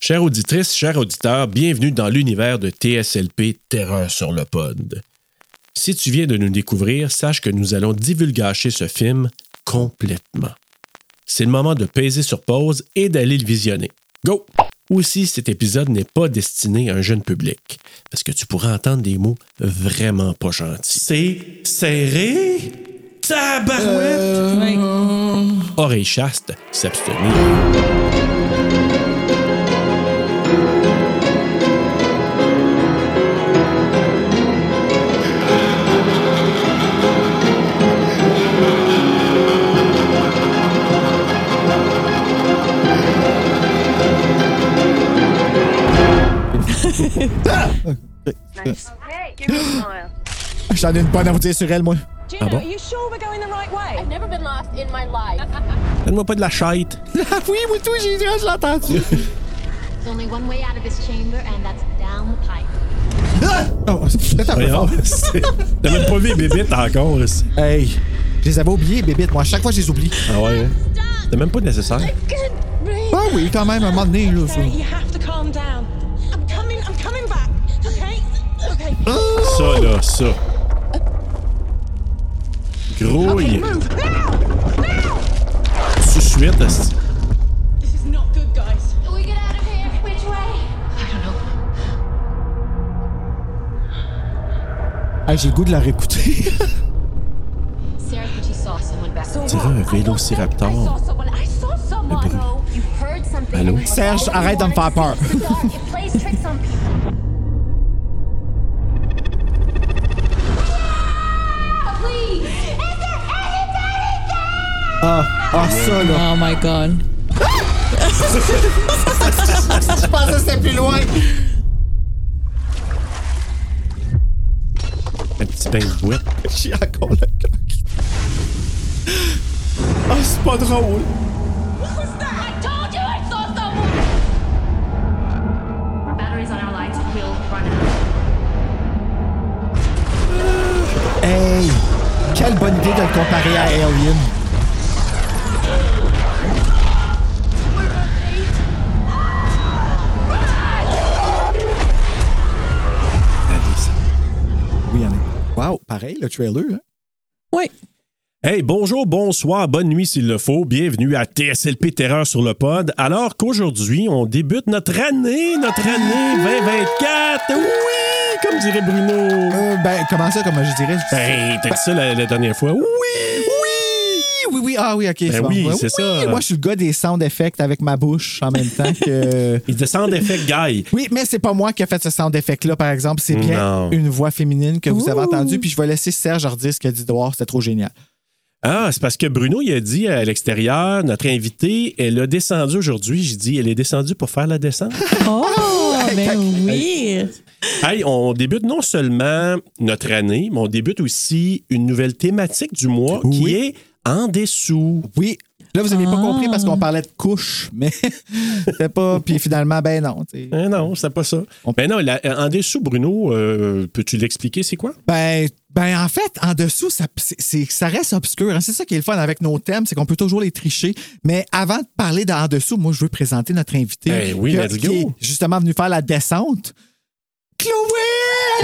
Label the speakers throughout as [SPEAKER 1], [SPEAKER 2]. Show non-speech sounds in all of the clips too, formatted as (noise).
[SPEAKER 1] Chères auditrices, chers auditeurs, bienvenue dans l'univers de TSLP Terreur sur le Pod. Si tu viens de nous découvrir, sache que nous allons divulgacher ce film complètement. C'est le moment de peser sur pause et d'aller le visionner. Go! Aussi, cet épisode n'est pas destiné à un jeune public, parce que tu pourras entendre des mots vraiment pas gentils.
[SPEAKER 2] C'est serré? Tabarouette!
[SPEAKER 1] Oreille chaste, s'abstenir.
[SPEAKER 3] Nice. Okay, give me a smile.
[SPEAKER 4] J'en ai une bonne à vous dire sur elle, moi.
[SPEAKER 5] Gina,
[SPEAKER 1] Ah bon?
[SPEAKER 5] are you sure we're going the right way?
[SPEAKER 3] I've never been lost in my life.
[SPEAKER 1] Donne-moi pas de la chatte.
[SPEAKER 4] Ah (laughs) oui, oui, tout, j'ai je l'ai entendu.
[SPEAKER 6] There's only one way out of this chamber, and that's down the pipe.
[SPEAKER 4] (laughs) Ah! Oh, c'est peut-être un peu
[SPEAKER 1] Voyons,
[SPEAKER 4] fort.
[SPEAKER 1] c'est- T'as même pas vu les bébites encore. c'est-
[SPEAKER 4] Hey, je les avais oubliés, bébite. Moi, à chaque fois, je les oublie.
[SPEAKER 1] Ah ouais, hein? C'est même pas nécessaire.
[SPEAKER 3] Good breathe.
[SPEAKER 4] Ah oui, quand même, un moment donné, là. ça-
[SPEAKER 5] Sarah, you have to calm down. I'm coming, I'm coming back. Okay? Okay.
[SPEAKER 1] Ça, là, ça. Grouille.
[SPEAKER 5] Move. Now! Now!
[SPEAKER 1] Tout de suite, asti.
[SPEAKER 5] This is not good, guys.
[SPEAKER 3] Can we get out of here? Which way?
[SPEAKER 4] Hey, j'ai le goût de la réécouter. (laughs)
[SPEAKER 6] Sarah thought she saw someone back there.
[SPEAKER 1] dirait un vélociraptor.
[SPEAKER 3] Le
[SPEAKER 1] bruit.
[SPEAKER 6] You heard something.
[SPEAKER 1] Allô?
[SPEAKER 4] Serge, arrête de me faire peur. Ah, ça, là.
[SPEAKER 7] Oh my god.
[SPEAKER 4] Je pensais que Ah, c'était plus loin.
[SPEAKER 1] Un petit bain de bouette.
[SPEAKER 4] J'ai encore le cœur qui... Ah, c'est pas drôle.
[SPEAKER 6] Batteries on our lights will run out.
[SPEAKER 4] Hey, quelle bonne idée de le comparer à Alien. Oui, y'en a. Wow, pareil, le trailer. Hein?
[SPEAKER 7] Oui.
[SPEAKER 1] Hey, bonjour, bonsoir, bonne nuit s'il le faut. Bienvenue à TSLP Terreur sur le pod. Alors qu'aujourd'hui, on débute notre année, notre année 2024. Oui, comme dirait Bruno.
[SPEAKER 4] Euh, ben, comment ça, comment je dirais?
[SPEAKER 1] Ben, t'as dit ça la, la dernière fois. Oui, oui.
[SPEAKER 4] Oui, oui, ah oui, ok. c'est
[SPEAKER 1] ben oui,
[SPEAKER 4] Ouais,
[SPEAKER 1] c'est ça.
[SPEAKER 4] Moi, je suis le gars des sound effects avec ma bouche en même temps
[SPEAKER 1] (laughs)
[SPEAKER 4] que.
[SPEAKER 1] Il descend d'effet guy.
[SPEAKER 4] Oui, mais c'est pas moi qui a fait ce sound effect-là, par exemple. C'est bien
[SPEAKER 1] Non.
[SPEAKER 4] une voix féminine que vous avez
[SPEAKER 7] Ouh.
[SPEAKER 4] entendue. Puis je vais laisser Serge redire ce qu'il a dit dehors. C'était trop génial.
[SPEAKER 1] Ah, c'est parce que Bruno, il a dit à l'extérieur, notre invitée, elle a descendu aujourd'hui. J'ai dit, elle est descendue pour faire la
[SPEAKER 4] (laughs)
[SPEAKER 1] descente.
[SPEAKER 7] Oh, ben oui.
[SPEAKER 1] hey, on débute non seulement notre année, mais on débute aussi une nouvelle thématique du mois qui
[SPEAKER 4] Oui.
[SPEAKER 1] est en dessous.
[SPEAKER 4] Oui. Là, vous n'avez
[SPEAKER 1] Ah.
[SPEAKER 4] pas compris parce qu'on parlait de couche, mais (laughs) c'était pas. Puis finalement, ben non. tu sais.
[SPEAKER 1] Hein, non, c'est pas ça.
[SPEAKER 4] On-
[SPEAKER 1] Ben non, la- en dessous, Bruno, euh, peux-tu l'expliquer, c'est quoi?
[SPEAKER 4] Ben, ben, en fait, en dessous, ça, c'est- c'est- ça reste obscur. hein. C'est ça qui est le fun avec nos thèmes, c'est qu'on peut toujours les tricher. Mais avant de parler d'en dessous, moi, je veux présenter notre invité.
[SPEAKER 1] Ben oui,
[SPEAKER 4] que-
[SPEAKER 1] let's
[SPEAKER 4] qui
[SPEAKER 1] go.
[SPEAKER 4] est justement venu faire la descente. Chloé!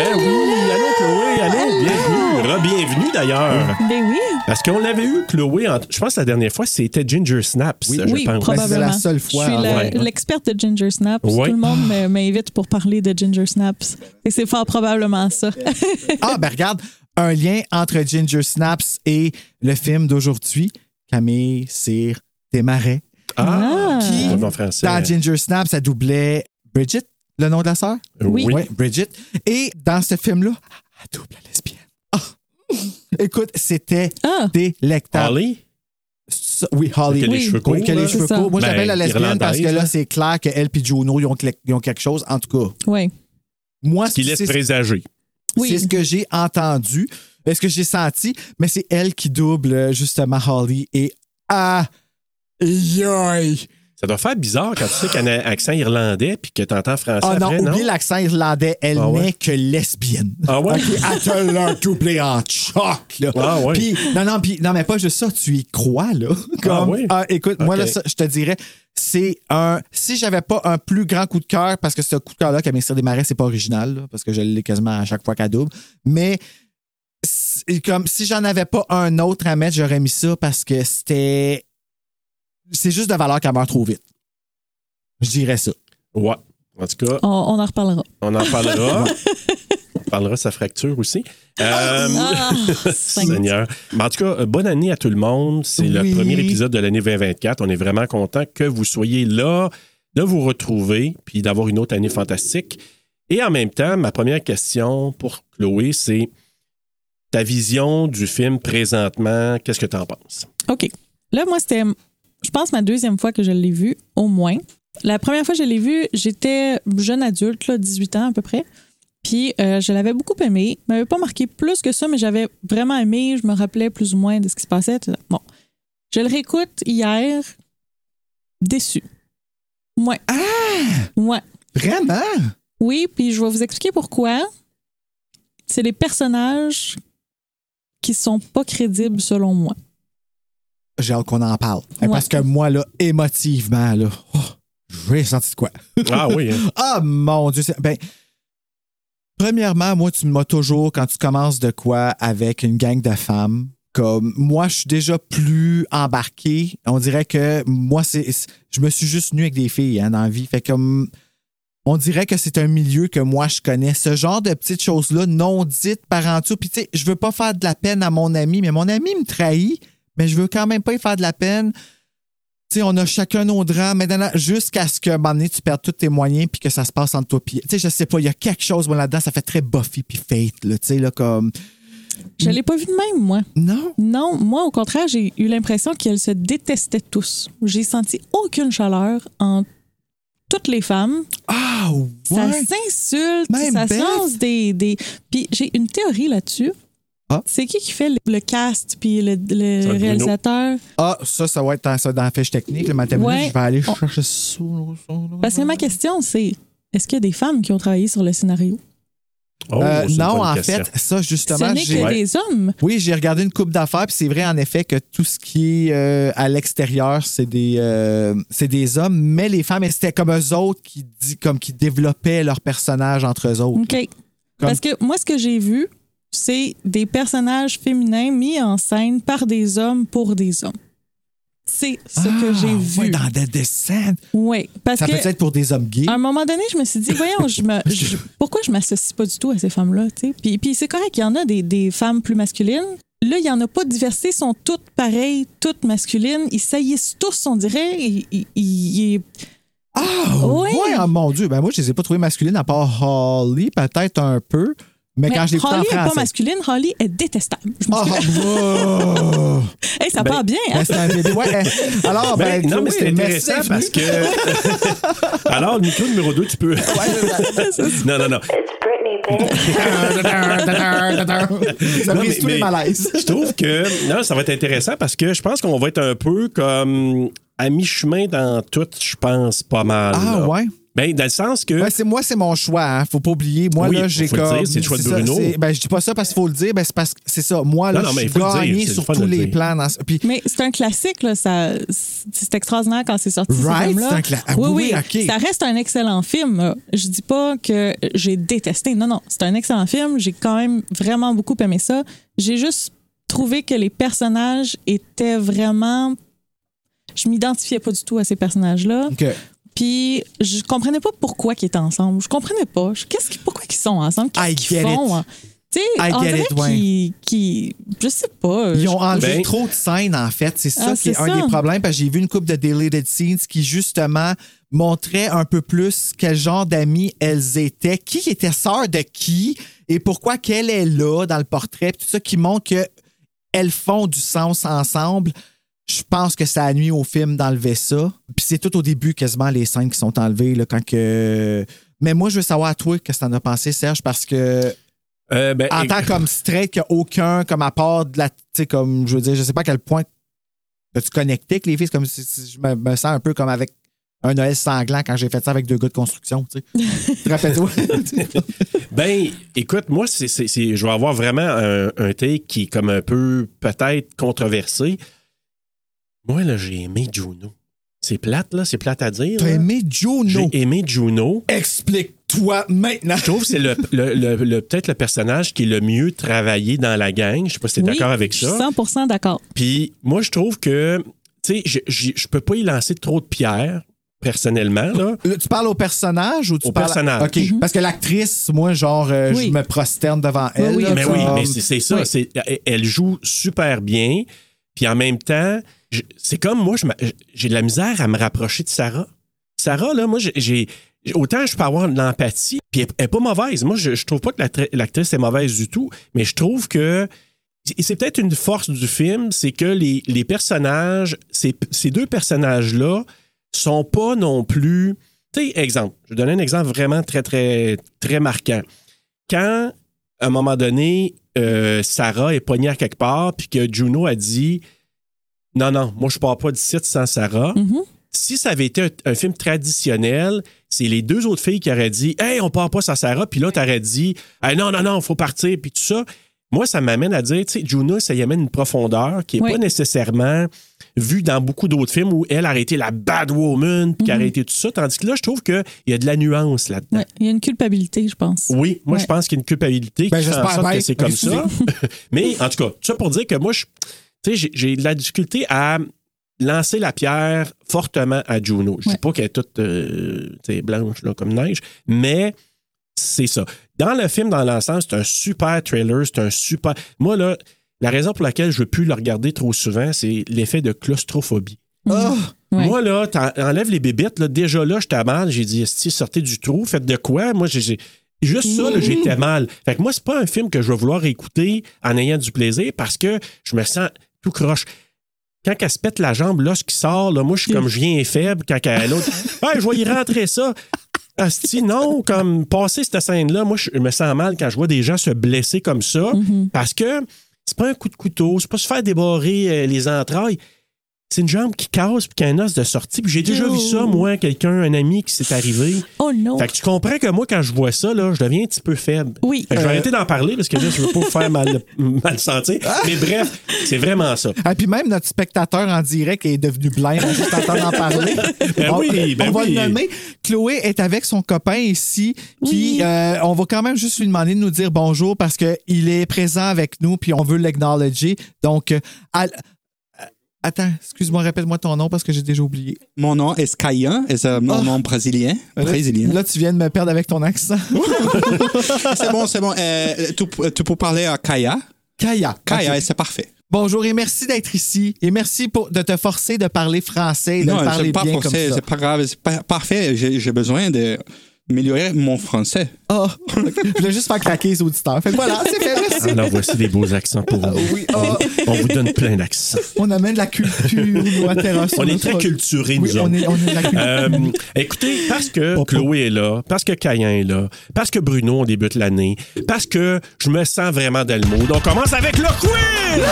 [SPEAKER 1] Ben oui, allô Chloé, allô, bienvenue, re-bienvenue d'ailleurs.
[SPEAKER 7] Ben oui.
[SPEAKER 1] Parce qu'on l'avait eu, Chloé, en- je pense que la dernière fois, c'était Ginger Snaps, je
[SPEAKER 7] oui,
[SPEAKER 1] pense.
[SPEAKER 4] probable.
[SPEAKER 7] probablement.
[SPEAKER 4] Ben, c'est la seule fois,
[SPEAKER 7] Je suis la-
[SPEAKER 1] ouais.
[SPEAKER 7] l'experte de Ginger Snaps.
[SPEAKER 1] Ouais.
[SPEAKER 7] Tout le monde me- m'invite pour parler de Ginger Snaps. Et c'est fort probablement ça. (laughs)
[SPEAKER 4] Ah, ben regarde, un lien entre Ginger Snaps et le film d'aujourd'hui, Camille Cyr Desmarais.
[SPEAKER 1] Ah,
[SPEAKER 4] Qui-
[SPEAKER 1] en français.
[SPEAKER 4] Dans Ginger Snaps, ça doublait Bridget, le nom de la sœur.
[SPEAKER 1] Euh, Oui.
[SPEAKER 4] Ouais, Bridget. Et dans ce film-là, elle double la lesbienne. Ah. Écoute, c'était
[SPEAKER 7] Ah.
[SPEAKER 4] délectable.
[SPEAKER 1] Harley?
[SPEAKER 4] Ça- Oui, Holly.
[SPEAKER 1] Qui a les
[SPEAKER 7] Oui.
[SPEAKER 1] cheveux courts,
[SPEAKER 4] Oui, qui a les
[SPEAKER 1] là.
[SPEAKER 4] cheveux
[SPEAKER 7] C'est ça.
[SPEAKER 4] courts. Moi,
[SPEAKER 1] Ben,
[SPEAKER 4] j'appelle la lesbienne
[SPEAKER 1] irlandaise, hein.
[SPEAKER 4] parce que là,
[SPEAKER 1] là.
[SPEAKER 4] c'est clair qu'elle et Juno, ils ont, cl- ils ont quelque chose. En tout cas,
[SPEAKER 7] Ouais.
[SPEAKER 4] moi,
[SPEAKER 1] Qui
[SPEAKER 4] c'est-
[SPEAKER 1] laisse présager.
[SPEAKER 7] Oui.
[SPEAKER 4] c'est ce que j'ai entendu, euh, ce que j'ai senti, mais c'est elle qui double euh, justement Holly et ah yoï.
[SPEAKER 1] Ça doit faire bizarre quand tu sais qu'un accent irlandais puis que t'entends français
[SPEAKER 4] Ah non,
[SPEAKER 1] après, non?
[SPEAKER 4] oublie l'accent irlandais, elle
[SPEAKER 1] Ah ouais.
[SPEAKER 4] n'est que lesbienne.
[SPEAKER 1] Ah ouais?
[SPEAKER 4] Ok, elle te l'a doublé en choc, là.
[SPEAKER 1] Ah ouais.
[SPEAKER 4] Puis, non, non, puis, non, mais pas juste ça, tu y crois, là. Comme, ah,
[SPEAKER 1] ouais?
[SPEAKER 4] écoute, moi,
[SPEAKER 1] Ok.
[SPEAKER 4] là, ça, je te dirais, c'est un. Si j'avais pas un plus grand coup de cœur, parce que ce coup de cœur-là, Camille des Marais, c'est pas original, là, parce que je l'ai quasiment à chaque fois qu'à double. Mais c'est comme si j'en avais pas un autre à mettre, j'aurais mis ça parce que c'était. C'est juste de valeur qu'elle meurt trop vite. Je dirais ça.
[SPEAKER 1] Ouais. En tout cas,
[SPEAKER 7] On, on en reparlera.
[SPEAKER 1] on en
[SPEAKER 4] (laughs)
[SPEAKER 1] parlera. on parlera de sa fracture aussi. Euh,
[SPEAKER 7] Ah, cinq.
[SPEAKER 1] Seigneur. Mais en tout cas, euh, bonne année à tout le monde. C'est
[SPEAKER 4] Oui.
[SPEAKER 1] le premier épisode de l'année 2024. On est vraiment content que vous soyez là, de vous retrouver, puis d'avoir une autre année fantastique. Et en même temps, ma première question pour Chloé, c'est ta vision du film présentement. Qu'est-ce que tu en penses?
[SPEAKER 7] OK. Là, moi, c'était, je pense, ma deuxième fois que je l'ai vu, au moins. La première fois que je l'ai vu, j'étais jeune adulte, là, 18 ans à peu près. Puis euh, je l'avais beaucoup aimé. Il m'avait pas marqué plus que ça, mais j'avais vraiment aimé. Je me rappelais plus ou moins de ce qui se passait. tout ça. Bon. Je le réécoute hier, déçu. Ouais.
[SPEAKER 1] Ah!
[SPEAKER 7] Ouais.
[SPEAKER 4] Vraiment?
[SPEAKER 7] Oui, puis je vais vous expliquer pourquoi. C'est les personnages qui sont pas crédibles selon moi.
[SPEAKER 4] J'ai hâte qu'on en parle. Hein,
[SPEAKER 7] Ouais.
[SPEAKER 4] Parce que moi, là, émotivement, là, oh, j'ai senti de quoi?
[SPEAKER 1] Ah oui,
[SPEAKER 4] (laughs)
[SPEAKER 1] hein?
[SPEAKER 4] Ah mon Dieu, c'est- ben. Premièrement, moi, tu m'as toujours, quand tu commences de quoi avec une gang de femmes, comme moi, je suis déjà plus embarqué. On dirait que moi, c'est. c'est- Je me suis juste nu avec des filles hein, dans la vie. Fait comme. On dirait que c'est un milieu que moi, je connais. Ce genre de petites choses-là, non dites par en dessous. Puis, tu sais, je veux pas faire de la peine à mon ami, mais mon ami me trahit, mais je veux quand même pas y faire de la peine. Tu sais, on a chacun nos drames, mais dans la- jusqu'à ce que, un moment donné, tu perds tous tes moyens puis que ça se passe entre toi puis... Tu sais, je sais pas, il y a quelque chose, moi, là-dedans, ça fait très Buffy puis Faith, là, tu sais, là, comme...
[SPEAKER 7] Je l'ai pas vu de même, moi.
[SPEAKER 4] Non?
[SPEAKER 7] Non, moi, au contraire, j'ai eu l'impression qu'elles se détestaient tous. J'ai senti aucune chaleur en toutes les femmes.
[SPEAKER 4] Ah,
[SPEAKER 7] Ça
[SPEAKER 4] ouais!
[SPEAKER 7] s'insulte,
[SPEAKER 4] Même
[SPEAKER 7] ça
[SPEAKER 4] Beth.
[SPEAKER 7] se lance des, des... Puis j'ai une théorie là-dessus.
[SPEAKER 4] Ah.
[SPEAKER 7] C'est qui qui fait le- le cast puis le, le
[SPEAKER 1] Ça va être Bruno.
[SPEAKER 7] réalisateur?
[SPEAKER 4] Ah, ça, ça va être dans, ça, dans la fiche technique, le matin,
[SPEAKER 7] Ouais.
[SPEAKER 4] je vais aller
[SPEAKER 7] On-
[SPEAKER 4] chercher ça. là, ça, là. Euh,
[SPEAKER 7] Parce que ma question, c'est est-ce qu'il y a des femmes qui ont travaillé sur le scénario?
[SPEAKER 1] Oh,
[SPEAKER 4] Euh,
[SPEAKER 1] c'est une
[SPEAKER 4] non,
[SPEAKER 1] bonne
[SPEAKER 4] en
[SPEAKER 1] question.
[SPEAKER 4] fait, ça,
[SPEAKER 7] Ce
[SPEAKER 4] justement,
[SPEAKER 7] n'est
[SPEAKER 4] j'ai...
[SPEAKER 7] que des hommes.
[SPEAKER 4] Oui, j'ai regardé une coupe d'affaires, puis c'est vrai en effet que tout ce qui est euh, à l'extérieur, c'est des euh, c'est des hommes, mais les femmes, c'était comme eux autres qui dit, comme qui développaient leurs personnages entre eux autres.
[SPEAKER 7] OK. Parce que moi, ce que j'ai vu, c'est des personnages féminins mis en scène par des hommes pour des hommes. C'est ce que j'ai
[SPEAKER 4] Ah,
[SPEAKER 7] vu.
[SPEAKER 4] ouais,
[SPEAKER 7] Oui,
[SPEAKER 4] dans Dead Descent.
[SPEAKER 7] parce
[SPEAKER 4] Ça
[SPEAKER 7] que Ah,
[SPEAKER 4] peut être pour des hommes gays.
[SPEAKER 7] à un moment donné, je me suis dit, voyons,
[SPEAKER 4] (laughs)
[SPEAKER 7] je me, je- pourquoi je m'associe pas du tout à ces femmes-là? tu sais? Puis, puis c'est correct, il y en a des, des femmes plus masculines. Là, il n'y en a pas de diversité, ils sont toutes pareilles, toutes masculines. Ils saillissent tous, on dirait. Ils- ils- ils-
[SPEAKER 4] Ah,
[SPEAKER 7] Oui.
[SPEAKER 4] ouais, ah, mon Dieu. Ben, moi, je les ai pas trouvés masculines à part Holly, peut-être un peu. Mais,
[SPEAKER 7] Mais
[SPEAKER 4] quand je l'ai écouté en
[SPEAKER 7] Holly n'est pas
[SPEAKER 4] français.
[SPEAKER 7] masculine, Holly est détestable. Je me
[SPEAKER 4] Ah,
[SPEAKER 7] suis-
[SPEAKER 4] oh,
[SPEAKER 7] (laughs)
[SPEAKER 4] oh.
[SPEAKER 7] Hey, ça part bien, hein?
[SPEAKER 4] Ben, c'est un bébé. Ouais, hein. Alors, ben,
[SPEAKER 1] Ben, non, mais
[SPEAKER 4] Chloé,
[SPEAKER 1] c'est
[SPEAKER 4] merci
[SPEAKER 1] intéressant
[SPEAKER 4] d'être
[SPEAKER 1] parce
[SPEAKER 4] venue.
[SPEAKER 1] que. (laughs)
[SPEAKER 4] (laughs)
[SPEAKER 1] Alors, le micro numéro 2, tu peux. (laughs) non, non, non.
[SPEAKER 8] It's Britney, bitch.
[SPEAKER 4] Ça
[SPEAKER 1] Non,
[SPEAKER 4] brise
[SPEAKER 1] mais-
[SPEAKER 4] tous les
[SPEAKER 1] mais-
[SPEAKER 4] malaises.
[SPEAKER 1] Je trouve que non, ça va être intéressant parce que je pense qu'on va être un peu comme à mi-chemin dans tout, je pense pas mal.
[SPEAKER 4] Ah,
[SPEAKER 1] là.
[SPEAKER 4] ouais?
[SPEAKER 1] Ben, dans le sens que
[SPEAKER 4] Ben, c'est moi, c'est mon choix. Hein. Faut pas oublier. Moi,
[SPEAKER 1] Oui,
[SPEAKER 4] là, j'ai
[SPEAKER 1] faut le
[SPEAKER 4] comme.
[SPEAKER 1] dire, c'est le choix de
[SPEAKER 4] ça,
[SPEAKER 1] Bruno.
[SPEAKER 4] c'est- ben, je dis pas ça parce qu'il faut le dire. Ben, c'est parce que c'est ça. Moi, là,
[SPEAKER 1] Non, non, mais
[SPEAKER 4] je
[SPEAKER 1] il faut
[SPEAKER 4] suis
[SPEAKER 1] le dire,
[SPEAKER 4] gagné
[SPEAKER 1] c'est le
[SPEAKER 4] sur
[SPEAKER 1] fun de
[SPEAKER 4] tous
[SPEAKER 1] le
[SPEAKER 4] les
[SPEAKER 1] dire.
[SPEAKER 4] plans. Dans... ce- Puis,
[SPEAKER 7] Mais c'est un classique, là. Ça, c'est extraordinaire quand c'est sorti. ce
[SPEAKER 4] Right,
[SPEAKER 7] film-là.
[SPEAKER 4] c'est un cla- ah, oui, oui, ok.
[SPEAKER 7] Ça reste un excellent film. là. Je dis pas que j'ai détesté. Non, non. C'est un excellent film. J'ai quand même vraiment beaucoup aimé ça. J'ai juste trouvé que les personnages étaient vraiment. Je m'identifiais pas du tout à ces personnages-là.
[SPEAKER 4] que-
[SPEAKER 7] Puis je comprenais pas pourquoi qu'ils étaient ensemble. Je comprenais pas. Je- Qu'est-ce qui- pourquoi qu'ils sont ensemble Qu'est-ce
[SPEAKER 4] I
[SPEAKER 7] qu'ils
[SPEAKER 4] get it.
[SPEAKER 7] font hein? Tu sais,
[SPEAKER 4] I
[SPEAKER 7] on
[SPEAKER 4] get
[SPEAKER 7] dirait
[SPEAKER 4] it, ouais.
[SPEAKER 7] qu'ils, qu'ils- je sais pas. euh,
[SPEAKER 4] Ils ont
[SPEAKER 7] Je-
[SPEAKER 4] enlevé
[SPEAKER 1] Ben-
[SPEAKER 4] trop de scènes, en fait. C'est ça
[SPEAKER 7] Ah,
[SPEAKER 4] qui est,
[SPEAKER 7] c'est
[SPEAKER 4] un
[SPEAKER 7] ça.
[SPEAKER 4] des problèmes, parce que j'ai vu une couple de deleted scenes qui, justement, montraient un peu plus quel genre d'amis elles étaient, qui était sœur de qui, et pourquoi qu'elle est là dans le portrait, puis tout ça qui montre que elles font du sens ensemble. Je pense que ça a nuit au film d'enlever ça. Puis c'est tout au début, quasiment, les scènes qui sont enlevées, là, quand que... Mais moi, je veux savoir, toi, qu'est-ce que t'en as pensé, Serge, parce que
[SPEAKER 1] euh, ben,
[SPEAKER 4] en
[SPEAKER 1] et-
[SPEAKER 4] tant comme straight, qu'il n'y a aucun, comme à part de la. Tu sais, comme, je veux dire, je sais pas à quel point as-tu connecté avec les filles. C'est comme si, si je me, me sens un peu comme avec un Noël sanglant quand j'ai fait ça avec deux gars de construction, tu
[SPEAKER 1] (laughs)
[SPEAKER 4] sais. Te Rappelle-toi.
[SPEAKER 1] ben, écoute, moi, c'est, c'est- c'est- je vais avoir vraiment un, un take qui est comme un peu peut-être controversé. Moi, là, j'ai aimé Juno. C'est plate, là. C'est plate à dire.
[SPEAKER 4] T'as
[SPEAKER 1] là.
[SPEAKER 4] aimé Juno?
[SPEAKER 1] J'ai aimé Juno.
[SPEAKER 4] Explique-toi maintenant.
[SPEAKER 1] Je trouve que c'est le, le- le- le- peut-être le personnage qui est le mieux travaillé dans la gang. Je sais pas si t'es
[SPEAKER 7] Oui,
[SPEAKER 1] d'accord avec
[SPEAKER 7] je suis
[SPEAKER 1] ça.
[SPEAKER 7] 100 d'accord.
[SPEAKER 1] Puis moi, je trouve que, tu sais, je- je je peux pas y lancer trop de pierres, personnellement, là.
[SPEAKER 4] Le- Tu parles au personnage ou tu
[SPEAKER 1] Au
[SPEAKER 4] parles.
[SPEAKER 1] personnage.
[SPEAKER 4] OK. Parce que l'actrice, moi, genre, euh,
[SPEAKER 7] Oui.
[SPEAKER 4] je me prosterne devant elle.
[SPEAKER 7] oui,
[SPEAKER 4] là,
[SPEAKER 1] Mais
[SPEAKER 7] Comme-
[SPEAKER 1] oui,
[SPEAKER 4] genre.
[SPEAKER 1] mais c'est c'est ça.
[SPEAKER 7] Oui.
[SPEAKER 1] c'est- elle joue super bien. Puis en même temps, je- c'est comme moi, je m'a- j'ai de la misère à me rapprocher de Sarah. Sarah, là, moi, j'ai- j'ai. Autant je peux avoir de l'empathie, puis elle elle est pas mauvaise. Moi, je, je trouve pas que l'actri- l'actrice est mauvaise du tout, mais je trouve que. et C'est peut-être une force du film, c'est que les, les personnages, ces, ces deux personnages-là, sont pas non plus. Tu sais, exemple, je vais donner un exemple vraiment très, très, très marquant. Quand, à un moment donné, euh, Sarah est poignée à quelque part, puis que Juno a dit Non, non, moi, je pars pas d'ici sans Sarah.
[SPEAKER 7] Mhm.
[SPEAKER 1] Si ça avait été un, un film traditionnel, c'est les deux autres filles qui auraient dit Hey, on part pas sans Sarah, puis là, t'aurais dit Hey, Non, non, non, faut partir, puis tout ça. Moi, ça m'amène à dire, tu sais, Juno, ça y amène une profondeur qui n'est
[SPEAKER 7] Oui.
[SPEAKER 1] pas nécessairement vue dans beaucoup d'autres films où elle a été la bad woman, puis qu'elle a été tout ça. Tandis que là, je trouve qu'il y a de la nuance là-dedans.
[SPEAKER 7] Ouais, Il y a une culpabilité, je pense.
[SPEAKER 1] Oui, moi,
[SPEAKER 7] Ouais.
[SPEAKER 1] je pense qu'il y a une culpabilité
[SPEAKER 4] Ben,
[SPEAKER 1] qui fait en
[SPEAKER 4] j'espère
[SPEAKER 1] sorte
[SPEAKER 4] bien.
[SPEAKER 1] que c'est comme ça. (laughs) Mais en tout cas, ça pour dire que moi, je- tu sais, j'ai j'ai de la difficulté à lancer la pierre fortement à Juno. Je ne
[SPEAKER 7] Ouais.
[SPEAKER 1] dis pas qu'elle est toute euh, tu sais, blanche là, comme neige, mais c'est ça. Dans le film, dans l'ensemble, c'est un super trailer, c'est un super... Moi, là, la raison pour laquelle je ne veux plus le regarder trop souvent, c'est l'effet de claustrophobie.
[SPEAKER 4] Ah!
[SPEAKER 7] Ouais.
[SPEAKER 1] Moi, là, t'en- enlèves les bébites, là, déjà là, j'étais mal. J'ai dit, si sortez du trou, faites de quoi? Moi, j'ai- j'ai. Juste ça, là, j'étais mal. Fait que moi, c'est pas un film que je vais vouloir écouter en ayant du plaisir parce que je me sens tout croche. Quand elle se pète la jambe, lorsqu'il sort, là, moi, je suis comme je viens faible quand elle l'autre. Hey, je vais y rentrer ça. Asti, non, comme passer cette scène-là, moi, je me sens mal quand je vois des gens se blesser comme ça
[SPEAKER 7] Mhm.
[SPEAKER 1] parce que c'est pas un coup de couteau, c'est pas se faire débarrer euh, les entrailles. C'est une jambe qui casse puis qui a un os de sortie. Puis j'ai déjà vu ça, moi, quelqu'un, un ami qui s'est arrivé.
[SPEAKER 7] Oh non!
[SPEAKER 1] Fait que tu comprends que moi, quand je vois ça, là, je deviens un petit peu faible.
[SPEAKER 7] Oui.
[SPEAKER 1] Fait que je vais
[SPEAKER 7] Euh.
[SPEAKER 1] arrêter d'en parler parce que là, je veux pas vous faire mal, (laughs) mal sentir.
[SPEAKER 7] Ah.
[SPEAKER 1] Mais bref, c'est vraiment ça.
[SPEAKER 4] Ah, puis même notre spectateur en direct est devenu blind juste entendre en parler.
[SPEAKER 1] (laughs) Ben
[SPEAKER 4] on,
[SPEAKER 1] oui, ben
[SPEAKER 4] on va
[SPEAKER 1] oui.
[SPEAKER 4] le nommer. Chloé est avec son copain ici, qui euh, on va quand même juste lui demander de nous dire bonjour parce qu'il est présent avec nous, puis on veut l'acknowledger. Donc, euh, à- euh, attends, excuse-moi, répète-moi ton nom parce que j'ai déjà oublié.
[SPEAKER 8] Mon nom est Skyen, et c'est mon
[SPEAKER 4] Oh.
[SPEAKER 8] nom brésilien. brésilien.
[SPEAKER 4] Là, tu viens de me perdre avec ton accent.
[SPEAKER 8] C'est bon, c'est bon. Euh, tu, tu peux parler à Kaya.
[SPEAKER 4] Kaya.
[SPEAKER 8] (laughs) Kaya,
[SPEAKER 4] Ok.
[SPEAKER 8] et c'est parfait.
[SPEAKER 4] Bonjour et merci d'être ici. Et merci pour, de te forcer de parler français et de le
[SPEAKER 8] c'est
[SPEAKER 4] parler
[SPEAKER 8] pas
[SPEAKER 4] bien
[SPEAKER 8] français,
[SPEAKER 4] comme ça.
[SPEAKER 8] c'est pas grave, c'est pas parfait. J'ai j'ai besoin d'améliorer mon français.
[SPEAKER 4] Ah, (laughs) je voulais juste faire craquer les auditeurs. Fait que voilà, c'est fait,
[SPEAKER 7] (laughs)
[SPEAKER 4] merci.
[SPEAKER 1] Alors, voici des beaux accents pour vous.
[SPEAKER 4] Oui, ah,
[SPEAKER 1] On vous donne plein d'accents.
[SPEAKER 4] (laughs) on amène la culture nous intéresse.
[SPEAKER 1] On est très culturés, nous
[SPEAKER 4] Oui, on
[SPEAKER 1] autres.
[SPEAKER 4] est, on est de la culture.
[SPEAKER 1] Euh, écoutez, parce que
[SPEAKER 4] Pas- pas-
[SPEAKER 1] Chloé est là, parce que Cayen est là, parce que Bruno, on débute l'année, parce que je me sens vraiment dans le mood. On commence avec le quiz!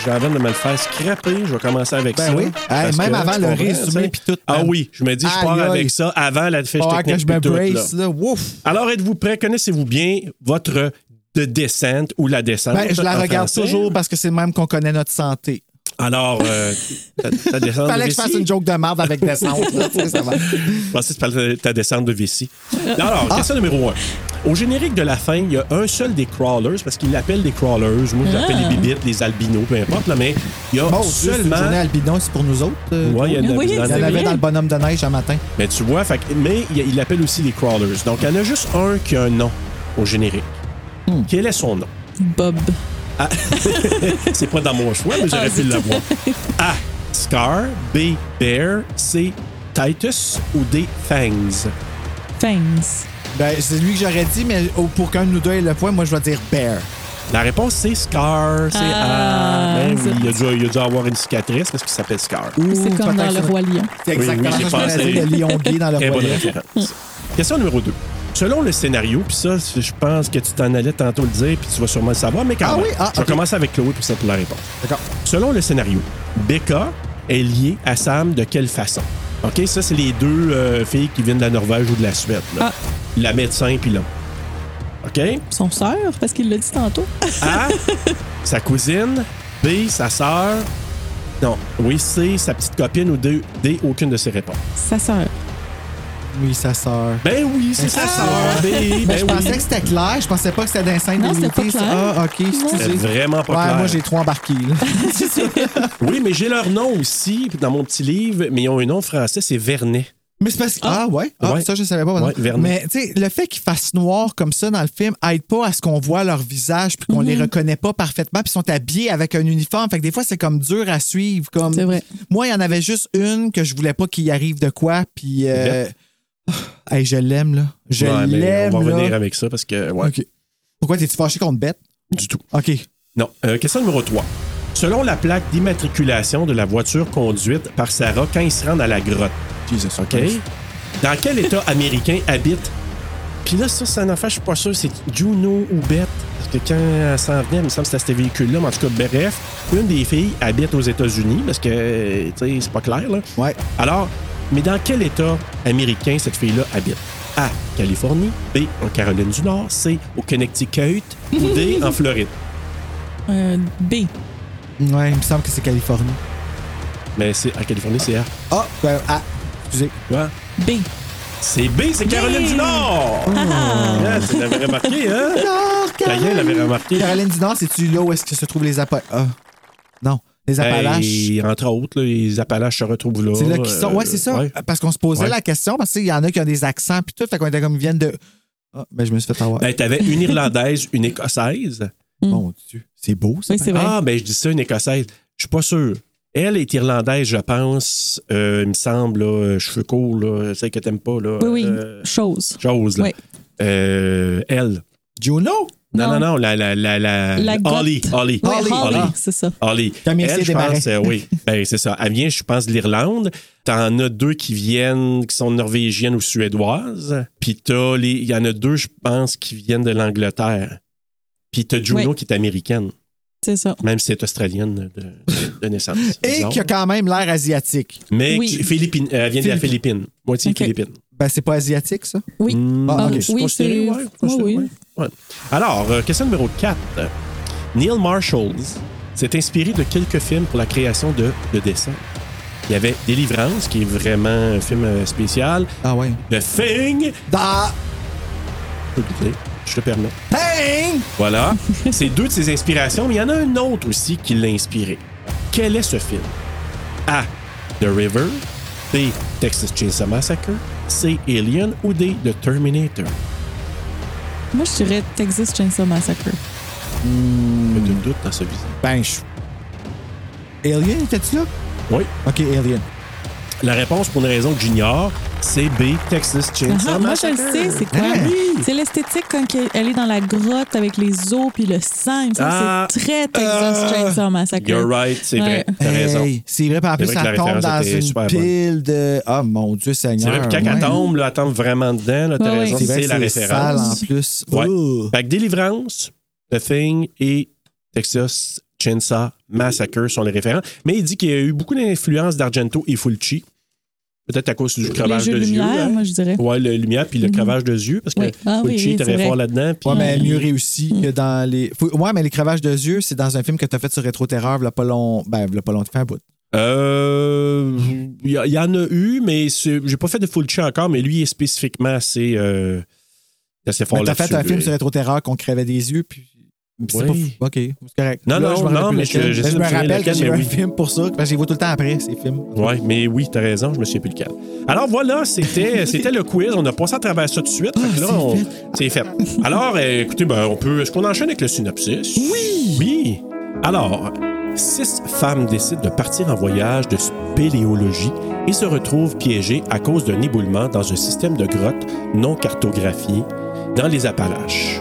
[SPEAKER 1] Je vais avant de me le faire scraper, je vais commencer avec
[SPEAKER 4] Ben
[SPEAKER 1] ça.
[SPEAKER 4] oui. Hey,
[SPEAKER 1] Parce
[SPEAKER 4] même
[SPEAKER 1] que,
[SPEAKER 4] avant
[SPEAKER 1] tu
[SPEAKER 4] le
[SPEAKER 1] comprends,
[SPEAKER 4] résumé
[SPEAKER 1] tu sais?
[SPEAKER 4] puis tout,
[SPEAKER 1] Ah
[SPEAKER 4] man.
[SPEAKER 1] oui, je me dis, je pars
[SPEAKER 4] Aïe, aïe.
[SPEAKER 1] avec ça avant la fiche
[SPEAKER 4] Ah, que
[SPEAKER 1] technique.
[SPEAKER 4] je me
[SPEAKER 1] puis tout, là.
[SPEAKER 4] brace, là. Ouf.
[SPEAKER 1] Alors, êtes-vous prêts? Connaissez-vous bien votre de descente ou la descente?
[SPEAKER 4] Ben, je la
[SPEAKER 1] en
[SPEAKER 4] regarde
[SPEAKER 1] Ah, français?
[SPEAKER 4] toujours parce que c'est le même qu'on connaît notre santé.
[SPEAKER 1] Alors, euh, ta, ta descente
[SPEAKER 4] (laughs) Fallait que je
[SPEAKER 1] de
[SPEAKER 4] fasse
[SPEAKER 1] vessie?
[SPEAKER 4] une joke de merde avec des centres, là, tu sais, ça va.
[SPEAKER 1] Je pensais que tu parlais de ta descente de Vici. Alors,
[SPEAKER 7] Ah.
[SPEAKER 1] question numéro un. Au générique de la fin, il y a un seul des crawlers, parce qu'ils l'appellent des crawlers. Moi, je l'appelle
[SPEAKER 7] Ah.
[SPEAKER 1] les bibites, les albinos, peu importe, là, mais il y a
[SPEAKER 4] Bon, seulement.
[SPEAKER 1] seulement.
[SPEAKER 4] Journée albinon, c'est pour nous autres. euh,
[SPEAKER 1] Ouais, il y en a-
[SPEAKER 7] Oui,
[SPEAKER 1] il y en
[SPEAKER 7] c'est
[SPEAKER 4] Il y en
[SPEAKER 1] a-
[SPEAKER 4] avait
[SPEAKER 7] vrai.
[SPEAKER 4] dans le bonhomme de neige un matin.
[SPEAKER 1] Mais tu vois, fait que- mais il il l'appelle aussi les crawlers. Donc, il y en a juste un qui a un nom au générique.
[SPEAKER 7] Hmm.
[SPEAKER 1] Quel est son nom?
[SPEAKER 7] Bob.
[SPEAKER 1] C'est pas dans mon choix, mais j'aurais
[SPEAKER 7] Ah,
[SPEAKER 1] pu l'avoir. A. Scar. B. Bear. C. Titus. Ou D. Fangs.
[SPEAKER 7] Thanks.
[SPEAKER 4] Ben, c'est lui que j'aurais dit, mais oh, pour qu'un de nous deux ait le point, moi, je vais dire bear.
[SPEAKER 1] La réponse, c'est Scar. C'est
[SPEAKER 7] Ah,
[SPEAKER 1] ah, ben oui,
[SPEAKER 7] zut.
[SPEAKER 1] il, a dû, il a dû avoir une cicatrice parce qu'il s'appelle Scar.
[SPEAKER 7] C'est comme dans
[SPEAKER 4] peut-être
[SPEAKER 7] Le
[SPEAKER 4] ça.
[SPEAKER 7] Roi Lion.
[SPEAKER 4] C'est
[SPEAKER 1] oui,
[SPEAKER 4] exactement
[SPEAKER 1] j'ai
[SPEAKER 4] ça que je
[SPEAKER 1] pensé.
[SPEAKER 4] voulais dire, le lion gay dans le
[SPEAKER 1] Très bonne
[SPEAKER 4] royaume.
[SPEAKER 1] référence. Question numéro 2. Selon le scénario, puis ça, c'est- je pense que tu t'en allais tantôt le dire, puis tu vas sûrement le savoir, mais quand
[SPEAKER 4] Ah
[SPEAKER 1] même,
[SPEAKER 4] oui? Ah,
[SPEAKER 1] je vais
[SPEAKER 4] ok.
[SPEAKER 1] commencer avec Chloé pour cette la réponse.
[SPEAKER 4] D'accord.
[SPEAKER 1] Selon le scénario, Becca est liée à Sam de quelle façon? OK, ça, c'est les deux euh, filles qui viennent de la Norvège ou de la Suède. là.
[SPEAKER 7] Ah.
[SPEAKER 1] La médecin puis l'homme. OK? (laughs)
[SPEAKER 4] Ah.
[SPEAKER 7] Son sœur, parce qu'il l'a dit tantôt.
[SPEAKER 1] A. sa cousine. B, sa sœur. Non, oui, C, sa petite copine ou D, D, aucune de ses réponses.
[SPEAKER 7] Sa sœur.
[SPEAKER 4] Oui, sa sœur.
[SPEAKER 1] Ben oui, c'est sa sœur. B,
[SPEAKER 4] Mais
[SPEAKER 1] ben
[SPEAKER 4] je pensais que
[SPEAKER 1] oui.
[SPEAKER 4] c'était clair, je pensais pas que c'était d'un scène
[SPEAKER 7] Non, c'était
[SPEAKER 4] délimité, ça.
[SPEAKER 7] pas clair.
[SPEAKER 4] Ah, ok,
[SPEAKER 1] C'est
[SPEAKER 4] excusez.
[SPEAKER 1] vraiment pas
[SPEAKER 4] ouais,
[SPEAKER 1] clair.
[SPEAKER 4] moi j'ai trois embarqués.
[SPEAKER 7] (laughs)
[SPEAKER 4] là.
[SPEAKER 1] Oui, mais j'ai leur nom aussi dans mon petit livre, mais ils ont un nom français, c'est Vernet.
[SPEAKER 4] Mais c'est parce que. Ah, ouais. Ah,
[SPEAKER 1] Ouais.
[SPEAKER 4] ça, je savais pas. par
[SPEAKER 1] Ouais,
[SPEAKER 4] exemple.
[SPEAKER 1] Vernet.
[SPEAKER 4] mais tu sais, le fait qu'ils fassent noir comme ça dans le film aide pas à ce qu'on voit leur visage puis qu'on
[SPEAKER 7] Mhm.
[SPEAKER 4] les reconnaît pas parfaitement puis ils sont habillés avec un uniforme. Fait que des fois, c'est comme dur à suivre. Comme...
[SPEAKER 7] C'est vrai.
[SPEAKER 4] Moi, il y en avait juste une que je voulais pas qu'il y arrive de quoi. Puis. euh, Oh, hey, je l'aime, là. Je
[SPEAKER 1] Ouais, mais
[SPEAKER 4] l'aime.
[SPEAKER 1] On va
[SPEAKER 4] là.
[SPEAKER 1] revenir avec ça parce que. Ouais,
[SPEAKER 4] OK. Pourquoi t'es-tu fâché contre Bête?
[SPEAKER 1] du tout.
[SPEAKER 4] OK.
[SPEAKER 1] Non. Euh, question numéro 3. Selon la plaque d'immatriculation de la voiture conduite par Sarah quand ils se rendent à la grotte,
[SPEAKER 4] Jesus
[SPEAKER 1] OK? Dans quel État américain habite? Puis là, ça, c'est un affaire, je suis pas sûr, c'est Juno ou Beth. Parce que quand elle s'en venait, il me semble que c'était ce véhicule-là, mais en tout cas, bref, une des filles habite aux États-Unis parce que, euh, tu sais, c'est pas clair, là.
[SPEAKER 4] Ouais.
[SPEAKER 1] Alors, mais dans quel État américain cette fille-là habite? A. Californie. B. En Caroline du Nord. C. Au Connecticut. Ou D. En Floride.
[SPEAKER 7] Euh, B.
[SPEAKER 4] Ouais, il me semble que c'est Californie.
[SPEAKER 1] Mais c'est en Californie, c'est A.
[SPEAKER 4] Ah, ben, ah, excusez.
[SPEAKER 1] Ouais.
[SPEAKER 7] B.
[SPEAKER 1] C'est B, c'est Caroline du Nord! Ah, tu l'avais remarqué, hein?
[SPEAKER 4] Nord,
[SPEAKER 1] Taillin l'avait remarqué.
[SPEAKER 4] Caroline du Nord, c'est-tu là où est-ce que se trouvent les Appalaches? non, les Appalaches.
[SPEAKER 1] Et entre autres, là, les Appalaches se retrouvent là.
[SPEAKER 4] C'est là qu'ils sont. Ouais,
[SPEAKER 1] Euh,
[SPEAKER 4] c'est ça.
[SPEAKER 1] ouais.
[SPEAKER 4] Parce qu'on se posait
[SPEAKER 1] Ouais.
[SPEAKER 4] la question, parce qu'il y en a qui ont des accents, puis tout. Fait qu'on était comme, ils viennent de. Ah, ben, je me suis fait avoir.
[SPEAKER 1] Ben, t'avais une Irlandaise, une Écossaise.
[SPEAKER 4] Mon Dieu. C'est beau, ça.
[SPEAKER 7] Oui, c'est vrai.
[SPEAKER 1] Ah, ben, je dis ça, une Écossaise. Je suis pas sûr. Elle est Irlandaise, je pense. Euh, il me semble, là, euh, cheveux courts, là, celle que t'aimes pas, là.
[SPEAKER 7] Oui, oui.
[SPEAKER 1] euh,
[SPEAKER 7] Chose.
[SPEAKER 1] chose, là.
[SPEAKER 7] Oui.
[SPEAKER 1] Euh, elle.
[SPEAKER 4] Juno!
[SPEAKER 1] Non, non,
[SPEAKER 7] Non.
[SPEAKER 1] non, la. La. La. La.
[SPEAKER 7] La gotte.
[SPEAKER 1] Holly. Holly. Ah.
[SPEAKER 7] Ouais,
[SPEAKER 4] Holly.
[SPEAKER 7] Holly,
[SPEAKER 4] Holly.
[SPEAKER 7] c'est ça.
[SPEAKER 1] Holly.
[SPEAKER 4] Comme il
[SPEAKER 1] Elle,
[SPEAKER 4] s'est
[SPEAKER 1] je pense,
[SPEAKER 4] démarré.
[SPEAKER 1] euh, oui. Ben, c'est ça. Elle vient, je pense, de l'Irlande. T'en as deux qui viennent, qui sont norvégiennes ou suédoises. Puis t'as les. Il y en a deux, je pense, qui viennent de l'Angleterre. Puis t'as Juno
[SPEAKER 7] Oui.
[SPEAKER 1] qui est américaine,
[SPEAKER 7] C'est ça.
[SPEAKER 1] même si elle est australienne de, de naissance.
[SPEAKER 4] Et
[SPEAKER 1] Bizarre.
[SPEAKER 4] qui a quand même l'air asiatique.
[SPEAKER 1] Mais
[SPEAKER 7] Oui.
[SPEAKER 1] qui- Philippine, euh, elle vient de la Philippine. Moitié
[SPEAKER 7] Ok.
[SPEAKER 1] Philippine.
[SPEAKER 4] Ben, c'est pas asiatique, ça?
[SPEAKER 7] Oui.
[SPEAKER 1] Hmm,
[SPEAKER 4] Ah, ok.
[SPEAKER 1] c'est
[SPEAKER 7] Oui,
[SPEAKER 1] considéré,
[SPEAKER 7] c'est-
[SPEAKER 1] ouais, considéré,
[SPEAKER 7] oui, oui.
[SPEAKER 1] ouais. Ouais. Alors, euh, question numéro 4. Neil Marshalls s'est inspiré de quelques films pour la création de, de dessins. Il y avait Délivrance, qui est vraiment un film euh, spécial.
[SPEAKER 4] Ah, ouais.
[SPEAKER 1] The Thing.
[SPEAKER 4] Da.
[SPEAKER 1] Je peux le dire, Je te permets.
[SPEAKER 4] Bang!
[SPEAKER 7] (laughs)
[SPEAKER 1] Voilà. C'est deux de ses inspirations, mais il y en a un autre aussi qui l'a inspiré. Quel est ce film? A. The River. B. Texas Chainsaw Massacre. C. Alien. Ou D. The Terminator.
[SPEAKER 7] Moi, je dirais Texas Chainsaw Massacre.
[SPEAKER 1] Pas
[SPEAKER 7] Hmm.
[SPEAKER 1] de doute dans ce visage.
[SPEAKER 4] Ben, je. Alien, étais-tu là?
[SPEAKER 1] Oui.
[SPEAKER 4] Ok, Alien.
[SPEAKER 1] La réponse, pour une raison que j'ignore, c'est B, Texas Chainsaw
[SPEAKER 7] Ah, moi, je
[SPEAKER 1] Massacre.
[SPEAKER 7] le sais, c'est quoi? C'est l'esthétique quand elle est dans la grotte avec les os puis le sang. Il me semble que
[SPEAKER 1] Ah.
[SPEAKER 7] c'est très Texas Chainsaw Massacre.
[SPEAKER 1] You're right, c'est vrai.
[SPEAKER 7] Ouais.
[SPEAKER 1] T'as raison.
[SPEAKER 4] Hey, c'est vrai, puis en
[SPEAKER 1] C'est
[SPEAKER 4] plus,
[SPEAKER 1] vrai que
[SPEAKER 4] ça
[SPEAKER 1] la
[SPEAKER 4] tombe
[SPEAKER 1] référence
[SPEAKER 4] dans
[SPEAKER 1] était
[SPEAKER 4] une
[SPEAKER 1] super
[SPEAKER 4] pile de. Ah, mon Dieu,
[SPEAKER 1] C'est
[SPEAKER 4] Seigneur.
[SPEAKER 1] vrai, puis quand
[SPEAKER 4] ouais.
[SPEAKER 1] elle tombe, là, elle tombe vraiment dedans. là, T'as
[SPEAKER 7] Ouais,
[SPEAKER 1] raison,
[SPEAKER 7] ouais.
[SPEAKER 1] c'est,
[SPEAKER 4] C'est vrai que
[SPEAKER 1] la
[SPEAKER 4] c'est sale
[SPEAKER 1] référence.
[SPEAKER 4] en plus.
[SPEAKER 1] Ouais.
[SPEAKER 4] Ouh.
[SPEAKER 1] Fait que Délivrance, The Thing et Texas Chainsaw Massacre sont les référents. Mais il dit qu'il y a eu beaucoup d'influence d'Argento et Fulci. Peut-être à cause du
[SPEAKER 7] Les
[SPEAKER 1] cravage
[SPEAKER 7] jeux
[SPEAKER 1] de
[SPEAKER 7] de
[SPEAKER 1] yeux.
[SPEAKER 7] lumière,
[SPEAKER 1] hein.
[SPEAKER 7] moi, je dirais. Mm-hmm.
[SPEAKER 1] Ouais, la lumière puis le cravage de yeux, parce que
[SPEAKER 7] Oui. Ah oui,
[SPEAKER 1] Fulci
[SPEAKER 7] oui,
[SPEAKER 1] était
[SPEAKER 7] c'est
[SPEAKER 1] très fort
[SPEAKER 7] vrai.
[SPEAKER 1] là-dedans. puis-
[SPEAKER 4] Ouais, mais mieux réussi que dans les. Faut- Ouais, mais les cravages de yeux, c'est dans un film que t'as fait sur Rétro Terreur, v'là pas long. Ben, v'là pas long, t'as fait un bout.
[SPEAKER 1] Euh, Il y, a- il y en a eu, mais c'est- j'ai pas fait de Fulci encore, mais lui il est spécifiquement assez, euh, assez fort
[SPEAKER 4] Mais t'as fait
[SPEAKER 1] là-dessus.
[SPEAKER 4] un film
[SPEAKER 1] Euh,
[SPEAKER 4] sur Rétro Terreur qu'on crevait des yeux, puis. puis C'est
[SPEAKER 1] Oui.
[SPEAKER 4] pas. fou. Ok, c'est correct.
[SPEAKER 1] Non, non,
[SPEAKER 4] me rappelle
[SPEAKER 1] non,
[SPEAKER 4] plus
[SPEAKER 1] mais
[SPEAKER 4] lequel.
[SPEAKER 1] je- je sais
[SPEAKER 4] me
[SPEAKER 1] pas si
[SPEAKER 4] rappelle
[SPEAKER 1] lequel,
[SPEAKER 4] que j'ai eu
[SPEAKER 1] mais
[SPEAKER 4] un
[SPEAKER 1] oui.
[SPEAKER 4] film pour ça, parce que j'ai vu tout le temps après ces films.
[SPEAKER 1] Ouais, mais oui, t'as raison, je me souviens plus lequel. Alors voilà, (laughs) c'était c'était le quiz. On a passé à travers ça tout de suite. fait que là, on- Ah, c'est fait. Alors, euh, écoutez, ben, on peut. Est-ce qu'on enchaîne avec le synopsis? Oui! Oui! Alors, six femmes décident de partir en voyage de spéléologie et se retrouvent piégées à cause d'un éboulement dans un système de grottes non cartographié dans les Appalaches.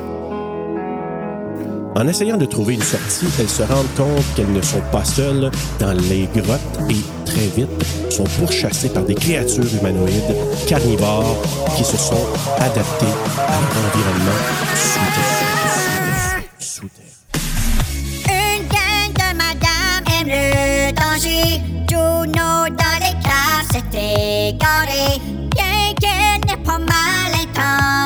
[SPEAKER 1] En essayant de trouver une sortie, elles se rendent compte qu'elles ne sont pas seules dans les grottes et très vite sont pourchassées par des créatures humanoïdes carnivores qui se sont adaptées à leur environnement souterrain. Souterrain.
[SPEAKER 9] (laughs) Une gang de madame aime le danger. Juno dans les caves s'est égaré. Bien qu'elle n'est pas mal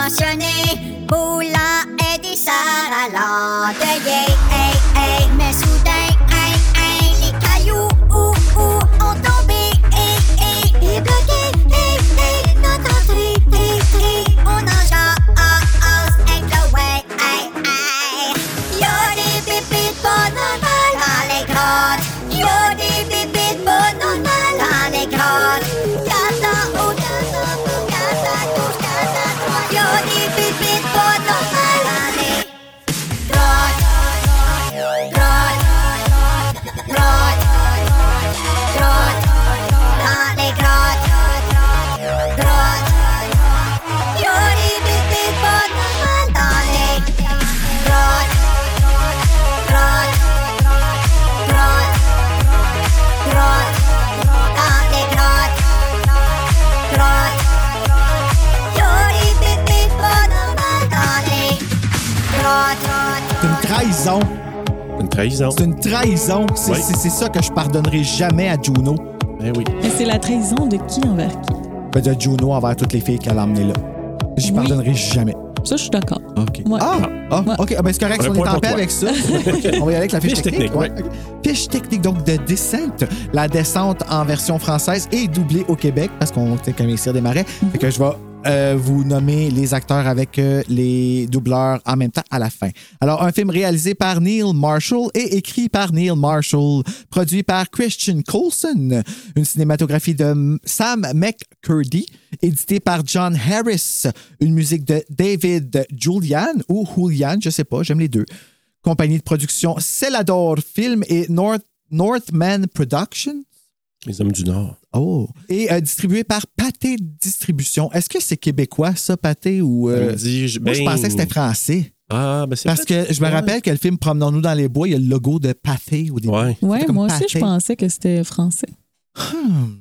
[SPEAKER 9] intentionnée, voulant aider Sarah à l'endeuiller. Hey, hey, mais soudain, hey,
[SPEAKER 10] oh, eh, Oh, ah, oh,
[SPEAKER 4] trahison.
[SPEAKER 1] Une trahison.
[SPEAKER 4] C'est une trahison. C'est
[SPEAKER 1] Oui.
[SPEAKER 4] c'est- c'est ça que je pardonnerai jamais à Juno.
[SPEAKER 1] Eh oui.
[SPEAKER 7] Mais c'est la trahison de qui envers qui?
[SPEAKER 4] Ben, de Juno envers toutes les filles qu'elle a emmenées là. J'y
[SPEAKER 7] Oui.
[SPEAKER 4] pardonnerai jamais.
[SPEAKER 7] Ça, je suis d'accord.
[SPEAKER 4] OK.
[SPEAKER 7] Ouais.
[SPEAKER 4] Ah, ah,
[SPEAKER 7] Ouais.
[SPEAKER 4] OK. Ah, ben, c'est correct.
[SPEAKER 1] Un
[SPEAKER 4] si on
[SPEAKER 1] point
[SPEAKER 4] est en
[SPEAKER 1] pour
[SPEAKER 4] paix
[SPEAKER 1] toi.
[SPEAKER 4] avec ça. OK, on va y aller avec la fiche,
[SPEAKER 1] Fiche
[SPEAKER 4] technique.
[SPEAKER 1] technique,
[SPEAKER 4] ouais. Fiche technique, donc de descente. La descente en version française est doublée au Québec parce qu'on était comme ici des marais. Fait que je vais euh, vous nommer les acteurs avec euh, les doubleurs en même temps à la fin. Alors, un film réalisé par Neil Marshall et écrit par Neil Marshall, produit par Christian Coulson, une cinématographie de Sam McCurdy, édité par John Harris, une musique de David Julian ou Julian, je sais pas, j'aime les deux compagnie de production Celador Film et North, Northman Productions.
[SPEAKER 1] Les hommes du Nord.
[SPEAKER 4] Oh. Et euh, distribué par Pathé Distribution. Est-ce que c'est québécois, ça, Pathé, ou...
[SPEAKER 1] Ça
[SPEAKER 4] euh,
[SPEAKER 1] me dit, je,
[SPEAKER 4] moi, je
[SPEAKER 1] ben,
[SPEAKER 4] pensais que c'était français.
[SPEAKER 1] Ah, ben c'est
[SPEAKER 4] Parce que je me rappelle que le film Promenons-nous dans les bois, il y a le logo de Pathé au début.
[SPEAKER 1] Ouais.
[SPEAKER 7] Ouais,
[SPEAKER 4] C'est comme
[SPEAKER 7] moi aussi,
[SPEAKER 4] Pathé.
[SPEAKER 7] je pensais que c'était français.
[SPEAKER 4] Hmm.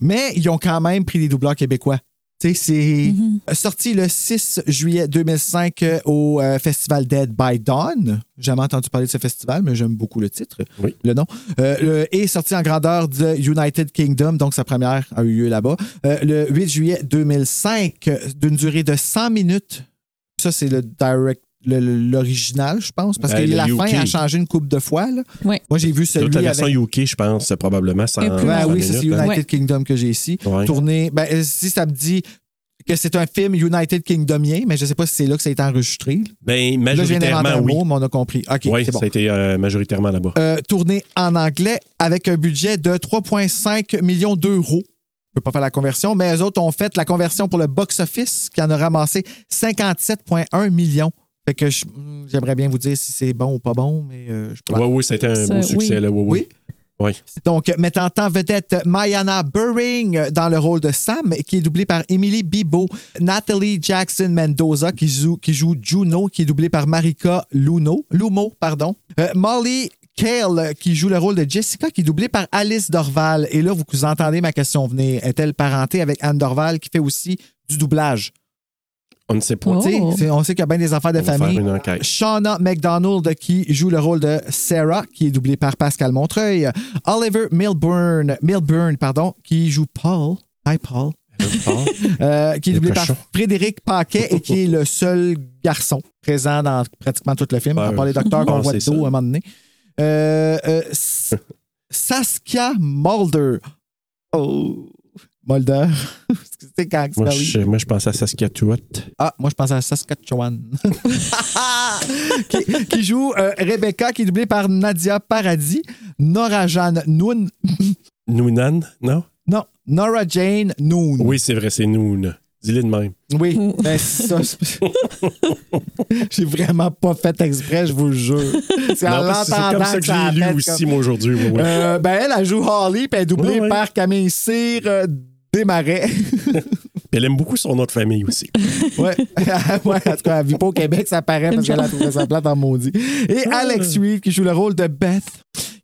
[SPEAKER 4] Mais ils ont quand même pris des doubleurs québécois. Tu sais, c'est
[SPEAKER 7] Mhm.
[SPEAKER 4] sorti le 6 juillet 2005 euh, au euh, festival Dead by Dawn. Jamais entendu parler de ce festival, mais j'aime beaucoup le titre,
[SPEAKER 1] Oui.
[SPEAKER 4] le nom. Euh, le- et sorti en grandeur de United Kingdom, donc sa première a eu lieu là-bas, euh, le 8 juillet 2005, euh, d'une durée de 100 minutes. Ça, c'est le direct le- le- l'original, je pense, parce
[SPEAKER 1] Ben,
[SPEAKER 4] que
[SPEAKER 1] le
[SPEAKER 4] la fin
[SPEAKER 1] UK.
[SPEAKER 4] a changé une coupe de fois. là.
[SPEAKER 7] Ouais.
[SPEAKER 4] Moi, j'ai vu
[SPEAKER 1] Toute la
[SPEAKER 4] celui
[SPEAKER 1] version
[SPEAKER 4] avec...
[SPEAKER 1] UK, je pense, c'est probablement 100
[SPEAKER 7] Et plus
[SPEAKER 4] Ben
[SPEAKER 7] longue.
[SPEAKER 4] oui, ça, c'est
[SPEAKER 1] minutes. hein.
[SPEAKER 4] United
[SPEAKER 7] Ouais.
[SPEAKER 4] Kingdom que j'ai ici
[SPEAKER 1] Ouais.
[SPEAKER 4] tourné. Ben, euh, si ça me dit que c'est un film United Kingdomien, mais je sais pas si c'est là que ça a été enregistré.
[SPEAKER 1] Ben,
[SPEAKER 4] Là, je viens d'inventer
[SPEAKER 1] majoritairement,
[SPEAKER 4] un
[SPEAKER 1] oui.
[SPEAKER 4] mot, mais on a compris. OK,
[SPEAKER 1] oui,
[SPEAKER 4] c'est bon.
[SPEAKER 1] ça a été euh, majoritairement là-bas.
[SPEAKER 4] Euh, tourné en anglais avec un budget de 3,5 millions d'euros. Je peux pas faire la conversion, mais eux autres ont fait la conversion pour le box-office qui en a ramassé 57,1 millions. Fait que je- hmm, j'aimerais bien vous dire si c'est bon ou pas bon, mais euh, je peux
[SPEAKER 1] Oui, oui, ça a été un
[SPEAKER 7] Ça,
[SPEAKER 1] beau
[SPEAKER 7] oui.
[SPEAKER 1] succès. Là, oui, oui. Oui.
[SPEAKER 4] Donc, mettant en vedette Mayana Burring euh, dans le rôle de Sam, qui est doublée par Emily Bibo, Natalie Jackson Mendoza, qui joue, qui joue Juno, qui est doublée par Marika Luno, Lumo, pardon. Euh, Molly Kale, euh, qui joue le rôle de Jessica, qui est doublée par Alice Dorval. Et là, vous, vous entendez ma question venir. Est-elle parentée avec Anne Dorval, qui fait aussi du doublage?
[SPEAKER 1] On ne sait pas.
[SPEAKER 7] Oh.
[SPEAKER 4] Tu sais, c'est- On sait qu'il y a bien des affaires de
[SPEAKER 1] On va
[SPEAKER 4] famille.
[SPEAKER 1] faire une enquête.
[SPEAKER 4] Shauna McDonald qui joue le rôle de Sarah, qui est doublée par Pascal Montreuil. Oliver Milburn, Milburn pardon, qui joue Paul. Hi Paul.
[SPEAKER 1] Bon.
[SPEAKER 4] (laughs) Euh, qui est
[SPEAKER 1] Le
[SPEAKER 4] doublé
[SPEAKER 1] cochon.
[SPEAKER 4] par Frédéric Paquet et qui est le seul garçon présent dans pratiquement tout le film, à
[SPEAKER 1] Ben,
[SPEAKER 4] part les docteurs qu'on
[SPEAKER 1] ben,
[SPEAKER 4] voit de
[SPEAKER 1] c'est
[SPEAKER 4] dos
[SPEAKER 1] ça.
[SPEAKER 4] à un moment donné. Euh, euh, S- Saskia Mulder. Oh, Mulder. (laughs) C'est quand
[SPEAKER 1] moi,
[SPEAKER 4] Smelly-
[SPEAKER 1] je, moi, je pense à Saskatchewan.
[SPEAKER 4] ah, moi, je pense à Saskatchewan. qui, qui joue euh, Rebecca, qui est doublée par Nadia Paradis, Nora Jane Noon.
[SPEAKER 1] Noonan, non?
[SPEAKER 4] Non, Nora Jane Noon.
[SPEAKER 1] Oui, c'est vrai, c'est Noon. Dis-le de même.
[SPEAKER 4] Oui. Ben, ça,
[SPEAKER 1] (laughs)
[SPEAKER 4] c'est- J'ai vraiment pas fait exprès, je vous le jure. C'est en
[SPEAKER 1] Non, parce que c'est
[SPEAKER 4] l'entendant
[SPEAKER 1] comme ça que
[SPEAKER 4] que ça
[SPEAKER 1] je l'ai
[SPEAKER 4] a
[SPEAKER 1] lu
[SPEAKER 4] fait
[SPEAKER 1] aussi,
[SPEAKER 4] comme-
[SPEAKER 1] moi, aujourd'hui. Oui, oui.
[SPEAKER 4] Euh, ben, elle, elle joue Harley, puis elle est doublée
[SPEAKER 1] Ouais, ouais.
[SPEAKER 4] par Camille Cyr euh, Desmarais.
[SPEAKER 1] Puis Elle aime beaucoup son nom de famille aussi.
[SPEAKER 4] Ouais. (laughs) ouais, en tout cas, elle vit pas au Québec, ça paraît, parce qu'elle a trouvé sa plate en maudit. Et Alex Reed, qui joue le rôle de Beth,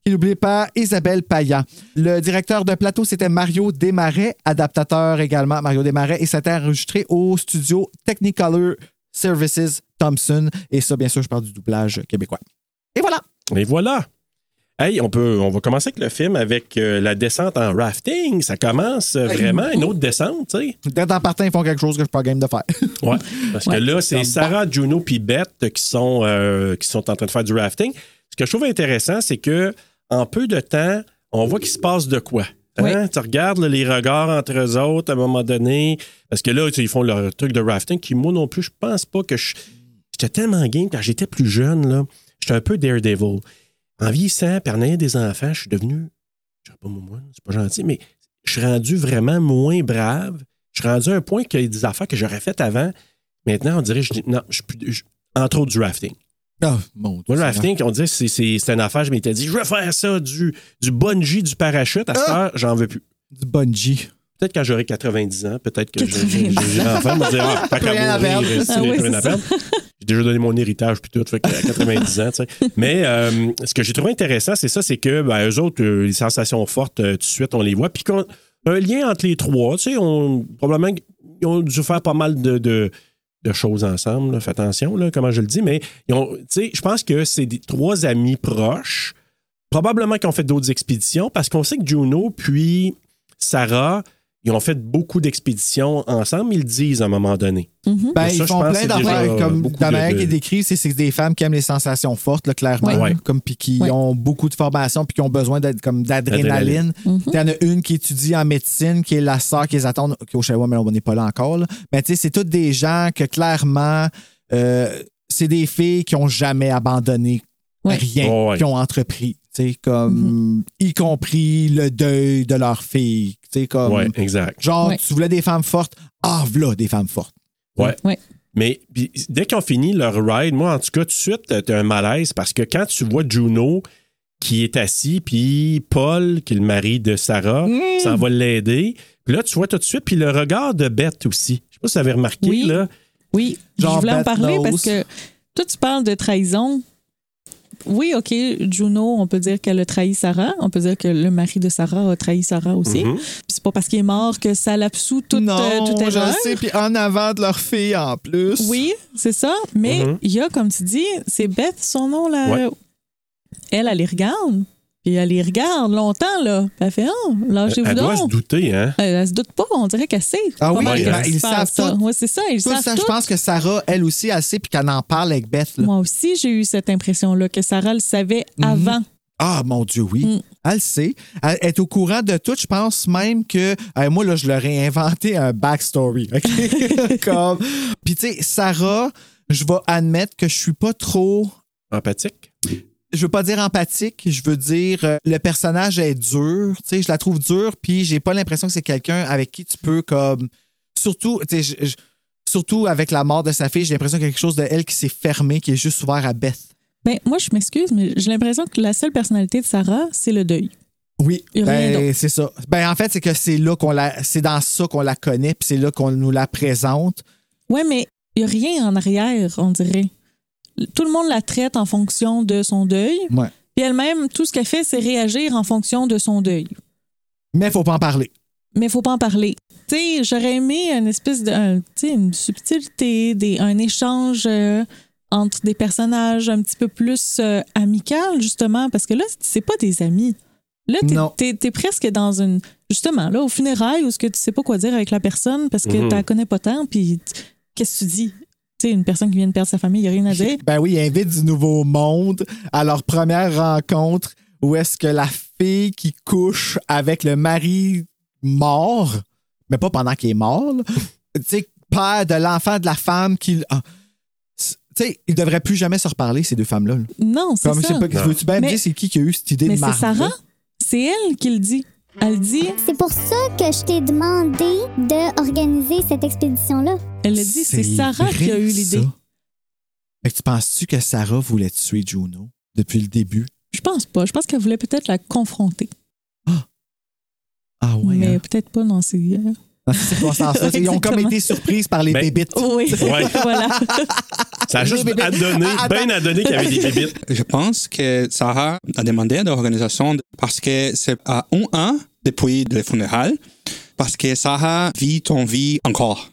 [SPEAKER 4] qui n'oublie pas Isabelle Payat. Le directeur de plateau, c'était Mario Desmarais, adaptateur également, Mario Desmarais, et ça a été enregistré au studio Technicolor Services Thompson. Et ça, bien sûr, je parle du doublage québécois. Et voilà!
[SPEAKER 1] Et voilà. Hey, on peut, on va commencer avec le film avec euh, la descente en rafting. Ça commence euh, vraiment une autre descente, tu sais.
[SPEAKER 4] Dès en partant, ils font quelque chose que je suis pas game de faire. (laughs)
[SPEAKER 1] Ouais. Parce que
[SPEAKER 7] Ouais.
[SPEAKER 1] là, c'est Sarah, Juno puis Beth qui sont, euh, qui sont en train de faire du rafting. Ce que je trouve intéressant, c'est que en peu de temps, on voit qu'il se passe de quoi. Hein?
[SPEAKER 7] Oui.
[SPEAKER 1] Tu regardes là, les regards entre eux autres à un moment donné. Parce que là, tu sais, ils font leur truc de rafting qui, moi non plus, je pense pas que je. J'étais tellement game quand j'étais plus jeune, là. J'étais un peu Daredevil. En vieillissant, puis en ayant des enfants, je suis devenu. Je sais pas moi, moi, c'est pas gentil, mais je suis rendu vraiment moins brave. Je suis rendu à un point qu'il y a des affaires que j'aurais faites avant. Maintenant, on dirait, je dis, non, je suis plus- je- entre autres du rafting.
[SPEAKER 4] Oh, mon
[SPEAKER 1] Moi, le rafting, on dirait, c'est, c'est, c'est une affaire, je m'étais dit, je vais faire ça, du, du bungee, du parachute. À cette
[SPEAKER 4] Ah!
[SPEAKER 1] heure, j'en veux plus.
[SPEAKER 4] Du bungee.
[SPEAKER 1] Peut-être quand j'aurai 90 ans, peut-être que je- je-
[SPEAKER 7] 90.
[SPEAKER 1] je- j'ai enfin me dire, ah, pas qu'à
[SPEAKER 4] Rien à
[SPEAKER 1] mourir,
[SPEAKER 4] perdre.
[SPEAKER 1] euh, c'est
[SPEAKER 7] Ah oui,
[SPEAKER 1] rien
[SPEAKER 7] c'est
[SPEAKER 1] à
[SPEAKER 7] ça.
[SPEAKER 1] perdre. J'ai déjà donné mon héritage, puis tout, fait que à 90 ans, tu sais. Mais euh, ce que j'ai trouvé intéressant, c'est ça, c'est que ben, eux autres, euh, les sensations fortes, euh, tout de suite, on les voit. Puis qu'on- un lien entre les trois, tu sais, on, probablement qu'ils ont dû faire pas mal de, de, de choses ensemble. là. Fais attention, là, comment je le dis. Mais ils ont- tu sais, je pense que c'est des trois amis proches, probablement qu'ils ont fait d'autres expéditions, parce qu'on sait que Juno puis Sarah, ils ont fait beaucoup d'expéditions ensemble, ils le disent à un moment donné.
[SPEAKER 4] Ben,
[SPEAKER 1] Mais ça,
[SPEAKER 4] ils
[SPEAKER 1] je
[SPEAKER 4] font
[SPEAKER 1] pense
[SPEAKER 4] plein
[SPEAKER 1] que c'est
[SPEAKER 4] d'affaires.
[SPEAKER 1] déjà,
[SPEAKER 4] Comme
[SPEAKER 1] beaucoup
[SPEAKER 4] la
[SPEAKER 1] de-
[SPEAKER 4] manière
[SPEAKER 1] de-
[SPEAKER 4] qui est décrit, c'est c'est des femmes qui aiment les sensations fortes, là, clairement.
[SPEAKER 1] Ouais.
[SPEAKER 4] Comme, puis qui
[SPEAKER 7] Ouais.
[SPEAKER 4] ont beaucoup de formations, puis qui ont besoin d'être comme
[SPEAKER 1] D'adrénaline.
[SPEAKER 4] d'adrénaline. Il y en a une qui étudie en médecine, qui est la sœur qu'ils attendent. OK, au Chihuahua, mais on n'est pas là encore. là. Mais tu sais, c'est toutes des gens que clairement, euh, c'est des filles qui ont jamais abandonné
[SPEAKER 7] Ouais. Mm-hmm.
[SPEAKER 4] rien,
[SPEAKER 1] Ouais.
[SPEAKER 4] qui ont entrepris. Tu sais, comme, y compris le deuil de leur fille. Tu sais,
[SPEAKER 7] Um,
[SPEAKER 4] comme,
[SPEAKER 1] ouais, exact.
[SPEAKER 4] genre,
[SPEAKER 7] Ouais.
[SPEAKER 4] tu voulais des femmes fortes. Ah, voilà des femmes fortes.
[SPEAKER 1] Ouais.
[SPEAKER 7] Ouais.
[SPEAKER 1] Mais puis, dès qu'ils ont fini leur ride, moi, en tout cas, tout de suite, t'as t'as un malaise parce que quand tu vois Juno qui est assis, puis Paul, qui est le mari de Sarah,
[SPEAKER 7] Mm.
[SPEAKER 1] s'en va l'aider. Puis là, tu vois tout de suite, puis le regard de Beth aussi. Je sais pas si vous avez remarqué,
[SPEAKER 7] Oui.
[SPEAKER 1] là.
[SPEAKER 7] Oui,
[SPEAKER 4] Genre
[SPEAKER 7] je voulais en
[SPEAKER 4] Bad
[SPEAKER 7] parler
[SPEAKER 4] Nose.
[SPEAKER 7] parce que toi, tu parles de trahison. Oui, OK, Juno, on peut dire qu'elle a trahi Sarah. On peut dire que le mari de Sarah a trahi Sarah aussi.
[SPEAKER 1] Mhm.
[SPEAKER 7] Puis C'est pas parce qu'il est mort que ça l'absout toute,
[SPEAKER 4] non,
[SPEAKER 7] euh, toute
[SPEAKER 4] je
[SPEAKER 7] erreur.
[SPEAKER 4] sais, puis en avant de leur fille en plus.
[SPEAKER 7] Oui, c'est ça. Mais
[SPEAKER 1] Mhm.
[SPEAKER 7] il y a, comme tu dis, c'est Beth, son nom, là.
[SPEAKER 1] Ouais.
[SPEAKER 7] Elle, elle les regarde. Puis elle les regarde longtemps, là. Puis elle fait, oh,
[SPEAKER 1] Elle,
[SPEAKER 7] lâchez-vous
[SPEAKER 1] elle doit se
[SPEAKER 7] donc.
[SPEAKER 1] douter, hein?
[SPEAKER 7] Euh, Elle, elle se doute pas, on dirait qu'elle sait.
[SPEAKER 4] Ah oui,
[SPEAKER 7] Pas mal
[SPEAKER 1] ben,
[SPEAKER 7] que
[SPEAKER 1] ils
[SPEAKER 7] se passe,
[SPEAKER 4] savent
[SPEAKER 7] ça.
[SPEAKER 4] tout.
[SPEAKER 7] Ouais, c'est ça, ils
[SPEAKER 4] Tout
[SPEAKER 7] savent
[SPEAKER 4] ça, je
[SPEAKER 7] tout.
[SPEAKER 4] pense que Sarah, elle aussi, elle sait, puis qu'elle en parle avec Beth. là.
[SPEAKER 7] Moi aussi, j'ai eu cette impression-là que Sarah le savait
[SPEAKER 4] Mhm.
[SPEAKER 7] avant.
[SPEAKER 4] Ah, mon Dieu, oui.
[SPEAKER 7] Mm.
[SPEAKER 4] Elle le sait. Elle est au courant de tout. Je pense même que. euh, moi, là, je leur ai inventé un backstory.
[SPEAKER 7] (laughs)
[SPEAKER 4] OK? Comme- Puis, tu sais, Sarah, je vais admettre que je suis pas trop.
[SPEAKER 1] Empathique?
[SPEAKER 4] Je veux pas dire empathique, je veux dire euh, le personnage est dur, tu sais, je la trouve dure, puis j'ai pas l'impression que c'est quelqu'un avec qui tu peux comme surtout, tu sais, je- je- surtout avec la mort de sa fille, j'ai l'impression qu'il y a quelque chose de elle qui s'est fermé, qui est juste ouvert à Beth.
[SPEAKER 7] Ben, moi, je m'excuse, mais j'ai l'impression que la seule personnalité de Sarah, c'est le deuil.
[SPEAKER 4] Oui,
[SPEAKER 7] Y a rien
[SPEAKER 4] ben, c'est ça. Ben, en fait, c'est que c'est là qu'on la, c'est dans ça qu'on la connaît, puis c'est là qu'on nous la présente.
[SPEAKER 7] Ouais, mais il n'y a rien en arrière, on dirait. Tout le monde la traite en fonction de son deuil.
[SPEAKER 4] Ouais.
[SPEAKER 7] Puis elle-même, tout ce qu'elle fait, c'est réagir en fonction de son deuil.
[SPEAKER 4] Mais faut pas en parler.
[SPEAKER 7] Mais faut pas en parler. Tu sais, j'aurais aimé une espèce de, un- tu sais, une subtilité, des, un échange euh, entre des personnages un petit peu plus euh, amical, justement, parce que là, c'est pas des amis. Là, t'es-
[SPEAKER 4] Non.
[SPEAKER 7] t'es es presque dans une. Justement, là, au funérail, où ce que tu sais pas quoi dire avec la personne parce que
[SPEAKER 1] Mhm.
[SPEAKER 7] tu la connais pas tant, puis t- qu'est-ce que tu dis? Tu sais, une personne qui vient de perdre sa famille, il a rien à
[SPEAKER 4] (laughs)
[SPEAKER 7] dire.
[SPEAKER 4] Ben oui, ils invitent du nouveau monde à leur première rencontre où est-ce que la fille qui couche avec le mari mort, mais pas pendant qu'il est mort, là, (laughs) tu sais, père de l'enfant de la femme qui. ah, c'est- tu sais, ils devraient plus jamais se reparler, ces deux femmes-là. là.
[SPEAKER 7] Non, c'est
[SPEAKER 4] Comme, je
[SPEAKER 7] ça.
[SPEAKER 4] sais pas,
[SPEAKER 1] Non.
[SPEAKER 4] veux-tu bien me
[SPEAKER 7] Mais-
[SPEAKER 4] dire c'est qui qui a eu cette idée
[SPEAKER 7] Mais
[SPEAKER 4] de
[SPEAKER 7] c'est
[SPEAKER 4] marbre, là?
[SPEAKER 7] Sarah. C'est elle qui le dit. Elle dit,
[SPEAKER 9] C'est pour ça que je t'ai demandé d'organiser cette expédition-là.
[SPEAKER 7] elle le dit, c'est Sarah qui a
[SPEAKER 4] vrai,
[SPEAKER 7] eu l'idée.
[SPEAKER 4] ça. Fait que tu penses-tu que Sarah voulait tuer Juno depuis le début?
[SPEAKER 7] Je pense pas. Je pense qu'elle voulait peut-être la confronter.
[SPEAKER 4] Ah ouais.
[SPEAKER 7] mais
[SPEAKER 4] hein?
[SPEAKER 7] peut-être pas dans ses. euh,
[SPEAKER 4] Dans
[SPEAKER 7] (laughs)
[SPEAKER 4] ces circonstances-là, Ils ont comme
[SPEAKER 7] Exactement.
[SPEAKER 4] été surprises par les
[SPEAKER 1] Ben,
[SPEAKER 4] bébites.
[SPEAKER 7] (laughs) Oui,
[SPEAKER 1] Ouais.
[SPEAKER 7] voilà. Ah,
[SPEAKER 1] Ça a juste
[SPEAKER 4] Mais- mais-
[SPEAKER 1] à
[SPEAKER 7] (laughs)
[SPEAKER 1] donner,
[SPEAKER 4] Ah, attends.
[SPEAKER 1] bien à donner qu'il y avait des bébites.
[SPEAKER 8] Je pense que Sarah a demandé à l'organisation de- parce que c'est à un an depuis le funérail, parce que Sarah vit ton vie encore.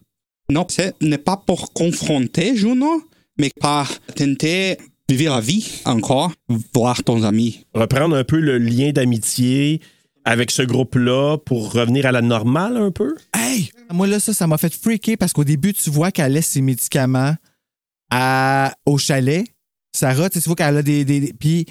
[SPEAKER 8] Non, ce n'est pas pour confronter Juno, mais par tenter de vivre la vie encore, voir ton ami.
[SPEAKER 1] Reprendre un peu le lien d'amitié avec ce groupe-là pour revenir à la normale un peu.
[SPEAKER 4] Hey! Moi, là, ça, ça m'a fait freaker parce qu'au début, tu vois qu'elle laisse ses médicaments à- au chalet. Sarah, tu sais, tu vois qu'elle a des. des- des- Puis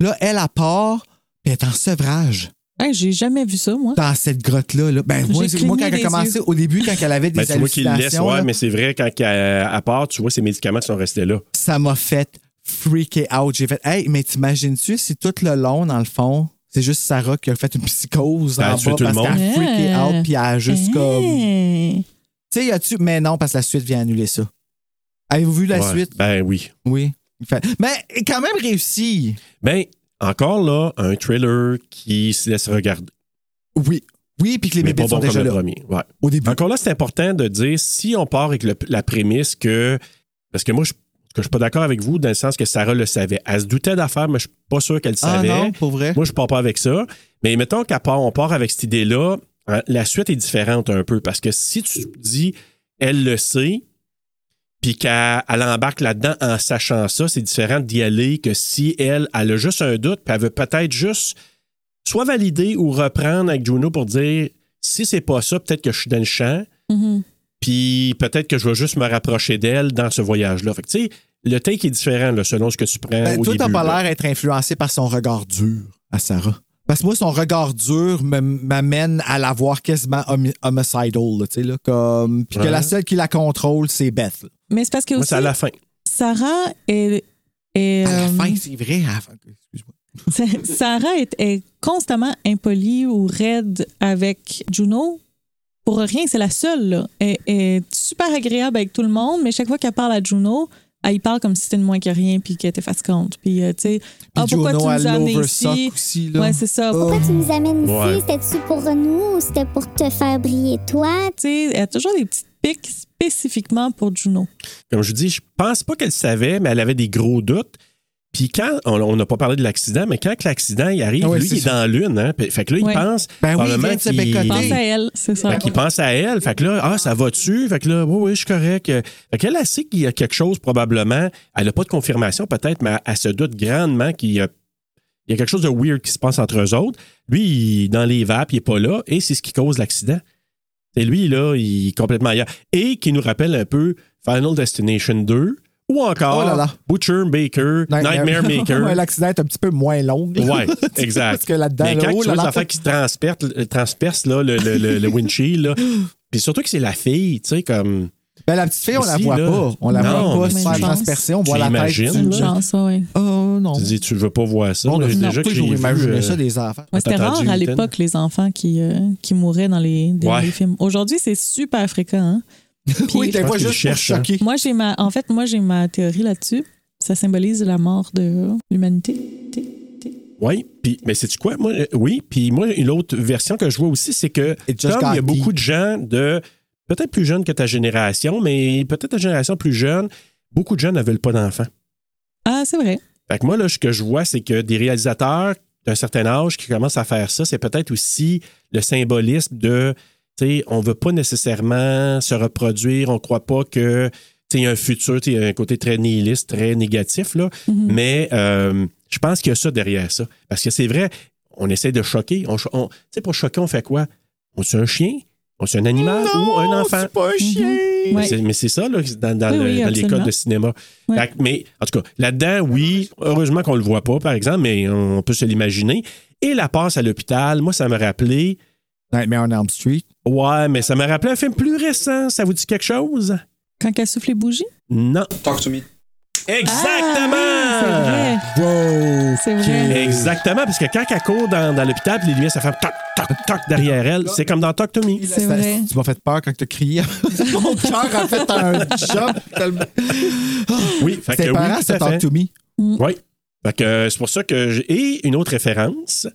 [SPEAKER 4] là, elle, à part, puis elle est en sevrage.
[SPEAKER 7] Hey, J'ai jamais vu ça, moi.
[SPEAKER 4] Dans cette grotte-là. là. Ben, moi,
[SPEAKER 7] J'ai
[SPEAKER 4] c'est- moi,
[SPEAKER 7] cligné
[SPEAKER 4] quand elle
[SPEAKER 7] des
[SPEAKER 4] a commencé,
[SPEAKER 7] yeux.
[SPEAKER 4] au début, quand elle avait des
[SPEAKER 1] Ben, tu vois qu'il le laisse,
[SPEAKER 4] hallucinations,
[SPEAKER 1] ouais,
[SPEAKER 4] là,
[SPEAKER 1] mais c'est vrai, quand qu'à- à part, tu vois ces médicaments qui sont restés là.
[SPEAKER 4] ça m'a fait freaker out. J'ai fait, hey, mais t'imagines-tu si tout le long, dans le fond, c'est juste Sarah qui a fait une psychose
[SPEAKER 1] Elle a
[SPEAKER 4] en
[SPEAKER 1] tué
[SPEAKER 4] bas
[SPEAKER 1] tout le
[SPEAKER 4] parce
[SPEAKER 1] monde.
[SPEAKER 4] qu'elle a freaké
[SPEAKER 7] Ah.
[SPEAKER 4] out puis elle a juste comme.
[SPEAKER 7] Hey.
[SPEAKER 4] Tu sais, y a-tu. Mais non, parce que la suite vient annuler ça. Avez-vous vu la
[SPEAKER 1] Ouais.
[SPEAKER 4] suite?
[SPEAKER 1] Ben oui.
[SPEAKER 4] Oui. Il fait- Mais quand même réussi.
[SPEAKER 1] Ben, encore là, un thriller qui se laisse regarder.
[SPEAKER 4] Oui. Oui, puis que les
[SPEAKER 1] mais pas
[SPEAKER 4] bébés
[SPEAKER 1] bon
[SPEAKER 4] sont
[SPEAKER 1] comme
[SPEAKER 4] déjà
[SPEAKER 1] le
[SPEAKER 4] là.
[SPEAKER 1] premier. Ouais.
[SPEAKER 4] Au début.
[SPEAKER 1] Encore là, c'est important de dire si on part avec le- la prémisse que. Parce que moi, je ne suis pas d'accord avec vous dans le sens que Sarah le savait. Elle se doutait d'affaires, mais je suis pas sûr qu'elle le
[SPEAKER 4] Ah
[SPEAKER 1] savait.
[SPEAKER 4] non, pour vrai.
[SPEAKER 1] (laughs) Moi, je pars pas avec ça. Mais mettons qu'à part, on part avec cette idée-là, hein, la suite est différente un peu. Parce que si tu dis, elle le sait, puis qu'elle elle embarque là-dedans en sachant ça, c'est différent d'y aller que si elle, elle a juste un doute, puis elle veut peut-être juste soit valider ou reprendre avec Juno pour dire si c'est pas ça, peut-être que je suis dans le champ,
[SPEAKER 7] Mhm.
[SPEAKER 1] puis peut-être que je vais juste me rapprocher d'elle dans ce voyage-là. Fait que, tu sais, le take est différent là, selon ce que tu prends.
[SPEAKER 4] Ben,
[SPEAKER 1] au
[SPEAKER 4] toi, t'as
[SPEAKER 1] début,
[SPEAKER 4] pas
[SPEAKER 1] là.
[SPEAKER 4] l'air d'être influencé par son regard dur à Sarah. Parce que moi, son regard dur me- m'amène à la voir quasiment homi- homicidal, là, tu sais, là, comme... Puis que
[SPEAKER 1] Ouais.
[SPEAKER 4] la seule qui la contrôle, c'est Beth. là.
[SPEAKER 7] Mais c'est parce que
[SPEAKER 1] Moi,
[SPEAKER 7] aussi,
[SPEAKER 1] c'est à la fin.
[SPEAKER 7] Sarah est. est,
[SPEAKER 4] À la
[SPEAKER 7] euh, (laughs)
[SPEAKER 4] fin, c'est vrai. à la fin. Excuse-moi.
[SPEAKER 7] Sarah est, est constamment impolie ou raide avec Juno. Pour rien, c'est la seule. Là. Elle elle est super agréable avec tout le monde, mais chaque fois qu'elle parle à Juno, elle y parle comme si c'était de moins que rien puis qu'elle était fatigante. Puis, euh, tu sais, ah,
[SPEAKER 4] Puis
[SPEAKER 7] pourquoi
[SPEAKER 4] Juno,
[SPEAKER 7] tu nous as
[SPEAKER 4] elle
[SPEAKER 7] amenés
[SPEAKER 4] l'oversock
[SPEAKER 7] ici?
[SPEAKER 4] aussi, là.
[SPEAKER 7] Ouais, c'est ça.
[SPEAKER 4] Oh.
[SPEAKER 10] Pourquoi tu nous amènes
[SPEAKER 1] Ouais.
[SPEAKER 10] ici? C'était-tu pour nous ou c'était pour te faire briller toi?
[SPEAKER 7] Tu sais, elle a toujours des petites piques spécifiquement pour Juno.
[SPEAKER 1] Comme je vous dis, je pense pas qu'elle savait, mais elle avait des gros doutes. Puis quand, on- on n'a pas parlé de l'accident, mais quand que l'accident il arrive,
[SPEAKER 4] Ah ouais,
[SPEAKER 1] lui,
[SPEAKER 4] c'est
[SPEAKER 1] il est
[SPEAKER 4] ça.
[SPEAKER 1] dans la lune. Hein? Puis- Fait que là,
[SPEAKER 7] Ouais.
[SPEAKER 1] il pense.
[SPEAKER 4] Ben oui, il
[SPEAKER 1] probablement
[SPEAKER 4] vient de se
[SPEAKER 1] qu'il-
[SPEAKER 4] bécoter.
[SPEAKER 7] Pense
[SPEAKER 4] Hey.
[SPEAKER 7] à elle, c'est ça.
[SPEAKER 1] Fait qu'il pense à elle. Fait que là, ah, ça va-tu? Fait que là, oui, oui, je suis correct. Euh, Fait qu'elle, elle sait qu'il y a quelque chose, probablement. Elle n'a pas de confirmation, peut-être, mais elle se doute grandement qu'il y a, il y a quelque chose de weird qui se passe entre eux autres. Lui, il est dans les vapes, il n'est pas là, et c'est ce qui cause l'accident. C'est lui, là, il est complètement ailleurs. Et qui nous rappelle un peu Final Destination 2, ou encore
[SPEAKER 4] Oh là là.
[SPEAKER 1] Butcher Baker, Nightmare,
[SPEAKER 4] (laughs)
[SPEAKER 1] Maker.
[SPEAKER 4] Ouais, L'accident est un petit peu moins long. là.
[SPEAKER 1] Ouais,
[SPEAKER 4] (laughs)
[SPEAKER 1] exact.
[SPEAKER 4] Parce que là-dedans,
[SPEAKER 1] Mais quand
[SPEAKER 4] là, oh
[SPEAKER 1] tu
[SPEAKER 4] là
[SPEAKER 1] vois
[SPEAKER 4] là,
[SPEAKER 1] les enfants qui transpercent, euh, transpercent, là, le, le, le- le
[SPEAKER 4] (laughs)
[SPEAKER 1] windshield, là, puis surtout que c'est la fille, tu sais, comme.
[SPEAKER 4] Ben, la petite fille, on la
[SPEAKER 1] Aussi,
[SPEAKER 4] voit
[SPEAKER 1] là.
[SPEAKER 4] pas. On la
[SPEAKER 1] Non,
[SPEAKER 4] voit pas
[SPEAKER 1] mais
[SPEAKER 4] se faire
[SPEAKER 7] tu-
[SPEAKER 4] transpercer. On
[SPEAKER 1] tu
[SPEAKER 4] voit la tête.
[SPEAKER 1] l'imagines,
[SPEAKER 4] du-
[SPEAKER 7] C'est une
[SPEAKER 1] là?
[SPEAKER 7] chance, ouais, ouais.
[SPEAKER 4] Oh non.
[SPEAKER 1] Tu dis, tu veux pas voir ça.
[SPEAKER 4] On
[SPEAKER 1] là,
[SPEAKER 4] a
[SPEAKER 1] déjà que j'ai
[SPEAKER 4] toujours
[SPEAKER 1] vu,
[SPEAKER 4] imaginé
[SPEAKER 1] euh,
[SPEAKER 4] ça des enfants.
[SPEAKER 7] Ouais, c'était
[SPEAKER 1] T'as
[SPEAKER 7] rare
[SPEAKER 1] entendu,
[SPEAKER 7] à
[SPEAKER 1] Ethan?
[SPEAKER 7] l'époque, les enfants qui, euh, qui mouraient dans les, dans
[SPEAKER 1] Ouais.
[SPEAKER 7] les films. Aujourd'hui, c'est super fréquent. hein. Puis-
[SPEAKER 4] Oui, des
[SPEAKER 1] Je pense
[SPEAKER 4] fois,
[SPEAKER 1] qu'ils
[SPEAKER 4] juste pour
[SPEAKER 1] cherchent, hein.
[SPEAKER 4] choquer.
[SPEAKER 7] Moi, j'ai ma, en fait, moi, j'ai ma théorie là-dessus. Ça symbolise la mort de l'humanité.
[SPEAKER 1] Oui, puis, mais c'est tu quoi? Moi, euh, oui, puis moi, une autre version que je vois aussi, c'est que
[SPEAKER 4] It
[SPEAKER 1] comme
[SPEAKER 4] just
[SPEAKER 1] il y a
[SPEAKER 4] got
[SPEAKER 1] beaucoup
[SPEAKER 4] deep.
[SPEAKER 1] de gens de peut-être plus jeunes que ta génération, mais peut-être ta génération plus jeune, beaucoup de jeunes ne veulent pas d'enfants.
[SPEAKER 7] Ah, c'est vrai.
[SPEAKER 1] Fait que moi, là, ce que je vois, c'est que des réalisateurs d'un certain âge qui commencent à faire ça, c'est peut-être aussi le symbolisme de, tu sais, on veut pas nécessairement se reproduire, on croit pas que, tu sais, il y a un futur, tu sais, il y a un côté très nihiliste, très négatif, là. Mais euh, je pense qu'il y a ça derrière ça. Parce que c'est vrai, on essaie de choquer. On, cho- on- tu sais, pour choquer, on fait quoi? On tue un chien? On tue un animal ou un enfant?
[SPEAKER 4] pas un
[SPEAKER 7] chien.
[SPEAKER 1] Mais c'est- Mais c'est ça, là, dans, dans
[SPEAKER 7] Mhm.
[SPEAKER 1] le-
[SPEAKER 7] Oui, oui,
[SPEAKER 1] dans les
[SPEAKER 7] absolument.
[SPEAKER 1] codes de cinéma.
[SPEAKER 7] Ouais.
[SPEAKER 1] Fait que- mais en tout cas, là-dedans, oui, heureusement qu'on le voit pas, par exemple, mais on peut se l'imaginer. Et la passe à l'hôpital, moi, ça me rappelait.
[SPEAKER 4] Nightmare on Elm Street.
[SPEAKER 1] Ouais, mais ça me rappelait un film plus récent. Ça vous dit quelque chose?
[SPEAKER 7] Quand elle souffle les bougies.
[SPEAKER 1] Non.
[SPEAKER 8] Talk to me.
[SPEAKER 1] Exactement!
[SPEAKER 7] Ah, c'est vrai. C'est vrai.
[SPEAKER 1] Exactement, parce que quand elle court dans, dans l'hôpital, puis les lumières, ça fait toc, toc, toc derrière elle. C'est comme dans Talk to Me.
[SPEAKER 7] C'est vrai.
[SPEAKER 4] Tu m'as fait peur quand tu as crié. (laughs) Mon cœur a fait un jump tellement.
[SPEAKER 1] Oui, fait que
[SPEAKER 4] C'était
[SPEAKER 1] oui,
[SPEAKER 4] parent,
[SPEAKER 1] tout
[SPEAKER 4] c'est
[SPEAKER 1] à fait.
[SPEAKER 4] Talk to Me.
[SPEAKER 1] Oui. Fait que euh, c'est pour ça que j'ai. Et une autre référence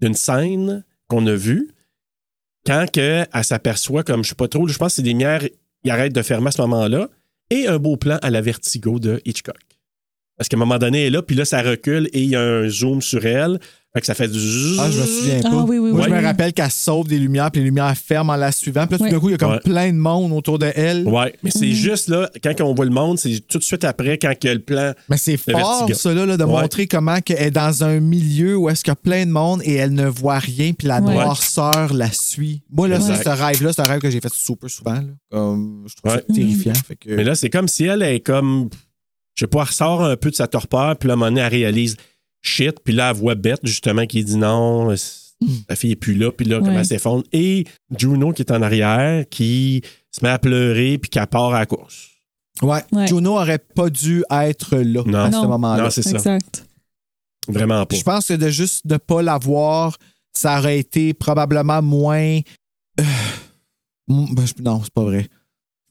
[SPEAKER 1] d'une scène qu'on a vue quand que elle s'aperçoit comme je sais pas trop, je pense que c'est des lumières, ils arrêtent de fermer à ce moment-là. Et un beau plan à la vertigo de Hitchcock. Parce qu'à un moment donné, elle est là, puis là, ça recule et il y a un zoom sur elle. Fait que ça fait du.
[SPEAKER 4] Ah, je me souviens pas.
[SPEAKER 7] Ah, oui, oui,
[SPEAKER 4] Moi,
[SPEAKER 7] oui.
[SPEAKER 4] je me rappelle qu'elle sauve des lumières, puis les lumières ferment en la suivant. Puis là, tout
[SPEAKER 7] Ouais.
[SPEAKER 4] d'un coup, il y a comme
[SPEAKER 1] Ouais.
[SPEAKER 4] plein de monde autour de elle.
[SPEAKER 1] Ouais, mais
[SPEAKER 4] Mm-hmm.
[SPEAKER 1] c'est juste là, quand on voit le monde, c'est tout de suite après, quand que le plan.
[SPEAKER 4] Mais c'est
[SPEAKER 1] Le
[SPEAKER 4] fort,
[SPEAKER 1] vertigo.
[SPEAKER 4] ça, là, là, de
[SPEAKER 1] Ouais.
[SPEAKER 4] montrer comment qu'elle est dans un milieu où est-ce qu'il y a plein de monde et elle ne voit rien, puis la
[SPEAKER 7] Ouais.
[SPEAKER 4] noirceur la suit. Moi, là, ça,
[SPEAKER 1] Exact.
[SPEAKER 4] ce rêve-là, c'est un rêve que j'ai fait super souvent. là. Comme, je trouve
[SPEAKER 1] Ouais.
[SPEAKER 4] ça terrifiant. Fait que-
[SPEAKER 1] Mais là, c'est comme si elle est comme. Je sais pas, elle ressort un peu de sa torpeur, puis là, à un moment donné, elle réalise shit, puis là, elle voit Bette, justement, qui dit non, euh, la fille est plus là, puis là, comme
[SPEAKER 7] Ouais.
[SPEAKER 1] elle s'effondre. Et Juno, qui est en arrière, qui se met à pleurer, puis qui part à la course.
[SPEAKER 4] ouais.
[SPEAKER 7] Ouais.
[SPEAKER 4] Juno aurait pas dû être là
[SPEAKER 1] Non.
[SPEAKER 4] à ce
[SPEAKER 7] Non.
[SPEAKER 1] Non,
[SPEAKER 4] moment-là.
[SPEAKER 1] c'est ça.
[SPEAKER 7] Exact.
[SPEAKER 1] Vraiment pas.
[SPEAKER 4] Je pense que de juste ne pas l'avoir, ça aurait été probablement moins. Euh, mm, ben, je- Non, c'est pas vrai.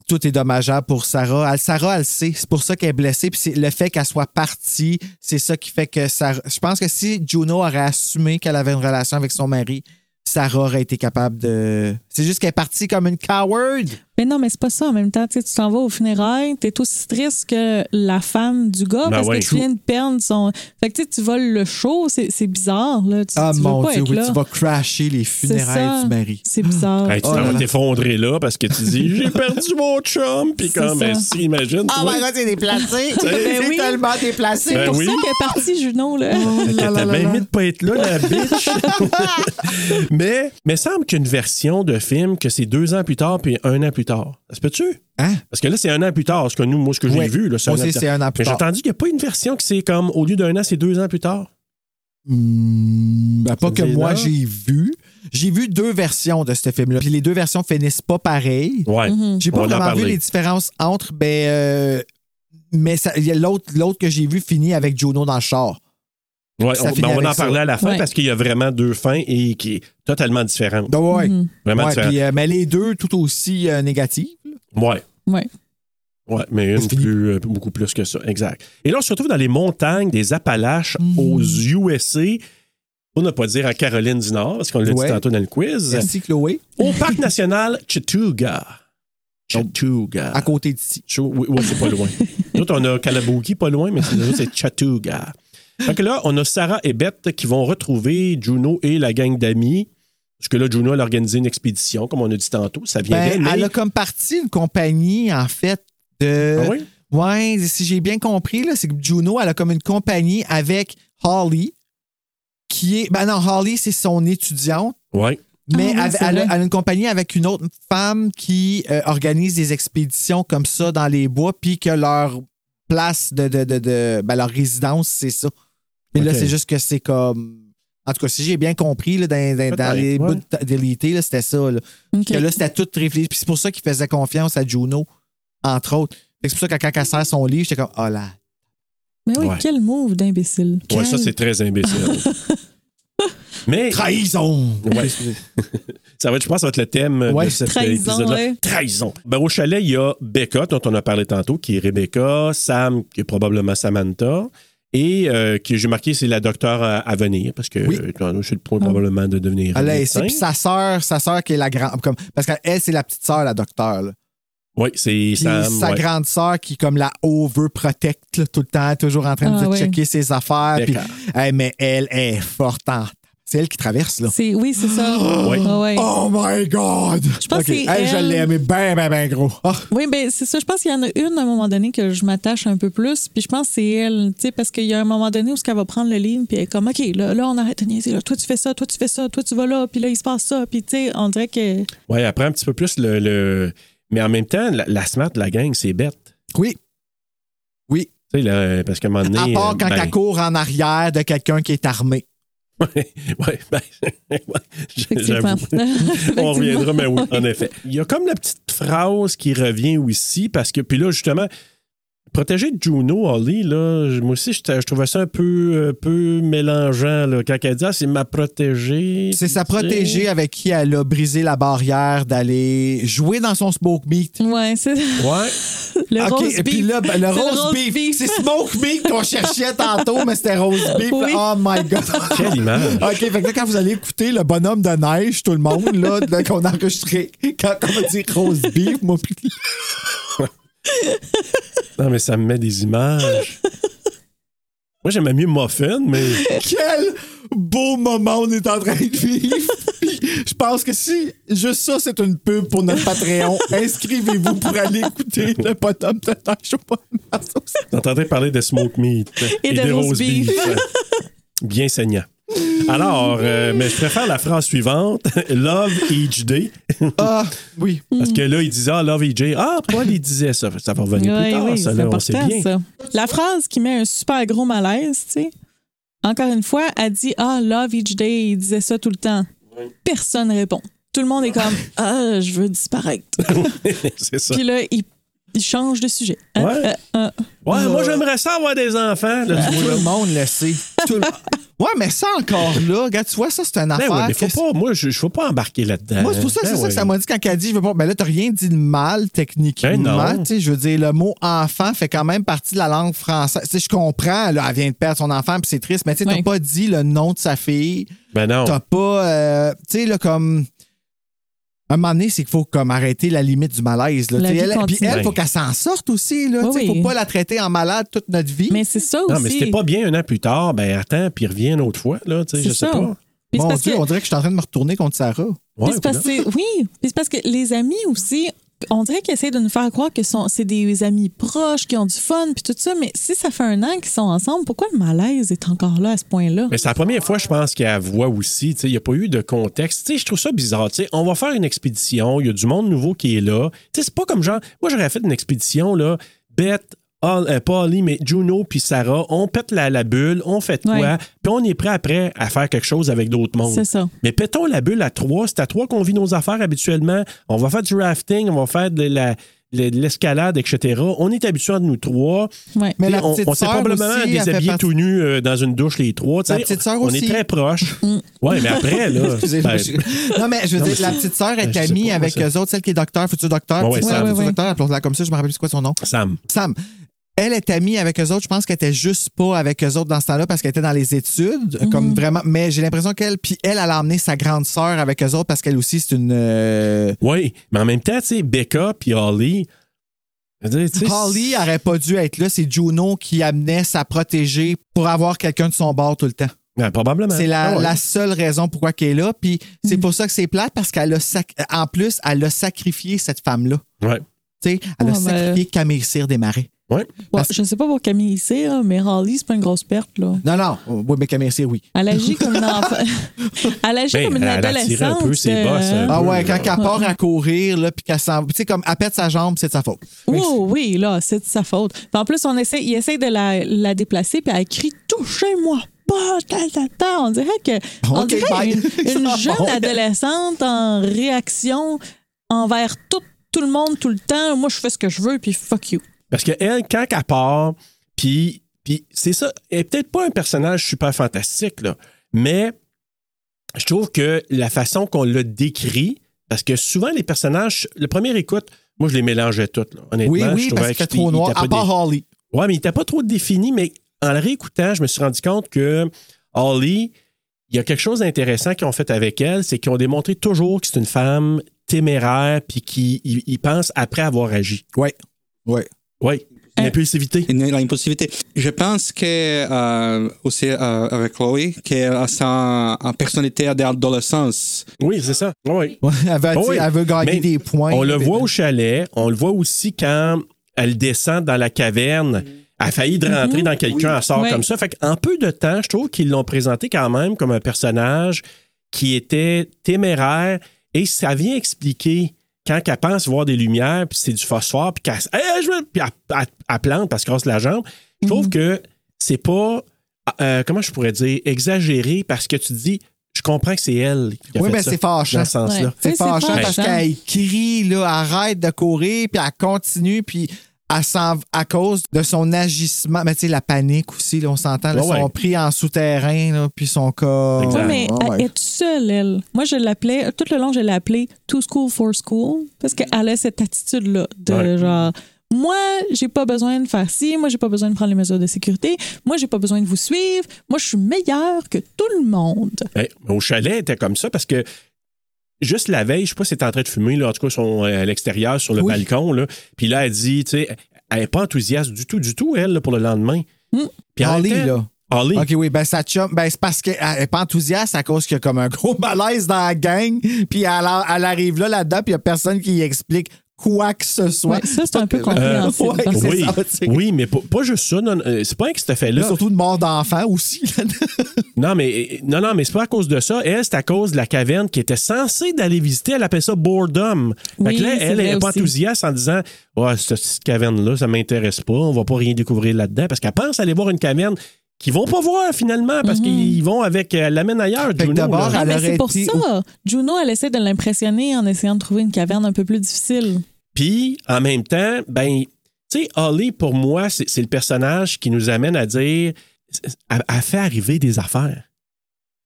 [SPEAKER 4] Tout est dommageable pour Sarah. Elle- Sarah, elle le sait. C'est pour ça qu'elle est blessée. Puis c'est le fait qu'elle soit partie, c'est ça qui fait que Sarah. Je pense que si Juno aurait assumé qu'elle avait une relation avec son mari, Sarah aurait été capable de C'est juste qu'elle est partie comme une coward.
[SPEAKER 7] Mais non, mais c'est pas ça en même temps. Tu sais, tu t'en vas au funérailles, t'es aussi triste que la femme du gars
[SPEAKER 1] Ben
[SPEAKER 7] parce
[SPEAKER 1] ouais.
[SPEAKER 7] que tu viens de perdre son. Fait que tu sais, tu voles le show, c'est c'est bizarre. Là. Tu,
[SPEAKER 4] Ah
[SPEAKER 7] tu veux
[SPEAKER 4] mon
[SPEAKER 7] pas
[SPEAKER 4] Dieu,
[SPEAKER 7] être
[SPEAKER 4] oui,
[SPEAKER 7] là.
[SPEAKER 4] tu vas crasher les funérailles
[SPEAKER 7] ça.
[SPEAKER 4] du mari.
[SPEAKER 7] C'est bizarre.
[SPEAKER 1] Hey, tu
[SPEAKER 4] Oh
[SPEAKER 1] t'en
[SPEAKER 4] là
[SPEAKER 1] vas
[SPEAKER 4] là.
[SPEAKER 1] t'effondrer là parce que tu dis j'ai perdu mon chum puis
[SPEAKER 7] C'est
[SPEAKER 1] comme
[SPEAKER 7] ça.
[SPEAKER 1] si imagine
[SPEAKER 4] Ah,
[SPEAKER 1] toi,
[SPEAKER 4] my God, c'est déplacé.
[SPEAKER 7] (laughs) Ben
[SPEAKER 4] c'est
[SPEAKER 7] oui.
[SPEAKER 4] tellement déplacé.
[SPEAKER 1] Ben
[SPEAKER 7] C'est pour
[SPEAKER 1] oui.
[SPEAKER 7] ça qu'elle est partie, Juno. Là.
[SPEAKER 1] Fait que t'as bien mis de pas être là, la bitch.
[SPEAKER 4] Ben
[SPEAKER 1] mais, mais semble qu'une version de film que c'est deux ans plus tard puis un an plus tard. Ça se peut-tu?
[SPEAKER 4] Hein?
[SPEAKER 1] Parce que là, c'est un an plus tard. Ce que nous, moi, ce que j'ai
[SPEAKER 4] Ouais.
[SPEAKER 1] vu, là, c'est
[SPEAKER 4] Moi aussi, c'est un an plus
[SPEAKER 1] Mais j'ai
[SPEAKER 4] tard.
[SPEAKER 1] entendu qu'il n'y a pas une version qui c'est comme au lieu d'un an, c'est deux ans plus tard.
[SPEAKER 4] Hmm, ben, pas
[SPEAKER 1] Ça
[SPEAKER 4] que
[SPEAKER 1] dit
[SPEAKER 4] moi
[SPEAKER 1] là.
[SPEAKER 4] j'ai vu. J'ai vu deux versions de ce film-là. Puis les deux versions finissent pas pareil.
[SPEAKER 1] Ouais.
[SPEAKER 7] Mhm.
[SPEAKER 4] J'ai
[SPEAKER 1] On va
[SPEAKER 4] pas
[SPEAKER 1] en
[SPEAKER 4] vraiment vu
[SPEAKER 1] parler.
[SPEAKER 4] les différences entre, ben, euh, mais ça- y a l'autre l'autre que j'ai vu finit avec Juno dans le char.
[SPEAKER 1] Ouais,
[SPEAKER 4] Ça
[SPEAKER 1] on,
[SPEAKER 4] finit
[SPEAKER 1] ben, on va en
[SPEAKER 4] avec ça.
[SPEAKER 1] parler à la fin
[SPEAKER 7] Ouais.
[SPEAKER 1] parce qu'il y a vraiment deux fins et qui est totalement différente.
[SPEAKER 4] Ben ouais.
[SPEAKER 7] Mhm.
[SPEAKER 1] Vraiment
[SPEAKER 4] Ouais,
[SPEAKER 1] différente.
[SPEAKER 4] puis, euh, mais les deux tout aussi euh, négatives.
[SPEAKER 1] Ouais.
[SPEAKER 7] Ouais.
[SPEAKER 1] Ouais, mais une
[SPEAKER 4] C'est fini.
[SPEAKER 1] plus, euh, beaucoup plus que ça. Exact. Et là, on se retrouve dans les montagnes des Appalaches
[SPEAKER 4] Mhm.
[SPEAKER 1] aux USA, pour ne pas dire en Caroline du Nord, parce qu'on l'a
[SPEAKER 4] Ouais.
[SPEAKER 1] dit tantôt dans le quiz,
[SPEAKER 4] Merci Chloé,
[SPEAKER 1] au parc national Chattooga. Chattooga.
[SPEAKER 4] à côté d'ici.
[SPEAKER 1] Chou- Oui, oui, c'est pas loin. Nous, on a Calabogie pas loin, mais c'est nous autres, c'est Chattooga. Fait que là, on a Sarah et Beth qui vont retrouver Juno et la gang d'amis. Parce que là, Juno, elle a organisé une expédition, comme on a dit tantôt. Ça vient
[SPEAKER 4] Ben,
[SPEAKER 1] d'elle,
[SPEAKER 4] elle
[SPEAKER 1] mais-
[SPEAKER 4] a comme partie une compagnie, en fait, de.
[SPEAKER 1] Ah oui?
[SPEAKER 4] Ouais, si j'ai bien compris, là, c'est que Juno, elle a comme une compagnie avec Holly, qui est. Ben non, Holly, c'est son étudiante,
[SPEAKER 1] Ouais.
[SPEAKER 4] mais
[SPEAKER 7] Ah oui,
[SPEAKER 4] elle,
[SPEAKER 7] c'est
[SPEAKER 4] elle a-
[SPEAKER 7] vrai.
[SPEAKER 4] elle a une compagnie avec une autre femme qui euh, organise des expéditions comme ça dans les bois, puis que leur place de. de, de, de- ben, leur résidence, c'est ça. Mais là,
[SPEAKER 1] Ok.
[SPEAKER 4] c'est juste que c'est comme. En tout cas, si j'ai bien compris, là, dans, dans- dans les
[SPEAKER 1] Peut-être,
[SPEAKER 4] bouts
[SPEAKER 1] ouais.
[SPEAKER 4] de- délités, là, c'était ça. là.
[SPEAKER 7] OK.
[SPEAKER 4] Que là, c'était tout réfléchi. Puis c'est pour ça qu'il faisait confiance à Juno, entre autres. Fait que C'est pour ça que quand elle sert son livre, j'étais comme, oh là.
[SPEAKER 7] Mais oui,
[SPEAKER 1] Ouais.
[SPEAKER 7] quel move d'imbécile.
[SPEAKER 1] Ouais, ça, c'est très
[SPEAKER 4] (laughs)
[SPEAKER 1] imbécile. mais.
[SPEAKER 4] Trahison!
[SPEAKER 1] Ouais. (laughs) ça va être, je pense, que ça va être le thème euh,
[SPEAKER 4] Ouais.
[SPEAKER 1] de cet
[SPEAKER 7] Trahison,
[SPEAKER 1] épisode-là.
[SPEAKER 7] ouais.
[SPEAKER 1] Trahison. Ben, au chalet, il y a Becca, dont on a parlé tantôt, qui est Rebecca, Sam, qui est probablement Samantha, et euh, qui, j'ai marqué, c'est la docteure à, à venir, parce que
[SPEAKER 4] Oui.
[SPEAKER 1] euh, je suis le point probablement de devenir
[SPEAKER 4] Elle a
[SPEAKER 1] médecin.
[SPEAKER 4] essayé. Puis sa sœur, sa sœur qui est la grande. Comme, parce qu'elle, c'est la petite sœur, la docteur. Là.
[SPEAKER 1] Oui, c'est
[SPEAKER 4] Puis
[SPEAKER 1] Sam.
[SPEAKER 4] sa
[SPEAKER 1] ouais.
[SPEAKER 4] grande sœur qui, comme la haut, veut protect là, tout le temps, toujours en train de
[SPEAKER 7] Ah, ouais.
[SPEAKER 4] checker ses affaires. Puis,
[SPEAKER 1] Becca.
[SPEAKER 4] Hey, mais elle est forte en- C'est elle qui traverse, là.
[SPEAKER 7] C'est- Oui, c'est ça.
[SPEAKER 1] Ouais.
[SPEAKER 7] Ah ouais.
[SPEAKER 4] Oh my God! Je
[SPEAKER 7] pense que c'est
[SPEAKER 4] Je
[SPEAKER 7] elle.
[SPEAKER 4] l'ai aimé bien, bien, bien gros. Ah,
[SPEAKER 7] Oui, ben c'est ça. Je pense qu'il y en a une à un moment donné que je m'attache un peu plus. Puis je pense que c'est elle, tu sais, parce qu'il y a un moment donné où ce qu'elle va prendre le livre, puis elle est comme, OK, là, là on arrête de niaiser. Là. Toi, tu fais ça, toi, tu fais ça, toi, tu vas là, puis là, il se passe ça. Puis, tu sais, on dirait que.
[SPEAKER 1] Ouais, elle prend un petit peu plus le. le- Mais en même temps, la, la smart, la gang, c'est bête.
[SPEAKER 4] oui.
[SPEAKER 1] Tu sais, là, parce qu'à un moment donné.
[SPEAKER 4] À part
[SPEAKER 1] euh,
[SPEAKER 4] quand
[SPEAKER 1] ben,
[SPEAKER 4] elle court en arrière de quelqu'un qui est armé.
[SPEAKER 1] Ouais, (laughs) ouais, ben, ouais,
[SPEAKER 7] Effectivement. (laughs)
[SPEAKER 1] j'avoue. On reviendra, mais oui, en effet. Il y a comme la petite phrase qui revient aussi, parce que, puis là, justement, protéger Juno, Holly, là, je- moi aussi, je, je trouvais ça un peu, euh, peu mélangeant, là, quand elle dit, ah, c'est ma protégée.
[SPEAKER 4] C'est sa
[SPEAKER 1] tu sais.
[SPEAKER 4] protégée avec qui elle a brisé la barrière d'aller jouer dans son smoke meat.
[SPEAKER 7] Ouais, c'est
[SPEAKER 1] Ouais.
[SPEAKER 7] le
[SPEAKER 4] OK,
[SPEAKER 7] rose
[SPEAKER 4] et puis
[SPEAKER 7] beef.
[SPEAKER 4] là, ben, le
[SPEAKER 7] C'est le
[SPEAKER 4] rose,
[SPEAKER 7] roast
[SPEAKER 4] beef.
[SPEAKER 7] beef.
[SPEAKER 4] C'est smoke meat qu'on cherchait tantôt, mais c'était rose beef.
[SPEAKER 7] Oui.
[SPEAKER 4] Oh my God.
[SPEAKER 1] Quelle
[SPEAKER 7] (laughs)
[SPEAKER 1] image.
[SPEAKER 4] OK, fait que là, quand vous allez écouter le bonhomme de neige, tout le monde, là, de- qu'on a enregistré, quand quand on dit rose beef, moi, puis
[SPEAKER 1] Non, mais ça me met des images. Moi, j'aimais mieux Muffin, mais.
[SPEAKER 4] quel beau moment on est en train de vivre. Puis, Je pense que si juste ça, c'est une pub pour notre (laughs) Patreon, inscrivez-vous pour aller écouter le bonhomme de neige au bonhomme à sauce.
[SPEAKER 1] T'entendais parler de smoke meat
[SPEAKER 7] Et de roast
[SPEAKER 1] roast
[SPEAKER 7] beef.
[SPEAKER 1] Bien saignant. Alors, euh, mais je préfère la phrase suivante (laughs) Love each day.
[SPEAKER 4] Ah, oui.
[SPEAKER 1] Parce
[SPEAKER 7] Mm.
[SPEAKER 1] que là, il disait Ah, Love each day. Ah, Paul, il disait ça. Ça va revenir plus
[SPEAKER 7] Ouais,
[SPEAKER 1] tard,
[SPEAKER 7] oui,
[SPEAKER 1] ça,
[SPEAKER 7] c'est
[SPEAKER 1] là, on sait
[SPEAKER 7] important,
[SPEAKER 1] bien.
[SPEAKER 7] ça. La phrase qui met un super gros malaise, tu sais, encore une fois, elle dit Ah, love each day, il disait ça tout le temps. Personne répond. Tout le monde est comme Ah, je veux disparaître.
[SPEAKER 1] (laughs) C'est ça.
[SPEAKER 7] Puis là, il, il change de sujet. Hein?
[SPEAKER 1] Ouais.
[SPEAKER 7] Euh, euh,
[SPEAKER 1] Ouais, moi, j'aimerais ça avoir des enfants. Là, tu
[SPEAKER 4] Tout
[SPEAKER 1] vois, là.
[SPEAKER 4] le monde le sait. Tout le- Ouais, mais ça encore là, regarde, tu vois, ça, c'est une
[SPEAKER 1] Ben
[SPEAKER 4] affaire.
[SPEAKER 1] ouais, mais faut
[SPEAKER 4] que-
[SPEAKER 1] pas, moi, je ne faut pas embarquer là-dedans.
[SPEAKER 4] Moi, c'est pour ça que c'est
[SPEAKER 1] Ben
[SPEAKER 4] ça que
[SPEAKER 1] ouais.
[SPEAKER 4] ça m'a dit quand elle a dit, je veux pas. Ben là, t'as rien dit de mal
[SPEAKER 1] Ben
[SPEAKER 4] techniquement.
[SPEAKER 1] non.
[SPEAKER 4] tu sais, je veux dire, le mot enfant fait quand même partie de la langue française. Tu sais, je comprends, là, elle vient de perdre son enfant, puis c'est triste, mais tu sais, t'as
[SPEAKER 7] Ouais.
[SPEAKER 4] pas dit le nom de sa fille.
[SPEAKER 1] Ben non.
[SPEAKER 4] T'as pas. euh, tu sais, là, comme. un moment donné, c'est qu'il faut comme arrêter la limite du malaise. Là. Tu
[SPEAKER 7] La
[SPEAKER 4] sais,
[SPEAKER 7] vie
[SPEAKER 4] elle, puis
[SPEAKER 7] continue.
[SPEAKER 4] elle, faut qu'elle s'en sorte aussi. Là,
[SPEAKER 7] Oui,
[SPEAKER 4] Tu sais,
[SPEAKER 7] oui.
[SPEAKER 4] faut pas la traiter en malade toute notre vie.
[SPEAKER 7] Mais c'est ça aussi.
[SPEAKER 1] Non, mais c'était pas bien un an plus tard, ben attends, puis reviens une autre fois, là, tu sais,
[SPEAKER 7] C'est
[SPEAKER 1] je sais
[SPEAKER 7] ça.
[SPEAKER 1] pas.
[SPEAKER 7] Puis c'est
[SPEAKER 4] Mon
[SPEAKER 7] parce
[SPEAKER 4] Dieu,
[SPEAKER 7] que-
[SPEAKER 4] on dirait que je suis en train de me retourner contre Sarah.
[SPEAKER 1] Ouais,
[SPEAKER 7] Puis c'est parce
[SPEAKER 1] voilà.
[SPEAKER 7] que- oui, puis c'est parce que les amis aussi, on dirait qu'ils essaient de nous faire croire que sont- c'est des amis proches, qui ont du fun, puis tout ça, mais si ça fait un an qu'ils sont ensemble, pourquoi le malaise est encore là à ce point-là?
[SPEAKER 1] Mais c'est la première fois, je pense, qu'elle voit aussi. tu sais, Il n'y a pas eu de contexte. Tu sais, je trouve ça bizarre. tu sais, on va faire une expédition. Il y a du monde nouveau qui est là. Tu sais, C'est pas comme genre. Moi, j'aurais fait une expédition, là. Beth, Ol- euh, pas Holly, mais Juno puis Sarah. On pète la, la bulle. On fait quoi?
[SPEAKER 7] Ouais.
[SPEAKER 1] Puis on est prêt après à faire quelque chose avec d'autres mondes.
[SPEAKER 7] C'est ça.
[SPEAKER 1] Mais pétons la bulle à trois. C'est à trois qu'on vit nos affaires habituellement. On va faire du rafting. On va faire de la- de l'escalade, etc. On est habitué à nous trois.
[SPEAKER 7] Ouais.
[SPEAKER 4] Mais
[SPEAKER 1] Puis
[SPEAKER 4] la
[SPEAKER 1] on,
[SPEAKER 4] petite
[SPEAKER 1] on s'est
[SPEAKER 4] sœur
[SPEAKER 1] probablement
[SPEAKER 4] aussi, elle fait
[SPEAKER 1] déshabillé
[SPEAKER 4] partie-
[SPEAKER 1] tout nu euh, dans une douche les trois. tu
[SPEAKER 4] La
[SPEAKER 1] sais,
[SPEAKER 4] petite
[SPEAKER 1] on-
[SPEAKER 4] sœur
[SPEAKER 1] on,
[SPEAKER 4] aussi. Mm.
[SPEAKER 1] est très proches. ouais, mais après, là.
[SPEAKER 4] (laughs)
[SPEAKER 1] (laughs)
[SPEAKER 4] Excusez-moi,
[SPEAKER 1] ben,
[SPEAKER 4] je- Non, mais je veux
[SPEAKER 1] Non,
[SPEAKER 4] dire,
[SPEAKER 1] mais
[SPEAKER 4] la
[SPEAKER 1] c'est-
[SPEAKER 4] petite sœur
[SPEAKER 1] Ben, je
[SPEAKER 4] est
[SPEAKER 1] sais
[SPEAKER 4] amie
[SPEAKER 1] pas,
[SPEAKER 4] avec
[SPEAKER 1] moi, ça.
[SPEAKER 4] eux autres, celle qui est docteur, futur docteur,
[SPEAKER 1] Ouais, ouais,
[SPEAKER 4] petite sœur,
[SPEAKER 1] Sam.
[SPEAKER 4] futur
[SPEAKER 7] Ouais, ouais.
[SPEAKER 4] docteur, appelons-la comme ça, je me rappelle plus c'est quoi son nom.
[SPEAKER 1] Sam.
[SPEAKER 4] Sam. Elle est amie avec eux autres. Je pense qu'elle était juste pas avec eux autres dans ce temps-là parce qu'elle était dans les études. euh, Comme vraiment. Mais j'ai l'impression qu'elle, puis elle, elle a emmené sa grande sœur avec eux autres parce qu'elle aussi, c'est une. euh,
[SPEAKER 1] Oui, mais en même temps, tu sais, Becca puis Holly. je veux dire, tu sais,
[SPEAKER 4] Holly aurait pas dû être là. C'est Juno qui amenait sa protégée pour avoir quelqu'un de son bord tout le temps.
[SPEAKER 1] ouais, probablement.
[SPEAKER 4] C'est la,
[SPEAKER 1] Ah ouais.
[SPEAKER 4] la seule raison pourquoi qu'elle est là. Puis c'est pour ça que c'est plate parce qu'elle a sac- en plus, elle a sacrifié cette femme-là.
[SPEAKER 1] Ouais.
[SPEAKER 4] Tu sais, elle a
[SPEAKER 7] Ouais,
[SPEAKER 4] sacrifié Camille Cyr des Marais.
[SPEAKER 1] Ouais.
[SPEAKER 7] Ouais, je sais pas pour Camille ici, hein, mais Harley, c'est pas une grosse perte. Là.
[SPEAKER 4] Non, non. Oui, mais Camille Cyr, oui.
[SPEAKER 7] Elle agit
[SPEAKER 1] (laughs)
[SPEAKER 7] comme une enfant. (laughs) elle agit
[SPEAKER 1] Ben,
[SPEAKER 7] comme une
[SPEAKER 1] elle a
[SPEAKER 7] adolescente. euh,
[SPEAKER 1] tiré un peu ses bosses, hein.
[SPEAKER 4] Ah ouais,
[SPEAKER 1] Ouais.
[SPEAKER 4] quand elle part à courir, là, puis qu'elle s'en Tu sais, comme elle pète sa jambe, c'est de sa faute. Mais
[SPEAKER 7] Oh oui, là, c'est de sa faute. Puis en plus, on essaie, il essaie de la, la déplacer, puis elle crie Touchez-moi pas, ta, ta, ta. On dirait que. on
[SPEAKER 4] Ok,
[SPEAKER 7] dirait
[SPEAKER 4] bye.
[SPEAKER 7] une,
[SPEAKER 4] (laughs) Ils
[SPEAKER 7] une
[SPEAKER 4] s'en
[SPEAKER 7] jeune
[SPEAKER 4] vont.
[SPEAKER 7] adolescente en réaction envers tout, tout le monde, tout le temps. Moi, je fais ce que je veux, puis fuck you.
[SPEAKER 1] Parce que elle, quand elle part, puis, puis c'est ça, elle est peut-être pas un personnage super fantastique, là, mais je trouve que la façon qu'on le décrit, parce que souvent les personnages, le premier écoute, moi je les mélangeais toutes, là, honnêtement.
[SPEAKER 4] Oui,
[SPEAKER 1] je
[SPEAKER 4] oui,
[SPEAKER 1] trouvais
[SPEAKER 4] parce que
[SPEAKER 1] que
[SPEAKER 4] c'était trop noir. À part Holly.
[SPEAKER 1] Ouais, mais il n'était pas trop défini, mais en le réécoutant, je me suis rendu compte que Holly, il y a quelque chose d'intéressant qu'ils ont fait avec elle, c'est qu'ils ont démontré toujours que c'est une femme téméraire puis qui y- y pense après avoir agi.
[SPEAKER 4] Ouais. Ouais.
[SPEAKER 1] Oui, l'impulsivité.
[SPEAKER 8] Une- la impulsivité. Je pense que euh, aussi euh, avec Chloé, qu'elle a sa euh, personnalité d'adolescence.
[SPEAKER 1] Oui, c'est ça. Oui.
[SPEAKER 4] Ouais, elle, veut,
[SPEAKER 1] Oh oui.
[SPEAKER 4] elle veut gagner
[SPEAKER 1] Mais
[SPEAKER 4] des points.
[SPEAKER 1] On le voit au chalet, on le voit aussi quand elle descend dans la caverne. Elle a failli de
[SPEAKER 4] Mm-hmm.
[SPEAKER 1] rentrer dans quelqu'un, elle sort
[SPEAKER 7] Ouais.
[SPEAKER 1] comme ça. Fait qu'en peu de temps, je trouve qu'ils l'ont présenté quand même comme un personnage qui était téméraire et ça vient expliquer quand elle pense voir des lumières, puis c'est du phosphore, puis qu'elle Hey, je veux- puis elle- elle- elle plante parce qu'elle casse la jambe. Je trouve
[SPEAKER 4] Mm-hmm.
[SPEAKER 1] que c'est pas, euh, comment je pourrais dire, exagéré parce que tu dis, je comprends que c'est elle qui a
[SPEAKER 4] Oui,
[SPEAKER 1] fait
[SPEAKER 4] mais
[SPEAKER 1] ça
[SPEAKER 4] c'est fâchant.
[SPEAKER 1] dans ce sens-là.
[SPEAKER 7] Ouais.
[SPEAKER 4] C'est
[SPEAKER 7] Tu sais, c'est
[SPEAKER 4] fâchant parce
[SPEAKER 7] fâchant.
[SPEAKER 4] qu'elle crie, là, arrête de courir, puis elle continue, puis elle s'en- à cause de son agissement. Mais tu sais, la panique aussi, là, on s'entend, là,
[SPEAKER 1] Ouais, ouais.
[SPEAKER 4] sont pris en souterrain, là, puis son corps.
[SPEAKER 1] Exact.
[SPEAKER 7] Oui, mais
[SPEAKER 4] Ouais, ouais.
[SPEAKER 7] elle est toute seule, elle. Moi, je l'appelais, tout le long, je l'ai appelée To School for School parce qu'elle a cette attitude-là de
[SPEAKER 1] Ouais.
[SPEAKER 7] genre. Moi, j'ai pas besoin de faire ci, moi j'ai pas besoin de prendre les mesures de sécurité, moi j'ai pas besoin de vous suivre, moi je suis meilleure que tout le monde.
[SPEAKER 1] Ouais, mais Ben, au chalet, elle était comme ça parce que juste la veille, je sais pas si elle était en train de fumer, là, en tout cas, son, euh, à l'extérieur, sur le
[SPEAKER 4] Oui.
[SPEAKER 1] balcon. Là, puis là, elle dit, tu sais, elle n'est pas enthousiaste du tout, du tout, elle, là, pour le lendemain. Puis en
[SPEAKER 4] Harley,
[SPEAKER 1] même temps-
[SPEAKER 4] Hmm. là.
[SPEAKER 1] Harley.
[SPEAKER 4] OK, (laughs) oui, ben ça chum, ben c'est parce qu'elle n'est pas enthousiaste à cause qu'il y a comme un (laughs) gros malaise dans la gang, puis elle, a- elle arrive là, là-dedans, puis il n'y a personne qui y explique quoi que ce soit. euh,
[SPEAKER 7] Ouais, ça, c'est un peu compréhensible.
[SPEAKER 4] ouais,
[SPEAKER 7] parce que-
[SPEAKER 1] oui,
[SPEAKER 4] c'est ça, tu sais.
[SPEAKER 1] oui, mais pas, pas juste ça. non, euh, c'est pas un que cet
[SPEAKER 4] Là,
[SPEAKER 1] effet-là.
[SPEAKER 4] surtout de mort d'enfant aussi. là.
[SPEAKER 1] Non, mais euh, non, non, mais c'est pas à cause de ça. Elle, c'est à cause de la caverne qui était censée d'aller visiter. Elle appelait ça boredom. fait
[SPEAKER 7] Oui,
[SPEAKER 1] que là,
[SPEAKER 7] c'est
[SPEAKER 1] elle
[SPEAKER 7] vrai
[SPEAKER 1] n'est pas
[SPEAKER 7] aussi.
[SPEAKER 1] enthousiaste en disant Ouais, cette, petite caverne-là, ça m'intéresse pas, on va pas rien découvrir là-dedans. Parce qu'elle pense aller voir une caverne qu'ils vont pas voir finalement, parce
[SPEAKER 7] Mhm.
[SPEAKER 1] qu'ils vont avec. Elle l'amène ailleurs,
[SPEAKER 4] que
[SPEAKER 1] Juno, là.
[SPEAKER 4] d'abord,
[SPEAKER 7] Ah,
[SPEAKER 4] elle
[SPEAKER 7] mais
[SPEAKER 4] aurait
[SPEAKER 7] c'est pour
[SPEAKER 4] été-
[SPEAKER 7] ça. Juno, elle essaie de l'impressionner en essayant de trouver une caverne un peu plus difficile.
[SPEAKER 1] Puis, en même temps, ben, tu sais, Holly, pour moi, c'est c'est le personnage qui nous amène à dire elle, elle fait arriver des affaires.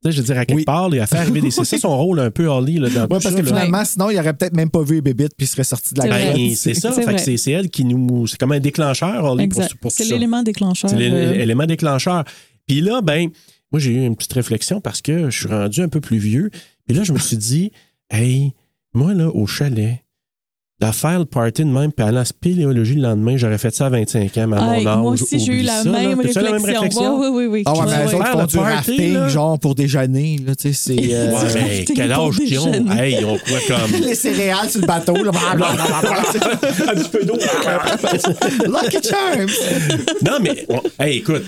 [SPEAKER 1] Tu sais, je veux dire, à quelque
[SPEAKER 4] Oui.
[SPEAKER 1] part, là, elle fait arriver des. C'est
[SPEAKER 4] (laughs)
[SPEAKER 1] ça son rôle un peu, Holly, là, dans
[SPEAKER 4] Ouais,
[SPEAKER 1] tout
[SPEAKER 4] parce
[SPEAKER 1] ça,
[SPEAKER 4] que
[SPEAKER 1] là.
[SPEAKER 4] finalement, sinon, il aurait peut-être même pas vu les bébites, puis il serait sorti de la
[SPEAKER 7] C'est vrai.
[SPEAKER 4] grotte.
[SPEAKER 1] Ben, c'est ça.
[SPEAKER 7] C'est
[SPEAKER 1] Fait que
[SPEAKER 7] vrai.
[SPEAKER 1] c'est c'est elle qui nous. C'est comme un déclencheur, Holly, pour,
[SPEAKER 7] Exact.
[SPEAKER 1] pour tout
[SPEAKER 7] C'est
[SPEAKER 1] ça.
[SPEAKER 7] l'élément déclencheur.
[SPEAKER 1] C'est l'é-
[SPEAKER 7] euh,
[SPEAKER 1] l'élément déclencheur. Puis là, ben, moi, j'ai eu une petite réflexion parce que je suis rendu un peu plus vieux. Puis là, je me suis dit, hey, Moi, là, au chalet, la faire le party de même, puis aller à la spéléologie le lendemain, j'aurais fait ça à 25 ans, mais à mon
[SPEAKER 7] Hey,
[SPEAKER 1] âge.
[SPEAKER 7] moi aussi, j'ai eu
[SPEAKER 1] oublie
[SPEAKER 7] la,
[SPEAKER 1] ça, là.
[SPEAKER 7] même
[SPEAKER 1] T'as-tu
[SPEAKER 7] réflexion.
[SPEAKER 1] la même réflexion.
[SPEAKER 7] Ouais, oui, oui, oui.
[SPEAKER 4] Ah ouais,
[SPEAKER 1] Tu
[SPEAKER 4] mais
[SPEAKER 1] vas
[SPEAKER 4] les autres
[SPEAKER 1] faire
[SPEAKER 4] font
[SPEAKER 1] le
[SPEAKER 4] du
[SPEAKER 1] party,
[SPEAKER 4] rafting,
[SPEAKER 1] là.
[SPEAKER 4] genre pour déjeuner, là, tu sais, c'est... euh,
[SPEAKER 7] (laughs)
[SPEAKER 1] Ouais, mais
[SPEAKER 7] T'es
[SPEAKER 1] quel
[SPEAKER 7] pas
[SPEAKER 1] âge qu'ils ont?
[SPEAKER 7] déjeuné.
[SPEAKER 1] Hey, ils ont quoi
[SPEAKER 7] (laughs)
[SPEAKER 1] comme.
[SPEAKER 4] (laughs)
[SPEAKER 1] Ah,
[SPEAKER 4] les céréales sur le bateau,
[SPEAKER 1] (laughs)
[SPEAKER 4] là, blablabla, tu sais.
[SPEAKER 1] un petit peu d'eau. hein?
[SPEAKER 4] Lucky Charms!
[SPEAKER 1] non, mais on- hey, écoute,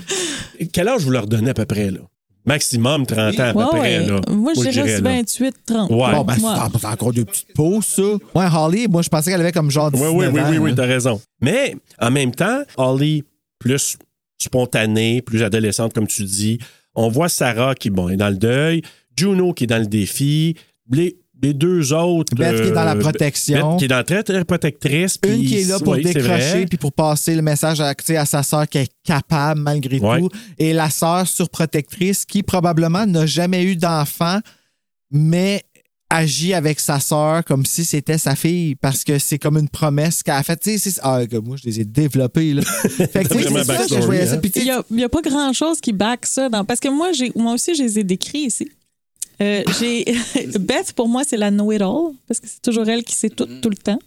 [SPEAKER 1] quel âge vous leur donnez à peu près, là? Maximum 30 ans à peu
[SPEAKER 7] Ouais,
[SPEAKER 1] près,
[SPEAKER 7] ouais.
[SPEAKER 1] là.
[SPEAKER 7] Moi, je dirais aussi
[SPEAKER 1] là.
[SPEAKER 7] 28, 30.
[SPEAKER 1] Ouais.
[SPEAKER 4] Bon, ben, c'est
[SPEAKER 7] Moi.
[SPEAKER 4] en- c'est encore des petites peaux, ça. Ouais, Harley, moi, je pensais qu'elle avait comme genre 19
[SPEAKER 1] Oui, oui, oui,
[SPEAKER 4] ans,
[SPEAKER 1] oui, oui,
[SPEAKER 4] là.
[SPEAKER 1] t'as raison. Mais en même temps, Holly, plus spontanée, plus adolescente, comme tu dis, on voit Sarah qui bon, est dans le deuil, Juno qui est dans le défi, les, les deux autres. euh,
[SPEAKER 4] Beth qui est dans la protection.
[SPEAKER 1] Beth qui est dans très, très protectrice.
[SPEAKER 4] Une
[SPEAKER 1] puis-
[SPEAKER 4] qui est là pour
[SPEAKER 1] oui, c'est
[SPEAKER 4] décrocher
[SPEAKER 1] vrai.
[SPEAKER 4] puis pour passer le message à, tu sais, à sa sœur qui est capable malgré
[SPEAKER 1] Ouais.
[SPEAKER 4] tout. Et la sœur surprotectrice qui probablement n'a jamais eu d'enfant, mais agit avec sa sœur comme si c'était sa fille parce que c'est comme une promesse qu'elle a faite. Tu sais, c'est- Ah, que moi, je les
[SPEAKER 1] (laughs)
[SPEAKER 4] ai développés. Là. fait que, tu sais,
[SPEAKER 1] Vraiment
[SPEAKER 4] c'est ça que
[SPEAKER 1] backstory,
[SPEAKER 4] je voyais ça.
[SPEAKER 1] hein.
[SPEAKER 4] Puis, tu
[SPEAKER 7] Il
[SPEAKER 4] sais,
[SPEAKER 7] n'y a, il y a pas grand-chose qui back ça. dans- parce que moi, j'ai, moi aussi, je les ai décrits ici.
[SPEAKER 4] (laughs)
[SPEAKER 7] Euh, j'ai, (laughs) Beth, pour moi, c'est la know-it-all, parce que c'est toujours elle qui sait
[SPEAKER 4] Mm-hmm.
[SPEAKER 7] tout, tout le temps.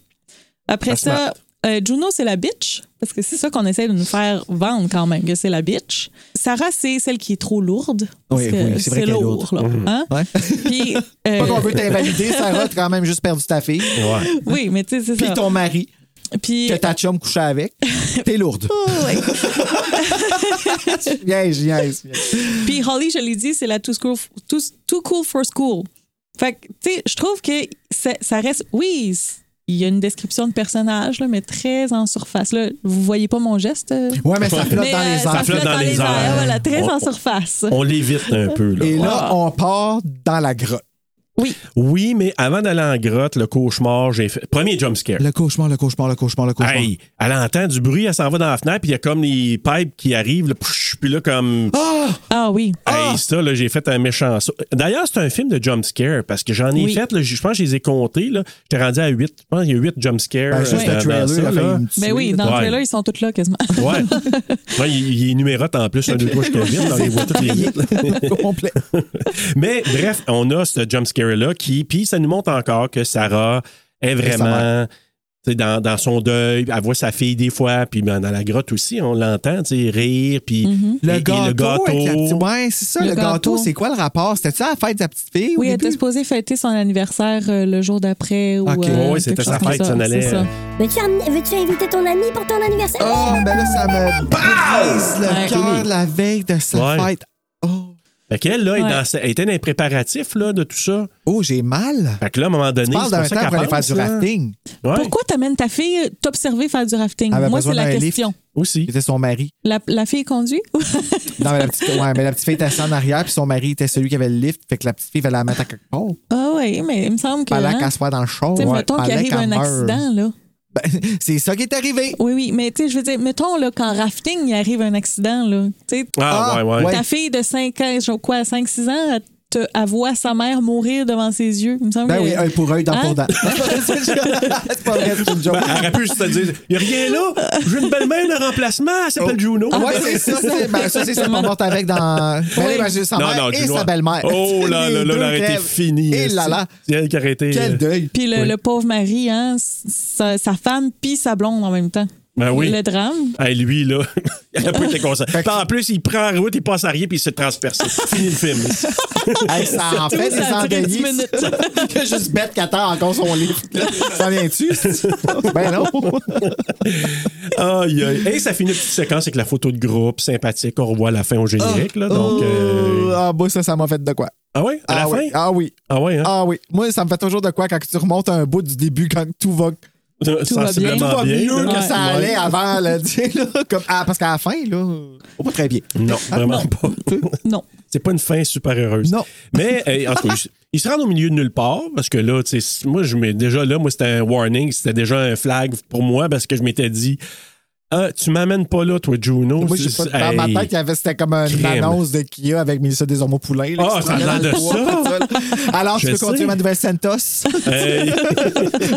[SPEAKER 7] Après
[SPEAKER 1] La
[SPEAKER 7] ça, euh, Juno, c'est la bitch, parce que c'est ça qu'on essaie de nous faire vendre quand même, que c'est la bitch. Sarah, c'est celle qui est trop lourde. parce
[SPEAKER 4] Oui,
[SPEAKER 7] que
[SPEAKER 4] oui, c'est vrai qu'elle est Mm-hmm.
[SPEAKER 7] lourd, là. hein?
[SPEAKER 4] Ouais.
[SPEAKER 7] Puis, euh,
[SPEAKER 4] Pas qu'on veut t'invalider, Sarah, t'as quand même juste perdu ta fille.
[SPEAKER 1] Ouais.
[SPEAKER 7] oui, mais tu sais, c'est
[SPEAKER 4] Puis
[SPEAKER 7] ça.
[SPEAKER 4] ton mari,
[SPEAKER 7] Puis,
[SPEAKER 4] que ta chum couchait avec.
[SPEAKER 1] (laughs)
[SPEAKER 4] T'es lourde. Yes, yes, yes.
[SPEAKER 7] Puis Holly, je l'ai dit, c'est la too, school- too, too cool for school. Fait que, tu sais, je trouve que ça, ça reste. Oui, c- il y a une description de personnage, là, mais très en surface. Là, vous voyez pas mon geste? euh?
[SPEAKER 4] Ouais, mais ça flotte
[SPEAKER 7] Mais,
[SPEAKER 4] dans
[SPEAKER 7] euh,
[SPEAKER 4] les
[SPEAKER 7] ça
[SPEAKER 4] airs.
[SPEAKER 1] flotte dans les airs. Oh,
[SPEAKER 7] Voilà, très
[SPEAKER 1] On-
[SPEAKER 7] en surface.
[SPEAKER 1] On l'évite un peu, là.
[SPEAKER 4] Et là, on part dans la grotte.
[SPEAKER 1] Oui, mais avant d'aller en grotte, le cauchemar, j'ai fait. Premier jumpscare.
[SPEAKER 4] Le cauchemar, le cauchemar, le cauchemar, le cauchemar.
[SPEAKER 1] Hey, elle entend du bruit, elle s'en va dans la fenêtre, puis il y a comme les pipes qui arrivent, là, psh, puis là, comme.
[SPEAKER 7] Ah oui.
[SPEAKER 1] Hey, ça, là, j'ai fait un méchant saut. D'ailleurs, c'est un film de jump scare parce que j'en ai
[SPEAKER 7] Oui.
[SPEAKER 1] fait, là, je je pense que je les ai comptés. là. J'étais rendu à 8. Je pense qu'il y a 8 jump scares.
[SPEAKER 4] Ben, juste
[SPEAKER 1] euh,
[SPEAKER 4] le
[SPEAKER 1] dans
[SPEAKER 4] trailer,
[SPEAKER 1] ça,
[SPEAKER 4] il a
[SPEAKER 1] là.
[SPEAKER 4] failli me tuer.
[SPEAKER 7] Mais Ben oui, dans
[SPEAKER 1] Ouais.
[SPEAKER 7] le trailer, ils sont tous là
[SPEAKER 4] Ah,
[SPEAKER 7] quasiment.
[SPEAKER 1] Ouais. Ouais, il, il numérote en plus, un, deux, trois, jusqu'à huit, là, on les voit toutes les huit, là.
[SPEAKER 4] Complet.
[SPEAKER 1] Mais bref, on a ce jump scare-là qui. Puis ça nous montre encore que Sarah est vraiment. tu sais, Dans, dans son deuil, elle voit sa fille des fois, puis ben, dans la grotte aussi, on l'entend tu sais, rire, puis et-
[SPEAKER 4] Le
[SPEAKER 1] et
[SPEAKER 4] gâteau.
[SPEAKER 1] le
[SPEAKER 4] avec la petite-
[SPEAKER 1] gâteau.
[SPEAKER 4] Ouais, c'est ça, le,
[SPEAKER 7] Le
[SPEAKER 4] gâteau.
[SPEAKER 7] gâteau.
[SPEAKER 4] C'est quoi le rapport? C'était ça la fête de la petite fille? au
[SPEAKER 7] Oui, elle
[SPEAKER 4] début?
[SPEAKER 7] était supposée fêter son anniversaire euh, le jour d'après. Ou,
[SPEAKER 4] Ok.
[SPEAKER 7] euh,
[SPEAKER 1] Ouais, c'était
[SPEAKER 7] quelque
[SPEAKER 1] sa
[SPEAKER 7] chose comme
[SPEAKER 1] fête, ça en allait,
[SPEAKER 7] c'est ça.
[SPEAKER 1] euh,
[SPEAKER 10] Veux-tu amener- veux-tu inviter ton ami pour ton anniversaire?
[SPEAKER 4] Oh, ben là, ça me brise le
[SPEAKER 7] Ouais.
[SPEAKER 4] cœur la veille de sa
[SPEAKER 1] Ouais.
[SPEAKER 4] fête. Oh,
[SPEAKER 1] Fait qu'elle, là, est
[SPEAKER 7] Ouais.
[SPEAKER 1] dans sa- elle était dans les préparatifs là, de tout ça.
[SPEAKER 4] oh j'ai mal.
[SPEAKER 1] Fait que là, à un moment donné,
[SPEAKER 4] Tu parles
[SPEAKER 1] c'est
[SPEAKER 4] d'un
[SPEAKER 1] pour ça
[SPEAKER 4] temps
[SPEAKER 1] qu'elle
[SPEAKER 4] pour aller faire
[SPEAKER 1] pense,
[SPEAKER 4] du
[SPEAKER 1] là.
[SPEAKER 4] rafting.
[SPEAKER 1] Ouais,
[SPEAKER 7] Pourquoi t'amènes ta fille t'observer faire du rafting?
[SPEAKER 4] Elle avait
[SPEAKER 7] Moi,
[SPEAKER 4] besoin
[SPEAKER 7] c'est la
[SPEAKER 4] d'un lift.
[SPEAKER 7] question.
[SPEAKER 4] (laughs)
[SPEAKER 1] aussi.
[SPEAKER 4] C'était son mari.
[SPEAKER 7] La, la fille conduit?
[SPEAKER 1] (laughs)
[SPEAKER 4] Non, mais la petite, ouais, mais la petite fille était assise en arrière, puis son mari était celui qui avait le lift. Fait que la petite fille va la mettre à quelque part.
[SPEAKER 7] Ah oui, mais il me semble que.
[SPEAKER 4] Fallait
[SPEAKER 7] hein,
[SPEAKER 4] qu'elle soit dans le char.
[SPEAKER 7] Tu sais,
[SPEAKER 4] Ouais.
[SPEAKER 7] mettons qu'il
[SPEAKER 4] Fallait
[SPEAKER 7] arrive un
[SPEAKER 4] qu'elle meure.
[SPEAKER 7] accident, là.
[SPEAKER 4] Ben, (laughs) c'est ça qui est arrivé.
[SPEAKER 7] Oui, oui, mais tu sais, je veux dire, mettons, là, qu'en rafting, il arrive un accident, là. Tu sais,
[SPEAKER 1] Ah,
[SPEAKER 4] Ah,
[SPEAKER 1] ouais, ouais.
[SPEAKER 4] ouais.
[SPEAKER 7] ta fille de 5 ans, je quoi, 5-6 ans, elle, te, elle voit sa mère mourir devant ses yeux. Il me semble
[SPEAKER 4] Ben
[SPEAKER 7] que-
[SPEAKER 4] oui, œil pour œil, dent
[SPEAKER 7] Hein? (laughs)
[SPEAKER 4] pour dent. c'est pas vrai, c'est une joke.
[SPEAKER 1] Ben, elle aurait pu se dire, il n'y a rien là, j'ai une belle-mère de remplacement, elle s'appelle Juno.
[SPEAKER 4] Ah ouais, c'est ça, c'est ben, ça, c'est ça qu'on porte avec dans. Ben, oui. ben, j'ai sa
[SPEAKER 1] Non,
[SPEAKER 4] mère
[SPEAKER 1] non,
[SPEAKER 4] et
[SPEAKER 1] Juno.
[SPEAKER 4] sa belle-mère.
[SPEAKER 1] Oh là là,
[SPEAKER 4] Les
[SPEAKER 1] là,
[SPEAKER 4] deux
[SPEAKER 1] elle aurait été
[SPEAKER 4] crèvent.
[SPEAKER 1] finie.
[SPEAKER 4] Et là là,
[SPEAKER 1] C'est elle qui aurait été. euh, (laughs)
[SPEAKER 4] quel deuil.
[SPEAKER 7] Puis le,
[SPEAKER 1] Oui.
[SPEAKER 7] le pauvre mari, hein, sa, sa femme, puis sa blonde en même temps.
[SPEAKER 1] Ben oui.
[SPEAKER 7] Le drame.
[SPEAKER 1] Hey, lui, là, (laughs) il aurait pas été conscient.
[SPEAKER 4] Fait que-
[SPEAKER 1] En plus, il prend la route, il passe à rien, puis il se
[SPEAKER 4] (laughs)
[SPEAKER 1] transperce. Fini le film.
[SPEAKER 4] Hey, ça en fait
[SPEAKER 7] ça
[SPEAKER 4] des
[SPEAKER 7] a duré dix
[SPEAKER 4] endeuillés.
[SPEAKER 7] minutes.
[SPEAKER 4] (laughs) Il y a juste bête qui attend encore son
[SPEAKER 7] (laughs)
[SPEAKER 4] livre. Ça vient-tu? ben non.
[SPEAKER 1] Aïe, aïe. Et ça finit une petite séquence avec la photo de groupe, sympathique. On revoit la fin au générique, là. Donc. euh,
[SPEAKER 4] Oh, Ah, moi, ça, ça m'a fait de quoi?
[SPEAKER 1] Ah ouais? À la
[SPEAKER 4] ah,
[SPEAKER 1] fin?
[SPEAKER 4] oui. ah oui.
[SPEAKER 1] Ah ouais, hein?
[SPEAKER 4] Ah oui. Moi, ça me fait toujours de quoi quand tu remontes un bout du début, quand tout va
[SPEAKER 7] va
[SPEAKER 1] Sensiblement
[SPEAKER 7] bien.
[SPEAKER 4] Tout va mieux
[SPEAKER 1] là.
[SPEAKER 4] que ça
[SPEAKER 1] Ouais.
[SPEAKER 4] allait avant, là, (laughs) tu sais, là, comme, ah, parce qu'à la fin, là, oh, pas très bien.
[SPEAKER 1] Non, vraiment pas. (laughs)
[SPEAKER 7] Non.
[SPEAKER 1] C'est pas une fin super heureuse.
[SPEAKER 4] Non.
[SPEAKER 1] Mais, euh, en tout cas, ils- ils se rendent au milieu de nulle part parce que là, tu sais, moi, je mets déjà là, moi, c'était un warning, c'était déjà un flag pour moi parce que je m'étais dit, ah, tu m'amènes pas là, toi, Juno.
[SPEAKER 4] Moi, je sais
[SPEAKER 1] C'est-
[SPEAKER 4] pas, dans ma
[SPEAKER 1] hey.
[SPEAKER 4] tête, il y avait- c'était comme une
[SPEAKER 1] Crime.
[SPEAKER 4] annonce de Kia avec Mélissa Desormeaux-Poulain. là,
[SPEAKER 1] Ah,
[SPEAKER 4] qui se
[SPEAKER 1] ça a
[SPEAKER 4] promenait
[SPEAKER 1] l'air
[SPEAKER 4] dans
[SPEAKER 1] de
[SPEAKER 4] le bois, tout ça. Alors, tu
[SPEAKER 1] Je
[SPEAKER 4] peux
[SPEAKER 1] sais.
[SPEAKER 4] conduire ma
[SPEAKER 1] (laughs)
[SPEAKER 4] nouvelle Santos.
[SPEAKER 1] Hey.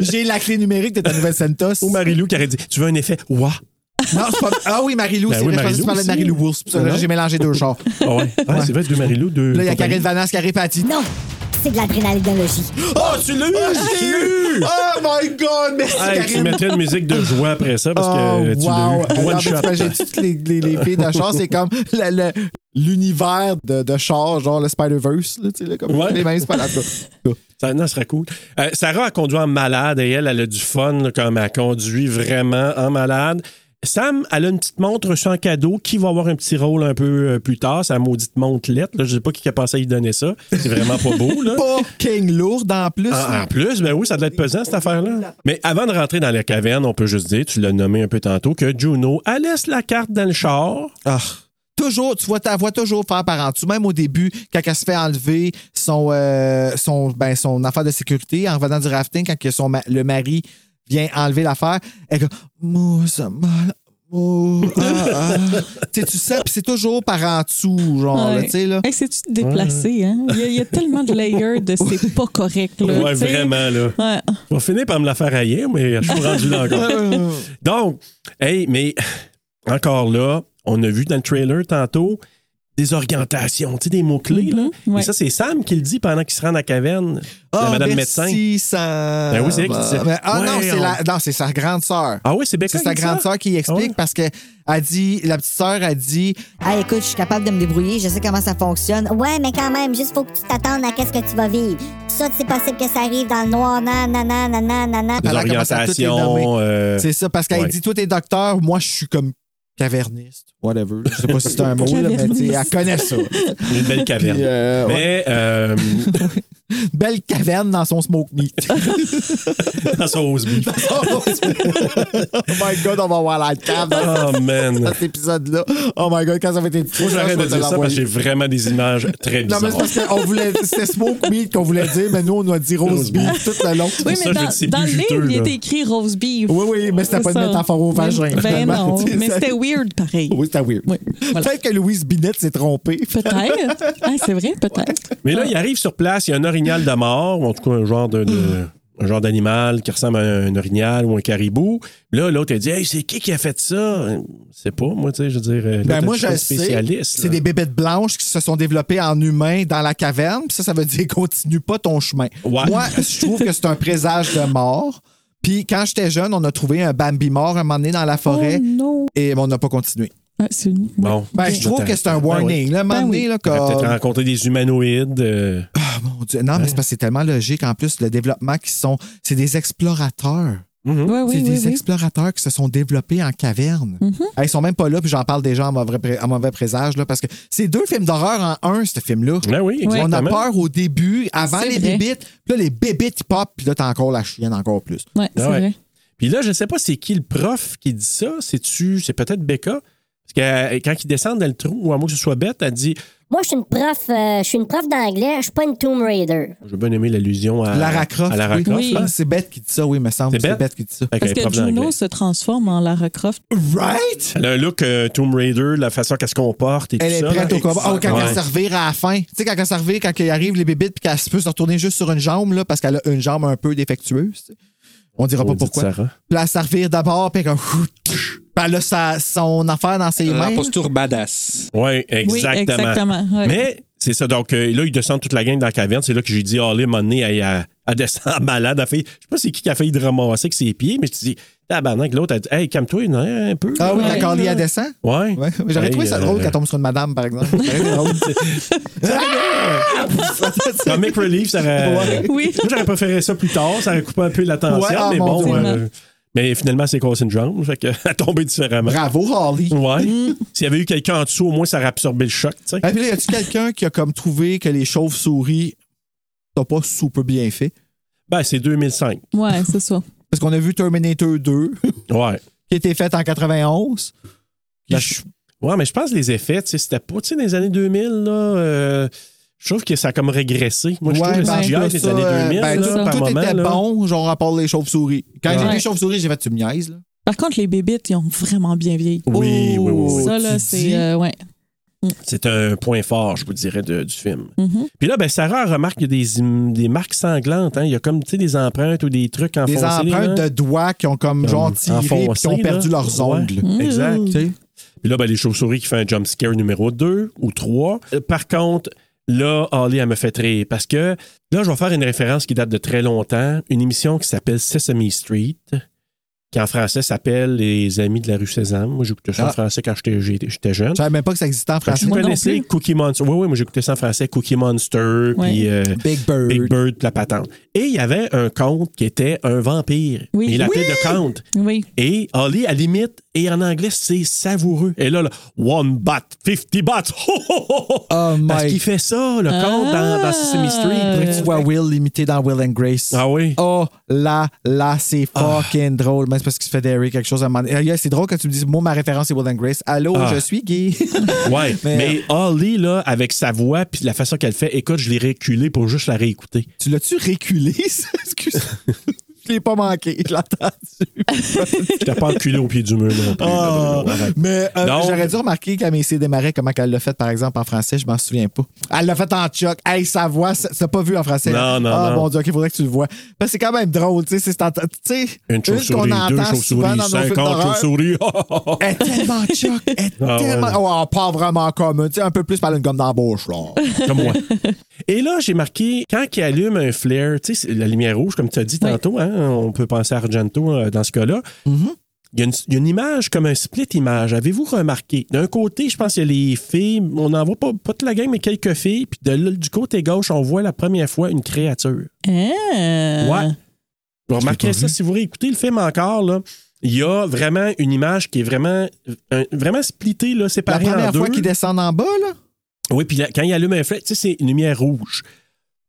[SPEAKER 4] J'ai la clé numérique de ta nouvelle Santos.
[SPEAKER 1] Ou Marie-Lou qui aurait dit, tu veux un effet? Ouah!
[SPEAKER 4] Non, c'est pas... Ah oui, Marie-Lou,
[SPEAKER 1] Ben
[SPEAKER 4] c'est
[SPEAKER 1] oui,
[SPEAKER 4] vrai, je pensais que
[SPEAKER 1] Marie-Lou
[SPEAKER 4] tu parlais de
[SPEAKER 1] aussi. Ben
[SPEAKER 4] Marie-Lou Wolf. C'est pour ça que
[SPEAKER 1] Non.
[SPEAKER 4] J'ai mélangé deux genres.
[SPEAKER 1] Ah ouais. Ah, C'est vrai, deux Marie-Lou, deux.
[SPEAKER 4] Là, il y a
[SPEAKER 1] compagnies.
[SPEAKER 4] Karine Vanasse qui arrive et elle dit Non,
[SPEAKER 9] c'est de l'adrénalinologie.
[SPEAKER 1] Oh, tu l'as eu!
[SPEAKER 4] Ah,
[SPEAKER 1] tu l'as eu!
[SPEAKER 4] Oh my God! Merci,
[SPEAKER 1] Hey, tu
[SPEAKER 4] Karine. Ah,
[SPEAKER 1] mettais une musique de joie après ça parce que tu l'as eu.
[SPEAKER 4] Oh, wow. Alors,
[SPEAKER 1] One
[SPEAKER 4] mais tu
[SPEAKER 1] shot.
[SPEAKER 4] vois, J'ai toutes les, les, les filles de char, c'est comme la- la- l'univers de, de char, genre le Spider-Verse, là, tu sais, là, comme
[SPEAKER 1] Ouais.
[SPEAKER 4] les mêmes spider
[SPEAKER 1] Ça, non, ça serait cool. Euh, Sarah a conduit en malade et elle, elle a du fun là, comme elle conduit vraiment en malade. Sam, elle a une petite montre sans cadeau qui va avoir un petit rôle un peu euh, plus tard, sa maudite montre lettre. là. Je sais pas qui a pensé à lui donner ça. C'est vraiment pas beau.
[SPEAKER 4] (laughs)
[SPEAKER 1] Là.
[SPEAKER 4] Fucking lourde en plus.
[SPEAKER 1] En, en plus, ben oui, ça doit être pesant cette affaire-là. Mais avant de rentrer dans la caverne, on peut juste dire, tu l'as nommé un peu tantôt, que Juno, elle laisse la carte dans le char.
[SPEAKER 4] Ah. Toujours, tu vois ta voix toujours faire par en dessous. Même au début, quand elle se fait enlever son, euh, son, ben, son affaire de sécurité en revenant du rafting, quand que son ma- le mari vient enlever l'affaire, elle go Mou, ça m'a- mou,
[SPEAKER 1] (laughs)
[SPEAKER 4] ah, ah. Tu sais, tu sais, puis c'est toujours par en dessous, genre, là,
[SPEAKER 7] Ouais.
[SPEAKER 4] tu
[SPEAKER 1] (laughs)
[SPEAKER 4] sais, là.
[SPEAKER 7] Hey, C'est-tu déplacé, hein? Il y, a, il y a tellement de layers
[SPEAKER 1] (laughs)
[SPEAKER 7] de c'est pas correct, là.
[SPEAKER 1] Ouais,
[SPEAKER 7] tu sais.
[SPEAKER 1] vraiment, là.
[SPEAKER 7] Ouais.
[SPEAKER 1] On va finir par me la faire haïr, mais je suis rendu là
[SPEAKER 4] (laughs)
[SPEAKER 1] encore. Donc, hey, mais encore là, on a vu dans le trailer tantôt des orientations, tu sais, des mots-clés, là.
[SPEAKER 4] Mm-hmm,
[SPEAKER 7] Mhm, ouais.
[SPEAKER 1] Et ça, c'est Sam qui le dit pendant qu'il se rend à la caverne, la madame
[SPEAKER 4] Ah, merci,
[SPEAKER 1] médecin.
[SPEAKER 4] ça.
[SPEAKER 1] Ben oui, c'est elle qui disait.
[SPEAKER 4] Ben, ah non,
[SPEAKER 1] Ouais,
[SPEAKER 4] c'est
[SPEAKER 1] on-
[SPEAKER 4] la- non, c'est sa grande sœur.
[SPEAKER 1] Ah oui, c'est Becca
[SPEAKER 4] C'est sa
[SPEAKER 1] qui dit ça?
[SPEAKER 4] grande sœur qui explique
[SPEAKER 1] Ah ouais?
[SPEAKER 4] parce que elle dit, la petite sœur a dit
[SPEAKER 9] Ah, écoute, je suis capable de me débrouiller, je sais comment ça fonctionne.
[SPEAKER 10] Ouais, mais quand même, juste faut que tu t'attendes à qu'est-ce que tu vas vivre. Ça, c'est possible que ça arrive dans le noir, nan, nan, nan, nan, nan, nan, nan.
[SPEAKER 1] Des
[SPEAKER 4] Elle a commencé à toutes les nommer.
[SPEAKER 1] orientations. euh,
[SPEAKER 4] C'est ça, parce qu'elle
[SPEAKER 1] ouais.
[SPEAKER 4] dit, toi, t'es docteur, moi, je suis comme caverniste, whatever. Je sais pas si c'est
[SPEAKER 7] (laughs)
[SPEAKER 4] un mot, là, mais tu sais, elle connaît ça.
[SPEAKER 1] une belle caverne.
[SPEAKER 4] Puis, euh, ouais,
[SPEAKER 1] Mais euh, (laughs)
[SPEAKER 4] Belle caverne dans son smoke
[SPEAKER 7] (laughs)
[SPEAKER 4] meat.
[SPEAKER 1] dans son roast beef.
[SPEAKER 4] oh my god, on va avoir la cave dans
[SPEAKER 1] Oh man.
[SPEAKER 4] cet épisode-là. Oh my god, quand ça va être édité,
[SPEAKER 1] Moi, j'arrête
[SPEAKER 4] je vais
[SPEAKER 1] de
[SPEAKER 4] te
[SPEAKER 1] dire ça parce que
[SPEAKER 4] l'envoyer.
[SPEAKER 1] j'ai vraiment des images très
[SPEAKER 4] Non,
[SPEAKER 1] bizarres.
[SPEAKER 4] mais c'est parce qu'on voulait. C'était smoke meat qu'on voulait dire, mais nous, on a dit rose beef tout le long.
[SPEAKER 7] Oui,
[SPEAKER 1] Ça,
[SPEAKER 7] mais
[SPEAKER 1] je le sais
[SPEAKER 7] dans, dans
[SPEAKER 1] plus
[SPEAKER 7] le livre,
[SPEAKER 1] juteux,
[SPEAKER 7] il
[SPEAKER 1] là.
[SPEAKER 7] était écrit Rose Beef.
[SPEAKER 4] Oui, oui, mais c'était
[SPEAKER 7] C'est
[SPEAKER 4] pas de
[SPEAKER 7] ça.
[SPEAKER 4] métaphore au vagin.
[SPEAKER 7] Ben
[SPEAKER 4] finalement. (laughs)
[SPEAKER 7] non,
[SPEAKER 4] Tu sais,
[SPEAKER 7] mais
[SPEAKER 4] ça-
[SPEAKER 7] c'était weird pareil.
[SPEAKER 4] Oui, c'était weird.
[SPEAKER 7] Oui, voilà.
[SPEAKER 4] Peut-être que Louise Binette s'est trompée.
[SPEAKER 7] Peut-être. Ah, c'est vrai,
[SPEAKER 4] (laughs)
[SPEAKER 7] peut-être.
[SPEAKER 1] Mais là, il arrive sur place, il y a un orignal de mort, ou en tout cas un genre de. de-
[SPEAKER 4] Hmm.
[SPEAKER 1] un genre d'animal qui ressemble à un orignal ou un caribou. Là, l'autre, elle dit Hey, c'est qui qui a fait ça C'est pas, moi, tu sais, je veux dire. là,
[SPEAKER 4] Ben
[SPEAKER 1] t'es
[SPEAKER 4] moi,
[SPEAKER 1] pas
[SPEAKER 4] je sais.
[SPEAKER 1] spécialiste.
[SPEAKER 4] C'est
[SPEAKER 1] là.
[SPEAKER 4] des bébêtes blanches qui se sont développées en humains dans la caverne. Puis ça, ça veut dire (laughs) continue pas ton chemin.
[SPEAKER 1] Ouais.
[SPEAKER 4] Moi, je trouve que c'est un présage de mort. Puis quand j'étais jeune, on a trouvé un Bambi mort un moment donné dans la forêt
[SPEAKER 7] Oh non.
[SPEAKER 4] et on n'a pas continué.
[SPEAKER 7] Ah, c'est une-
[SPEAKER 1] Bon.
[SPEAKER 4] Ben, je trouve que c'est un
[SPEAKER 1] Ben oui.
[SPEAKER 4] warning. là, un moment
[SPEAKER 7] Ben
[SPEAKER 4] donné,
[SPEAKER 7] oui.
[SPEAKER 4] là,
[SPEAKER 1] T'aurais
[SPEAKER 4] comme-
[SPEAKER 1] peut-être rencontré des humanoïdes.
[SPEAKER 4] (laughs)
[SPEAKER 1] euh,
[SPEAKER 4] Ah, mon Dieu. Non, mais c'est parce que c'est tellement logique. En plus, le développement qu'ils sont, c'est des explorateurs.
[SPEAKER 7] Ouais, oui,
[SPEAKER 4] c'est
[SPEAKER 7] oui, Mm-hmm.
[SPEAKER 4] des
[SPEAKER 7] oui.
[SPEAKER 4] explorateurs qui se sont développés en caverne. Ah, ils sont même pas là, puis j'en parle déjà en mauvais, pré- en mauvais présage, là, parce que c'est deux films d'horreur en un, ce film-là.
[SPEAKER 1] Ben oui,
[SPEAKER 4] On a
[SPEAKER 1] exactement.
[SPEAKER 4] peur au début, avant
[SPEAKER 7] C'est
[SPEAKER 4] les
[SPEAKER 7] vrai.
[SPEAKER 4] bébites, puis là, les bébites, ils pop, puis là, t'as encore la chienne, encore plus.
[SPEAKER 7] Ouais, c'est
[SPEAKER 1] Ah ouais.
[SPEAKER 7] vrai.
[SPEAKER 1] Puis là, je sais pas c'est qui le prof qui dit ça. C'est-tu, c'est peut-être Becca. Parce que euh, quand ils descendent dans le trou, ou à moins que ce soit bête, elle dit
[SPEAKER 10] Moi, je suis une prof, euh, je suis une prof d'anglais, je suis pas une Tomb Raider.
[SPEAKER 1] J'ai bien aimé l'allusion Euh, à
[SPEAKER 4] Lara Croft.
[SPEAKER 1] à Lara
[SPEAKER 4] oui.
[SPEAKER 1] Croft,
[SPEAKER 7] Oui.
[SPEAKER 1] là.
[SPEAKER 4] Ah, C'est bête qui dit ça, oui, me semble.
[SPEAKER 1] C'est
[SPEAKER 4] C'est
[SPEAKER 1] Beth?
[SPEAKER 4] bête qui dit ça.
[SPEAKER 1] Fait qu'elle
[SPEAKER 7] Parce
[SPEAKER 1] est
[SPEAKER 7] que
[SPEAKER 1] prof d'anglais.
[SPEAKER 7] Juno se transforme en Lara Croft.
[SPEAKER 4] Right?
[SPEAKER 1] Elle a un look euh, Tomb Raider, la façon qu'elle se comporte et
[SPEAKER 4] Elle
[SPEAKER 1] tout
[SPEAKER 4] est
[SPEAKER 1] ça.
[SPEAKER 4] prête
[SPEAKER 1] là.
[SPEAKER 4] au combat. Oh, quand
[SPEAKER 1] Ouais.
[SPEAKER 4] elle se revire à la fin. Tu sais, quand elle se revire, quand il arrive les bébites, puis qu'elle se peut se retourner juste sur une jambe, là, parce qu'elle a une jambe un peu défectueuse. tu sais. On dira pas
[SPEAKER 1] Maudite
[SPEAKER 4] pourquoi.
[SPEAKER 1] Sarah.
[SPEAKER 4] Puis là, elle se revire d'abord, puis elle, comme, ouf, tch. Puis elle a sa- son affaire dans ses
[SPEAKER 1] Euh,
[SPEAKER 8] La
[SPEAKER 4] mains.
[SPEAKER 8] posture badass.
[SPEAKER 1] Oui, exactement.
[SPEAKER 7] Oui, exactement. ouais.
[SPEAKER 1] Mais c'est ça. Donc euh, là, ils descendent toute la gang dans la caverne. C'est là que j'ai dit, oh, là, mon nez, elle, elle, elle descend malade. Elle fait, je sais pas c'est qui qui a failli de ramasser avec ses pieds, mais je te dis, tabarnak, l'autre, elle dit, hey, calme-toi, non, un peu.
[SPEAKER 4] Ah oui,
[SPEAKER 1] là.
[SPEAKER 4] la cordée, elle descend.
[SPEAKER 1] Ouais.
[SPEAKER 4] Ouais. J'aurais
[SPEAKER 1] Hey,
[SPEAKER 4] trouvé ça
[SPEAKER 1] euh,
[SPEAKER 4] drôle quand elle tombe sur une madame, par
[SPEAKER 1] (laughs)
[SPEAKER 4] exemple. J'aurais oh, trouvé drôle.
[SPEAKER 1] Comic Relief, ça aurait.
[SPEAKER 4] Ouais.
[SPEAKER 7] (laughs) Oui.
[SPEAKER 1] Moi, j'aurais préféré ça plus tard. Ça aurait coupé un peu l'attention,
[SPEAKER 4] Ouais, ah,
[SPEAKER 1] mais
[SPEAKER 4] mon
[SPEAKER 1] bon.
[SPEAKER 4] Dieu.
[SPEAKER 1] euh, mais finalement, c'est cassé une jambe. Fait que, (laughs) elle a tombé différemment.
[SPEAKER 4] Bravo, Harley.
[SPEAKER 1] Ouais. S'il y avait eu quelqu'un en dessous, au moins, ça aurait absorbé le choc, tu sais.
[SPEAKER 4] Et puis là, y a-tu quelqu'un qui a comme trouvé que les chauves-souris sont pas super bien fait?
[SPEAKER 1] Ben, c'est 2005.
[SPEAKER 7] Ouais, c'est ça.
[SPEAKER 4] Parce qu'on a vu Terminator 2,
[SPEAKER 1] Ouais.
[SPEAKER 4] (laughs) qui a été fait en 91. Qui
[SPEAKER 1] Ben,
[SPEAKER 4] ch-
[SPEAKER 1] Ouais, mais je pense que les effets, tu sais, c'était pas, tu sais, dans les années 2000, là. euh, je trouve que ça a comme régressé. Moi, je
[SPEAKER 4] Ouais,
[SPEAKER 1] trouve que
[SPEAKER 4] ben,
[SPEAKER 1] le CGI des
[SPEAKER 4] ça,
[SPEAKER 1] années
[SPEAKER 4] euh,
[SPEAKER 1] 2000,
[SPEAKER 4] ben,
[SPEAKER 1] là,
[SPEAKER 7] ça.
[SPEAKER 1] par
[SPEAKER 4] tout
[SPEAKER 1] moment,
[SPEAKER 4] était
[SPEAKER 1] là.
[SPEAKER 4] bon, genre à part les chauves-souris. Quand j'ai vu
[SPEAKER 7] Ouais.
[SPEAKER 4] les chauves-souris, j'ai fait tu me niaises, là.
[SPEAKER 7] Par contre, les bébites, ils ont vraiment bien vieilli.
[SPEAKER 1] Oui, oui, oui, oui.
[SPEAKER 7] Oh, Ça,
[SPEAKER 4] tu
[SPEAKER 7] là,
[SPEAKER 4] dis-
[SPEAKER 7] c'est. euh, ouais.
[SPEAKER 1] C'est un point fort, je vous dirais, de- du film.
[SPEAKER 7] Mhm.
[SPEAKER 1] Puis là, ben, Sarah elle remarque qu'il y a des, im- des marques sanglantes. hein. Il y a comme, tu sais, des empreintes ou des trucs enfoncés.
[SPEAKER 4] Des empreintes
[SPEAKER 1] là.
[SPEAKER 4] de doigts qui ont comme genre tiré et qui ont
[SPEAKER 1] enfoncés,
[SPEAKER 4] perdu
[SPEAKER 1] là.
[SPEAKER 4] leurs
[SPEAKER 1] Ouais.
[SPEAKER 4] ongles.
[SPEAKER 7] Mm.
[SPEAKER 1] Exact.
[SPEAKER 4] Tu sais?
[SPEAKER 1] Puis là, ben, les chauves-souris qui font un jump scare numéro 2 ou 3. Euh, Par contre, Là, Holly, elle me fait rire parce que là, je vais faire une référence qui date de très longtemps, une émission qui s'appelle Sesame Street, qui en français s'appelle Les Amis de la rue Sésame. Moi, j'écoutais ça en
[SPEAKER 4] Ah.
[SPEAKER 1] français quand j'étais j'ai- j'étais jeune.
[SPEAKER 4] Je savais même pas que ça existait en
[SPEAKER 1] Je
[SPEAKER 4] français.
[SPEAKER 7] Moi non
[SPEAKER 1] connaissais
[SPEAKER 7] plus.
[SPEAKER 1] Cookie Monster. Oui, oui, moi j'écoutais ça en français, Cookie Monster,
[SPEAKER 7] Ouais.
[SPEAKER 1] puis euh,
[SPEAKER 4] Big Bird.
[SPEAKER 1] Big Bird, puis la patente. Et il y avait un conte qui était un vampire.
[SPEAKER 7] Oui.
[SPEAKER 1] Mais il appelait
[SPEAKER 7] Oui!
[SPEAKER 1] de conte.
[SPEAKER 7] Oui.
[SPEAKER 1] Et Holly, à limite, et en anglais, c'est savoureux. Et là, là, one bat, 50 (laughs) bahts. Ho, ho, ho, ho.
[SPEAKER 4] Oh
[SPEAKER 1] Parce
[SPEAKER 4] my
[SPEAKER 1] qu'il fait ça, le conte, dans, dans Sesame
[SPEAKER 7] Ah.
[SPEAKER 1] Street.
[SPEAKER 4] Tu vois Will l'imiter dans Will and Grace.
[SPEAKER 1] Ah oui?
[SPEAKER 4] Oh là là, c'est fucking drôle. Mais c'est parce qu'il se fait derrière quelque chose à un moment donné. Ah, yeah, C'est drôle quand tu me dis, moi, ma référence, c'est Will and Grace. Allô,
[SPEAKER 1] Ah.
[SPEAKER 4] je suis (laughs) gay.
[SPEAKER 1] Ouais,
[SPEAKER 4] Mais- euh,
[SPEAKER 1] mais, Holly, là, avec sa voix puis la façon qu'elle fait, écoute, je l'ai reculé pour juste la réécouter.
[SPEAKER 4] tu l'as-tu reculé, ça? Excuse. Je l'ai pas manqué, je l'ai entendu.
[SPEAKER 1] Je t'ai pas enculé au pied du mur non plus.
[SPEAKER 4] Ah,
[SPEAKER 1] Arrête.
[SPEAKER 4] (laughs) mais euh,
[SPEAKER 1] Donc-
[SPEAKER 4] j'aurais dû remarquer qu'à mes démarrait comment elle l'a fait, par exemple, en français, je m'en souviens pas. Elle l'a fait en choc. Hey, sa voix, ça- t'as pas vu en français. là.
[SPEAKER 1] Non, non,
[SPEAKER 4] Ah,
[SPEAKER 1] non.
[SPEAKER 4] mon Dieu, il faudrait que tu le vois. Parce que c'est quand même drôle, tu sais. c'est en- tu sais,
[SPEAKER 1] Une chauve-souris,
[SPEAKER 4] qu'on entend
[SPEAKER 1] deux
[SPEAKER 4] souvent
[SPEAKER 1] chauves-souris,
[SPEAKER 4] dans nos films
[SPEAKER 1] 50
[SPEAKER 4] d'horreur.
[SPEAKER 1] chauves-souris. (laughs)
[SPEAKER 4] Elle est tellement choc. Elle est
[SPEAKER 1] Ah,
[SPEAKER 4] tellement.
[SPEAKER 1] ouais.
[SPEAKER 4] Oh, pas vraiment comme. Tu sais, un peu plus par une gomme dans la bouche, là.
[SPEAKER 1] comme moi. Et là, j'ai marqué, quand il allume un flair, tu sais, c'est la lumière rouge, comme tu as dit
[SPEAKER 7] Oui.
[SPEAKER 1] tantôt, hein, on peut penser à Argento euh, dans ce cas-là.
[SPEAKER 4] Mm-hmm.
[SPEAKER 1] Il y, a une, il y a une image comme un split image. Avez-vous remarqué? D'un côté, je pense qu'il y a les filles, on n'en voit pas, pas toute la gang, mais quelques filles. Puis de l- du côté gauche, on voit la première fois une créature.
[SPEAKER 7] Eh. Ah.
[SPEAKER 1] Ouais. Vous remarquerez ça si vous réécoutez le film encore, là. Il y a vraiment une image qui est vraiment, un- vraiment splittée, là,
[SPEAKER 4] La
[SPEAKER 1] séparée en
[SPEAKER 4] première
[SPEAKER 1] deux.
[SPEAKER 4] fois qu'ils descendent en bas, là.
[SPEAKER 1] Oui, puis là, quand il allume un flair, tu sais, c'est une lumière rouge.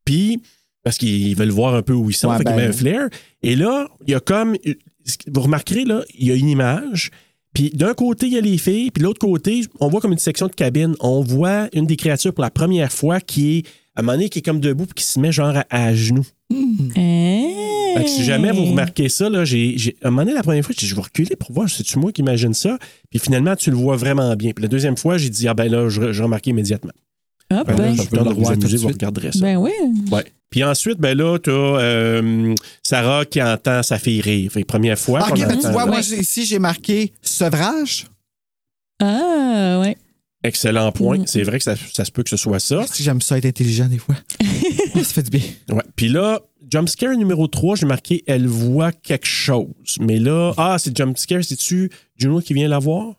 [SPEAKER 1] Puis, parce qu'ils veulent voir un peu où ils sont,
[SPEAKER 4] Ouais,
[SPEAKER 1] fait qu'il
[SPEAKER 4] ben.
[SPEAKER 1] met un flair. Et là, il y a comme. Vous remarquerez, là, il y a une image. Puis d'un côté, il y a les filles, puis de l'autre côté, on voit comme une section de cabine. On voit une des créatures pour la première fois qui est, à un moment donné, qui est comme debout, puis qui se met genre à, à genoux.
[SPEAKER 7] Ah.
[SPEAKER 1] Fait que si jamais vous remarquez ça, là, j'ai, j'ai- à un moment donné, la première fois, j'ai dit, je vais reculer pour voir, c'est-tu moi qui imagine ça? Puis finalement, tu le vois vraiment bien. Puis la deuxième fois, j'ai dit, ah ben là, je, je remarquais immédiatement.
[SPEAKER 7] Ah,
[SPEAKER 1] Fait que là,
[SPEAKER 7] ben,
[SPEAKER 1] je
[SPEAKER 4] peux le
[SPEAKER 1] retourne vous
[SPEAKER 4] revoir tout de
[SPEAKER 1] amuser, vous
[SPEAKER 4] suite.
[SPEAKER 1] regarderez ça.
[SPEAKER 7] ben oui.
[SPEAKER 1] Ouais. Puis ensuite, ben là, t'as euh, Sarah qui entend sa fille rire. Fait que première fois.
[SPEAKER 4] ok,
[SPEAKER 1] qu'on
[SPEAKER 4] ben, tu
[SPEAKER 1] entend-
[SPEAKER 4] vois, moi,
[SPEAKER 7] Ouais.
[SPEAKER 4] j'ai- ici, j'ai marqué sevrage.
[SPEAKER 7] Ah, ouais.
[SPEAKER 1] Excellent point.
[SPEAKER 7] Mm.
[SPEAKER 1] C'est vrai que ça, ça se peut que ce soit ça.
[SPEAKER 4] Si j'aime ça être intelligent des fois. ça fait du bien.
[SPEAKER 1] Ouais. Puis là, jumpscare numéro 3, j'ai marqué elle voit quelque chose. Mais là, ah, c'est jumpscare, c'est-tu Juno qui vient la voir?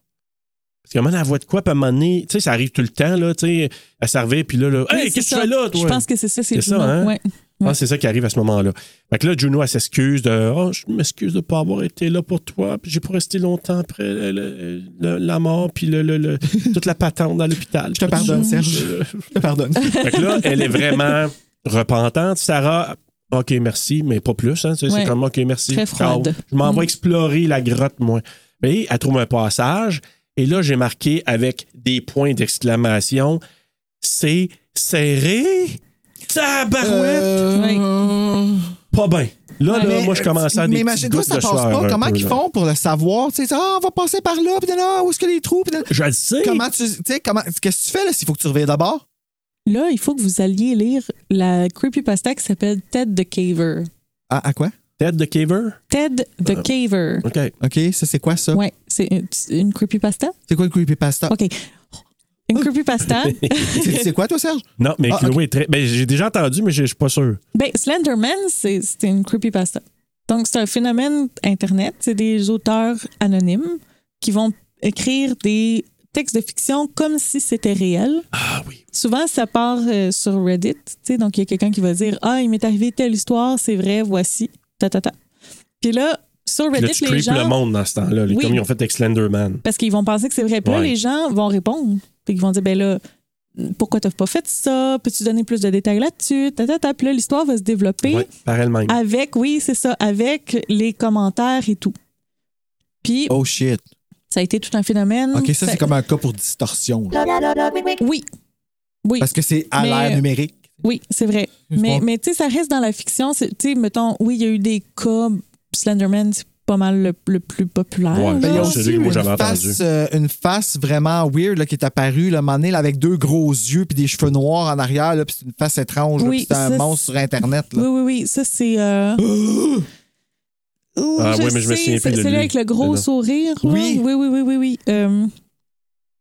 [SPEAKER 1] Parce qu'à un moment, elle voit de quoi, puis à un moment donné, tu sais, ça arrive tout le temps, là, tu sais, elle servait, puis là, là,
[SPEAKER 7] Oui,
[SPEAKER 1] hey,
[SPEAKER 7] c'est
[SPEAKER 1] qu'est-ce que
[SPEAKER 7] ça.
[SPEAKER 1] tu fais là, toi?
[SPEAKER 7] Je pense que c'est ça, c'est
[SPEAKER 1] C'est ça,
[SPEAKER 7] Juno.
[SPEAKER 1] hein?
[SPEAKER 7] Ouais.
[SPEAKER 1] Je pense que c'est ça qui arrive à ce moment-là. Fait que là, Juno, elle s'excuse de Oh, je m'excuse de ne pas avoir été là pour toi, puis j'ai pas resté longtemps après le- le- le- la mort, puis le, le- le- (laughs) toute la patente dans l'hôpital.
[SPEAKER 4] Je te pardonne, Serge. Je te pardonne.
[SPEAKER 1] Fait que là, elle est vraiment repentante. Sarah, OK, merci, mais pas plus. Hein, Tu sais,
[SPEAKER 7] Ouais.
[SPEAKER 1] C'est comme OK, merci.
[SPEAKER 7] Très froide.
[SPEAKER 1] Ciao. Je m'en
[SPEAKER 7] Mm.
[SPEAKER 1] vais explorer la grotte, moi. Et elle trouve un passage, et là, j'ai marqué avec des points d'exclamation c'est serré,
[SPEAKER 4] Euh,
[SPEAKER 1] tabarouette pas bien. Là, là,
[SPEAKER 4] Mais- euh,
[SPEAKER 1] moi, je commençais à des
[SPEAKER 4] Mais
[SPEAKER 1] petites
[SPEAKER 4] imagine-toi,
[SPEAKER 1] gouttes
[SPEAKER 4] ça
[SPEAKER 1] de
[SPEAKER 4] passe
[SPEAKER 1] sueur
[SPEAKER 4] pas.
[SPEAKER 1] un
[SPEAKER 4] Comment
[SPEAKER 1] peu,
[SPEAKER 4] ils
[SPEAKER 1] là.
[SPEAKER 4] font pour le savoir? Tu sais, ah, on va passer par là, puis là, où est-ce qu'il y a les trous? Puis là,
[SPEAKER 1] Je le sais.
[SPEAKER 4] comment tu. Tu sais, comment. Qu'est-ce que tu fais, là, s'il faut que tu reviennes d'abord?
[SPEAKER 7] Là, il faut que vous alliez lire la creepypasta qui s'appelle Ted the Caver.
[SPEAKER 4] À, à quoi?
[SPEAKER 1] Tête de Caver?
[SPEAKER 7] Ted the Caver.
[SPEAKER 1] OK.
[SPEAKER 4] OK, ça, c'est quoi ça?
[SPEAKER 7] Ouais, c'est une- une creepypasta?
[SPEAKER 4] C'est quoi le creepypasta?
[SPEAKER 7] OK. Une creepypasta.
[SPEAKER 4] C'est c'est quoi, toi, Serge?
[SPEAKER 1] Non, mais
[SPEAKER 4] Ah,
[SPEAKER 1] Chloé est très. Ben, j'ai déjà entendu, mais je je suis pas sûr.
[SPEAKER 7] ben, Slenderman, c'est c'est une creepypasta. Donc, c'est un phénomène Internet. C'est des auteurs anonymes qui vont écrire des textes de fiction comme si c'était réel.
[SPEAKER 1] Ah oui.
[SPEAKER 7] Souvent, ça part euh, sur Reddit. tu sais, Donc, il y a quelqu'un qui va dire Ah, il m'est arrivé telle histoire, c'est vrai, voici. Ta, ta, ta. Puis là, sur
[SPEAKER 1] Puis là,
[SPEAKER 7] Reddit,
[SPEAKER 1] tu
[SPEAKER 7] les
[SPEAKER 1] creepes
[SPEAKER 7] gens.
[SPEAKER 1] le monde dans ce temps-là. Les
[SPEAKER 7] Oui.
[SPEAKER 1] Comme ils ont fait avec Slenderman.
[SPEAKER 7] Parce qu'ils vont penser que c'est vrai. Puis là,
[SPEAKER 1] Ouais.
[SPEAKER 7] les gens vont répondre. Puis ils vont dire, ben là, pourquoi t'as pas fait ça? Peux-tu donner plus de détails là-dessus? Ta, ta, ta. Puis là, l'histoire va se développer
[SPEAKER 1] Ouais, par elle-même.
[SPEAKER 7] avec, oui, c'est ça, avec les commentaires et tout. Puis
[SPEAKER 4] Oh shit.
[SPEAKER 7] ça a été tout un phénomène.
[SPEAKER 4] OK, ça,
[SPEAKER 7] Fait-
[SPEAKER 4] c'est comme un cas pour distorsion. là.
[SPEAKER 7] Oui. Oui,
[SPEAKER 4] Parce que c'est à
[SPEAKER 7] Mais-
[SPEAKER 4] l'ère numérique.
[SPEAKER 7] oui, c'est vrai. Mais, mais tu sais, ça reste dans la fiction. C'est- Tu sais, mettons, oui, il y a eu des cas. Slenderman, c'est pas mal le, le plus populaire.
[SPEAKER 1] Ouais.
[SPEAKER 7] là.
[SPEAKER 4] Ben, il y a
[SPEAKER 1] Genre
[SPEAKER 4] aussi
[SPEAKER 1] celui que moi,
[SPEAKER 4] une,
[SPEAKER 1] j'avais
[SPEAKER 4] face,
[SPEAKER 1] entendu.
[SPEAKER 4] euh, une face vraiment weird là, qui est apparue le moment donné, là, avec deux gros yeux puis des cheveux noirs en arrière. là, Puis c'est une face étrange. là,
[SPEAKER 7] Oui,
[SPEAKER 4] puis c'est un
[SPEAKER 7] ça,
[SPEAKER 4] monstre
[SPEAKER 7] c'est-
[SPEAKER 4] sur Internet. là.
[SPEAKER 7] Oui, oui, oui. Ça, c'est.
[SPEAKER 4] (gasps)
[SPEAKER 7] euh, Ouh,
[SPEAKER 1] Ah oui, mais je me
[SPEAKER 7] sais,
[SPEAKER 1] souviens plus
[SPEAKER 7] c'est-
[SPEAKER 1] de
[SPEAKER 7] Celui
[SPEAKER 1] lui.
[SPEAKER 7] avec le gros
[SPEAKER 1] Là, là.
[SPEAKER 7] sourire. là.
[SPEAKER 4] Oui.
[SPEAKER 7] Oui, oui, oui, oui, oui. oui. Euh,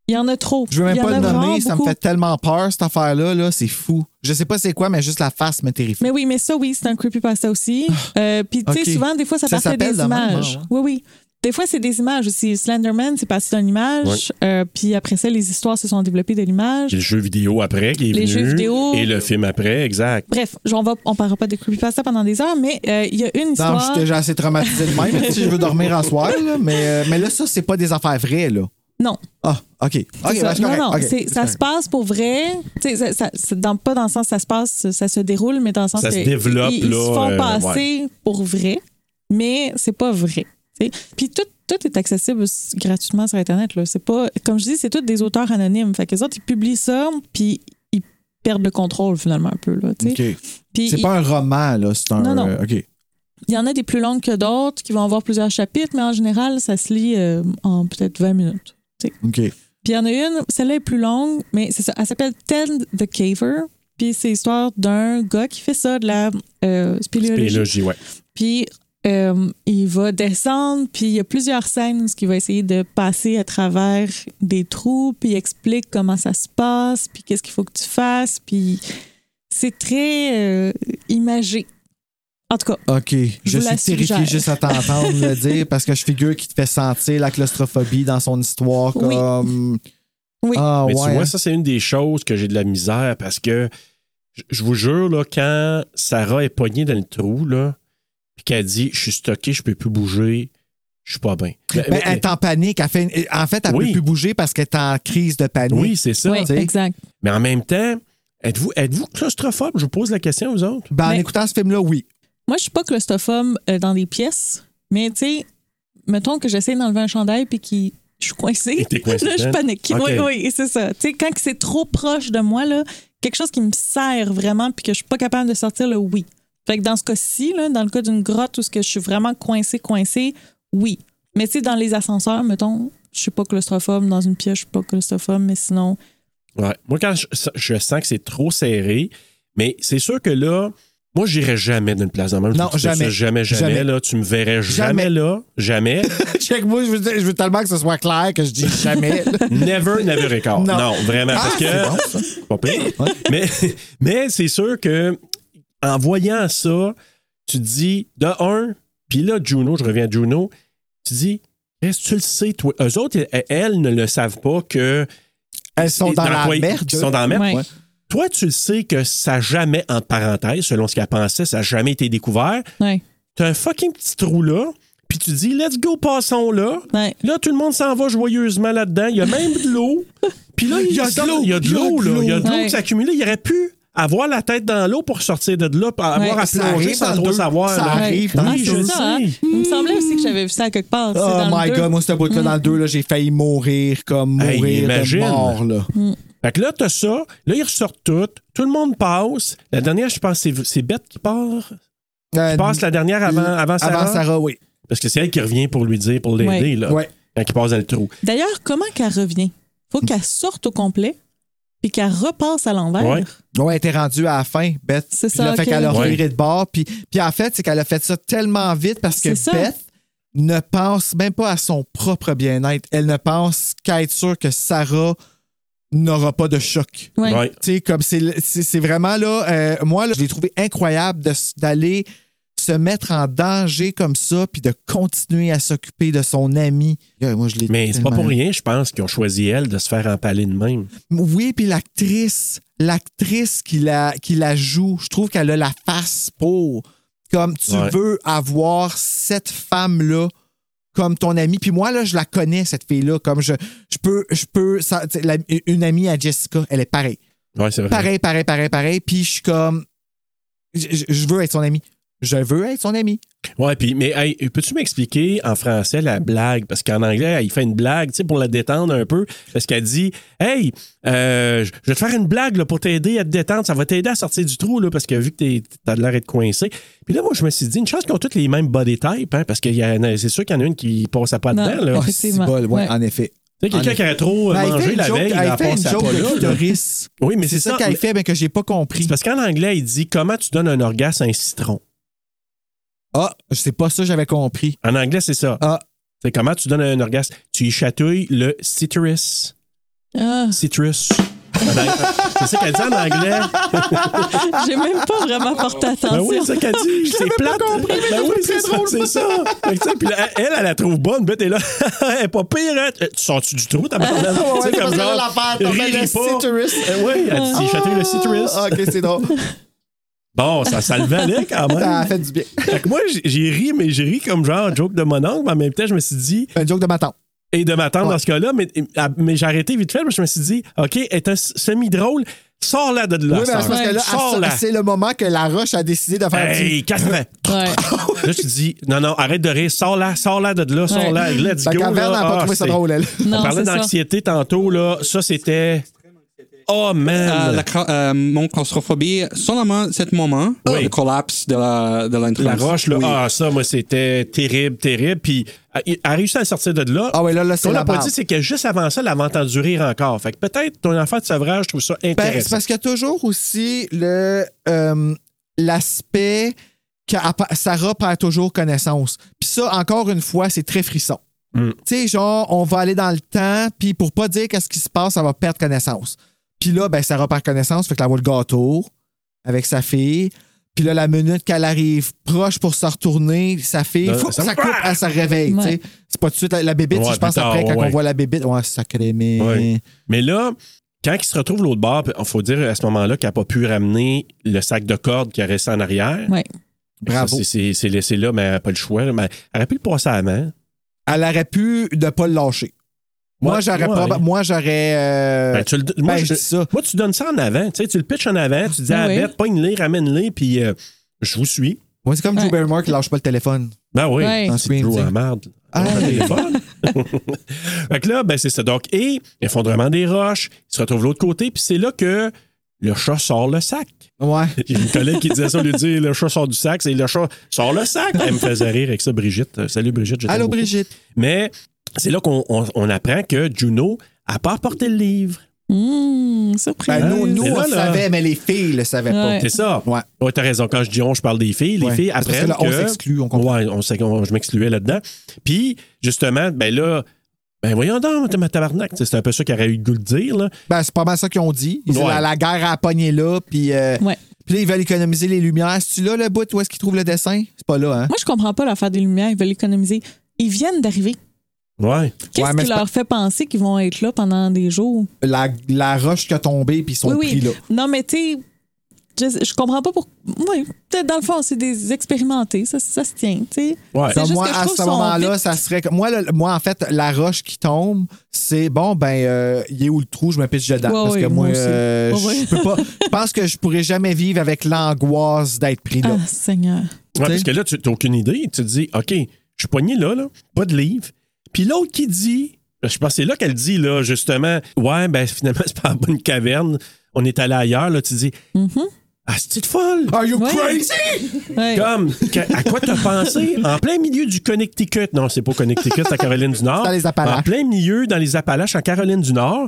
[SPEAKER 7] Il y en a trop.
[SPEAKER 4] Je veux
[SPEAKER 7] Il
[SPEAKER 4] même
[SPEAKER 7] y en
[SPEAKER 4] pas
[SPEAKER 7] a
[SPEAKER 4] le
[SPEAKER 7] vraiment
[SPEAKER 4] nommer, ça me
[SPEAKER 7] beaucoup.
[SPEAKER 4] fait tellement peur cette affaire-là, là, c'est fou. Je sais pas c'est quoi, mais juste la face me terrifie.
[SPEAKER 7] Mais oui, mais ça, oui, c'est un creepypasta aussi. Euh, Puis, tu sais,
[SPEAKER 4] Ah, ok.
[SPEAKER 7] souvent, des fois, ça,
[SPEAKER 4] Ça
[SPEAKER 7] partait
[SPEAKER 4] s'appelle
[SPEAKER 7] des
[SPEAKER 4] de même,
[SPEAKER 7] images.
[SPEAKER 4] hein,
[SPEAKER 7] Oui, oui. Des fois, c'est des images aussi. Slenderman, c'est parti d'une image. euh, Puis après ça, les histoires se sont développées de l'image.
[SPEAKER 1] Puis le jeu vidéo après qui est
[SPEAKER 7] Les
[SPEAKER 1] venu.
[SPEAKER 7] jeux vidéo.
[SPEAKER 1] Et le film après, exact.
[SPEAKER 7] Bref, je- on va, on parlera pas de creepypasta pendant des heures, mais euh, il y a une
[SPEAKER 4] Non,
[SPEAKER 7] histoire.
[SPEAKER 4] j'étais déjà assez traumatisé de même. si je veux dormir en soir, là, mais, euh, mais là, ça, c'est pas des affaires vraies, là.
[SPEAKER 7] Non,
[SPEAKER 4] Ah, OK. OK,
[SPEAKER 7] c'est ça.
[SPEAKER 4] ben, c'est
[SPEAKER 7] non,
[SPEAKER 4] correct.
[SPEAKER 7] non,
[SPEAKER 4] OK,
[SPEAKER 7] c'est-
[SPEAKER 4] c'est
[SPEAKER 7] ça se
[SPEAKER 4] correct.
[SPEAKER 7] passe pour vrai. Tu sais, Ça, ça- c'est dans, pas dans le sens ça se passe, ça se déroule, mais dans le sens
[SPEAKER 1] Ça
[SPEAKER 7] que
[SPEAKER 1] se développe,
[SPEAKER 7] ils, ils
[SPEAKER 1] là,
[SPEAKER 7] se font
[SPEAKER 1] euh,
[SPEAKER 7] passer pour vrai, mais c'est pas vrai. tu sais. Puis tout, tout est accessible s- gratuitement sur Internet. Là. C'est pas, comme je dis, c'est tous des auteurs anonymes. Fait que les autres, ils publient ça, puis ils perdent le contrôle finalement un peu. Là, tu sais.
[SPEAKER 4] OK.
[SPEAKER 7] Puis
[SPEAKER 4] C'est
[SPEAKER 7] ils-
[SPEAKER 4] pas un roman, là. C'est un.
[SPEAKER 7] Non, non.
[SPEAKER 4] euh, OK.
[SPEAKER 7] Il y en a des plus longues que d'autres qui vont avoir plusieurs chapitres, mais en général, ça se lit euh, en peut-être 20 minutes.
[SPEAKER 4] OK.
[SPEAKER 7] Puis il y en a une, celle-là est plus longue, mais c'est ça. Elle s'appelle Ted the Caver. Puis c'est l'histoire d'un gars qui fait ça, de la euh, spéléologie.
[SPEAKER 1] Spéléologie, ouais.
[SPEAKER 7] Puis euh, il va descendre, puis il y a plusieurs scènes où il va essayer de passer à travers des trous, puis il explique comment ça se passe, puis qu'est-ce qu'il faut que tu fasses. Puis c'est très euh, imagé. En tout cas,
[SPEAKER 4] OK. Je,
[SPEAKER 7] vous la
[SPEAKER 4] suis terrifié
[SPEAKER 7] suggère.
[SPEAKER 4] juste à t'entendre
[SPEAKER 7] (laughs)
[SPEAKER 4] le dire parce que je figure qu'il te fait sentir la claustrophobie dans son histoire
[SPEAKER 7] Oui.
[SPEAKER 4] comme.
[SPEAKER 7] Oui.
[SPEAKER 4] Ah,
[SPEAKER 1] Mais
[SPEAKER 4] ouais.
[SPEAKER 1] tu vois,
[SPEAKER 4] hein.
[SPEAKER 1] ça, c'est une des choses que j'ai de la misère parce que je- je vous jure, là, quand Sarah est pognée dans le trou, là, puis qu'elle dit Je suis stockée, je peux plus bouger, je suis pas bien. Ben,
[SPEAKER 4] Ben,
[SPEAKER 1] mais-
[SPEAKER 4] elle est en panique. Elle fait- en fait, elle ne
[SPEAKER 1] Oui.
[SPEAKER 4] peut plus bouger parce qu'elle est en crise de panique.
[SPEAKER 1] oui, c'est ça.
[SPEAKER 7] oui,
[SPEAKER 4] Ah, tu sais.
[SPEAKER 7] exact.
[SPEAKER 1] Mais en même temps, êtes-vous êtes claustrophobe Je vous pose la question aux autres.
[SPEAKER 4] Ben, en
[SPEAKER 7] Mais-
[SPEAKER 4] écoutant ce film-là,
[SPEAKER 7] (laughs)
[SPEAKER 4] oui.
[SPEAKER 7] Moi, je suis pas claustrophobe euh, dans des pièces, mais tu sais, mettons que j'essaie d'enlever un chandail puis qui je suis coincée.
[SPEAKER 1] Et t'es coincée
[SPEAKER 7] (laughs) là, je
[SPEAKER 1] dedans.
[SPEAKER 7] panique.
[SPEAKER 1] Ok.
[SPEAKER 7] Oui, oui, c'est ça. Tu sais, quand que c'est trop proche de moi, là, quelque chose qui me serre vraiment puis que je suis pas capable de sortir, le oui. Fait que dans ce cas-ci, là, dans le cas d'une grotte où ce que je suis vraiment coincée, coincée, oui. Mais tu sais, dans les ascenseurs, mettons, je suis pas claustrophobe. Dans une pièce, je suis pas claustrophobe, mais sinon,
[SPEAKER 1] Ouais. Moi, quand je, je sens que c'est trop serré, mais c'est sûr que là, moi, j'irai jamais d'une place dans le même.
[SPEAKER 4] Non,
[SPEAKER 1] Tu sais ça,
[SPEAKER 4] jamais.
[SPEAKER 1] jamais. Jamais,
[SPEAKER 4] Jamais.
[SPEAKER 1] là. Tu me verrais
[SPEAKER 4] Jamais.
[SPEAKER 1] jamais là. Jamais.
[SPEAKER 4] Check, moi, je veux, dire- je veux tellement que ce soit clair que je dis
[SPEAKER 7] (laughs)
[SPEAKER 4] jamais. là.
[SPEAKER 1] Never, never record.
[SPEAKER 4] Non.
[SPEAKER 1] Non, vraiment.
[SPEAKER 4] Ah,
[SPEAKER 1] parce
[SPEAKER 4] c'est
[SPEAKER 1] que.
[SPEAKER 4] bon, ça.
[SPEAKER 1] Pas pire. Mais, mais c'est sûr que en voyant ça, tu te dis de un, puis là, Juno, je reviens à Juno, tu te dis, est-ce que tu le sais, toi? Eux autres, elles, elles ne le savent pas que.
[SPEAKER 4] Elles sont dans la
[SPEAKER 1] toi-
[SPEAKER 4] merde.
[SPEAKER 1] qu'ils sont dans la merde.
[SPEAKER 7] Ouais.
[SPEAKER 1] Toi, tu le sais que ça a jamais, en parenthèse, selon ce qu'elle pensait, ça n'a jamais été découvert.
[SPEAKER 7] ouais,
[SPEAKER 1] T'as un fucking petit trou là, puis tu dis, let's go, passons là.
[SPEAKER 7] ouais.
[SPEAKER 1] Là, tout le monde s'en va joyeusement là-dedans. Il y a même de (laughs) l'eau. Puis là, il y a de l'eau. Il y a de l'eau, là. Il y a de l'eau
[SPEAKER 7] Ouais.
[SPEAKER 1] qui s'accumule. Il aurait pu avoir la tête dans l'eau pour sortir de là, pour avoir
[SPEAKER 7] Ouais.
[SPEAKER 1] à
[SPEAKER 4] Ça
[SPEAKER 1] plonger
[SPEAKER 4] arrive dans
[SPEAKER 1] sans trop
[SPEAKER 4] deux.
[SPEAKER 1] savoir.
[SPEAKER 4] Ça
[SPEAKER 1] là.
[SPEAKER 7] Ouais.
[SPEAKER 4] arrive dans
[SPEAKER 7] Ah,
[SPEAKER 1] Oui,
[SPEAKER 7] c'est
[SPEAKER 1] je le
[SPEAKER 7] ça, hein?
[SPEAKER 1] sais.
[SPEAKER 7] Il me semblait aussi que j'avais vu ça quelque part. c'est
[SPEAKER 4] Oh
[SPEAKER 7] dans le
[SPEAKER 4] my
[SPEAKER 7] deux. Mm.
[SPEAKER 4] god, moi, ce bout-là, dans le 2, j'ai failli mourir comme
[SPEAKER 1] Hey,
[SPEAKER 4] mourir de
[SPEAKER 1] imagine.
[SPEAKER 4] mort. Là.
[SPEAKER 1] Fait que là, t'as ça. Là, ils ressortent toutes. Tout le monde passe. La dernière, je pense, c'est- c'est Bette qui part.
[SPEAKER 4] Euh,
[SPEAKER 1] Qui passe la dernière avant, avant Sarah. Ah.
[SPEAKER 4] Avant Sarah, oui.
[SPEAKER 1] Parce que c'est elle qui revient pour lui dire, pour l'aider,
[SPEAKER 7] Ouais.
[SPEAKER 1] là.
[SPEAKER 4] Ouais.
[SPEAKER 1] Quand il passe dans le trou.
[SPEAKER 7] D'ailleurs, comment qu'elle revient? Faut qu'elle sorte au complet puis qu'elle repasse à l'envers.
[SPEAKER 1] Ouais.
[SPEAKER 4] Ouais, elle était rendue à la fin, Beth.
[SPEAKER 7] C'est
[SPEAKER 4] Puis
[SPEAKER 7] ça,
[SPEAKER 4] là, fait
[SPEAKER 7] ok.
[SPEAKER 4] qu'elle a
[SPEAKER 1] Ouais.
[SPEAKER 4] reviré de bord. Puis, puis en fait, c'est qu'elle a fait ça tellement vite parce que
[SPEAKER 7] C'est ça.
[SPEAKER 4] Beth ne pense même pas à son propre bien-être. Elle ne pense qu'à être sûre que Sarah n'aura pas de choc.
[SPEAKER 7] Ouais.
[SPEAKER 1] Ouais.
[SPEAKER 4] Tu sais, comme c'est c'est- c'est vraiment là, euh, moi, là, je l'ai trouvé incroyable de s- d'aller se mettre en danger comme ça, puis de continuer à s'occuper de son ami. Là, Moi, je l'ai
[SPEAKER 1] Mais c'est pas
[SPEAKER 4] tellement-
[SPEAKER 1] pour rien, je pense, qu'ils ont choisi elle de se faire empaler de même.
[SPEAKER 4] Oui, puis l'actrice, l'actrice qui la, qui la joue, je trouve qu'elle a la face pour. Comme tu
[SPEAKER 1] Ouais.
[SPEAKER 4] veux avoir cette femme-là comme ton amie. Puis moi, là, je la connais, cette fille-là. Comme je, je peux, je peux. ça- tu sais, la- une amie à Jessica, elle est pareille.
[SPEAKER 1] Ouais, c'est vrai.
[SPEAKER 4] Pareil, pareil, pareil, pareil. Puis je suis comme. Je, je- je veux être son amie. Je veux être son amie.
[SPEAKER 1] Ouais, puis, mais hey, peux-tu m'expliquer en français la blague? Parce qu'en anglais, il fait une blague, tu sais, pour la détendre un peu. Parce qu'elle dit, hey, euh, je vais te faire une blague là, pour t'aider à te détendre. Ça va t'aider à sortir du trou, là, parce que vu que t'es- t'as l'air d'être coincé. Puis là, moi, je me suis dit, une chance qu'ils ont toutes les mêmes body types, hein, parce que c'est sûr qu'il y en a une qui passe à pas
[SPEAKER 7] Non.
[SPEAKER 1] dedans, là.
[SPEAKER 7] Ouais.
[SPEAKER 1] Tu
[SPEAKER 7] Effectivement.
[SPEAKER 4] Ah, c'est bol, ouais,
[SPEAKER 7] Ouais.
[SPEAKER 4] en effet.
[SPEAKER 1] sais, quelqu'un qui aurait trop euh,
[SPEAKER 4] Ben, elle fait
[SPEAKER 1] mangé
[SPEAKER 4] une
[SPEAKER 1] la
[SPEAKER 4] joke-
[SPEAKER 1] veille, il
[SPEAKER 4] elle
[SPEAKER 1] en
[SPEAKER 4] fait
[SPEAKER 1] passe
[SPEAKER 4] une
[SPEAKER 1] à
[SPEAKER 4] joke
[SPEAKER 1] pas
[SPEAKER 4] de
[SPEAKER 1] là, là.
[SPEAKER 4] clitoris.
[SPEAKER 1] Oui, mais
[SPEAKER 4] C'est ça qu'elle
[SPEAKER 1] mais-
[SPEAKER 4] fait, mais que j'ai pas compris.
[SPEAKER 1] C'est parce qu'en anglais, il dit comment tu donnes un orgasme à un citron.
[SPEAKER 4] Ah, c'est pas ça que j'avais compris.
[SPEAKER 1] En anglais, c'est ça.
[SPEAKER 4] Ah.
[SPEAKER 1] C'est comment tu donnes un orgasme. Tu y chatouilles le citrus.
[SPEAKER 7] Ah,
[SPEAKER 1] Citrus. Ben, c'est ça qu'elle dit en anglais.
[SPEAKER 7] (laughs) J'ai même pas vraiment porté
[SPEAKER 1] Ben
[SPEAKER 4] Ah,
[SPEAKER 7] attention.
[SPEAKER 1] oui, c'est ça qu'elle dit. C'est plate. ben oui, c'est ça. C'est ça. Fait que, tu sais, puis là, elle, elle la trouve bonne. Ben, t'es là. (laughs) elle est pas pire. Hein? Euh, Tu sors-tu du
[SPEAKER 4] (laughs)
[SPEAKER 1] trou, ta madame?
[SPEAKER 4] Ouais, parce que là, l'affaire, t'as
[SPEAKER 1] ris
[SPEAKER 4] le
[SPEAKER 1] pas.
[SPEAKER 4] citrus.
[SPEAKER 1] Euh, oui, elle dit, château le citrus.
[SPEAKER 4] Ah, ok,
[SPEAKER 1] (laughs)
[SPEAKER 4] c'est drôle.
[SPEAKER 1] Bon, ça, ça le valait quand
[SPEAKER 4] Ça a
[SPEAKER 1] même.
[SPEAKER 4] (laughs) fait du bien.
[SPEAKER 1] Fait que moi, j'ai- j'ai ri, mais j'ai ri comme genre joke de mon oncle, mais en même temps, je me suis dit,
[SPEAKER 4] Un joke de ma tante.
[SPEAKER 1] et de m'attendre
[SPEAKER 4] Ouais.
[SPEAKER 1] dans ce cas-là, mais, mais j'ai arrêté vite fait, parce que je me suis dit, OK, elle est un s- semi-drôle, sors-la de là.
[SPEAKER 4] Oui, mais c'est parce que là,
[SPEAKER 1] sors-la.
[SPEAKER 4] à- c'est le moment que la roche a décidé de faire du.
[SPEAKER 1] Hey, casse-la.
[SPEAKER 7] Ouais.
[SPEAKER 1] Là, je te dis, non, non, arrête de rire, sors-la, sors-la de là, sors-la, let's
[SPEAKER 4] Fait
[SPEAKER 1] go.
[SPEAKER 4] qu'Averne
[SPEAKER 1] là.
[SPEAKER 4] n'a pas
[SPEAKER 1] Ah,
[SPEAKER 4] trouvé ça
[SPEAKER 1] c'est-
[SPEAKER 4] drôle, Ben, elle.
[SPEAKER 1] (laughs) On
[SPEAKER 7] Non,
[SPEAKER 1] parlait
[SPEAKER 7] c'est ça.
[SPEAKER 1] d'anxiété tantôt, là. Ça, c'était. Oh,
[SPEAKER 8] Euh,
[SPEAKER 7] Ah,
[SPEAKER 1] man!
[SPEAKER 8] la cra- euh, mon claustrophobie, seulement cet moment,
[SPEAKER 1] Oui.
[SPEAKER 8] le collapse de la, de
[SPEAKER 1] la
[SPEAKER 8] l'entrance.
[SPEAKER 1] roche, là.
[SPEAKER 8] Oui.
[SPEAKER 1] Ah, ça, moi, c'était terrible, terrible. Puis, elle elle a réussi à sortir de là.
[SPEAKER 4] Ah oui, là, là,
[SPEAKER 1] Ce
[SPEAKER 4] c'est
[SPEAKER 1] qu'on
[SPEAKER 4] la
[SPEAKER 1] n'a pas
[SPEAKER 4] barbe.
[SPEAKER 1] dit, c'est que juste avant ça, elle avait entendu rire encore. Fait que peut-être ton affaire de sevrage, je trouve ça
[SPEAKER 4] Ben, c'est
[SPEAKER 1] intéressant.
[SPEAKER 4] parce qu'il y a toujours aussi le euh, l'aspect que Sarah perd toujours connaissance. Puis ça, encore une fois, c'est très frisson.
[SPEAKER 1] Mm.
[SPEAKER 4] Tu sais, genre, on va aller dans le temps, puis pour pas dire qu'est-ce qui se passe, elle va perdre connaissance. Puis là, ben, Sarah perd connaissance, fait que la voit le gâteau avec sa fille. Puis là, la minute qu'elle arrive proche pour se retourner, sa fille,
[SPEAKER 1] Euh,
[SPEAKER 4] faut que
[SPEAKER 1] ça-
[SPEAKER 4] ça coupe, elle se réveille. tu
[SPEAKER 7] Ouais.
[SPEAKER 4] sais. C'est pas tout de suite la, la bébite,
[SPEAKER 1] Ouais,
[SPEAKER 4] si je pense
[SPEAKER 1] plus tard,
[SPEAKER 4] après, quand
[SPEAKER 1] ouais.
[SPEAKER 4] on voit la bébite, ouais, sacré, mais.
[SPEAKER 1] Ouais. Mais là, quand il se retrouve l'autre bord, il faut dire à ce moment-là qu'elle n'a pas pu ramener le sac de cordes qui a resté en arrière. Ben,
[SPEAKER 7] Ouais.
[SPEAKER 4] Bravo.
[SPEAKER 1] Ça, c'est- C'est c'est laissé là, mais elle n'a pas le choix. là. Ben, Mais elle aurait pu le passer à la
[SPEAKER 4] Euh,
[SPEAKER 1] main.
[SPEAKER 4] elle aurait pu ne pas le lâcher. Moi,
[SPEAKER 1] Ouais,
[SPEAKER 4] j'aurais.
[SPEAKER 1] ouais.
[SPEAKER 4] proba- Moi, j'aurais. euh,
[SPEAKER 1] Ben, tu le- moi,
[SPEAKER 4] ben,
[SPEAKER 1] je-
[SPEAKER 4] je dis ça.
[SPEAKER 1] moi, tu donnes ça en avant. Tu, sais, tu le pitches en avant. Tu dis à
[SPEAKER 7] Ah Oui.
[SPEAKER 1] Beth, pogne-les, ramène-les, puis euh, je vous suis.
[SPEAKER 4] Moi, c'est comme Drew
[SPEAKER 7] Ouais.
[SPEAKER 4] Barrymore qui lâche pas le téléphone.
[SPEAKER 1] Ben oui,
[SPEAKER 7] Ouais.
[SPEAKER 4] Dans
[SPEAKER 1] c'est hein,
[SPEAKER 4] Scream,
[SPEAKER 1] trop
[SPEAKER 4] tu sais.
[SPEAKER 1] en marde.
[SPEAKER 4] Ah,
[SPEAKER 1] Un
[SPEAKER 4] oui.
[SPEAKER 1] téléphone. (laughs) fait que là, ben, c'est ça. Donc, et effondrement des roches, il se retrouve de l'autre côté, puis c'est là que le chat sort le sac.
[SPEAKER 4] Ouais.
[SPEAKER 1] J'ai une collègue qui disait ça, on lui dit le chat sort du sac, c'est le chat sort le sac. Elle me faisait rire avec ça, Brigitte. Euh, Salut Brigitte, je t'aime
[SPEAKER 4] Allô,
[SPEAKER 1] beaucoup.
[SPEAKER 4] Brigitte.
[SPEAKER 1] Mais c'est là qu'on on- on apprend que Juno a pas apporté le livre.
[SPEAKER 7] Hum, surprise.
[SPEAKER 4] Ben, nous,
[SPEAKER 1] c'est
[SPEAKER 4] nous,
[SPEAKER 1] là,
[SPEAKER 4] on
[SPEAKER 1] là.
[SPEAKER 4] le savait, mais les filles le savaient
[SPEAKER 7] Ouais.
[SPEAKER 1] C'est ça.
[SPEAKER 4] Ouais.
[SPEAKER 1] Ouais, t'as raison. Quand je dis on, je parle des filles. Les
[SPEAKER 4] Ouais.
[SPEAKER 1] filles
[SPEAKER 4] Parce que
[SPEAKER 1] apprennent
[SPEAKER 4] là, on s'exclut, on comprend.
[SPEAKER 1] Ouais, on s'ex- on- je m'excluais là-dedans. Puis, justement, ben là, ben voyons donc, ma tabarnak. C'est un peu ça qu'il aurait eu le goût de dire, là.
[SPEAKER 4] pas. Ben, c'est pas mal ça qu'ils ont dit. Ils disaient,
[SPEAKER 1] Ouais.
[SPEAKER 4] la, la guerre a pogné là, puis. euh,
[SPEAKER 7] Ouais.
[SPEAKER 4] Puis là, ils veulent économiser les lumières. C'est-tu là le bout où est-ce qu'ils trouvent le dessin? C'est pas là, hein?
[SPEAKER 7] Moi, je comprends pas l'affaire des lumières. Ils veulent économiser. Ils viennent d'arriver.
[SPEAKER 1] Ouais.
[SPEAKER 7] Qu'est-ce
[SPEAKER 4] Ouais, mais
[SPEAKER 7] qui
[SPEAKER 4] c'est
[SPEAKER 7] leur fait penser qu'ils vont être là pendant des jours?
[SPEAKER 4] La, la roche qui a tombé, puis ils sont
[SPEAKER 7] oui,
[SPEAKER 4] pris
[SPEAKER 7] oui.
[SPEAKER 4] là.
[SPEAKER 7] Non, mais tu sais, je, je comprends pas pourquoi. Oui, peut-être dans le fond, c'est des expérimentés. Ça, ça se tient, tu sais.
[SPEAKER 1] Ouais.
[SPEAKER 7] C'est
[SPEAKER 4] Donc,
[SPEAKER 7] juste
[SPEAKER 4] moi,
[SPEAKER 7] que je
[SPEAKER 4] à
[SPEAKER 7] trouve
[SPEAKER 4] ce
[SPEAKER 7] son
[SPEAKER 4] moment-là,
[SPEAKER 7] vite-
[SPEAKER 4] ça serait. que- Moi, le- moi, en fait, la roche qui tombe, c'est bon, ben, euh, il est où le trou, je me pitche dedans.
[SPEAKER 7] Ouais,
[SPEAKER 4] parce
[SPEAKER 7] ouais,
[SPEAKER 4] que
[SPEAKER 7] moi
[SPEAKER 4] moi,
[SPEAKER 7] aussi.
[SPEAKER 4] euh,
[SPEAKER 7] Ouais,
[SPEAKER 4] je
[SPEAKER 7] ouais.
[SPEAKER 4] peux pas. Je pense que je pourrais jamais vivre avec l'angoisse d'être pris là.
[SPEAKER 7] Ah, Seigneur.
[SPEAKER 1] Ouais, parce que là, tu n'as aucune idée. Tu te dis, OK, je suis poigné là, là, pas de livre. Puis l'autre qui dit, je pense que c'est là qu'elle dit, là, justement, ouais, ben finalement, (laughs) c'est pas en bonne caverne. On est allé ailleurs, là. Tu dis, ah, c'est-tu de folle?
[SPEAKER 4] Are you
[SPEAKER 7] Ouais.
[SPEAKER 4] crazy?
[SPEAKER 7] Ouais.
[SPEAKER 1] Comme, que- à quoi t'as pensé? En plein milieu du Connecticut. Non, c'est pas Connecticut, c'est la Caroline du Nord.
[SPEAKER 4] Dans les Appalaches.
[SPEAKER 1] En plein milieu, dans les Appalaches, en Caroline du Nord.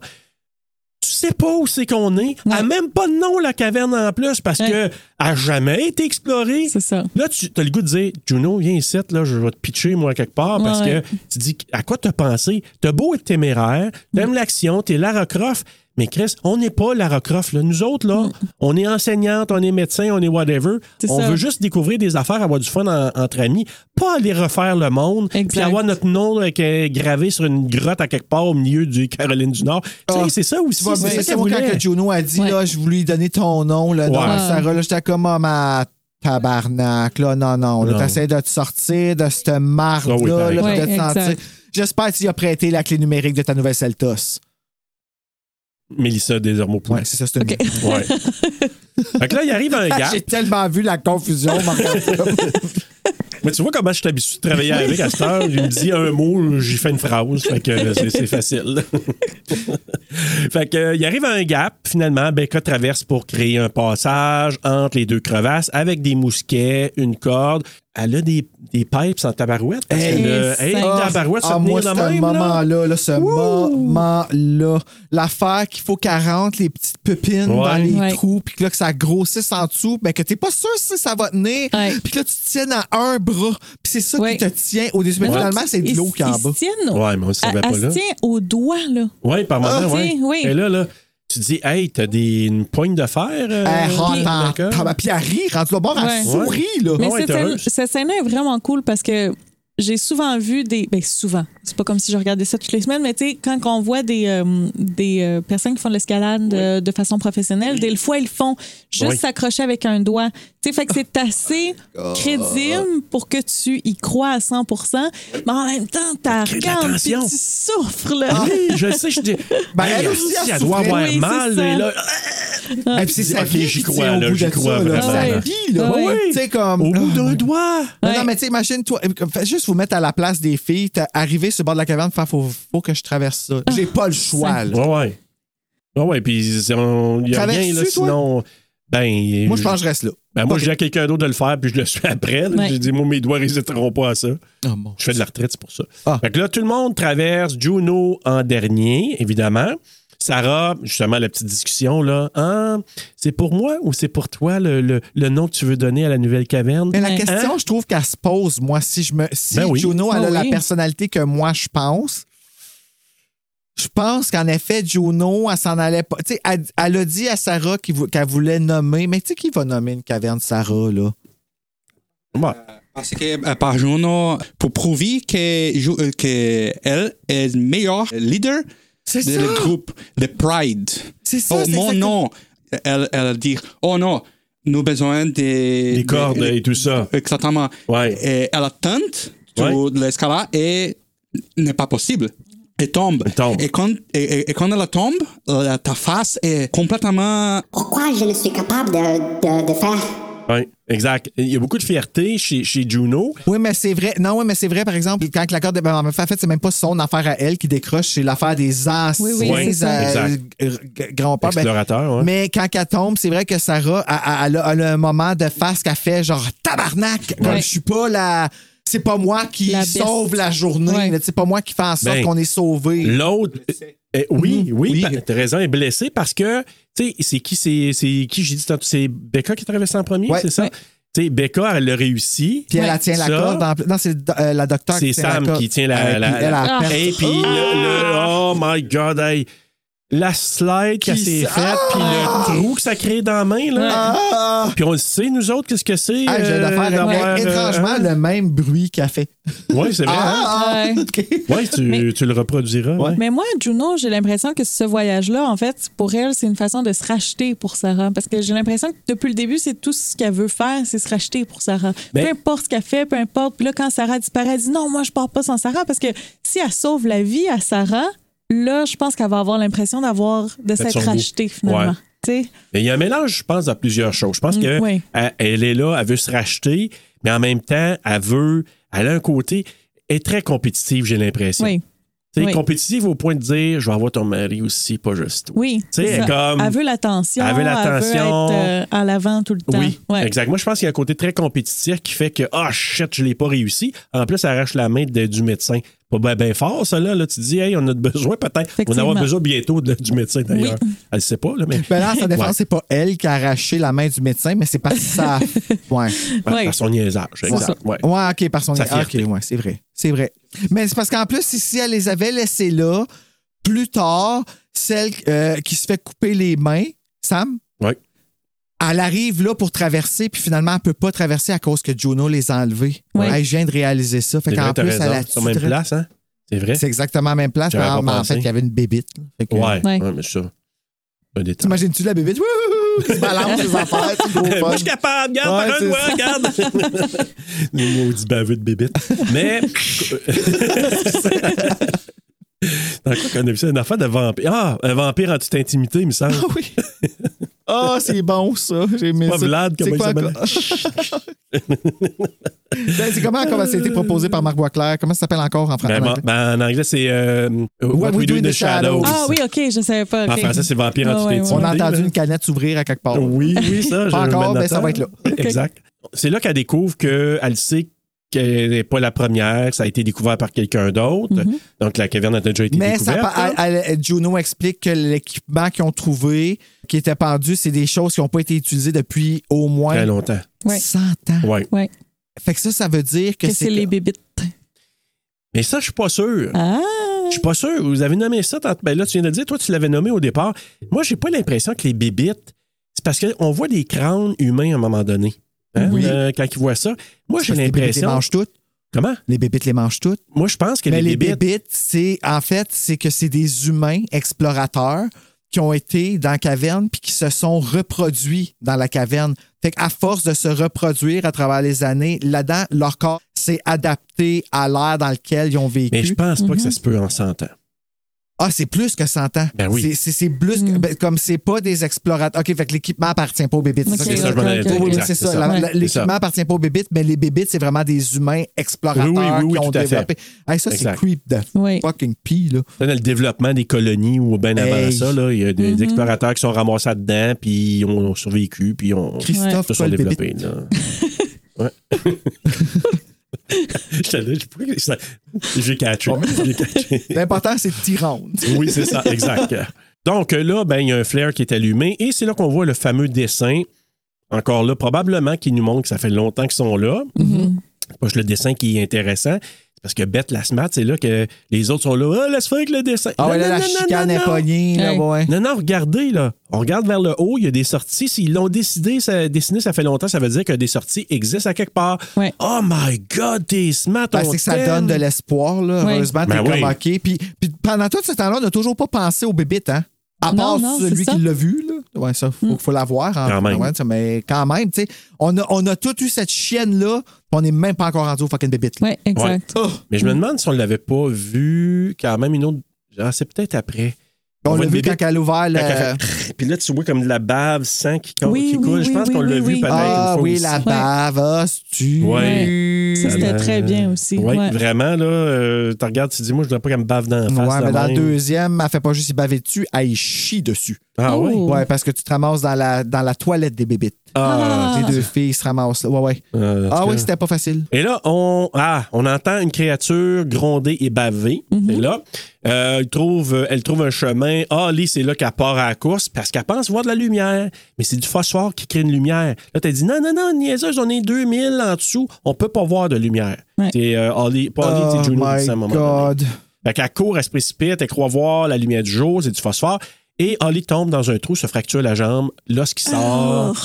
[SPEAKER 1] Tu sais pas où c'est qu'on est. Elle a
[SPEAKER 7] Ouais.
[SPEAKER 1] même pas de nom, la caverne en plus, parce
[SPEAKER 7] Ouais.
[SPEAKER 1] que elle a jamais été explorée.
[SPEAKER 7] C'est ça.
[SPEAKER 1] Là, tu as le goût de dire, Juno, viens ici, là, je vais te pitcher, moi, quelque part, parce
[SPEAKER 7] Ouais, ouais.
[SPEAKER 1] que tu dis, à quoi t'as pensé? T'as beau être téméraire, t'aimes l'action, t'es Lara Croft, mais Chris, on n'est pas Lara Croft, là. Nous autres,
[SPEAKER 7] Mm.
[SPEAKER 1] là, on est enseignante, on est médecin, on est whatever.
[SPEAKER 7] C'est
[SPEAKER 1] On
[SPEAKER 7] ça.
[SPEAKER 1] veut juste découvrir des affaires, avoir du fun en- entre amis, pas aller refaire le monde, puis
[SPEAKER 7] Exact.
[SPEAKER 1] avoir notre nom là, qui est gravé sur une grotte à quelque part au milieu du (laughs) Caroline du Nord. Tu sais,
[SPEAKER 4] Ah.
[SPEAKER 1] c'est ça aussi,
[SPEAKER 4] Tu vois,
[SPEAKER 1] c'est
[SPEAKER 4] mais
[SPEAKER 1] ça
[SPEAKER 4] c'est
[SPEAKER 1] qu'elle
[SPEAKER 4] moi,
[SPEAKER 1] voulait.
[SPEAKER 4] quand que Juno a dit,
[SPEAKER 7] Ouais.
[SPEAKER 4] là, je voulais lui donner ton nom, là, non,
[SPEAKER 1] Ouais.
[SPEAKER 4] Sarah, là, j'étais comme, ah, ma tabarnak, là, non, non, là,
[SPEAKER 1] Non.
[SPEAKER 4] t'essaies de te sortir de cette marde-là,
[SPEAKER 1] Ah oui, pareil.
[SPEAKER 4] là, puis
[SPEAKER 7] Ouais,
[SPEAKER 4] de te
[SPEAKER 7] exact.
[SPEAKER 4] sentir. J'espère que tu y as prêté la clé numérique de ta nouvelle Celtos.
[SPEAKER 1] Mélissa Desormeaux-Poulet.
[SPEAKER 4] Ouais, c'est ça, c'est une.
[SPEAKER 7] OK.
[SPEAKER 1] Ouais. fait que là, il arrive
[SPEAKER 4] (laughs)
[SPEAKER 1] un gars.
[SPEAKER 4] Ah, J'ai tellement vu la confusion. mon gars.
[SPEAKER 1] Mais tu vois comment je suis habitué de travailler avec à cette heure. Il me dit un mot, j'y fais une phrase. Fait que euh, c'est- c'est facile. (laughs) fait que, euh, il arrive à un gap. Finalement, ben, Becca traverse pour créer un passage entre les deux crevasses avec des mousquets, une corde. elle a des, des pipes en tabarouette. Parce
[SPEAKER 4] Hey,
[SPEAKER 1] que le-
[SPEAKER 7] c'est-
[SPEAKER 1] hey,
[SPEAKER 7] Ah,
[SPEAKER 1] (laughs) tabarouette, ça
[SPEAKER 4] ah, moi,
[SPEAKER 1] tenir
[SPEAKER 4] ce
[SPEAKER 1] la même. là.
[SPEAKER 4] moment-là, là, ce moment-là, l'affaire qu'il faut 40, les petites pépines dans
[SPEAKER 1] Ouais.
[SPEAKER 4] les
[SPEAKER 7] Ouais.
[SPEAKER 4] trous, puis que là, que ça grossisse en dessous, ben que t'es pas sûr si ça va tenir,
[SPEAKER 7] Ouais.
[SPEAKER 4] puis que là, tu te tiennes à un bras, puis c'est ça
[SPEAKER 7] Ouais.
[SPEAKER 4] qui te tient au-dessus. Mais
[SPEAKER 7] Mais non,
[SPEAKER 4] finalement, c'est
[SPEAKER 7] ils-
[SPEAKER 4] de l'eau qui est en
[SPEAKER 7] ils
[SPEAKER 4] bas.
[SPEAKER 7] se tiennent au-
[SPEAKER 1] Ouais, mais on ne savait
[SPEAKER 7] elle-
[SPEAKER 1] pas
[SPEAKER 7] elle
[SPEAKER 1] là.
[SPEAKER 7] se tient au doigt, là.
[SPEAKER 1] Oui, par moment,
[SPEAKER 7] Ah,
[SPEAKER 1] ouais.
[SPEAKER 7] tu sais, oui.
[SPEAKER 1] Et là, là, tu dis, hey, t'as des, une poigne de fer? euh,
[SPEAKER 4] Elle rentre en-
[SPEAKER 1] d'accord?
[SPEAKER 4] Ah, Puis elle rit, rendu là bord,
[SPEAKER 7] Ouais.
[SPEAKER 4] elle sourit, là.
[SPEAKER 7] Mais
[SPEAKER 1] ouais,
[SPEAKER 7] cette,
[SPEAKER 1] t'es
[SPEAKER 7] scène,
[SPEAKER 1] heureuse.
[SPEAKER 7] cette scène-là est vraiment cool parce que j'ai souvent vu des. Ben, souvent. C'est pas comme si je regardais ça toutes les semaines, mais tu sais, quand on voit des, euh, des euh, personnes qui font de l'escalade euh, de façon professionnelle, des fois, ils le font juste
[SPEAKER 1] Oui.
[SPEAKER 7] s'accrocher avec un doigt. Tu sais, fait que c'est assez
[SPEAKER 4] Ah.
[SPEAKER 7] crédible pour que tu y crois à 100 mais en même temps, t'as
[SPEAKER 1] crée de la
[SPEAKER 7] regardes puis
[SPEAKER 1] tension.
[SPEAKER 7] tu souffles, là.
[SPEAKER 4] Ah
[SPEAKER 1] Oui, je sais, je dis.
[SPEAKER 4] Ben, elle aussi,
[SPEAKER 1] si,
[SPEAKER 4] elle
[SPEAKER 1] elle doit
[SPEAKER 4] souffrait.
[SPEAKER 1] avoir
[SPEAKER 7] Oui,
[SPEAKER 1] mal.
[SPEAKER 7] c'est ça.
[SPEAKER 1] Et là, euh,
[SPEAKER 4] Et puis c'est sa
[SPEAKER 1] Ah, Ok,
[SPEAKER 4] vie
[SPEAKER 1] j'y
[SPEAKER 4] qui
[SPEAKER 1] crois,
[SPEAKER 4] tient au
[SPEAKER 1] là,
[SPEAKER 4] bout
[SPEAKER 1] j'y
[SPEAKER 4] de
[SPEAKER 1] crois
[SPEAKER 4] ça, là.
[SPEAKER 1] vraiment,
[SPEAKER 4] Sa
[SPEAKER 1] là.
[SPEAKER 4] vie, là.
[SPEAKER 7] Ah oui.
[SPEAKER 4] Tu sais, comme... ah.
[SPEAKER 1] au bout d'un doigt.
[SPEAKER 4] Non,
[SPEAKER 7] Ouais.
[SPEAKER 4] non, mais tu sais, imagine-toi, euh, fais juste vous mettre à la place des filles, t'as- arriver sur le bord de la caverne, faire faut, faut que je traverse ça. J'ai pas le choix, là.
[SPEAKER 1] Ouais, ouais. Ouais, ouais, puis il n'y a rien,
[SPEAKER 4] Traverses-tu,
[SPEAKER 1] là,
[SPEAKER 4] toi?
[SPEAKER 1] sinon. Ben,
[SPEAKER 4] Moi, je pense que je reste là.
[SPEAKER 1] ben, moi,
[SPEAKER 4] Ok.
[SPEAKER 1] je dis à quelqu'un d'autre de le faire, puis je le suis après. là.
[SPEAKER 7] Ouais.
[SPEAKER 1] J'ai dit, moi, mes doigts résisteront pas à ça.
[SPEAKER 4] Oh, mon
[SPEAKER 1] Je fais de la retraite, c'est pour ça.
[SPEAKER 4] Ah.
[SPEAKER 1] Fait que là, tout le monde traverse Juno en dernier, évidemment. Sarah, justement, la petite discussion, là. Hein, c'est pour moi ou c'est pour toi le, le- le nom que tu veux donner à la nouvelle caverne?
[SPEAKER 4] Mais la
[SPEAKER 7] Ouais. Hein?
[SPEAKER 4] question, je trouve qu'elle se pose, moi, si je me. Si
[SPEAKER 1] Ben oui.
[SPEAKER 4] Juno elle
[SPEAKER 7] Ah
[SPEAKER 4] a
[SPEAKER 7] oui.
[SPEAKER 4] la personnalité que moi je pense, je pense qu'en effet, Juno, elle s'en allait pas. Tu sais, elle, elle a dit à Sarah qu'il vou- qu'elle voulait nommer, mais tu sais qui va nommer une caverne Sarah, là?
[SPEAKER 1] Ouais.
[SPEAKER 8] Parce que euh, par journaux, pour prouver que, Ju- euh, que elle est le meilleur leader
[SPEAKER 4] C'est
[SPEAKER 8] du groupe, de Pride.
[SPEAKER 4] C'est ça,
[SPEAKER 8] Oh,
[SPEAKER 4] c'est
[SPEAKER 8] mon
[SPEAKER 4] exactement-
[SPEAKER 8] nom. Elle, elle dit, oh non, nous avons besoin des...
[SPEAKER 1] Les cordes
[SPEAKER 8] des-
[SPEAKER 1] et tout ça.
[SPEAKER 8] Exactement.
[SPEAKER 1] Ouais.
[SPEAKER 8] Et elle tente
[SPEAKER 1] Ouais.
[SPEAKER 8] de l'escalade et n'est pas possible. Elle tombe.
[SPEAKER 1] Elle tombe.
[SPEAKER 8] Et, quand, et, et- et quand elle tombe, la- ta face est complètement...
[SPEAKER 9] Pourquoi je ne suis capable de, de, de faire
[SPEAKER 1] Ouais, exact. Il y a beaucoup de fierté chez, chez Juno.
[SPEAKER 4] Oui, mais c'est vrai. Non, oui, mais c'est vrai, par exemple, quand la corde. ben, en fait, c'est même pas son affaire à elle qui décroche, c'est l'affaire des anciens euh,
[SPEAKER 7] Oui, oui,
[SPEAKER 1] Ouais,
[SPEAKER 7] c'est ça.
[SPEAKER 1] exact.
[SPEAKER 4] grands-pères. Ben,
[SPEAKER 1] Explorateur, ouais.
[SPEAKER 4] Mais quand elle tombe, c'est vrai que Sarah, elle, elle a- elle a un moment de face qu'elle fait genre tabarnak, comme
[SPEAKER 7] Ouais.
[SPEAKER 4] je suis pas la. C'est pas moi qui
[SPEAKER 7] La best.
[SPEAKER 4] sauve la journée.
[SPEAKER 7] Ouais.
[SPEAKER 4] là. C'est pas moi qui fais en sorte
[SPEAKER 1] Ben,
[SPEAKER 4] qu'on est sauvé.
[SPEAKER 1] L'autre. Eh, oui, oui,
[SPEAKER 4] Mm-hmm.
[SPEAKER 8] Oui.
[SPEAKER 1] pa- t'as raison, est blessé parce que, tu sais, c'est qui, c'est c'est qui, j'ai dit tantôt, c'est Becca qui a traversé en premier,
[SPEAKER 4] Ouais.
[SPEAKER 1] c'est ça?
[SPEAKER 7] Ouais.
[SPEAKER 1] Tu sais, Becca, elle a réussi.
[SPEAKER 4] Puis elle, elle tient la
[SPEAKER 1] Ça.
[SPEAKER 4] corde. en pla- Non, c'est le- euh, la docteur
[SPEAKER 1] C'est
[SPEAKER 4] qui tient la
[SPEAKER 1] Sam
[SPEAKER 4] corde.
[SPEAKER 1] qui tient la-
[SPEAKER 4] Euh,
[SPEAKER 1] la-
[SPEAKER 4] puis elle,
[SPEAKER 1] la-
[SPEAKER 7] Ah.
[SPEAKER 4] elle perd-
[SPEAKER 1] Et puis, le, le- oh my God, hey. la slide qu'elle
[SPEAKER 4] Qui
[SPEAKER 1] s'est
[SPEAKER 4] s-
[SPEAKER 1] faite, puis le trou que ça crée dans la main, là.
[SPEAKER 4] Ah!
[SPEAKER 1] Puis on le sait, nous autres, qu'est-ce que c'est?
[SPEAKER 4] Ah, j'ai
[SPEAKER 1] euh,
[SPEAKER 4] d'affaires avec-
[SPEAKER 1] d'avoir, euh,
[SPEAKER 4] étrangement Ah! le même bruit qu'elle fait.
[SPEAKER 1] Oui, c'est vrai.
[SPEAKER 7] Ah, Ouais.
[SPEAKER 4] OK.
[SPEAKER 1] hein? Ouais, tu,
[SPEAKER 7] Mais-
[SPEAKER 1] tu le reproduiras. ouais.
[SPEAKER 7] Mais moi, Juno, j'ai l'impression que ce voyage-là, en fait, pour elle, c'est une façon de se racheter pour Sarah. Parce que j'ai l'impression que depuis le début, c'est tout ce qu'elle veut faire, c'est se racheter pour Sarah.
[SPEAKER 1] Mais-
[SPEAKER 7] Peu importe ce qu'elle fait, peu importe. Puis là, quand Sarah disparaît, elle dit non, moi, je pars pas sans Sarah. Parce que si elle sauve la vie à Sarah, là, je pense qu'elle va avoir l'impression d'avoir, de
[SPEAKER 1] Fait
[SPEAKER 7] s'être
[SPEAKER 1] son goût.
[SPEAKER 7] rachetée, finalement.
[SPEAKER 1] Ouais.
[SPEAKER 7] Tu sais?
[SPEAKER 1] Mais il y a un mélange, je pense, dans plusieurs choses. Je pense
[SPEAKER 7] Mm,
[SPEAKER 1] qu'elle
[SPEAKER 7] oui.
[SPEAKER 1] elle est là, elle veut se racheter, mais en même temps, elle veut, elle a un côté, elle est très compétitive, j'ai l'impression.
[SPEAKER 7] Oui.
[SPEAKER 1] Tu sais,
[SPEAKER 7] oui.
[SPEAKER 1] Compétitive au point de dire, je vais avoir ton mari aussi, pas juste toi.
[SPEAKER 7] Oui.
[SPEAKER 1] Tu sais,
[SPEAKER 7] c'est ça.
[SPEAKER 1] comme-
[SPEAKER 7] Elle veut l'attention.
[SPEAKER 1] Elle veut l'attention.
[SPEAKER 7] Elle veut être euh, à l'avant tout le temps.
[SPEAKER 1] Oui,
[SPEAKER 7] Ouais.
[SPEAKER 1] exact. Moi, je pense qu'il y a un côté très compétitif qui fait que, ah, shit, je l'ai pas réussi. En plus, elle arrache la main de- du médecin. Pas bien fort, ça, là. là. Tu te dis, hey, on a besoin peut-être. On
[SPEAKER 7] Effectivement.
[SPEAKER 1] aura besoin bientôt de- du médecin, d'ailleurs. Elle le sait pas, là, mais.
[SPEAKER 4] Ben là, en sa défense,
[SPEAKER 1] Ouais.
[SPEAKER 4] c'est pas elle qui a arraché la main du médecin, mais c'est parce que
[SPEAKER 1] (laughs)
[SPEAKER 4] ça. Ouais.
[SPEAKER 1] Par-
[SPEAKER 7] Ouais.
[SPEAKER 1] Par son niaisage,
[SPEAKER 7] ça.
[SPEAKER 1] exact. Ouais.
[SPEAKER 4] Ouais, OK, par son
[SPEAKER 1] Sa
[SPEAKER 4] ah,
[SPEAKER 1] fierté.
[SPEAKER 4] OK, ouais, c'est vrai. C'est vrai. Mais c'est parce qu'en plus, si- si elle les avait laissés là, plus tard, celle euh, qui se fait couper les mains, Sam,
[SPEAKER 1] Ouais.
[SPEAKER 4] elle arrive là pour traverser, puis finalement, elle peut pas traverser à cause que Juno les a enlevés.
[SPEAKER 7] Ouais.
[SPEAKER 4] Hey, je viens de réaliser ça. Fait
[SPEAKER 1] C'est
[SPEAKER 4] qu'en
[SPEAKER 1] vrai, t'as
[SPEAKER 4] plus, elle
[SPEAKER 1] raison.
[SPEAKER 4] a
[SPEAKER 1] C'est sur la même
[SPEAKER 4] tué-
[SPEAKER 1] place, hein? C'est vrai?
[SPEAKER 4] C'est exactement la même place, mais
[SPEAKER 1] J'avais pas
[SPEAKER 4] en, en
[SPEAKER 1] pensé.
[SPEAKER 4] fait, il y avait une bébite. là. Fait que-
[SPEAKER 1] Ouais,
[SPEAKER 7] Ouais.
[SPEAKER 1] ouais. mais ça. Un détail.
[SPEAKER 4] T'imagines-tu la bébite? Wouhou! Tu balances
[SPEAKER 1] (laughs)
[SPEAKER 4] les affaires, tu gros
[SPEAKER 1] Moi,
[SPEAKER 4] fun.
[SPEAKER 1] je suis capable,
[SPEAKER 4] Ouais,
[SPEAKER 1] regarde, par un
[SPEAKER 4] c'est
[SPEAKER 1] doigt,
[SPEAKER 4] ça.
[SPEAKER 1] regarde.
[SPEAKER 4] (laughs)
[SPEAKER 1] Les maudits baveux de bébite. Mais. (laughs) Dans quoi qu'on a vu ça? Une affaire de vampire. Ah, un vampire en toute intimité, il me semble.
[SPEAKER 4] Ah oui. Ah, (laughs) c'est bon, ça. J'ai aimé
[SPEAKER 1] Pas
[SPEAKER 4] ça.
[SPEAKER 1] Vlad,
[SPEAKER 4] C'est
[SPEAKER 1] comment il
[SPEAKER 4] quoi
[SPEAKER 1] s'appelle?
[SPEAKER 4] encore? Ben, c'est comment comment ça a été proposé par Marc Boisclair? Comment ça s'appelle encore en français?
[SPEAKER 1] Ben, ben, ben, en anglais, c'est euh, What, We, Do in the, Shadows.
[SPEAKER 7] Ah oui, ok, je savais pas.
[SPEAKER 1] En
[SPEAKER 7] ok.
[SPEAKER 1] français, c'est Vampire en
[SPEAKER 7] Ah,
[SPEAKER 1] toute
[SPEAKER 7] ouais, ouais.
[SPEAKER 1] intimité,
[SPEAKER 4] On a
[SPEAKER 1] là.
[SPEAKER 4] entendu une canette s'ouvrir à quelque part.
[SPEAKER 1] Oui, oui,
[SPEAKER 4] (laughs)
[SPEAKER 1] ça.
[SPEAKER 4] Pas
[SPEAKER 1] je le
[SPEAKER 4] encore,
[SPEAKER 1] mets
[SPEAKER 4] ben,
[SPEAKER 1] dedans.
[SPEAKER 4] ça va être là.
[SPEAKER 1] (laughs) Exact. C'est là qu'elle découvre qu'elle sait qu'elle n'est pas la première, que ça a été découvert par quelqu'un d'autre. Donc, la caverne a déjà été
[SPEAKER 4] Mhm. Mais ça, ah,
[SPEAKER 1] découverte.
[SPEAKER 4] pa- elle- elle- Juno explique que l'équipement qu'ils ont trouvé, qui était pendu, c'est des choses qui n'ont pas été utilisées depuis au
[SPEAKER 1] Très
[SPEAKER 4] moins
[SPEAKER 1] longtemps.
[SPEAKER 7] Ouais.
[SPEAKER 4] 100 ans.
[SPEAKER 1] Ouais.
[SPEAKER 7] Ouais,
[SPEAKER 4] Fait que ça, ça veut dire que,
[SPEAKER 7] que c'est les bébites.
[SPEAKER 1] Mais ça, je suis pas sûr.
[SPEAKER 7] Ah!
[SPEAKER 1] Je suis pas sûr. Vous avez nommé ça. tantôt. Ben là, tu viens de le dire, toi, tu l'avais nommé au départ. Moi, j'ai pas l'impression que les bébites, c'est parce qu'on voit des crânes humains à un moment donné. Hein?
[SPEAKER 7] Oui.
[SPEAKER 1] Euh, quand ils voient ça. Moi, j'ai
[SPEAKER 4] Parce que Les bébites les
[SPEAKER 1] l'impression.
[SPEAKER 4] mangent toutes.
[SPEAKER 1] Comment?
[SPEAKER 4] Les bébites les mangent toutes.
[SPEAKER 1] Moi, je pense que
[SPEAKER 4] Mais les
[SPEAKER 1] bébites.
[SPEAKER 4] bébites, c'est en fait, c'est que c'est des humains explorateurs qui ont été dans la caverne puis qui se sont reproduits dans la caverne. Fait qu'à force de se reproduire à travers les années, là-dedans, leur corps s'est adapté à l'ère dans lequel ils ont vécu.
[SPEAKER 1] Mais je pense
[SPEAKER 4] Mhm.
[SPEAKER 1] pas que ça se peut en 100 ans.
[SPEAKER 4] Ah, c'est plus que 100 ans.
[SPEAKER 1] Ben oui.
[SPEAKER 4] C'est- C'est c'est plus que-
[SPEAKER 7] Hmm.
[SPEAKER 4] ben, comme c'est pas des explorateurs. OK, fait que l'équipement appartient pas aux bébites.
[SPEAKER 7] Ok,
[SPEAKER 4] c'est
[SPEAKER 1] C'est
[SPEAKER 4] ça.
[SPEAKER 1] ça,
[SPEAKER 4] que-
[SPEAKER 1] je m'en allais
[SPEAKER 7] ok,
[SPEAKER 1] dire.
[SPEAKER 7] ok.
[SPEAKER 4] Oui, oui,
[SPEAKER 1] Exact,
[SPEAKER 4] c'est ça. La-
[SPEAKER 7] Ouais.
[SPEAKER 4] la- L'équipement appartient pas aux bébites, mais les bébites, c'est vraiment des humains explorateurs
[SPEAKER 1] Oui, oui, oui, oui,
[SPEAKER 4] qui ont
[SPEAKER 1] tout à fait.
[SPEAKER 4] développé. Hey, ça, c'est
[SPEAKER 1] Exact.
[SPEAKER 4] creep de
[SPEAKER 7] Oui.
[SPEAKER 4] fucking pie, là.
[SPEAKER 1] Dans le développement des colonies ou bien avant
[SPEAKER 4] Hey.
[SPEAKER 1] ça, là, il y a des explorateurs qui sont ramassés là-dedans, puis ils ont survécu, puis ils ont-
[SPEAKER 4] Christophe,
[SPEAKER 1] se sont
[SPEAKER 4] Paul Bébé.
[SPEAKER 1] développés. Là. ouais. (laughs) J'étais là, j'ai pas- ça- J'ai catché. J'ai catché.
[SPEAKER 4] L'important, c'est Tyrande.
[SPEAKER 1] (laughs) Oui, c'est ça, exact. Donc là, ben, il y a un flair qui est allumé et c'est là qu'on voit le fameux dessin. Encore là, probablement qui nous montre que ça fait longtemps qu'ils sont là.
[SPEAKER 4] Mm-hmm.
[SPEAKER 1] C'est pas juste le dessin qui est intéressant. C'est parce que Beth Lasmat, c'est là que les autres sont là. Ah, laisse faire avec le dessin.
[SPEAKER 4] Ah ouais,
[SPEAKER 1] Non,
[SPEAKER 4] là,
[SPEAKER 1] non,
[SPEAKER 4] la
[SPEAKER 1] non,
[SPEAKER 4] chicane
[SPEAKER 1] non,
[SPEAKER 4] est
[SPEAKER 1] non.
[SPEAKER 4] pognée, là,
[SPEAKER 7] Hey.
[SPEAKER 4] ouais.
[SPEAKER 1] Non, non, regardez, là. On regarde vers le haut, il y a des sorties. S'ils l'ont décidé, ça, dessiné, ça fait longtemps, ça veut dire que des sorties existent à quelque part.
[SPEAKER 7] Ouais.
[SPEAKER 1] Oh my God, t'es smart,
[SPEAKER 4] Ben,
[SPEAKER 1] on
[SPEAKER 4] c'est que ça
[SPEAKER 1] t'aime.
[SPEAKER 4] donne de l'espoir, là.
[SPEAKER 7] Oui.
[SPEAKER 4] Heureusement, t'es
[SPEAKER 1] Ben
[SPEAKER 4] comme
[SPEAKER 1] oui.
[SPEAKER 4] OK. Puis, puis pendant tout ce temps-là, on n'a toujours pas pensé aux bébites, hein? À
[SPEAKER 7] Non,
[SPEAKER 4] part
[SPEAKER 7] non, c'est
[SPEAKER 4] celui
[SPEAKER 7] ça. Hmm.
[SPEAKER 4] qui l'a vu, là. Ouais, ça, faut, faut l'avoir. hein.
[SPEAKER 1] Quand même.
[SPEAKER 4] Ouais, ça, mais quand même, tu sais, on a, on a tout eu cette chienne-là, puis on n'est même pas encore rendu aux fucking bébites. là.
[SPEAKER 7] Oui, exact.
[SPEAKER 4] Oh!
[SPEAKER 1] Mais
[SPEAKER 7] Mm.
[SPEAKER 1] je me demande si on l'avait pas vu quand même une autre. Ah, c'est peut-être après. On
[SPEAKER 4] on
[SPEAKER 1] voit
[SPEAKER 4] l'a
[SPEAKER 1] une
[SPEAKER 4] vu quand
[SPEAKER 1] bébite.
[SPEAKER 4] elle a ouvert le-
[SPEAKER 1] Quand elle fait crrr, Puis là, tu vois comme de la bave, sang qui, co-
[SPEAKER 7] Oui,
[SPEAKER 1] qui
[SPEAKER 7] oui,
[SPEAKER 1] coule. je
[SPEAKER 7] oui,
[SPEAKER 1] pense
[SPEAKER 7] oui,
[SPEAKER 1] qu'on l'a
[SPEAKER 7] oui,
[SPEAKER 1] vu
[SPEAKER 7] oui.
[SPEAKER 1] peut-être
[SPEAKER 4] Ah
[SPEAKER 1] une fois
[SPEAKER 4] oui,
[SPEAKER 1] aussi.
[SPEAKER 4] la
[SPEAKER 7] Ouais.
[SPEAKER 4] bave, ah, c'est-tu-
[SPEAKER 1] Ouais.
[SPEAKER 7] Ça, c'était très bien aussi.
[SPEAKER 1] Oui,
[SPEAKER 7] Ouais.
[SPEAKER 1] Euh, vraiment, là, euh, tu regardes, tu te dis, moi, je ne voudrais pas qu'elle me bave dans la face.
[SPEAKER 4] Ouais,
[SPEAKER 1] de
[SPEAKER 4] mais dans le
[SPEAKER 1] même.
[SPEAKER 4] deuxième, elle fait pas juste y baver dessus, elle chie dessus.
[SPEAKER 1] Ah oui?
[SPEAKER 7] Oh.
[SPEAKER 4] Ouais, parce que tu te ramasses dans la, dans la toilette des bébites.
[SPEAKER 1] Ah,
[SPEAKER 4] Les deux filles se ramassent. là. Ouais, ouais.
[SPEAKER 1] Euh, en tout
[SPEAKER 4] Ah
[SPEAKER 1] cas.
[SPEAKER 4] oui, c'était pas facile.
[SPEAKER 1] Et là, on, ah, on entend une créature gronder et baver.
[SPEAKER 7] Mhm.
[SPEAKER 1] Et là, euh, elle, trouve, euh, elle trouve un chemin. Ah, Lee, c'est là qu'elle part à la course parce qu'elle pense voir de la lumière. Mais c'est du phosphore qui crée une lumière. Là, t'as dit non, non, non, niaiseuse, on est 2000 en dessous. On peut pas voir de lumière.
[SPEAKER 7] Ouais.
[SPEAKER 1] C'est euh, Ollie, pas Ollie, c'est Juno qui dit ça à un
[SPEAKER 4] Oh my
[SPEAKER 1] moment donné.
[SPEAKER 4] God.
[SPEAKER 1] Fait qu'elle court, elle se précipite, elle croit voir la lumière du jour, c'est du phosphore. Et Holly tombe dans un trou, se fracture la jambe. Lorsqu'il sort,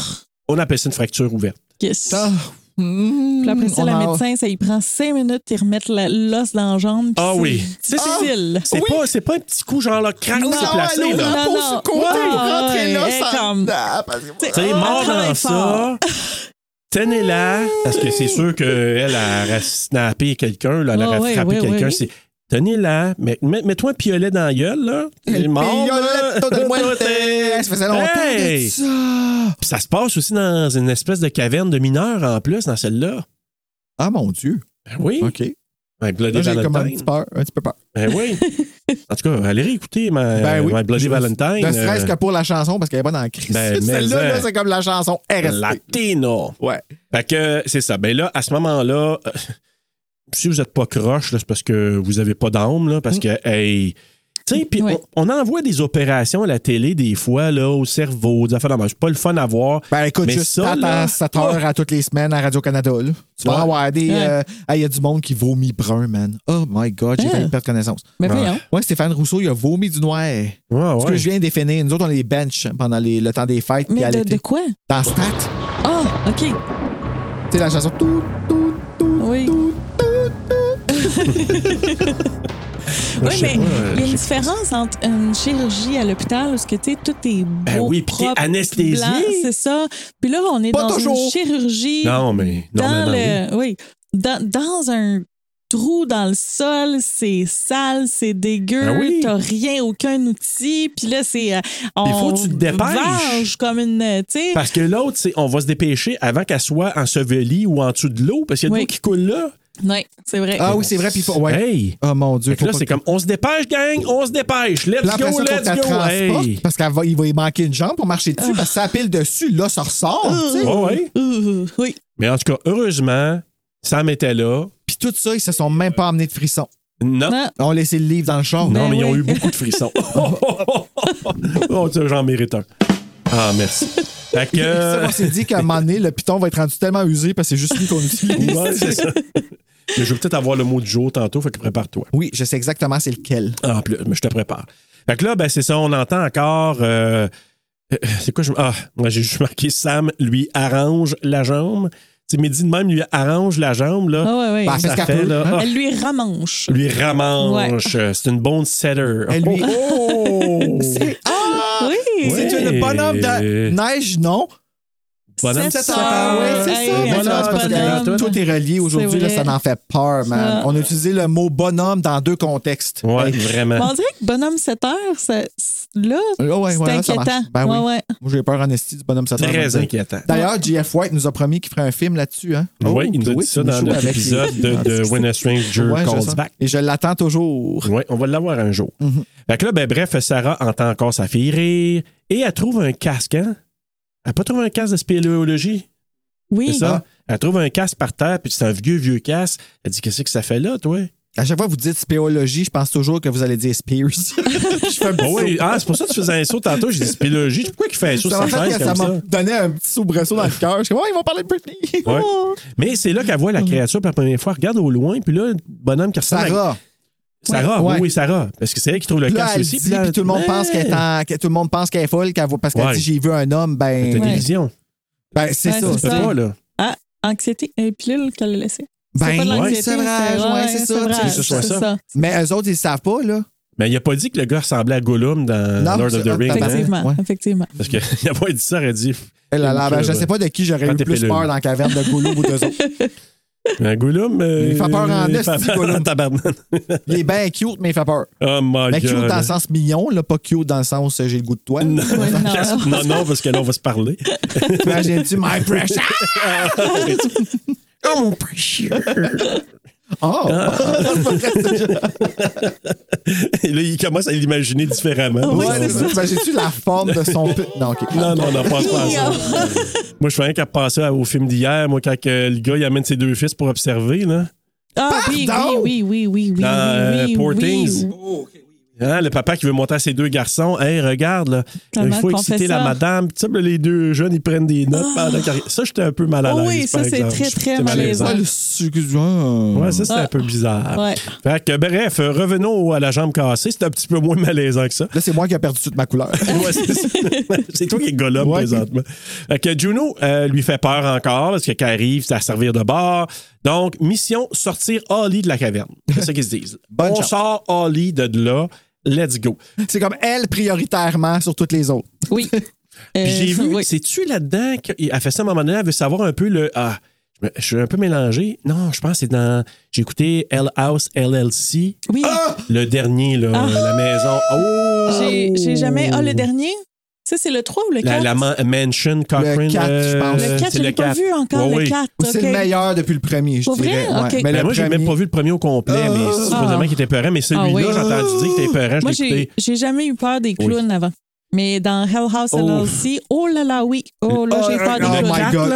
[SPEAKER 1] on appelle ça une fracture ouverte.
[SPEAKER 7] Oh, Yes.
[SPEAKER 4] Ah, mm,
[SPEAKER 1] hmm,
[SPEAKER 7] Puis après ça,
[SPEAKER 4] on
[SPEAKER 7] la
[SPEAKER 4] a-
[SPEAKER 7] médecin, ça y prend cinq minutes, ils remettent la- l'os dans la jambe. puis
[SPEAKER 1] Ah
[SPEAKER 7] c'est
[SPEAKER 1] oui.
[SPEAKER 7] C'est
[SPEAKER 1] C'est- c'est-
[SPEAKER 7] difficile.
[SPEAKER 1] C'est pas, c'est pas un petit coup genre là, crac,
[SPEAKER 4] Non,
[SPEAKER 1] c'est
[SPEAKER 4] elle
[SPEAKER 1] placé
[SPEAKER 4] ouvre
[SPEAKER 1] là.
[SPEAKER 4] la
[SPEAKER 7] Non,
[SPEAKER 4] peau
[SPEAKER 7] non.
[SPEAKER 4] sur le côté,
[SPEAKER 7] Ouais,
[SPEAKER 4] rentrez là,
[SPEAKER 7] ouais,
[SPEAKER 4] ça-
[SPEAKER 7] comme-
[SPEAKER 4] Ah, parce que-
[SPEAKER 1] Tu sais,
[SPEAKER 7] Ah,
[SPEAKER 1] mort
[SPEAKER 7] travaille
[SPEAKER 1] dans ça.
[SPEAKER 7] fort.
[SPEAKER 1] Tenez-la. Parce que c'est sûr qu'elle a snappé quelqu'un, là, elle
[SPEAKER 7] Ah,
[SPEAKER 1] a
[SPEAKER 7] ouais,
[SPEAKER 1] frappé
[SPEAKER 7] ouais,
[SPEAKER 1] quelqu'un.
[SPEAKER 7] ouais.
[SPEAKER 1] C'est. Tenez-la. Mais, mets- mets-toi un piolet dans la gueule, là. T'es mort, là.
[SPEAKER 4] Violetto
[SPEAKER 1] (laughs)
[SPEAKER 4] del Muerte. Ça faisait longtemps de
[SPEAKER 1] Hey!
[SPEAKER 4] ça.
[SPEAKER 1] Puis ça se passe aussi dans une espèce de caverne de mineurs en plus, dans celle-là.
[SPEAKER 4] Ah mon Dieu.
[SPEAKER 1] Ben oui.
[SPEAKER 4] OK.
[SPEAKER 1] My Bloody
[SPEAKER 4] Là, j'ai comme un
[SPEAKER 1] Valentine.
[SPEAKER 4] petit, peur, un petit peu peur.
[SPEAKER 1] Ben
[SPEAKER 7] (laughs)
[SPEAKER 1] oui. en tout cas, allez réécouter ma,
[SPEAKER 4] Ben oui.
[SPEAKER 1] My Euh, Bloody
[SPEAKER 4] Je-
[SPEAKER 1] Valentine.
[SPEAKER 4] Ne serait-ce
[SPEAKER 1] euh,
[SPEAKER 4] que pour la chanson, parce qu'elle est pas dans la crise.
[SPEAKER 1] Ben, mais
[SPEAKER 4] (laughs) Celle-là, là,
[SPEAKER 1] hein.
[SPEAKER 4] c'est comme la chanson RST.
[SPEAKER 1] Latino.
[SPEAKER 4] Ouais.
[SPEAKER 1] Fait que c'est ça. Ben là, à ce moment-là, euh, si vous n'êtes pas croche, là, c'est parce que vous n'avez pas d'âme, là, parce que, hey. Tu sais, puis
[SPEAKER 7] Ouais.
[SPEAKER 1] on, on envoie des opérations à la télé des fois, là, au cerveau, des affaires de même. C'est pas le fun à voir.
[SPEAKER 4] Ben écoute,
[SPEAKER 1] Mais
[SPEAKER 4] juste
[SPEAKER 1] ça,
[SPEAKER 4] tape
[SPEAKER 1] là-
[SPEAKER 4] à 7 heures à toutes les semaines à Radio-Canada. là. Tu vas
[SPEAKER 1] Ouais.
[SPEAKER 4] avoir des.
[SPEAKER 7] Ouais.
[SPEAKER 4] euh, Hey, Il y a du monde qui vomit brun, man. Oh my God, j'ai
[SPEAKER 7] Hein?
[SPEAKER 4] failli perdre connaissance.
[SPEAKER 7] Mais voyons.
[SPEAKER 4] Ouais, Stéphane Rousseau, il a vomi du noir.
[SPEAKER 1] Ouais,
[SPEAKER 4] Ce
[SPEAKER 1] ouais.
[SPEAKER 4] que je viens de définir. Nous autres, on les bench pendant les- le temps des fêtes. puis à
[SPEAKER 7] Mais de,
[SPEAKER 4] l'été.
[SPEAKER 7] de quoi?
[SPEAKER 4] Dans Stat,
[SPEAKER 7] Ah, OK.
[SPEAKER 4] c'est la chanson. Tout, tout, tout,
[SPEAKER 7] Oui.
[SPEAKER 1] (laughs)
[SPEAKER 4] tout.
[SPEAKER 7] Oui,
[SPEAKER 1] je sais
[SPEAKER 7] mais
[SPEAKER 1] pas, euh,
[SPEAKER 7] il y a
[SPEAKER 1] je-
[SPEAKER 7] une différence entre une chirurgie à l'hôpital où ce que, tu sais, tout est beau,
[SPEAKER 1] Ben oui, puis t'es
[SPEAKER 7] propre,
[SPEAKER 1] anesthésié.
[SPEAKER 7] blanc, c'est ça. Puis là, on est
[SPEAKER 4] Pas
[SPEAKER 7] dans
[SPEAKER 4] toujours.
[SPEAKER 7] une chirurgie
[SPEAKER 1] Non, mais.
[SPEAKER 7] dans
[SPEAKER 1] normalement, oui.
[SPEAKER 7] le... Oui. Dans, dans un trous dans le sol, c'est sale, c'est dégueu,
[SPEAKER 1] Ah oui.
[SPEAKER 7] t'as rien, aucun outil, puis là, c'est. euh,
[SPEAKER 1] Il faut
[SPEAKER 7] on
[SPEAKER 1] que tu te dépêches.
[SPEAKER 7] varge comme une. euh, Tu sais,
[SPEAKER 1] Parce que l'autre, c'est on va se dépêcher avant qu'elle soit ensevelie ou en dessous de l'eau, parce qu'il y a de
[SPEAKER 7] Oui.
[SPEAKER 1] l'eau qui coule là.
[SPEAKER 7] ouais, c'est vrai.
[SPEAKER 4] Ah oui, c'est vrai. Puis faut- ouais.
[SPEAKER 1] Hey!
[SPEAKER 4] Oh mon Dieu.
[SPEAKER 1] Fait que
[SPEAKER 4] faut
[SPEAKER 1] là,
[SPEAKER 4] pas
[SPEAKER 1] c'est
[SPEAKER 4] que-
[SPEAKER 1] comme on se dépêche, gang, on se dépêche. Let's
[SPEAKER 4] Là, après
[SPEAKER 1] go,
[SPEAKER 4] ça, faut que
[SPEAKER 1] let's
[SPEAKER 4] t'as
[SPEAKER 1] go.
[SPEAKER 4] transporte,
[SPEAKER 1] Hey! Ah.
[SPEAKER 4] parce qu'elle va, il va y manquer une jambe pour marcher dessus, parce que ça pile dessus, là, ça ressort. tu sais.
[SPEAKER 1] Ouais, ouais.
[SPEAKER 7] Euh, oui.
[SPEAKER 1] Mais en tout cas, heureusement, Sam était là.
[SPEAKER 4] Puis tout ça, ils se sont même pas emmenés de frissons.
[SPEAKER 1] Non.
[SPEAKER 7] Non.
[SPEAKER 4] On laissait le livre dans le char.
[SPEAKER 1] Non,
[SPEAKER 7] Ben
[SPEAKER 1] mais ils ont
[SPEAKER 7] oui.
[SPEAKER 1] eu beaucoup de frissons. oh, oh, oh, oh, oh, Dieu, j'en mérite un. Ah, merci. Fait que.
[SPEAKER 4] (laughs) Ça, on s'est dit qu'à un moment donné, le piton va être rendu tellement usé parce que c'est juste lui qu'on utilise.
[SPEAKER 1] euh, (laughs) Ouais, c'est ça. Mais je vais peut-être avoir le mot du jour tantôt, fait que prépare-toi.
[SPEAKER 4] Oui, je sais exactement c'est lequel.
[SPEAKER 1] En plus, mais je te prépare. Fait que là, ben, c'est ça, on entend encore. euh, euh, c'est quoi, je. Ah, moi, j'ai juste marqué Sam lui arrange la jambe. Tu sais, Mehdi de même lui arrange la jambe, là.
[SPEAKER 7] Ah ouais, ouais.
[SPEAKER 4] Bah,
[SPEAKER 1] Ça
[SPEAKER 4] Qu'est-ce qu'elle
[SPEAKER 1] fait,
[SPEAKER 4] peut,
[SPEAKER 1] là,
[SPEAKER 4] hein?
[SPEAKER 1] ah,
[SPEAKER 7] Elle lui ramanche.
[SPEAKER 1] lui ramanche. C'est une bonne setter.
[SPEAKER 4] Elle lui- (laughs)
[SPEAKER 1] Oh!
[SPEAKER 4] Ah!
[SPEAKER 7] Oui.
[SPEAKER 1] Ouais.
[SPEAKER 4] C'est une bonhomme de neige, non?
[SPEAKER 1] Bonhomme
[SPEAKER 4] C'est
[SPEAKER 1] setter.
[SPEAKER 4] ça,
[SPEAKER 7] Ah,
[SPEAKER 4] ouais, c'est
[SPEAKER 7] hey,
[SPEAKER 4] ça.
[SPEAKER 7] hey,
[SPEAKER 4] Mais
[SPEAKER 7] bonhomme,
[SPEAKER 4] là, c'est parce que
[SPEAKER 7] bonhomme.
[SPEAKER 4] là, Tout est relié aujourd'hui, là,
[SPEAKER 7] vrai.
[SPEAKER 4] ça n'en fait peur, man.
[SPEAKER 7] Ça.
[SPEAKER 4] On a utilisé le mot bonhomme dans deux contextes.
[SPEAKER 1] Ouais,
[SPEAKER 4] Hey.
[SPEAKER 7] Mais on
[SPEAKER 1] vraiment.
[SPEAKER 7] dirait que bonhomme 7 heures, ça, c'est- là,
[SPEAKER 4] Ah ouais,
[SPEAKER 7] c'est
[SPEAKER 4] ouais, là, ça marche.
[SPEAKER 7] inquiétant.
[SPEAKER 4] Ben oui.
[SPEAKER 7] ouais, ouais.
[SPEAKER 4] Moi, j'ai peur en esti du bonhomme Satan. je vais
[SPEAKER 1] Très
[SPEAKER 4] te dire.
[SPEAKER 1] inquiétant.
[SPEAKER 4] D'ailleurs, GF White nous a promis qu'il ferait un film là-dessus. Hein?
[SPEAKER 1] oui, Ah il nous a
[SPEAKER 4] Chloé,
[SPEAKER 1] dit ça
[SPEAKER 4] tu nous
[SPEAKER 1] dans
[SPEAKER 4] joues
[SPEAKER 1] notre
[SPEAKER 4] avec les-
[SPEAKER 1] épisode de,
[SPEAKER 4] Ah,
[SPEAKER 1] de
[SPEAKER 4] c'est-
[SPEAKER 1] When a Stranger
[SPEAKER 4] Ouais, je
[SPEAKER 1] Calls
[SPEAKER 4] sais. Mhm.
[SPEAKER 1] Back.
[SPEAKER 4] Et je l'attends toujours.
[SPEAKER 1] Oui, on va l'avoir un jour. Fait que là, ben, bref, Sarah entend encore sa fille rire et elle trouve un casque, hein? Elle n'a pas trouvé un casque de spéléologie, c'est
[SPEAKER 7] Oui.
[SPEAKER 1] ça?
[SPEAKER 4] Ah.
[SPEAKER 1] Elle trouve un casque par terre, puis c'est un vieux, vieux casque. Elle dit, qu'est-ce que ça fait là, toi?
[SPEAKER 4] À chaque fois que vous dites spéologie, je pense toujours que vous allez
[SPEAKER 1] (laughs)
[SPEAKER 4] dire Spears. je fais un
[SPEAKER 1] Ah
[SPEAKER 4] petit
[SPEAKER 1] oui, ah, c'est pour ça que tu faisais un saut tantôt. J'ai dit spéléologie. Pourquoi il fait un saut
[SPEAKER 4] saut.
[SPEAKER 1] sans
[SPEAKER 4] Ça m'a fait
[SPEAKER 1] chaise
[SPEAKER 4] que ça
[SPEAKER 1] comme ça?
[SPEAKER 4] m'a donné un petit soubresaut dans le cœur. Je suis comme, oh, ils vont parler de Britney. (laughs)
[SPEAKER 1] Ouais. Mais c'est là qu'elle voit la créature pour la première fois. Elle Regarde au loin, puis là, le bonhomme qui ressemble à...
[SPEAKER 4] Mhm. Sarah.
[SPEAKER 1] Sarah,
[SPEAKER 4] Ouais.
[SPEAKER 1] oui, oui, Sarah. Parce que c'est elle qui trouve le
[SPEAKER 4] Puis Là,
[SPEAKER 1] casque
[SPEAKER 4] elle
[SPEAKER 1] aussi.
[SPEAKER 4] dit, puis tout le monde pense qu'elle est en- que tout le monde pense qu'elle est folle qu'elle voit- parce qu'elle
[SPEAKER 1] Ouais.
[SPEAKER 4] dit j'ai vu un homme.
[SPEAKER 1] T'as
[SPEAKER 4] Ben,
[SPEAKER 1] des
[SPEAKER 7] Ouais.
[SPEAKER 1] visions.
[SPEAKER 4] ben c'est
[SPEAKER 7] Ouais,
[SPEAKER 4] ça.
[SPEAKER 1] Tu peux
[SPEAKER 7] ça.
[SPEAKER 1] pas, là.
[SPEAKER 7] Anxiété, et pilule qu'elle a laissée.
[SPEAKER 4] Ben,
[SPEAKER 7] pas de
[SPEAKER 1] ouais,
[SPEAKER 7] l'anxiété,
[SPEAKER 4] c'est vrai.
[SPEAKER 7] ouais,
[SPEAKER 4] Ouais, c'est ça. tu sais.
[SPEAKER 7] vrai,
[SPEAKER 1] que ce soit
[SPEAKER 7] c'est
[SPEAKER 1] ça.
[SPEAKER 4] Mais eux autres, ils savent pas, là.
[SPEAKER 1] Mais il n'a pas dit que le gars ressemblait à Gollum dans
[SPEAKER 4] Non,
[SPEAKER 1] Lord of
[SPEAKER 4] c'est-
[SPEAKER 1] the
[SPEAKER 4] ah,
[SPEAKER 1] Rings.
[SPEAKER 4] tabarnak.
[SPEAKER 1] hein?
[SPEAKER 7] Effectivement,
[SPEAKER 4] Ouais.
[SPEAKER 7] effectivement.
[SPEAKER 1] Parce (laughs) qu'il a pas dit ça, elle a dit
[SPEAKER 4] Eh là là, ben, je sais pas de qui j'aurais
[SPEAKER 1] Quand
[SPEAKER 4] eu
[SPEAKER 1] t'es
[SPEAKER 4] plus
[SPEAKER 1] pilule.
[SPEAKER 4] peur dans la caverne de Gollum ou
[SPEAKER 1] (laughs)
[SPEAKER 4] d'eux autres.
[SPEAKER 1] Un Gollum. euh,
[SPEAKER 4] Il fait peur en
[SPEAKER 1] il fait
[SPEAKER 4] esti,
[SPEAKER 1] peur en
[SPEAKER 4] Gollum.
[SPEAKER 1] tabarnak.
[SPEAKER 4] Il est bien cute, mais il fait peur.
[SPEAKER 1] Oh my
[SPEAKER 4] Mais
[SPEAKER 1] god.
[SPEAKER 4] cute dans le sens mignon, là, pas cute dans le sens euh, j'ai le goût de toi.
[SPEAKER 7] Ouais, non, non.
[SPEAKER 1] Non, non, parce que là, on va se parler. (laughs)
[SPEAKER 4] T'imagines-tu my
[SPEAKER 7] (laughs)
[SPEAKER 4] precious? Ah!
[SPEAKER 1] Oh mon précieux.
[SPEAKER 7] Ah!
[SPEAKER 4] Oh! C'est pas vrai, ça.
[SPEAKER 1] Et là, il commence à l'imaginer différemment.
[SPEAKER 7] Oui,
[SPEAKER 4] Ouais,
[SPEAKER 7] c'est ça.
[SPEAKER 4] T'imagines-tu la forme de
[SPEAKER 7] (laughs)
[SPEAKER 4] son p... Non, ok.
[SPEAKER 1] Non, non, non,
[SPEAKER 4] (laughs)
[SPEAKER 1] pense pas à ça. Moi, je fais rien qu'à passer au film d'hier, moi, quand euh, le gars, il amène ses deux fils pour observer, là.
[SPEAKER 7] Ah oui,
[SPEAKER 4] Pardon?
[SPEAKER 7] oui, oui, oui, oui, oui.
[SPEAKER 1] Dans euh,
[SPEAKER 7] oui,
[SPEAKER 1] Poor
[SPEAKER 7] oui,
[SPEAKER 1] Things.
[SPEAKER 7] oui.
[SPEAKER 1] Hein, le papa qui veut monter à ses deux garçons. Hey, regarde, là. Il
[SPEAKER 7] Comment
[SPEAKER 1] faut
[SPEAKER 7] qu'on fait
[SPEAKER 1] exciter la
[SPEAKER 7] ça?
[SPEAKER 1] madame. Tu sais, là, les deux jeunes, ils prennent des notes pendant qu'ils- Ça, j'étais un peu mal à
[SPEAKER 7] Oh
[SPEAKER 1] l'aise.
[SPEAKER 7] oui,
[SPEAKER 1] par
[SPEAKER 7] ça, c'est
[SPEAKER 1] exemple.
[SPEAKER 7] très, très
[SPEAKER 1] J'étais
[SPEAKER 7] malaisant. Ah!
[SPEAKER 4] Ah, le succulent.
[SPEAKER 1] Ouais, ça, c'est un peu bizarre.
[SPEAKER 7] Ouais.
[SPEAKER 1] Fait que, bref, revenons au- à la jambe cassée. C'est un petit peu moins malaisant que
[SPEAKER 7] (laughs)
[SPEAKER 1] ça.
[SPEAKER 4] Là, c'est moi qui ai perdu toute ma couleur.
[SPEAKER 1] Ouais, c'est ça. (laughs) C'est toi qui es Gollum
[SPEAKER 4] Ouais.
[SPEAKER 1] présentement. Fait que Juno euh, lui fait peur encore parce que quand elle arrive, c'est à servir de bord. Donc, mission sortir Holly de la caverne. C'est ça qu'ils se disent.
[SPEAKER 4] Bonne
[SPEAKER 1] On
[SPEAKER 4] chance.
[SPEAKER 1] sort Holly de là. Let's go.
[SPEAKER 4] C'est comme elle prioritairement sur toutes les autres.
[SPEAKER 7] Oui. Euh,
[SPEAKER 1] Puis j'ai vu,
[SPEAKER 7] oui.
[SPEAKER 1] c'est-tu là-dedans qu'elle fait ça à un moment donné, elle veut savoir un peu le. Ah, je me- je suis un peu mélangé. Non, je pense que c'est dans. J'ai écouté Hell House LLC,
[SPEAKER 7] Oui.
[SPEAKER 1] le dernier, là,
[SPEAKER 7] Ah!
[SPEAKER 1] la maison. Oh!
[SPEAKER 7] J'ai j'ai jamais. Ah, le dernier? Ça, c'est le 3 ou le 4?
[SPEAKER 1] La, la man- mansion Cochrane.
[SPEAKER 4] Le quatre, je pense.
[SPEAKER 1] euh,
[SPEAKER 7] le 4,
[SPEAKER 1] c'est
[SPEAKER 7] je l'ai pas
[SPEAKER 1] quatre.
[SPEAKER 7] vu encore,
[SPEAKER 1] Ouais,
[SPEAKER 7] le
[SPEAKER 1] oui.
[SPEAKER 7] 4.
[SPEAKER 4] Ou C'est le meilleur depuis le premier, je
[SPEAKER 7] Pour vrai?
[SPEAKER 4] dirais. Ouais.
[SPEAKER 7] Ok.
[SPEAKER 4] Mais
[SPEAKER 1] Ben,
[SPEAKER 4] le
[SPEAKER 1] moi, j'ai
[SPEAKER 4] premier-
[SPEAKER 1] même pas vu le premier au complet,
[SPEAKER 4] Ah.
[SPEAKER 1] mais supposément qu'il était peurant. Mais celui-là,
[SPEAKER 7] Ah oui.
[SPEAKER 1] j'ai entendu dire qu'il était peurant. Je
[SPEAKER 7] Moi,
[SPEAKER 1] l'ai écouté.
[SPEAKER 7] j'ai j'ai jamais eu peur des clowns avant. Mais dans Hell House
[SPEAKER 1] Oh.
[SPEAKER 7] LLC, oh là là, oui. Oh là, j'ai peur des
[SPEAKER 4] oh
[SPEAKER 7] clowns.
[SPEAKER 4] my God.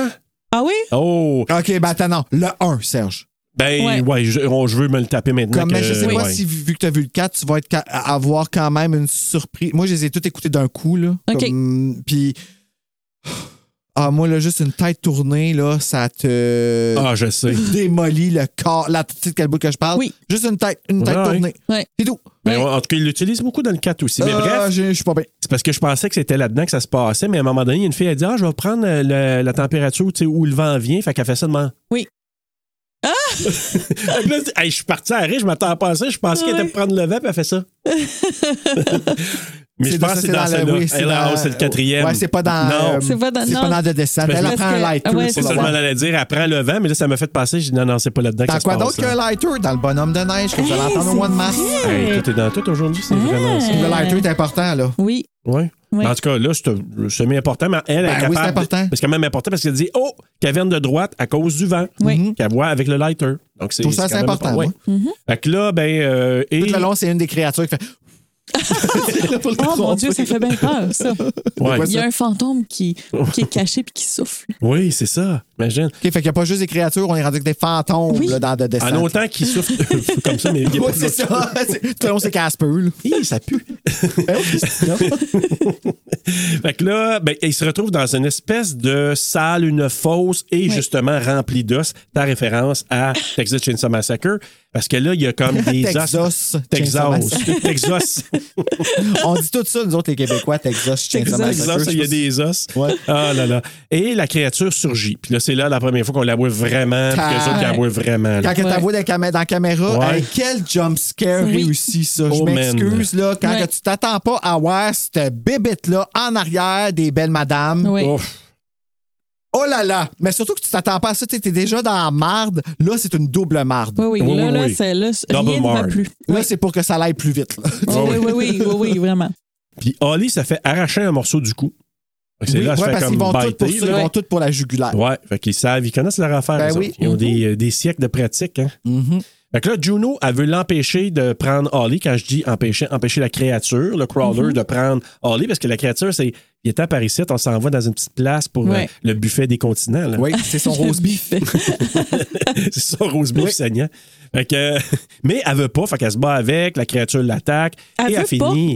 [SPEAKER 7] Ah oui?
[SPEAKER 1] Oh!
[SPEAKER 4] Ok, ben attends, non. Le 1, Serge.
[SPEAKER 1] Ben, ouais,
[SPEAKER 7] Ouais.
[SPEAKER 1] je, on- je veux me le taper maintenant.
[SPEAKER 4] Comme, mais
[SPEAKER 1] que-
[SPEAKER 4] je
[SPEAKER 7] euh,
[SPEAKER 4] sais pas
[SPEAKER 1] ouais.
[SPEAKER 4] si, vu que tu as vu le 4, tu vas être ca- avoir quand même une surprise. Moi, je les ai tous écoutés d'un coup, là.
[SPEAKER 7] Ok.
[SPEAKER 4] Comme- Puis. Ah, moi, là, juste une tête tournée, là, ça te
[SPEAKER 1] Ah, je sais.
[SPEAKER 4] Euh, démolit le corps. Là, tu sais de quel bout que je parle?
[SPEAKER 7] Oui.
[SPEAKER 4] Juste une tête, une tête
[SPEAKER 1] Ouais.
[SPEAKER 4] tournée.
[SPEAKER 7] Ouais.
[SPEAKER 4] C'est tout.
[SPEAKER 1] Mais
[SPEAKER 7] Ouais.
[SPEAKER 1] en tout cas, il l'utilise beaucoup dans le 4 aussi. Mais
[SPEAKER 4] Euh,
[SPEAKER 1] bref,
[SPEAKER 4] Je je suis pas bien.
[SPEAKER 1] c'est parce que je pensais que c'était là-dedans que ça se passait, mais à un moment donné, il y a une fille a dit Ah, je vais prendre euh, le- la température tu sais, où le vent vient. Fait qu'elle fait ça de même.
[SPEAKER 7] Oui.
[SPEAKER 4] Ah!
[SPEAKER 1] Fait que (laughs) là, c'est- hey,
[SPEAKER 4] (laughs)
[SPEAKER 1] je suis parti à rire, je m'attends pas à ça. Je pensais qu'elle était
[SPEAKER 7] Ouais.
[SPEAKER 1] pour prendre le vent, puis elle fait ça. Mais je
[SPEAKER 4] dans-
[SPEAKER 1] pense que c'est dans
[SPEAKER 4] le-
[SPEAKER 1] celle-là.
[SPEAKER 4] oui, c'est
[SPEAKER 1] Hell
[SPEAKER 4] dans-
[SPEAKER 1] House, oh, c'est le quatrième.
[SPEAKER 4] Ouais, c'est pas dans.
[SPEAKER 1] Non.
[SPEAKER 4] euh,
[SPEAKER 7] C'est pas dans-
[SPEAKER 4] c'est
[SPEAKER 7] non.
[SPEAKER 4] pas dans The Descent.
[SPEAKER 1] Parce
[SPEAKER 4] Elle
[SPEAKER 1] que-
[SPEAKER 4] apprend un lighter.
[SPEAKER 7] Ah ouais,
[SPEAKER 4] pour
[SPEAKER 7] c'est
[SPEAKER 1] C'est
[SPEAKER 4] le
[SPEAKER 1] ça, je m'en
[SPEAKER 4] voir.
[SPEAKER 1] allais dire. Après le vent, mais là, ça m'a fait passer. J'ai dit non, non, c'est pas là-dedans que
[SPEAKER 4] Dans
[SPEAKER 1] ça
[SPEAKER 4] quoi
[SPEAKER 1] se passe,
[SPEAKER 4] d'autre qu'un
[SPEAKER 1] là.
[SPEAKER 4] lighter? Dans le bonhomme de neige que vous allez
[SPEAKER 7] Hey,
[SPEAKER 4] entendre au
[SPEAKER 7] c'est
[SPEAKER 4] mois de mars.
[SPEAKER 7] vrai.
[SPEAKER 1] Hey, tout est dans tout aujourd'hui, c'est vraiment ça.
[SPEAKER 4] Le lighter est important, là.
[SPEAKER 7] Oui.
[SPEAKER 1] Oui.
[SPEAKER 7] Oui.
[SPEAKER 1] En tout cas, là, c'est un- semi-important, mais elle
[SPEAKER 4] Ben
[SPEAKER 1] est
[SPEAKER 4] oui,
[SPEAKER 1] capable.
[SPEAKER 4] c'est important.
[SPEAKER 1] C'est quand même important parce qu'elle dit Oh, caverne de droite à cause du vent. Mhm.
[SPEAKER 7] Oui. Mhm.
[SPEAKER 1] Qu'elle voit avec le lighter. Donc, c'est
[SPEAKER 4] Je trouve ça
[SPEAKER 1] c'est quand
[SPEAKER 4] assez
[SPEAKER 1] même
[SPEAKER 4] important,
[SPEAKER 1] Ouais. Fait que là, ben. euh, et...
[SPEAKER 4] Tout le long, c'est une des créatures qui fait. C'est là pour le
[SPEAKER 7] Oh mon
[SPEAKER 4] tromper.
[SPEAKER 7] Dieu, ça fait bien peur, ça.
[SPEAKER 1] Ouais.
[SPEAKER 7] Il y a un fantôme qui, qui est caché puis qui souffle.
[SPEAKER 1] Oui, c'est ça. Imagine.
[SPEAKER 4] OK, fait qu'il n'y a pas juste des créatures, on est rendu avec des fantômes
[SPEAKER 7] Oui.
[SPEAKER 4] là, dans The Descent.
[SPEAKER 1] En autant qu'il
[SPEAKER 4] (laughs)
[SPEAKER 1] souffle (laughs) comme ça, mais il est
[SPEAKER 4] Ouais,
[SPEAKER 1] pas
[SPEAKER 4] c'est ça. (laughs) C'est- Tout le long, c'est Casper. là.
[SPEAKER 7] (laughs)
[SPEAKER 4] Ben
[SPEAKER 1] Hi, ça pue. fait que là, ben, il se retrouve dans une espèce de salle, une fosse, et justement remplie d'os. Ta référence à Texas Chainsaw Massacre, parce que là, il y a
[SPEAKER 4] (laughs)
[SPEAKER 1] comme des os.
[SPEAKER 4] (laughs) Texas. Chainsaw
[SPEAKER 1] Texas.
[SPEAKER 4] Massacre.
[SPEAKER 1] Texas.
[SPEAKER 4] On dit tout ça, nous autres, les Québécois, Texas, Chainsaw
[SPEAKER 7] Texas,
[SPEAKER 4] Massacre.
[SPEAKER 1] Texas, Bah, il y a
[SPEAKER 4] Je sais
[SPEAKER 1] des os.
[SPEAKER 4] Ouais.
[SPEAKER 1] Ah là là. Et la créature surgit. Puis là, c'est là la première fois qu'on la voit vraiment, puis que les autres la voient vraiment.
[SPEAKER 4] pas
[SPEAKER 1] là.
[SPEAKER 4] si- Quand
[SPEAKER 7] Ouais.
[SPEAKER 4] elle t'avoue dans, la cam- dans la caméra,
[SPEAKER 1] Ouais.
[SPEAKER 4] hey, quel jump scare
[SPEAKER 7] Oui.
[SPEAKER 4] réussi, ça. Je
[SPEAKER 1] Oh, man.
[SPEAKER 4] m'excuse, là, quand
[SPEAKER 7] Ouais.
[SPEAKER 4] que tu t'attends pas à voir cette bébête-là en arrière des belles madames.
[SPEAKER 7] Oui.
[SPEAKER 1] Ouf.
[SPEAKER 4] Oh là là! Mais surtout que tu t'attends pas à ça, tu t'es déjà dans la marde. Là, c'est une double marde.
[SPEAKER 7] Oui, oui.
[SPEAKER 1] Oui,
[SPEAKER 7] là,
[SPEAKER 1] oui,
[SPEAKER 7] là,
[SPEAKER 1] oui.
[SPEAKER 7] c'est- là, c'est-
[SPEAKER 1] Double
[SPEAKER 7] rien ne va
[SPEAKER 1] marred.
[SPEAKER 7] plus.
[SPEAKER 4] Là, c'est pour que ça aille plus vite. là.
[SPEAKER 7] Oh, oui, oui, oui, oui, oui, vraiment.
[SPEAKER 1] Puis Holly se fait arracher un morceau du cou. Fait que C'est
[SPEAKER 4] Oui,
[SPEAKER 1] là,
[SPEAKER 4] ouais,
[SPEAKER 1] se fait
[SPEAKER 4] parce
[SPEAKER 1] comme
[SPEAKER 4] qu'ils vont tous pour ça,
[SPEAKER 1] biter, là.
[SPEAKER 4] ils vont tous pour la jugulaire.
[SPEAKER 1] Ouais, fait qu'ils savent, ils connaissent leur affaire.
[SPEAKER 4] Ben
[SPEAKER 1] eux autres.
[SPEAKER 4] oui.
[SPEAKER 1] Ils ont des, euh, des siècles de pratique. Hein.
[SPEAKER 4] Mhm.
[SPEAKER 1] Fait que là, Juno, elle veut l'empêcher de prendre Holly. Quand je dis empêcher, empêcher la créature, le crawler,
[SPEAKER 4] Mm-hmm.
[SPEAKER 1] de prendre Holly, parce que la créature, c'est il est temps par ici, on s'en va dans une petite place pour
[SPEAKER 7] Ouais.
[SPEAKER 1] euh, le buffet des continents. là.
[SPEAKER 4] Oui, c'est (laughs) son
[SPEAKER 7] Le
[SPEAKER 1] (laughs)
[SPEAKER 4] rose beef.
[SPEAKER 7] buffet.
[SPEAKER 1] c'est ça, rose beef saignant. Fait que, (laughs) mais elle veut pas, fait qu'elle se bat avec, la créature l'attaque,
[SPEAKER 7] Elle
[SPEAKER 1] et elle
[SPEAKER 7] veut pas. (laughs)
[SPEAKER 1] finit.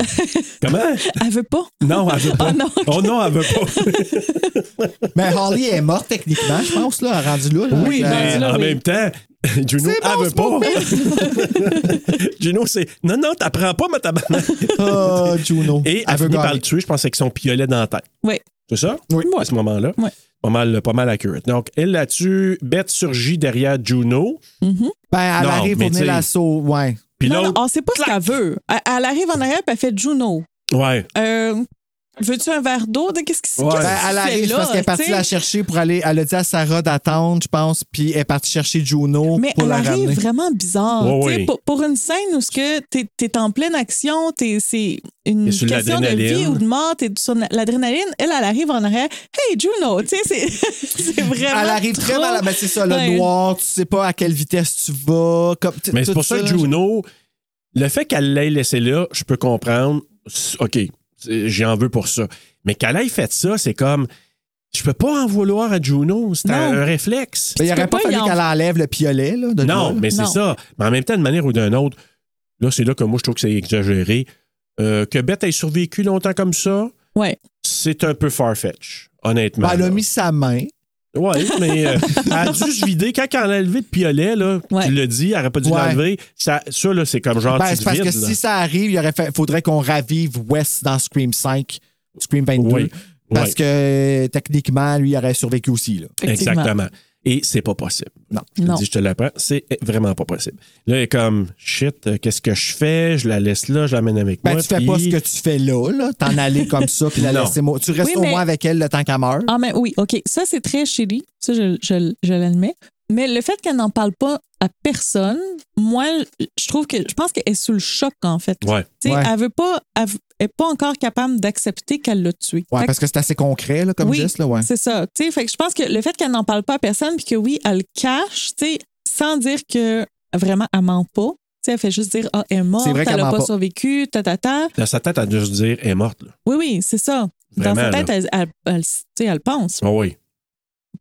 [SPEAKER 1] Comment?
[SPEAKER 7] Elle veut pas.
[SPEAKER 1] Non, elle veut pas.
[SPEAKER 7] Oh non, ok.
[SPEAKER 1] oh non, elle veut pas.
[SPEAKER 4] Mais Harley est morte techniquement, je pense, là, rendu là. là,
[SPEAKER 7] Oui,
[SPEAKER 4] avec,
[SPEAKER 7] rendu
[SPEAKER 1] Mais
[SPEAKER 7] là,
[SPEAKER 1] en
[SPEAKER 7] oui.
[SPEAKER 1] même temps, (laughs) Juno,
[SPEAKER 4] C'est bon,
[SPEAKER 1] elle veut
[SPEAKER 4] c'est
[SPEAKER 1] pas. (laughs) Juno, c'est non, non, t'apprends pas, ma tabarnak.
[SPEAKER 7] (laughs)
[SPEAKER 4] (laughs) Ah, Juno.
[SPEAKER 1] Et elle,
[SPEAKER 4] Elle veut
[SPEAKER 1] finit par
[SPEAKER 4] gagner.
[SPEAKER 1] le tuer, je pense, avec son piolet dans la tête.
[SPEAKER 7] Oui.
[SPEAKER 1] C'est ça?
[SPEAKER 4] Oui.
[SPEAKER 1] À ce moment-là.
[SPEAKER 7] Ouais.
[SPEAKER 1] Pas mal, pas mal accurate. Donc, elle la tue. Beth surgit derrière Juno.
[SPEAKER 4] Ben, elle
[SPEAKER 1] Non,
[SPEAKER 4] arrive
[SPEAKER 1] mais
[SPEAKER 4] pour venir
[SPEAKER 1] t'sais-
[SPEAKER 4] la sauver. Ouais.
[SPEAKER 1] Puis
[SPEAKER 7] Non, non,
[SPEAKER 1] l'autre.
[SPEAKER 7] on sait pas ce qu'elle veut. Elle, elle arrive en arrière et elle fait Juno.
[SPEAKER 1] Ouais.
[SPEAKER 7] Euh, Veux-tu un verre d'eau? De- Qu'est-ce qui se
[SPEAKER 1] Ouais.
[SPEAKER 7] passe?
[SPEAKER 4] Ben, elle arrive parce qu'elle est partie la chercher pour aller. Elle a dit à Sarah d'attendre, je pense, puis elle est partie chercher Juno
[SPEAKER 7] Mais
[SPEAKER 4] pour
[SPEAKER 7] elle
[SPEAKER 4] la
[SPEAKER 7] arrive
[SPEAKER 4] ramener.
[SPEAKER 7] vraiment bizarre.
[SPEAKER 1] Ouais,
[SPEAKER 7] Tu sais,
[SPEAKER 1] ouais.
[SPEAKER 7] Pour, pour une scène où ce que t'es es en pleine action, t'es- c'est une
[SPEAKER 1] T'es sur
[SPEAKER 7] question de vie
[SPEAKER 1] l'adrénaline.
[SPEAKER 7] ou de mort, t'es sur l'adrénaline, elle, elle arrive en arrière. Hey Juno, tu sais, c'est- (laughs) c'est vraiment.
[SPEAKER 4] Elle arrive très
[SPEAKER 7] trop-
[SPEAKER 4] mal. Ben, c'est ça, le
[SPEAKER 7] Ouais.
[SPEAKER 4] noir, tu sais pas à quelle vitesse tu vas. Comme, t-
[SPEAKER 1] Mais c'est
[SPEAKER 4] tout
[SPEAKER 1] pour ça que
[SPEAKER 4] là.
[SPEAKER 1] Juno, le fait qu'elle l'ait laissé là, je peux comprendre. C'est- OK, c'est- j'en veux pour ça. Mais qu'elle ait fait ça, c'est comme. Je peux pas en vouloir à Juno. C'est un,
[SPEAKER 7] Non.
[SPEAKER 1] un réflexe.
[SPEAKER 4] Ben, il aurait
[SPEAKER 7] peux
[SPEAKER 4] pas
[SPEAKER 7] pas
[SPEAKER 4] fallu
[SPEAKER 7] y en-
[SPEAKER 4] qu'elle enlève le piolet, là. de
[SPEAKER 1] Non,
[SPEAKER 4] Juno.
[SPEAKER 1] mais c'est
[SPEAKER 7] Non.
[SPEAKER 1] ça. Mais en même temps, d'une manière ou d'une autre, là, c'est là que moi, je trouve que c'est exagéré. Euh, que Beth ait survécu longtemps comme ça,
[SPEAKER 7] Ouais.
[SPEAKER 1] c'est un peu far-fetch, honnêtement.
[SPEAKER 4] Ben, elle a
[SPEAKER 1] là.
[SPEAKER 4] mis sa main.
[SPEAKER 1] Oui, mais euh, elle a dû se vider. Quand elle a enlevé le piolet, là,
[SPEAKER 7] Ouais.
[SPEAKER 1] tu l'as dit, elle n'aurait pas dû
[SPEAKER 4] Ouais.
[SPEAKER 1] l'enlever. Ça, ça, là, c'est comme genre,
[SPEAKER 4] Ben,
[SPEAKER 1] tu
[SPEAKER 4] c'est
[SPEAKER 1] te
[SPEAKER 4] parce que
[SPEAKER 1] vides, là.
[SPEAKER 4] si ça arrive, il aurait fait- faudrait qu'on ravive West dans Scream 5, Scream 22.
[SPEAKER 1] Oui,
[SPEAKER 4] Parce
[SPEAKER 1] oui.
[SPEAKER 4] que techniquement, lui, il aurait survécu aussi. Là.
[SPEAKER 7] Effectivement.
[SPEAKER 1] Exactement. Et c'est pas possible.
[SPEAKER 4] Non.
[SPEAKER 1] Je te
[SPEAKER 7] Non.
[SPEAKER 1] dis, je te l'apprends, c'est vraiment pas possible. Là, elle est comme, shit, euh, qu'est-ce que je fais? Je la laisse là, je l'amène avec
[SPEAKER 4] Ben,
[SPEAKER 1] moi.
[SPEAKER 4] tu fais
[SPEAKER 1] puis-
[SPEAKER 4] pas ce que tu fais là, là. t'en aller comme ça, puis la
[SPEAKER 1] Non.
[SPEAKER 4] laisser mou- Tu restes
[SPEAKER 7] Oui,
[SPEAKER 4] au
[SPEAKER 7] mais-
[SPEAKER 4] moins avec elle le temps qu'elle meurt.
[SPEAKER 7] Ah, mais oui, OK. Ça, c'est très chéri. Ça, je, je- je l'admets. Mais le fait qu'elle n'en parle pas à personne, moi, je trouve que. Je pense qu'elle est sous le choc, en fait.
[SPEAKER 1] Ouais.
[SPEAKER 7] Tu sais,
[SPEAKER 4] Ouais.
[SPEAKER 7] Elle veut pas. Elle n'est pas encore capable d'accepter qu'elle l'a tué.
[SPEAKER 4] Ouais,
[SPEAKER 7] Fait que-
[SPEAKER 4] parce que c'est assez concret là, comme
[SPEAKER 7] oui,
[SPEAKER 4] geste. Là, ouais.
[SPEAKER 7] C'est ça. Tu sais, fait que je pense que le fait qu'elle n'en parle pas à personne, puis que oui, elle le cache, tu sais, sans dire que vraiment, elle ment pas. Tu sais, elle fait juste dire, ah, elle est morte,
[SPEAKER 4] C'est vrai
[SPEAKER 7] elle
[SPEAKER 4] qu'elle
[SPEAKER 7] n'a
[SPEAKER 4] ment
[SPEAKER 7] pas
[SPEAKER 4] pas.
[SPEAKER 7] survécu, ta, ta, ta.
[SPEAKER 1] Dans sa tête, elle a dû se dire, elle est morte. Là.
[SPEAKER 7] Oui, oui, c'est ça. Dans sa
[SPEAKER 1] Vraiment,
[SPEAKER 7] tête, elle, elle, elle- tu sais, elle le pense.
[SPEAKER 1] Ah oui.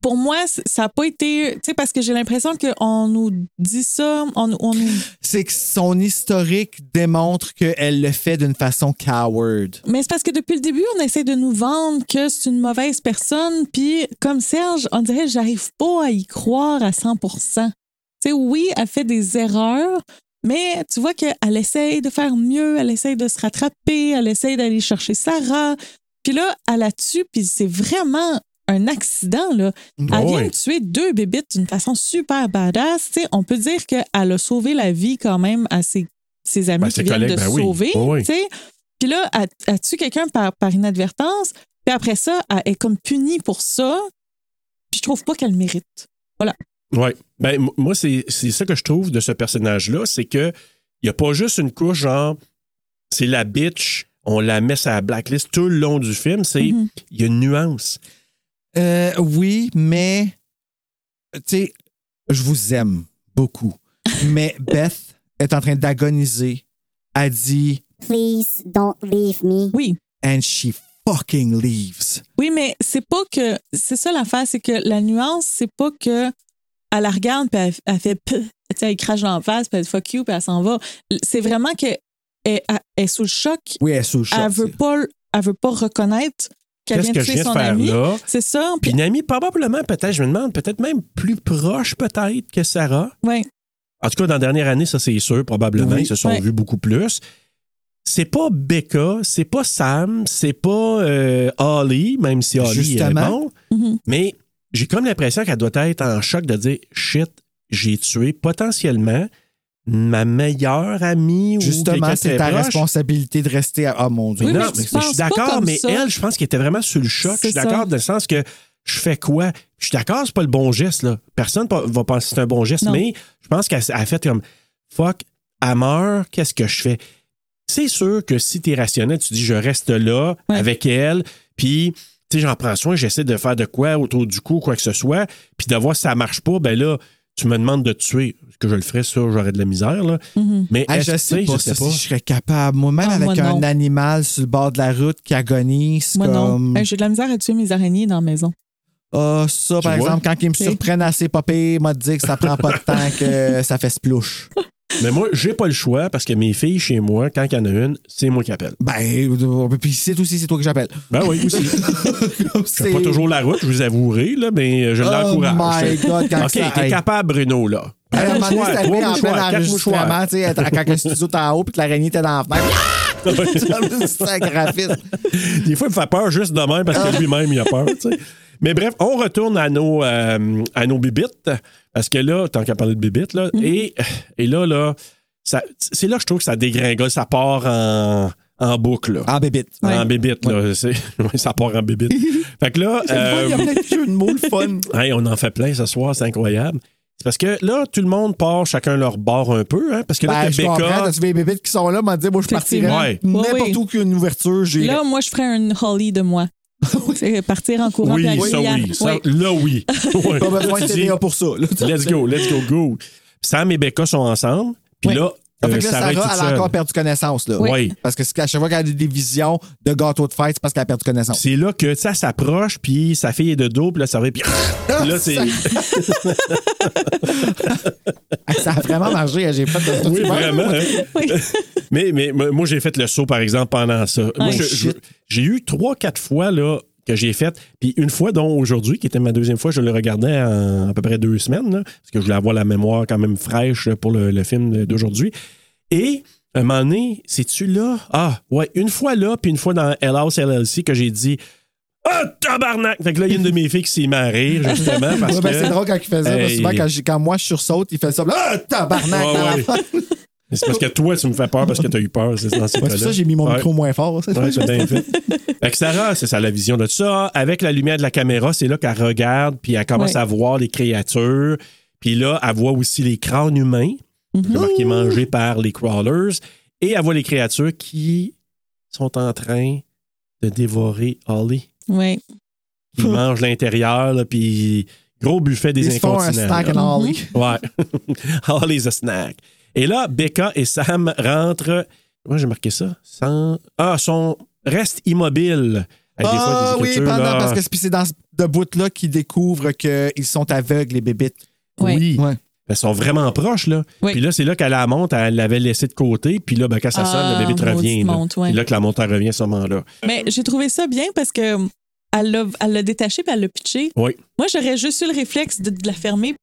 [SPEAKER 7] Pour moi, c- ça n'a pas été. Tu sais, parce que j'ai l'impression qu'on nous dit ça, on, nous- on nous.
[SPEAKER 4] C'est que son historique démontre qu'elle le fait d'une façon coward.
[SPEAKER 7] Mais c'est parce que depuis le début, on essaie de nous vendre que c'est une mauvaise personne. Puis, comme Serge, on dirait j'arrive pas à y croire à 100 Tu sais, oui, elle fait des erreurs, mais tu vois qu'elle essaye de faire mieux, elle essaye de se rattraper, elle essaye d'aller chercher Sarah. Puis là, elle la tue, puis c'est vraiment un accident, là. Elle
[SPEAKER 1] Oh
[SPEAKER 7] vient
[SPEAKER 1] oui.
[SPEAKER 7] de tuer deux bébites d'une façon super badass. Tu sais, on peut dire qu'elle a sauvé la vie quand même à ses, ses amis
[SPEAKER 1] Ben,
[SPEAKER 7] qui
[SPEAKER 1] ses
[SPEAKER 7] viennent
[SPEAKER 1] collègues,
[SPEAKER 7] de
[SPEAKER 1] ben oui.
[SPEAKER 7] sauver.
[SPEAKER 1] Oui, oui.
[SPEAKER 7] tu sais. Puis là, elle, elle tue quelqu'un par, par inadvertance. Puis après ça, elle est comme punie pour ça. Puis je trouve pas qu'elle le mérite.
[SPEAKER 1] Oui. Ben, m- moi, c'est c'est ça que je trouve de ce personnage-là, c'est que il n'y a pas juste une couche genre c'est la bitch, on la met sur la blacklist tout le long du film, c'est il
[SPEAKER 7] Mhm.
[SPEAKER 1] y a une nuance.
[SPEAKER 4] Euh, oui, mais tu sais, je vous aime beaucoup.
[SPEAKER 7] (laughs)
[SPEAKER 4] mais Beth est en train d'agoniser. Elle dit
[SPEAKER 10] Please don't leave me.
[SPEAKER 7] Oui.
[SPEAKER 4] And she fucking leaves.
[SPEAKER 7] Oui, mais c'est pas que. C'est ça l'affaire, c'est que la nuance, c'est pas que elle la regarde puis elle, elle fait. Puh Tu sais, elle crache dans la face puis elle dit fuck you puis elle s'en va. C'est vraiment qu'elle elle, elle est sous le choc.
[SPEAKER 4] Oui, elle est sous le choc,
[SPEAKER 7] Elle veut
[SPEAKER 4] c'est-
[SPEAKER 7] pas, le- elle veut pas reconnaître qu'elle
[SPEAKER 1] Qu'est-ce
[SPEAKER 7] vient
[SPEAKER 1] que
[SPEAKER 7] de
[SPEAKER 1] je
[SPEAKER 7] tuer
[SPEAKER 1] viens de
[SPEAKER 7] son
[SPEAKER 1] faire
[SPEAKER 7] ami.
[SPEAKER 1] là?
[SPEAKER 7] C'est ça.
[SPEAKER 1] Puis une amie, probablement, peut-être, je me demande, peut-être même plus proche, peut-être, que Sarah.
[SPEAKER 7] Ouais.
[SPEAKER 1] En tout cas, dans la dernière année, ça c'est sûr, probablement,
[SPEAKER 4] Oui.
[SPEAKER 1] ils se sont
[SPEAKER 7] Ouais.
[SPEAKER 1] vus beaucoup plus. C'est pas Becca, c'est pas Sam, c'est pas euh, Ollie, même si Ollie est
[SPEAKER 4] Justement.
[SPEAKER 1] bon.
[SPEAKER 7] Mhm.
[SPEAKER 1] Mais j'ai comme l'impression qu'elle doit être en choc de dire shit, j'ai tué potentiellement ma meilleure amie ou
[SPEAKER 4] Justement,
[SPEAKER 1] quelqu'un
[SPEAKER 4] c'est
[SPEAKER 1] de
[SPEAKER 4] ta
[SPEAKER 1] très proche.
[SPEAKER 4] responsabilité de rester. à- Ah mon Dieu.
[SPEAKER 7] Oui,
[SPEAKER 1] non,
[SPEAKER 7] mais
[SPEAKER 1] mais
[SPEAKER 7] tu
[SPEAKER 1] je suis
[SPEAKER 7] penses pas
[SPEAKER 1] d'accord,
[SPEAKER 7] comme
[SPEAKER 1] mais
[SPEAKER 7] ça.
[SPEAKER 1] elle, je pense qu'elle était vraiment sur le choc. Je suis
[SPEAKER 7] C'est
[SPEAKER 1] d'accord
[SPEAKER 7] ça.
[SPEAKER 1] dans le sens que je fais quoi? Je suis d'accord, c'est pas le bon geste, là. Personne pa- va penser que c'est un bon geste,
[SPEAKER 7] Non.
[SPEAKER 1] mais je pense qu'elle s- elle a fait comme fuck, elle meurt, qu'est-ce que je fais? C'est sûr que si t'es rationnel, tu dis je reste là
[SPEAKER 7] Ouais.
[SPEAKER 1] avec elle, puis tu sais, j'en prends soin, j'essaie de faire de quoi autour du cou, quoi que ce soit, puis de voir si ça marche pas, ben là, tu me demandes de te tuer. Est-ce Que je le ferais, ça, j'aurais de la misère, là.
[SPEAKER 7] Mhm.
[SPEAKER 1] Mais
[SPEAKER 4] Ah,
[SPEAKER 1] est-ce
[SPEAKER 4] je
[SPEAKER 1] que-
[SPEAKER 4] sais pas
[SPEAKER 1] je sais
[SPEAKER 4] ça,
[SPEAKER 1] pas.
[SPEAKER 4] si je serais capable. Moi-même,
[SPEAKER 7] Ah,
[SPEAKER 4] avec
[SPEAKER 7] moi,
[SPEAKER 4] un
[SPEAKER 7] non.
[SPEAKER 4] animal sur le bord de la route qui agonise,
[SPEAKER 7] Moi
[SPEAKER 4] comme.
[SPEAKER 7] non. Hey, J'ai de la misère à tuer mes araignées dans la maison.
[SPEAKER 4] Ah, ça, par
[SPEAKER 1] Tu vois?
[SPEAKER 4] exemple, quand ils me surprennent assez popé, m'a dit que ça prend pas de temps que
[SPEAKER 7] (laughs)
[SPEAKER 4] ça fait splouche.
[SPEAKER 1] Mais moi, j'ai pas le choix parce que mes filles chez moi, quand il y en a une, c'est moi qui appelle.
[SPEAKER 4] Ben, euh, puis c'est aussi, c'est toi
[SPEAKER 1] (laughs)
[SPEAKER 4] que j'appelle.
[SPEAKER 1] Ben oui,
[SPEAKER 4] (laughs)
[SPEAKER 1] aussi. Je fais pas toujours la route, je vous avouerai, là, mais euh, je
[SPEAKER 4] Oh
[SPEAKER 1] l'encourage.
[SPEAKER 4] my God, quand
[SPEAKER 1] OK,
[SPEAKER 4] ça...
[SPEAKER 1] t'es
[SPEAKER 4] hey.
[SPEAKER 1] capable, Bruno, là.
[SPEAKER 4] À un moment donné, c'est
[SPEAKER 1] Trois
[SPEAKER 4] arrivé en
[SPEAKER 1] mouchoirs,
[SPEAKER 4] plein
[SPEAKER 1] quatre
[SPEAKER 4] enregistrement,
[SPEAKER 1] mouchoirs.
[SPEAKER 4] tu sais, quand le studio était en haut puis que l'araignée était dans la
[SPEAKER 1] (laughs)
[SPEAKER 4] Ah, fenêtre. C'est un graphiste.
[SPEAKER 1] Des fois, il me fait peur juste de même parce
[SPEAKER 4] Ah.
[SPEAKER 1] que lui-même, il a peur. tu sais. Mais bref, on retourne à nos, euh, à nos bibites. Parce que là, tant qu'à parler de bibites, là,
[SPEAKER 4] Mhm.
[SPEAKER 1] et, et là, là, ça- c'est là que je trouve que ça dégringole, ça part en, en boucle. là.
[SPEAKER 4] En bébite.
[SPEAKER 1] En bébite, là. c'est- (laughs) ouais, ça part en
[SPEAKER 4] (laughs)
[SPEAKER 1] bébite. fait que là. euh,
[SPEAKER 4] Il y a plein de jeux de mots le
[SPEAKER 1] (laughs)
[SPEAKER 4] fun.
[SPEAKER 1] Hey, on en fait plein ce soir, c'est incroyable. C'est parce que là, tout le monde part chacun leur bord un peu, hein, parce que là,
[SPEAKER 4] Ben,
[SPEAKER 1] t'as
[SPEAKER 4] je
[SPEAKER 1] Becca.
[SPEAKER 4] comprends, tu les bébites qui sont là, m'a dit, moi, je partirais
[SPEAKER 7] Effectivement.
[SPEAKER 1] Ouais.
[SPEAKER 4] n'importe
[SPEAKER 7] Ouais, ouais.
[SPEAKER 4] où qu'il y a une ouverture, j'ai...
[SPEAKER 7] Là, moi, je ferais un holly
[SPEAKER 1] (laughs)
[SPEAKER 7] de moi. C'est partir en courant.
[SPEAKER 1] Oui,
[SPEAKER 7] puis aller
[SPEAKER 1] ça
[SPEAKER 7] à-
[SPEAKER 1] oui. ça-
[SPEAKER 7] Ouais.
[SPEAKER 1] Là, oui. Ouais.
[SPEAKER 4] (laughs) Pas besoin
[SPEAKER 1] (laughs)
[SPEAKER 4] de
[SPEAKER 1] Tu dis,
[SPEAKER 4] TVA pour ça. là.
[SPEAKER 1] Let's go, let's go, go. Sam et Becca sont ensemble, puis
[SPEAKER 4] Oui.
[SPEAKER 1] là,
[SPEAKER 4] Ça fait
[SPEAKER 1] euh,
[SPEAKER 4] que là,
[SPEAKER 1] Sarah
[SPEAKER 4] Sarah,
[SPEAKER 1] est toute
[SPEAKER 4] elle a
[SPEAKER 1] seule.
[SPEAKER 4] encore perdu connaissance. Là.
[SPEAKER 1] Oui.
[SPEAKER 4] Parce que c'est qu'à chaque fois qu'elle a des visions de gâteau de fête, c'est parce qu'elle a perdu connaissance.
[SPEAKER 1] (laughs) C'est là que ça s'approche, puis sa fille est de dos, puis là, ça va, puis
[SPEAKER 4] Ah,
[SPEAKER 1] là, c'est. (laughs)
[SPEAKER 4] Ça a vraiment marché. hein, J'ai pas de
[SPEAKER 1] Oui, vraiment. hein.
[SPEAKER 7] (laughs) Oui.
[SPEAKER 1] Mais, mais mais moi, j'ai fait le saut, par exemple, pendant ça. Moi,
[SPEAKER 7] Ouais.
[SPEAKER 1] je- je- j'ai eu trois, quatre fois là, que j'ai fait. Puis une fois, dont aujourd'hui, qui était ma deuxième fois, je le regardais en à peu près deux semaines, là, parce que je voulais avoir la mémoire quand même fraîche là, pour le, le film d'aujourd'hui. Et à un moment donné, c'est-tu là? Ah, ouais, une fois là, puis une fois dans Hell House LLC que j'ai dit Ah, tabarnak! Fait que là, il y a une de mes filles qui s'est marrée, justement, parce
[SPEAKER 4] Ouais, ben, c'est
[SPEAKER 1] que.
[SPEAKER 4] drôle quand il fait ça. parce que
[SPEAKER 1] Hey.
[SPEAKER 4] souvent, quand, j'ai- quand moi je sursaute, il fait ça. Ah, tabarnak!
[SPEAKER 1] Ouais,
[SPEAKER 4] dans la
[SPEAKER 1] ouais.
[SPEAKER 4] face.
[SPEAKER 1] C'est parce que toi, tu me fais peur parce que tu as eu peur. C'est dans ces
[SPEAKER 4] Ouais, c'est pour
[SPEAKER 1] cas-là.
[SPEAKER 4] ça que j'ai mis mon
[SPEAKER 1] Ouais.
[SPEAKER 4] micro moins fort. ça.
[SPEAKER 1] Ouais, c'est bien fait. Fait que Sarah, c'est ça la vision de ça. Avec la lumière de la caméra, c'est là qu'elle regarde, puis elle commence
[SPEAKER 7] Ouais.
[SPEAKER 1] à voir les créatures. Puis là, elle voit aussi les crânes humains, qui est mangé par les crawlers. Et elle voit les créatures qui sont en train de dévorer Holly.
[SPEAKER 7] Ouais.
[SPEAKER 1] Qui mange l'intérieur, là, puis gros buffet des
[SPEAKER 4] Ils se font un
[SPEAKER 1] incontinents.
[SPEAKER 4] snack
[SPEAKER 1] là.
[SPEAKER 4] and Ollie.
[SPEAKER 1] Ouais. (laughs) Holly's a snack. Et là, Becca et Sam rentrent. Moi, j'ai marqué ça. Sans... Ah, son reste immobile. Avec des fois,
[SPEAKER 4] Ah
[SPEAKER 1] des
[SPEAKER 4] oui,
[SPEAKER 1] écritures,
[SPEAKER 4] pendant,
[SPEAKER 1] là.
[SPEAKER 4] parce que c'est- puis c'est dans ce de bout-là qu'ils découvrent qu'ils sont aveugles, les bébites.
[SPEAKER 7] Ouais.
[SPEAKER 1] Oui.
[SPEAKER 4] Ouais.
[SPEAKER 1] Elles sont vraiment proches, là.
[SPEAKER 7] Oui.
[SPEAKER 1] Puis là, c'est là qu'elle la monte, elle l'avait laissée de côté. Puis là, ben, quand ça
[SPEAKER 7] Ah,
[SPEAKER 1] sonne, le bébé te
[SPEAKER 7] maudite
[SPEAKER 1] revient. Là.
[SPEAKER 7] monte, ouais.
[SPEAKER 1] Puis là, que la monte, elle revient à ce moment-là.
[SPEAKER 7] Mais j'ai trouvé ça bien parce que euh, elle l'a- elle l'a détaché puis elle l'a pitché.
[SPEAKER 1] Oui.
[SPEAKER 7] Moi, j'aurais juste eu le réflexe de, de la fermer.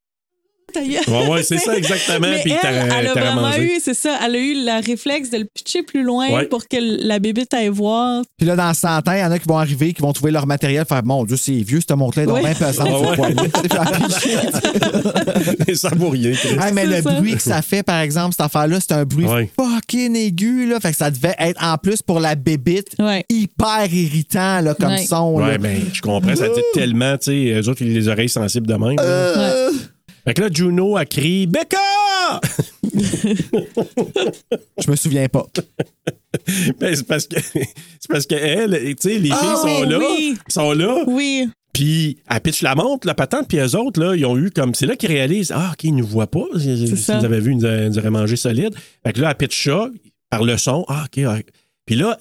[SPEAKER 7] Ta gueule.
[SPEAKER 1] Ouais, ouais, c'est ça, exactement.
[SPEAKER 7] (laughs) Mais
[SPEAKER 1] Puis
[SPEAKER 7] elle,
[SPEAKER 1] t'aurais-
[SPEAKER 7] elle a
[SPEAKER 1] t'aurais
[SPEAKER 7] vraiment
[SPEAKER 1] mangé.
[SPEAKER 7] eu, c'est ça, elle a eu le réflexe de le pitcher plus loin
[SPEAKER 1] Ouais.
[SPEAKER 7] pour que la bébé t'aille voir.
[SPEAKER 4] Puis là, dans 100 ans, il y en a qui vont arriver, qui vont trouver leur matériel, faire Mon Dieu, c'est vieux, ce montre-là, donc
[SPEAKER 7] Ouais.
[SPEAKER 4] bien pesant.
[SPEAKER 1] Ah ouais.
[SPEAKER 4] faut
[SPEAKER 7] (laughs)
[SPEAKER 4] poignée.
[SPEAKER 1] Mais ça vaut rien. Chris.
[SPEAKER 4] Hey, mais
[SPEAKER 1] (laughs)
[SPEAKER 7] C'est
[SPEAKER 4] le
[SPEAKER 7] ça.
[SPEAKER 4] bruit que ça fait, par exemple, cette affaire-là, c'est un bruit
[SPEAKER 1] Ouais.
[SPEAKER 4] fucking fucking aigu, là. Fait que ça devait être en plus pour la bébite
[SPEAKER 7] Ouais.
[SPEAKER 4] hyper irritant, là, comme
[SPEAKER 7] Ouais.
[SPEAKER 4] son. là.
[SPEAKER 1] Ouais, mais je comprends, ça dit tellement, tu sais, eux autres, ils ont les oreilles sensibles de même. là.
[SPEAKER 4] Euh,
[SPEAKER 1] Fait que là, Juno a crié Becca!
[SPEAKER 4] Je me souviens pas.
[SPEAKER 1] Ben, c'est parce que (laughs) c'est parce que elle, tu sais, les filles
[SPEAKER 7] Ah,
[SPEAKER 1] sont
[SPEAKER 7] oui,
[SPEAKER 1] là,
[SPEAKER 7] oui.
[SPEAKER 1] sont là,
[SPEAKER 7] Oui.
[SPEAKER 1] puis elle pitch la montre, la patente, puis eux autres là, ils ont eu comme c'est là qu'ils réalisent ah ok ils nous voient pas, s'ils
[SPEAKER 7] ça.
[SPEAKER 1] nous avaient vu ils nous auraient- ils nous auraient mangé solide. Fait que là elle pitch ça par le son ah ok, ah. puis là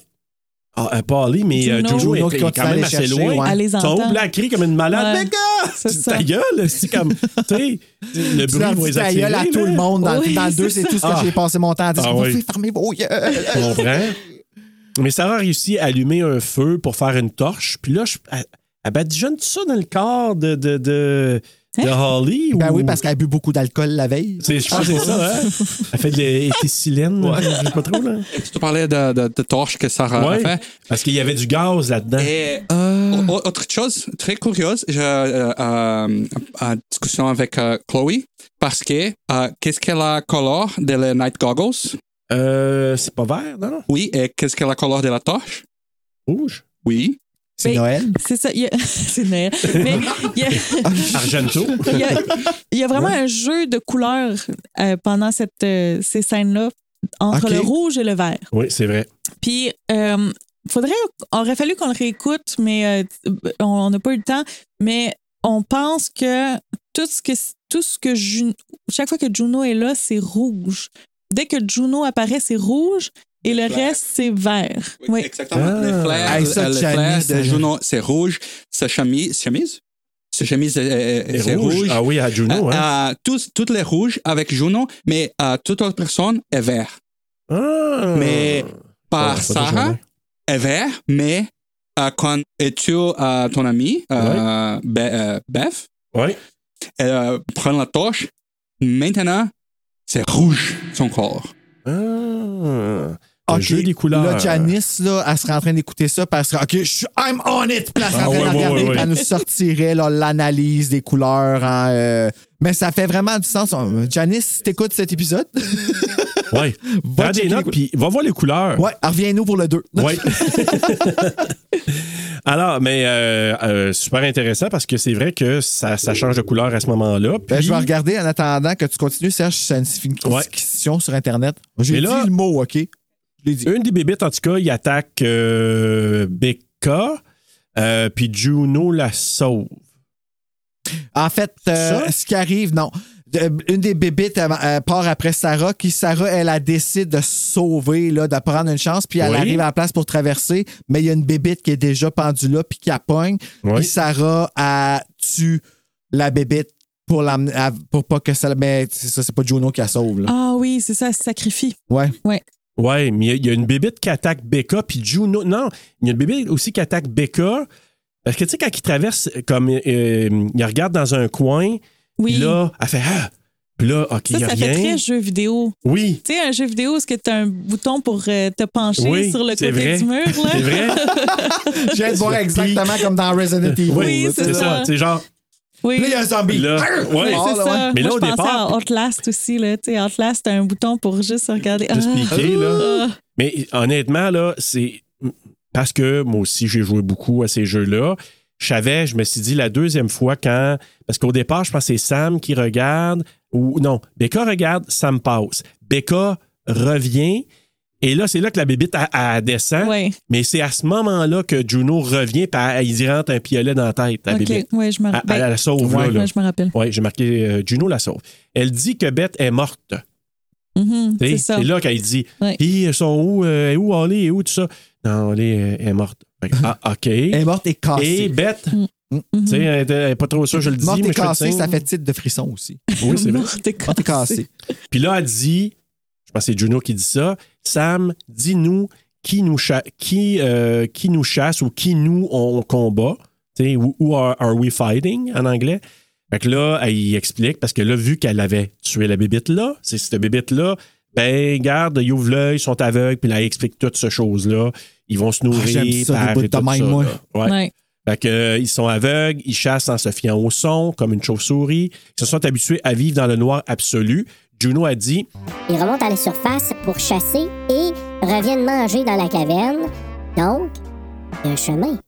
[SPEAKER 1] ah, euh, pas Ali, mais euh,
[SPEAKER 7] Juno.
[SPEAKER 1] Jojo est,
[SPEAKER 4] Juno qui
[SPEAKER 1] est
[SPEAKER 4] continue
[SPEAKER 1] quand
[SPEAKER 4] à
[SPEAKER 1] même
[SPEAKER 4] les
[SPEAKER 1] assez
[SPEAKER 4] chercher,
[SPEAKER 1] loin.
[SPEAKER 4] ouais.
[SPEAKER 7] Elle les
[SPEAKER 1] Son
[SPEAKER 7] entend.
[SPEAKER 1] là, elle crie comme une malade.
[SPEAKER 7] Ouais.
[SPEAKER 1] Mais gars,
[SPEAKER 7] C'est
[SPEAKER 1] tu-
[SPEAKER 7] ça.
[SPEAKER 1] ta gueule, c'est comme, tu sais, le bruit
[SPEAKER 4] Tu
[SPEAKER 1] va
[SPEAKER 4] leur
[SPEAKER 1] les
[SPEAKER 4] dis ta
[SPEAKER 1] attirer,
[SPEAKER 4] gueule à tout
[SPEAKER 1] là.
[SPEAKER 4] le monde. Dans,
[SPEAKER 7] Oui,
[SPEAKER 4] dans le 2, c'est
[SPEAKER 7] c'est
[SPEAKER 4] tout ce que
[SPEAKER 1] ça.
[SPEAKER 4] j'ai passé mon temps à dire.
[SPEAKER 1] Ah
[SPEAKER 4] Vous
[SPEAKER 1] oui.
[SPEAKER 4] faites fermer vos yeux.
[SPEAKER 1] Tu comprends? Mais Sarah a réussi à allumer un feu pour faire une torche. Puis là, je, elle, elle badigeonne tout ça dans le corps de, de, de, de Holly.
[SPEAKER 4] Ben
[SPEAKER 1] ou-
[SPEAKER 4] oui, parce qu'elle a bu beaucoup d'alcool la veille.
[SPEAKER 1] C'est- Je pense que c'est ça, hein? Elle fait de l'éthicilène. Je sais pas trop, là.
[SPEAKER 8] Tu parlais de, de, de torche que Sarah a
[SPEAKER 1] Ouais, Ah.
[SPEAKER 8] fait.
[SPEAKER 1] Parce qu'il y avait du gaz là-dedans.
[SPEAKER 8] Et euh, au- au- autre chose très curieuse, j'ai euh, euh, une discussion avec euh, Chloe parce que euh, qu'est-ce qu'elle a color de la night goggles?
[SPEAKER 1] Euh, c'est pas vert, non?
[SPEAKER 8] Oui, et qu'est-ce qu'elle a color de la torche?
[SPEAKER 1] Rouge.
[SPEAKER 8] Oui.
[SPEAKER 4] C'est
[SPEAKER 7] Mais-
[SPEAKER 4] Noël.
[SPEAKER 7] C'est ça. il y a- (laughs) C'est Noël. Mais il y a,
[SPEAKER 1] Argento.
[SPEAKER 7] il y a- il y a vraiment un jeu de couleurs euh, pendant cette, euh, ces scènes-là entre
[SPEAKER 4] Ok.
[SPEAKER 7] le rouge et le vert.
[SPEAKER 1] Oui, c'est vrai.
[SPEAKER 7] Puis, euh, faudrait, aurait fallu qu'on le réécoute, mais euh, on- on n'a pas eu le temps. Mais on pense que tout ce que, tout ce que Ju- chaque fois que Juno est là, c'est rouge. Dès que Juno apparaît, c'est rouge et le
[SPEAKER 8] Clair.
[SPEAKER 7] reste, c'est vert. Oui.
[SPEAKER 8] Exactement.
[SPEAKER 1] Ah.
[SPEAKER 8] Les flares,
[SPEAKER 4] Hey, ça,
[SPEAKER 8] euh, les
[SPEAKER 4] Janice,
[SPEAKER 8] flares de
[SPEAKER 4] elle-
[SPEAKER 8] Juno, c'est rouge. Sa chemise, chemise? Sa chemise, euh, euh,
[SPEAKER 1] Et
[SPEAKER 8] c'est
[SPEAKER 1] rouge.
[SPEAKER 8] rouge.
[SPEAKER 1] Ah oui, à Juno, hein?
[SPEAKER 8] Euh, euh, tous, toutes les rouges avec Juno, mais euh, toute autre personne est vert.
[SPEAKER 1] Ah!
[SPEAKER 8] Mais par
[SPEAKER 1] Ah, pas de
[SPEAKER 8] Sarah,
[SPEAKER 1] journée.
[SPEAKER 8] est vert, mais euh, quand es-tu euh, ton ami, euh, Be- euh, Beth,
[SPEAKER 1] Oui.
[SPEAKER 8] elle euh, prend la torche. Maintenant, c'est rouge son corps.
[SPEAKER 1] Ah! Le
[SPEAKER 4] Ok,
[SPEAKER 1] jeu des couleurs.
[SPEAKER 4] Là, Janice, là, elle serait en train d'écouter ça parce que, OK, je suis I'm on it! Puis elle serait
[SPEAKER 1] Ah,
[SPEAKER 4] en train
[SPEAKER 1] ouais,
[SPEAKER 4] de
[SPEAKER 1] ouais,
[SPEAKER 4] regarder,
[SPEAKER 1] ouais,
[SPEAKER 4] puis
[SPEAKER 1] ouais.
[SPEAKER 4] elle nous sortirait là, l'analyse des couleurs. en, euh, Mais ça fait vraiment du sens. On- Janice, si t'écoutes cet
[SPEAKER 1] (laughs)
[SPEAKER 4] épisode,
[SPEAKER 1] Ouais.
[SPEAKER 4] Va
[SPEAKER 1] Prends des
[SPEAKER 4] checker les
[SPEAKER 1] notes,
[SPEAKER 4] cou-
[SPEAKER 1] puis va voir les couleurs.
[SPEAKER 4] ouais, reviens-nous pour le 2.
[SPEAKER 1] Oui. (laughs) Alors, mais euh, euh, super intéressant parce que c'est vrai que ça, ça change de couleur à ce moment-là.
[SPEAKER 4] Ben,
[SPEAKER 1] puis-
[SPEAKER 4] je vais regarder en attendant que tu continues, Serge. C'est une
[SPEAKER 1] Ouais.
[SPEAKER 4] discussion sur Internet. J'ai
[SPEAKER 1] Mais
[SPEAKER 4] dit
[SPEAKER 1] là-
[SPEAKER 4] le mot, OK? Je l'ai dit.
[SPEAKER 1] Une des bébites, en tout cas, il attaque euh, Becca, euh, puis Juno la sauve.
[SPEAKER 4] En fait, euh,
[SPEAKER 1] Ça?
[SPEAKER 4] ce qui arrive, non. De- euh, Une des bébites elle, elle part après Sarah, qui Sarah, elle, a décide de se sauver, là, de prendre une chance, puis elle
[SPEAKER 1] Oui.
[SPEAKER 4] arrive à la place pour traverser, mais il y a une bébite qui est déjà pendue là, puis qui appogne, puis
[SPEAKER 1] Oui.
[SPEAKER 4] Sarah, elle tue la bébite pour, l'amener- à- pour pas que ça. Mais c'est ça, c'est pas Juno qui la sauve, là.
[SPEAKER 7] Ah oui, c'est ça, elle se sacrifie.
[SPEAKER 4] Ouais.
[SPEAKER 1] Ouais, mais il y a- il y, a une bébite qui attaque Becca, puis Juno. Non, il y a une bébite aussi qui attaque Becca. Parce que, tu sais, quand il traverse, comme euh, il regarde dans un coin,
[SPEAKER 7] Oui.
[SPEAKER 1] puis là, elle fait Ah! Puis là, OK, il
[SPEAKER 7] ça,
[SPEAKER 1] n'y a
[SPEAKER 7] ça
[SPEAKER 1] rien.
[SPEAKER 7] fait très jeu vidéo.
[SPEAKER 1] Oui.
[SPEAKER 7] Tu sais, un jeu vidéo, est-ce que tu as un bouton pour euh, te pencher
[SPEAKER 1] Oui,
[SPEAKER 7] sur le
[SPEAKER 1] c'est
[SPEAKER 7] côté
[SPEAKER 1] vrai.
[SPEAKER 7] du mur? Là?
[SPEAKER 1] (laughs) C'est vrai? Ah,
[SPEAKER 4] J'ai hâte de voir
[SPEAKER 1] Puis-
[SPEAKER 4] exactement comme dans Resident Evil.
[SPEAKER 7] (laughs) Oui,
[SPEAKER 4] là,
[SPEAKER 7] c'est
[SPEAKER 4] tu sais.
[SPEAKER 1] C'est ça,
[SPEAKER 7] ça.
[SPEAKER 1] c'est genre.
[SPEAKER 7] Oui.
[SPEAKER 4] Là, il y a un zombie.
[SPEAKER 1] Là, ouais.
[SPEAKER 7] Oui,
[SPEAKER 4] Ah,
[SPEAKER 7] c'est
[SPEAKER 4] là,
[SPEAKER 7] ça.
[SPEAKER 1] Mais là,
[SPEAKER 7] Moi,
[SPEAKER 1] au
[SPEAKER 7] je pensais
[SPEAKER 1] départ-
[SPEAKER 7] à Outlast aussi. Là. Tu sais, Outlast, t'as un bouton pour juste regarder.
[SPEAKER 1] Juste
[SPEAKER 7] Ah,
[SPEAKER 1] piquer, là.
[SPEAKER 7] ah.
[SPEAKER 1] Mais honnêtement, là, c'est. Parce que moi aussi, j'ai joué beaucoup à ces jeux-là. Je savais, je me suis dit la deuxième fois quand. Parce qu'au départ, je pense que c'est Sam qui regarde. Ou non, Becca regarde, Sam passe. Becca revient. Et là, c'est là que la bébite elle- elle descend.
[SPEAKER 7] Ouais.
[SPEAKER 1] Mais c'est à ce moment-là que Juno revient et il y rentre un piolet dans la tête, la
[SPEAKER 7] OK.
[SPEAKER 1] bébite.
[SPEAKER 7] Ouais, je me
[SPEAKER 1] Elle, elle
[SPEAKER 7] rappelle.
[SPEAKER 1] la sauve,
[SPEAKER 7] Ouais,
[SPEAKER 1] là, là.
[SPEAKER 7] ouais, je me rappelle.
[SPEAKER 1] Oui, j'ai marqué euh, Juno la sauve. Elle dit que Beth est morte.
[SPEAKER 7] Mhm,
[SPEAKER 1] T'sais,
[SPEAKER 7] c'est ça.
[SPEAKER 1] C'est là qu'elle dit
[SPEAKER 7] Ouais.
[SPEAKER 1] Puis, Ils sont où euh, Où Holly Et où tout ça Non, Holly euh, est morte. Fait que, ah, OK.
[SPEAKER 4] Elle est morte et
[SPEAKER 1] Et
[SPEAKER 4] cassée.
[SPEAKER 1] Beth,
[SPEAKER 7] Mm.
[SPEAKER 1] tu sais, elle était- elle est pas trop sûre, Eh, je le dis,
[SPEAKER 4] Morte
[SPEAKER 1] mais
[SPEAKER 4] et
[SPEAKER 1] je fais le
[SPEAKER 4] cassée,
[SPEAKER 1] signe.
[SPEAKER 4] ça fait titre de frisson aussi.
[SPEAKER 1] Oui, c'est vrai.
[SPEAKER 7] Morte et
[SPEAKER 4] Morte
[SPEAKER 7] (laughs)
[SPEAKER 4] et
[SPEAKER 7] cassée.
[SPEAKER 4] cassée.
[SPEAKER 1] Puis là, elle dit Je pense que c'est Juno qui dit ça. Sam, dis-nous qui nous, cha- qui, euh, qui nous chasse ou qui nous on combat. Tu sais, Who who are, are we fighting en anglais? Fait que là, elle y explique parce que là, vu qu'elle avait tué la bébite là, c'est cette bébite là, ben, garde, ils ouvrent l'œil, ils sont aveugles, puis là, elle explique toutes ces choses-là. Ils vont se nourrir.
[SPEAKER 4] Ah, j'aime ça,
[SPEAKER 1] puis
[SPEAKER 4] des
[SPEAKER 1] arrêter
[SPEAKER 4] bouts de
[SPEAKER 1] tout
[SPEAKER 4] même,
[SPEAKER 1] ça,
[SPEAKER 4] moi.
[SPEAKER 1] là. Ouais.
[SPEAKER 7] Ouais.
[SPEAKER 1] Fait que, euh, ils sont aveugles, ils chassent en se fiant au son, comme une chauve-souris. Ils se sont habitués à vivre dans le noir absolu. Juno a dit
[SPEAKER 10] Ils remontent à la surface pour chasser et reviennent manger dans la caverne. Donc, il y a un chemin.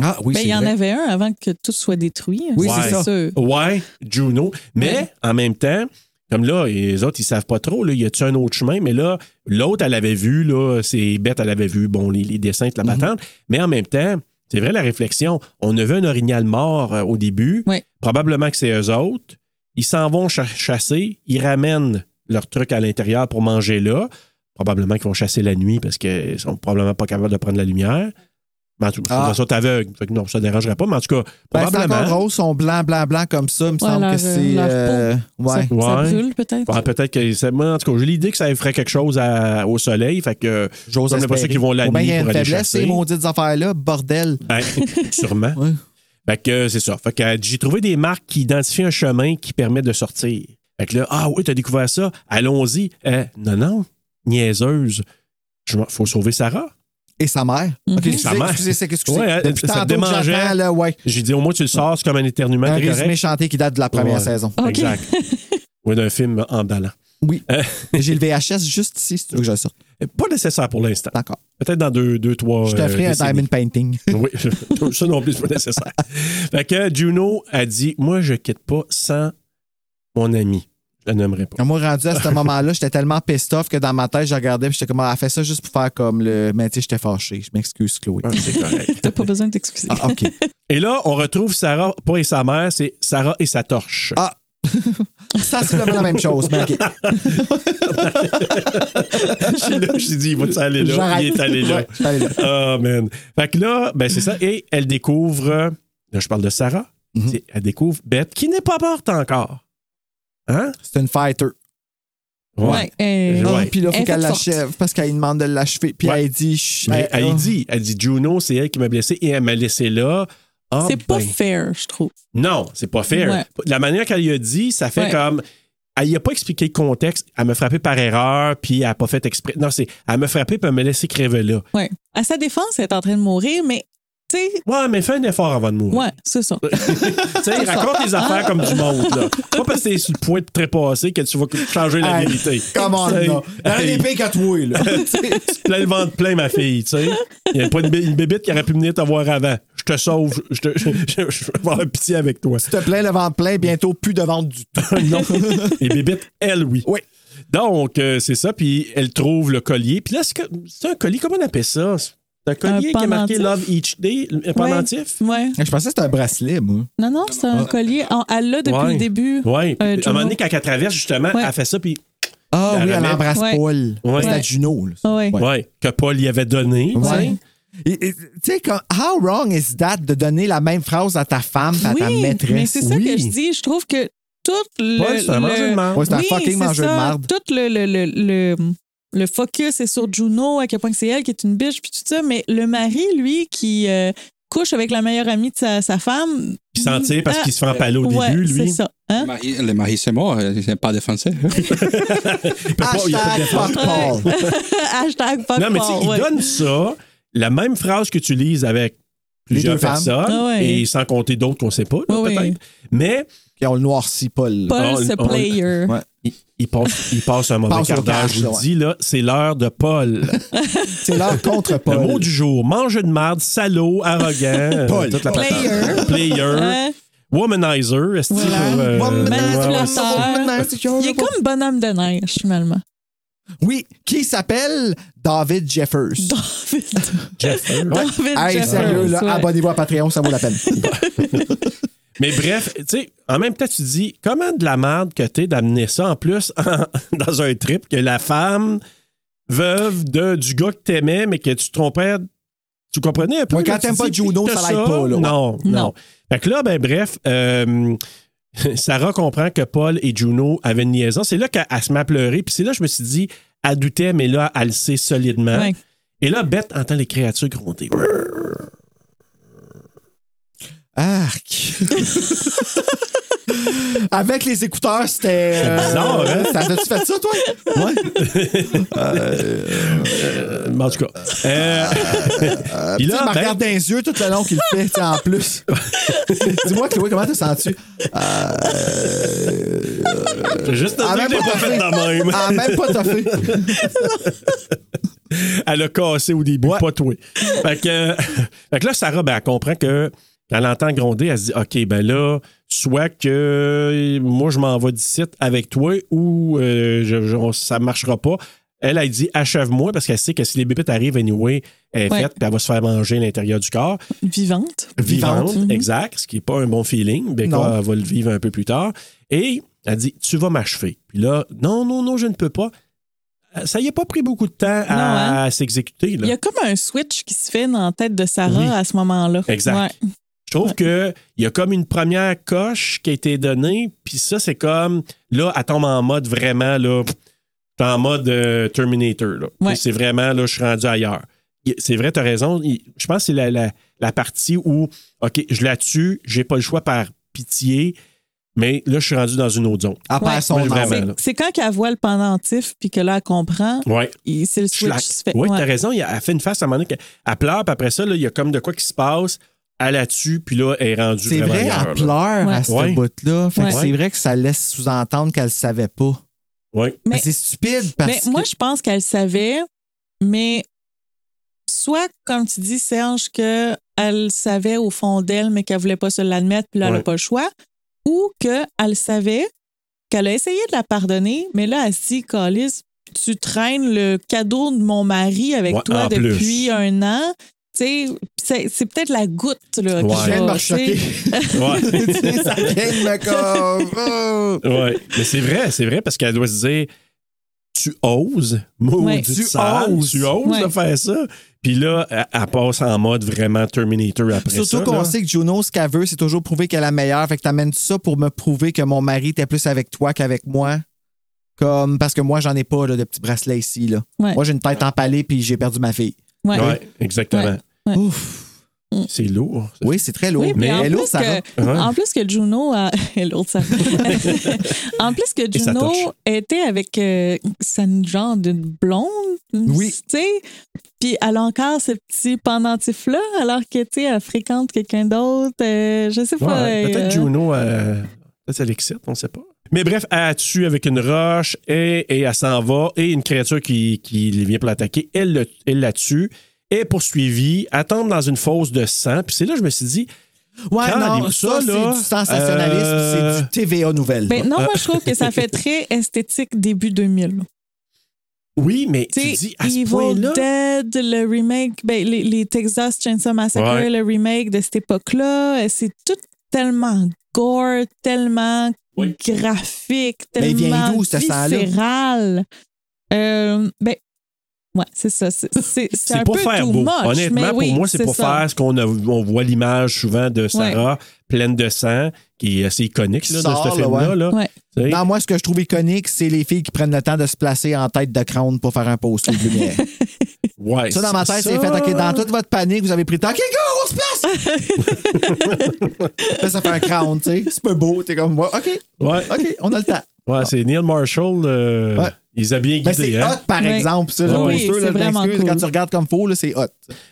[SPEAKER 4] Ah oui,
[SPEAKER 7] Ben,
[SPEAKER 4] c'est
[SPEAKER 7] il y en
[SPEAKER 4] vrai.
[SPEAKER 7] avait un avant que tout soit détruit. hein.
[SPEAKER 4] Oui,
[SPEAKER 1] c'est
[SPEAKER 7] sûr.
[SPEAKER 1] Ouais, Juno. Mais en même temps, comme là, les autres, ils savent pas trop, là, y a-tu un autre chemin? Mais là, l'autre, elle avait vu, là, c'est bête, elle avait vu, bon, les, les dessins de la
[SPEAKER 4] Mhm.
[SPEAKER 1] patente. Mais en même temps, c'est vrai, la réflexion, on a vu un orignal mort euh, au début.
[SPEAKER 7] Ouais.
[SPEAKER 1] Probablement que c'est eux autres. Ils s'en vont cha- chasser, ils ramènent leur truc à l'intérieur pour manger là. Probablement qu'ils vont chasser la nuit parce qu'ils sont probablement pas capables de prendre la lumière. Mais en tout
[SPEAKER 4] Ah.
[SPEAKER 1] cas, ça aveugle. Fait que non, ça ne dérangerait pas. Mais en tout cas,
[SPEAKER 4] Ben, c'est
[SPEAKER 1] probablement.
[SPEAKER 4] encore rose, sont blancs, blancs, blancs comme ça. Il me
[SPEAKER 7] Ouais,
[SPEAKER 4] semble
[SPEAKER 7] leur-
[SPEAKER 4] que c'est.
[SPEAKER 7] leur peau.
[SPEAKER 4] euh, ouais.
[SPEAKER 7] Ça, ça
[SPEAKER 1] Ouais.
[SPEAKER 7] brûle peut-être.
[SPEAKER 1] Ah, peut-être que c'est- moi, en tout cas, j'ai l'idée que ça ferait quelque chose à- au soleil. Fait que
[SPEAKER 4] J'ose
[SPEAKER 1] On n'est pas sûr qu'ils vont la
[SPEAKER 4] Ou bien
[SPEAKER 1] nuit
[SPEAKER 4] il y a une
[SPEAKER 1] pour aller
[SPEAKER 4] faiblesse,
[SPEAKER 1] chasser.
[SPEAKER 4] ces maudites affaires-là, bordel.
[SPEAKER 1] ben,
[SPEAKER 4] (laughs)
[SPEAKER 1] sûrement.
[SPEAKER 4] Ouais.
[SPEAKER 1] Fait que euh, c'est ça. Fait que euh, j'ai trouvé des marques qui identifient un chemin qui permet de sortir. Fait que là, ah oui, t'as découvert ça. Allons-y. Eh, non, non, niaiseuse. Je m'en- faut sauver Sarah.
[SPEAKER 4] Et sa mère.
[SPEAKER 7] Mhm.
[SPEAKER 4] Ok,
[SPEAKER 1] sa
[SPEAKER 7] Et
[SPEAKER 4] excusez,
[SPEAKER 1] mère.
[SPEAKER 4] excusez, c'est- excusez.
[SPEAKER 1] Ouais, elle-
[SPEAKER 4] Depuis
[SPEAKER 1] ça
[SPEAKER 4] tantôt que
[SPEAKER 1] démangeait.
[SPEAKER 4] j'entends, là, ouais.
[SPEAKER 1] J'ai dit au moins tu le sors, c'est comme un éternuement.
[SPEAKER 4] Un
[SPEAKER 1] t'es correct.
[SPEAKER 4] résumé chanté qui date de la première
[SPEAKER 1] Ouais. (laughs)
[SPEAKER 4] saison.
[SPEAKER 7] Ok.
[SPEAKER 1] Exact.
[SPEAKER 4] (laughs)
[SPEAKER 1] Oui, d'un film emballant.
[SPEAKER 4] J'ai le VHS juste ici, si tu veux que je le sorte.
[SPEAKER 1] Euh, Pas nécessaire pour l'instant.
[SPEAKER 4] D'accord.
[SPEAKER 1] Peut-être dans deux, deux trois.
[SPEAKER 4] Je
[SPEAKER 1] euh,
[SPEAKER 4] t'offrais un
[SPEAKER 1] décennies.
[SPEAKER 4] diamond painting.
[SPEAKER 1] Oui, (laughs) ça non plus, c'est pas nécessaire. fait que Juno a dit Moi, je quitte pas sans mon ami. Je la nommerai pas.
[SPEAKER 4] Quand moi,
[SPEAKER 1] (laughs)
[SPEAKER 4] rendu à ce moment-là, j'étais tellement pissed off que dans ma tête, je regardais puis j'étais comme, elle fait ça juste pour faire comme le. Mais tu sais, j'étais fâché. Je m'excuse, Chloé.
[SPEAKER 1] Ah, c'est correct.
[SPEAKER 7] T'as pas besoin de t'excuser.
[SPEAKER 4] Ah, OK.
[SPEAKER 1] et là, on retrouve Sarah, pas et sa mère, c'est Sarah et sa torche.
[SPEAKER 4] Ah. Ça, c'est vraiment la même chose. Mais OK.
[SPEAKER 1] Puis là, j'ai dit (laughs) Il va aller là
[SPEAKER 4] J'arrête.
[SPEAKER 1] Il est allé là.
[SPEAKER 4] Ouais, je suis allé là.
[SPEAKER 1] Ah, man. Fait que là, ben, c'est ça. Et elle découvre. euh, Là, je parle de Sarah.
[SPEAKER 4] Mhm.
[SPEAKER 1] C'est- Elle découvre Beth, qui n'est pas morte encore. Hein?
[SPEAKER 4] C'est une fighter.
[SPEAKER 7] Ouais. euh,
[SPEAKER 1] Ouais.
[SPEAKER 4] Ah, Puis là, faut
[SPEAKER 7] Elle est
[SPEAKER 4] qu'elle
[SPEAKER 7] faite forte.
[SPEAKER 4] l'achève parce qu'elle demande de l'achever. Puis
[SPEAKER 1] Ouais.
[SPEAKER 4] elle dit. ch-
[SPEAKER 1] Mais elle,
[SPEAKER 4] ah.
[SPEAKER 1] dit, elle dit Juno, c'est elle qui m'a blessé et elle m'a laissé là. Ah,
[SPEAKER 7] C'est pas
[SPEAKER 1] ben.
[SPEAKER 7] fair, je trouve.
[SPEAKER 1] Non, c'est pas fair.
[SPEAKER 7] Ouais.
[SPEAKER 1] La manière qu'elle y a dit, ça fait
[SPEAKER 7] Ouais.
[SPEAKER 1] comme. Elle y a pas expliqué le contexte. Elle m'a frappé par erreur, puis elle n'a pas fait exprès. Non, c'est. Elle m'a frappé, puis elle me laissé crever là.
[SPEAKER 7] Ouais. À sa défense, elle est en train de mourir, mais tu sais,
[SPEAKER 1] Ouais, mais fais un effort avant de mourir.
[SPEAKER 7] ouais, c'est ça.
[SPEAKER 1] Tu sais, raconte les affaires comme du monde, là. Pas parce que t'es sur le point de trépasser que tu vas changer la
[SPEAKER 4] Hey,
[SPEAKER 1] vérité.
[SPEAKER 4] Come
[SPEAKER 1] (laughs)
[SPEAKER 4] on,
[SPEAKER 1] Hey,
[SPEAKER 4] là. Elle a
[SPEAKER 1] hey,
[SPEAKER 4] des pics à toi,
[SPEAKER 1] (laughs)
[SPEAKER 4] là. Tu sais,
[SPEAKER 1] plein le ventre plein, ma fille, tu sais. Il n'y a pas une, bé- une bébite qui aurait pu venir te voir avant. Je te sauve, je te. (laughs) Je, je- je vais avoir pitié avec toi.
[SPEAKER 4] S'il te plaît, le ventre plein, bientôt plus de ventre du tout. (laughs)
[SPEAKER 1] non. (laughs) Les bébites, elle, oui.
[SPEAKER 4] Oui.
[SPEAKER 1] Donc, euh, c'est ça. Puis elle trouve le collier. Puis là, c'est que- c'est un collier, comment on appelle ça? C'est un collier qui est marqué Love
[SPEAKER 7] pendentif.
[SPEAKER 1] Each Day, un pendentif?
[SPEAKER 7] Ouais.
[SPEAKER 4] Je pensais que c'était un bracelet, moi.
[SPEAKER 7] Non, non, c'est
[SPEAKER 4] Ah.
[SPEAKER 7] un collier. En- Elle l'a depuis
[SPEAKER 1] Ouais.
[SPEAKER 7] le début.
[SPEAKER 1] Oui. à
[SPEAKER 7] Euh,
[SPEAKER 1] un
[SPEAKER 7] Juno.
[SPEAKER 1] moment donné, quand elle traverse, justement,
[SPEAKER 7] Ouais.
[SPEAKER 1] elle fait ça. Puis,
[SPEAKER 4] Ah
[SPEAKER 1] La
[SPEAKER 4] oui, elle
[SPEAKER 1] remet.
[SPEAKER 4] embrasse
[SPEAKER 7] Ouais.
[SPEAKER 4] Paul.
[SPEAKER 1] Ouais.
[SPEAKER 4] C'est
[SPEAKER 7] Ouais.
[SPEAKER 4] la Juno, là.
[SPEAKER 7] Ah ouais.
[SPEAKER 1] ouais. que Paul y avait donné.
[SPEAKER 4] Ouais.
[SPEAKER 7] Ouais.
[SPEAKER 4] Et- et- Tu sais, comme, how wrong is that de donner la même phrase à ta femme et à ta
[SPEAKER 7] Oui,
[SPEAKER 4] maîtresse?
[SPEAKER 7] mais c'est ça
[SPEAKER 4] Oui.
[SPEAKER 7] que je dis. Je trouve que tout le.
[SPEAKER 1] Paul, c'est un
[SPEAKER 7] le-
[SPEAKER 1] mangeur de marde.
[SPEAKER 4] Ouais, c'est un
[SPEAKER 7] Oui,
[SPEAKER 4] fucking
[SPEAKER 7] c'est
[SPEAKER 4] mangeur de
[SPEAKER 7] ça.
[SPEAKER 4] marde.
[SPEAKER 7] Tout le, le, le, le, le focus est sur Juno, à quel point que c'est elle qui est une biche, puis tout ça. Mais le mari, lui, qui euh, couche avec la meilleure amie de sa, sa femme.
[SPEAKER 1] Qui s'en tire parce
[SPEAKER 7] Ah,
[SPEAKER 1] qu'il se fait empaler au
[SPEAKER 7] ouais,
[SPEAKER 1] début,
[SPEAKER 7] C'est
[SPEAKER 1] lui.
[SPEAKER 7] ça. Hein? (laughs)
[SPEAKER 8] Marie- Le mari, c'est mort, il n'est pas défenseur.
[SPEAKER 1] Il peut pas- il a pas de
[SPEAKER 4] Hashtag
[SPEAKER 1] défense.
[SPEAKER 4] fuck Paul.
[SPEAKER 7] Hashtag fuck
[SPEAKER 1] Non, mais tu sais,
[SPEAKER 7] Paul,
[SPEAKER 1] il
[SPEAKER 7] ouais.
[SPEAKER 1] donne ça, la même phrase que tu lises avec
[SPEAKER 4] Les
[SPEAKER 1] plusieurs
[SPEAKER 4] deux femmes.
[SPEAKER 1] personnes,
[SPEAKER 7] Ah ouais. Ah
[SPEAKER 1] et sans compter d'autres qu'on ne sait pas, là,
[SPEAKER 7] Ouais, ouais.
[SPEAKER 1] peut-être. Mais
[SPEAKER 4] Puis on le noircit, Paul.
[SPEAKER 1] on-
[SPEAKER 7] Paul, ce
[SPEAKER 1] on-
[SPEAKER 7] player.
[SPEAKER 4] Ouais.
[SPEAKER 1] il, il passe, il passe un mauvais
[SPEAKER 4] Passe au
[SPEAKER 1] quart d'heure.
[SPEAKER 4] cash,
[SPEAKER 1] Je vous
[SPEAKER 4] là,
[SPEAKER 1] le dis, là, c'est l'heure de Paul.
[SPEAKER 4] C'est leur contre
[SPEAKER 1] Le
[SPEAKER 4] (laughs) Paul.
[SPEAKER 1] mot du jour, mange de marde, salaud, arrogant.
[SPEAKER 4] (laughs)
[SPEAKER 1] euh,
[SPEAKER 4] Paul.
[SPEAKER 1] toute la patate.
[SPEAKER 7] Player.
[SPEAKER 1] Player.
[SPEAKER 7] Hein?
[SPEAKER 1] Womanizer. est-ce que,
[SPEAKER 7] Voilà.
[SPEAKER 1] euh,
[SPEAKER 7] Manipulateur. Il est comme bonhomme de neige, finalement. (laughs)
[SPEAKER 4] Oui, qui s'appelle David Jeffers.
[SPEAKER 7] David.
[SPEAKER 1] Jeff. hein? Ouais.
[SPEAKER 7] David
[SPEAKER 4] Hey,
[SPEAKER 7] Jeffers,
[SPEAKER 4] sérieux, là,
[SPEAKER 7] ouais.
[SPEAKER 4] abonnez-vous à Patreon, ça vaut la
[SPEAKER 7] (laughs)
[SPEAKER 4] peine.
[SPEAKER 1] Mais bref, tu sais, en même temps, tu dis, comment de la merde que t'es d'amener ça en plus (laughs) en- dans un trip que la femme veuve de, du gars que t'aimais, mais que tu te trompais. Tu comprenais un peu?
[SPEAKER 4] Ouais, quand
[SPEAKER 1] là, tu
[SPEAKER 4] t'aimes
[SPEAKER 1] dis,
[SPEAKER 4] pas Juno,
[SPEAKER 1] t'as
[SPEAKER 4] ça l'aide pas, là, ouais.
[SPEAKER 1] Non, non,
[SPEAKER 7] Non.
[SPEAKER 1] Fait que là, ben bref, euh, (laughs) Sarah comprend que Paul et Juno avaient une liaison. C'est là qu'elle elle se met à pleurer. Puis c'est là que je me suis dit, elle doutait, mais là, elle le sait solidement.
[SPEAKER 7] Ouais.
[SPEAKER 1] Et là, Beth entend les créatures gronder.
[SPEAKER 4] Arc. Avec les écouteurs, c'était. euh,
[SPEAKER 1] bizarre, hein?
[SPEAKER 4] Ça tu fait ça, toi? Ouais.
[SPEAKER 1] Euh, en tout cas.
[SPEAKER 4] (laughs)
[SPEAKER 1] Euh, (laughs) puis
[SPEAKER 4] Il
[SPEAKER 1] là,
[SPEAKER 4] me
[SPEAKER 1] ben,
[SPEAKER 4] regarde dans les yeux tout le long qu'il le fait, tu sais, en
[SPEAKER 1] (laughs)
[SPEAKER 4] plus. Dis-moi, Chloé, comment t'as senti? Euh,
[SPEAKER 1] J'ai juste à
[SPEAKER 4] Ah,
[SPEAKER 1] dire
[SPEAKER 4] même
[SPEAKER 1] que je l'ai
[SPEAKER 4] pas
[SPEAKER 1] pas fait
[SPEAKER 4] toffé.
[SPEAKER 1] de même.
[SPEAKER 4] Ah, même pas toffé.
[SPEAKER 1] Elle a cassé au début, pas toi. Fait que, euh, fait que là, Sarah, ben, elle comprend que. Elle entend gronder, elle se dit OK, ben là, soit que moi, je m'en vais d'ici avec toi ou euh, je- je- on- ça ne marchera pas. Elle, elle dit Achève-moi parce qu'elle sait que si les bébites arrivent anyway, elle est
[SPEAKER 7] Ouais.
[SPEAKER 1] faite puis elle va se faire manger à l'intérieur du corps.
[SPEAKER 7] Vivante.
[SPEAKER 1] Vivante,
[SPEAKER 7] Mhm.
[SPEAKER 1] exact, ce qui n'est pas un bon feeling. Becca
[SPEAKER 4] Non.
[SPEAKER 1] elle va le vivre un peu plus tard. Et elle dit Tu vas m'achever. Puis là, non, non, non, je ne peux pas. Euh, Ça y a pas pris beaucoup de temps à, à s'exécuter. là.
[SPEAKER 7] Il y a comme un switch qui se fait dans la tête de Sarah
[SPEAKER 1] Oui.
[SPEAKER 7] à ce moment-là.
[SPEAKER 1] Exact.
[SPEAKER 7] Ouais.
[SPEAKER 1] Je trouve que il y a comme une première coche qui a été donnée, puis ça, c'est comme là, elle tombe en mode vraiment là, pff, t'es en mode euh, Terminator. là.
[SPEAKER 7] Ouais.
[SPEAKER 1] C'est vraiment là, je suis rendu ailleurs. Il- C'est vrai, t'as raison. Il- Je pense que c'est la, la- la partie où, OK, je la tue, j'ai pas le choix par pitié, mais là, je suis rendu dans une autre zone.
[SPEAKER 4] À part
[SPEAKER 7] Ouais.
[SPEAKER 4] son
[SPEAKER 1] Oui,
[SPEAKER 4] âme.
[SPEAKER 1] vraiment.
[SPEAKER 7] C'est-
[SPEAKER 1] Ah, ben là.
[SPEAKER 7] C'est quand qu'elle voit le pendentif puis que là, elle comprend,
[SPEAKER 1] Ouais.
[SPEAKER 7] il- c'est le switch
[SPEAKER 1] Schlack.
[SPEAKER 7] qui se fait.
[SPEAKER 1] Oui,
[SPEAKER 7] Ouais.
[SPEAKER 1] t'as raison. il a- Elle fait une face à un moment donné. qu'elle- Elle pleure, puis après ça, là, il y a comme de quoi qui se passe. Elle la tue, puis là, elle est rendue
[SPEAKER 4] C'est
[SPEAKER 1] vraiment
[SPEAKER 4] vrai,
[SPEAKER 1] ailleurs,
[SPEAKER 4] elle
[SPEAKER 1] là.
[SPEAKER 4] pleure à
[SPEAKER 7] Ouais.
[SPEAKER 4] ce
[SPEAKER 1] Ouais.
[SPEAKER 4] bout-là. Fait que
[SPEAKER 7] Ouais.
[SPEAKER 4] C'est vrai que ça laisse sous-entendre qu'elle ne savait pas.
[SPEAKER 1] Ouais.
[SPEAKER 7] Mais-
[SPEAKER 4] Mais c'est stupide parce
[SPEAKER 7] Mais moi,
[SPEAKER 4] que.
[SPEAKER 7] je pense qu'elle savait, mais soit, comme tu dis, Serge, qu'elle savait au fond d'elle, mais qu'elle voulait pas se l'admettre, puis là, elle n'a
[SPEAKER 1] Ouais.
[SPEAKER 7] pas le choix, ou qu'elle savait qu'elle a essayé de la pardonner, mais là, elle se dit, Calice, tu traînes le cadeau de mon mari avec
[SPEAKER 1] Ouais, en
[SPEAKER 7] toi
[SPEAKER 1] plus.
[SPEAKER 7] depuis un an. Tu sais, c'est c'est peut-être la goutte, là. qui
[SPEAKER 1] Ouais.
[SPEAKER 4] Je viens de me
[SPEAKER 7] va, tu sais.
[SPEAKER 4] rechoquer.
[SPEAKER 1] Ouais. (laughs)
[SPEAKER 7] (laughs)
[SPEAKER 4] Tu (laughs) sais, ça vient de me comme. oh.
[SPEAKER 1] Ouais, (laughs) mais c'est vrai, c'est vrai, parce qu'elle doit se dire Tu oses, maudite
[SPEAKER 7] Ouais.
[SPEAKER 1] tu
[SPEAKER 7] Tu
[SPEAKER 1] sale,
[SPEAKER 4] oses.
[SPEAKER 1] tu oses de
[SPEAKER 7] Ouais.
[SPEAKER 1] faire ça. Puis là, elle, elle passe en mode vraiment Terminator après ça.
[SPEAKER 4] Surtout qu'on
[SPEAKER 1] là.
[SPEAKER 4] sait que Juno, ce qu'elle veut, c'est toujours prouver qu'elle est la meilleure. Fait que t'amènes ça pour me prouver que mon mari était plus avec toi qu'avec moi. Comme, parce que moi, j'en ai pas là, de petits bracelets ici. Là.
[SPEAKER 7] Ouais.
[SPEAKER 4] Moi, j'ai une tête empalée puis j'ai perdu ma fille.
[SPEAKER 7] Ouais.
[SPEAKER 1] Ouais, exactement.
[SPEAKER 7] Ouais.
[SPEAKER 4] Ouf.
[SPEAKER 1] C'est lourd. ça.
[SPEAKER 4] Oui, c'est très lourd.
[SPEAKER 7] Oui, mais en,
[SPEAKER 4] elle est lourde,
[SPEAKER 7] plus
[SPEAKER 4] Sarah.
[SPEAKER 7] que, en plus que Juno a... (laughs) elle est lourde, Sarah.
[SPEAKER 1] (laughs)
[SPEAKER 7] en plus que
[SPEAKER 1] Et sa
[SPEAKER 7] Juno
[SPEAKER 1] torche.
[SPEAKER 7] était avec euh, sa genre d'une blonde,
[SPEAKER 4] Oui.
[SPEAKER 7] tu sais, puis elle a encore ce petit pendentif-là, alors que, tu sais, elle fréquente quelqu'un d'autre, euh, je sais
[SPEAKER 1] Ouais,
[SPEAKER 7] pas. euh,
[SPEAKER 1] Peut-être Juno, euh, peut-être ça l'excite, on sait pas. Mais bref, elle tue avec une roche et, et elle s'en va. Et une créature qui, qui vient pour l'attaquer, elle, le- elle la tue. Est poursuivie, elle tombe dans une fosse de sang. Puis c'est là que je me suis dit,
[SPEAKER 4] Ouais,
[SPEAKER 1] Quand
[SPEAKER 4] non,
[SPEAKER 1] elle
[SPEAKER 4] ça,
[SPEAKER 1] dit ça, là,
[SPEAKER 4] c'est du sensationnalisme,
[SPEAKER 1] euh,
[SPEAKER 4] c'est du TVA nouvelle.
[SPEAKER 7] Ben non, moi, je trouve que
[SPEAKER 1] (laughs)
[SPEAKER 7] ça fait très esthétique début 2000.
[SPEAKER 1] oui, mais
[SPEAKER 7] Tu
[SPEAKER 1] tu
[SPEAKER 7] sais,
[SPEAKER 1] dis à ce
[SPEAKER 7] Evil
[SPEAKER 1] point-là.
[SPEAKER 7] Dead, le remake, ben, les, les Texas Chainsaw Massacre,
[SPEAKER 1] Ouais.
[SPEAKER 7] le remake de cette époque-là, euh, c'est tout tellement gore, tellement
[SPEAKER 1] Oui.
[SPEAKER 7] graphique,
[SPEAKER 1] Ben,
[SPEAKER 4] Mais il vient
[SPEAKER 7] tellement
[SPEAKER 4] d'où, ce sang-là?
[SPEAKER 7] viscéral. Euh, ben, ouais, c'est ça. C'est, c'est, c'est un
[SPEAKER 1] C'est pour
[SPEAKER 7] peu
[SPEAKER 1] faire
[SPEAKER 7] too
[SPEAKER 1] beau.
[SPEAKER 7] much,
[SPEAKER 1] Honnêtement,
[SPEAKER 7] mais
[SPEAKER 1] pour
[SPEAKER 7] oui,
[SPEAKER 1] moi, c'est pour
[SPEAKER 7] ça.
[SPEAKER 1] faire ce qu'on a- on voit l'image souvent de Sarah pleine de sang, qui est assez iconique
[SPEAKER 4] Qui
[SPEAKER 1] là,
[SPEAKER 4] sort,
[SPEAKER 1] de
[SPEAKER 4] là,
[SPEAKER 1] ce film-là.
[SPEAKER 4] ouais.
[SPEAKER 1] là.
[SPEAKER 7] Ouais.
[SPEAKER 1] Tu sais,
[SPEAKER 4] Non, moi, ce que je trouve iconique, c'est les filles qui prennent le temps de se placer en tête de crâne pour faire un post de lumière.
[SPEAKER 1] ouais,
[SPEAKER 4] Ça, dans ma tête, c'est fait. OK, dans toute votre panique, vous avez pris le temps. OK, go, on se place!
[SPEAKER 7] (laughs)
[SPEAKER 4] Là, ça fait un crâne, tu sais. C'est pas beau, t'es comme moi. OK,
[SPEAKER 1] Ouais,
[SPEAKER 4] OK, on a le temps.
[SPEAKER 1] ouais, c'est Neil Marshall. euh,
[SPEAKER 4] Ouais.
[SPEAKER 1] Ils ont bien
[SPEAKER 4] Mais
[SPEAKER 1] guidé.
[SPEAKER 4] c'est ah.
[SPEAKER 1] hein?
[SPEAKER 4] hot, par
[SPEAKER 7] Ouais.
[SPEAKER 4] exemple. Ça, le
[SPEAKER 7] Oui,
[SPEAKER 4] poster,
[SPEAKER 7] c'est
[SPEAKER 4] là, je
[SPEAKER 7] vraiment
[SPEAKER 4] m'excuse,
[SPEAKER 7] cool.
[SPEAKER 4] Quand tu regardes comme faux, là, c'est hot.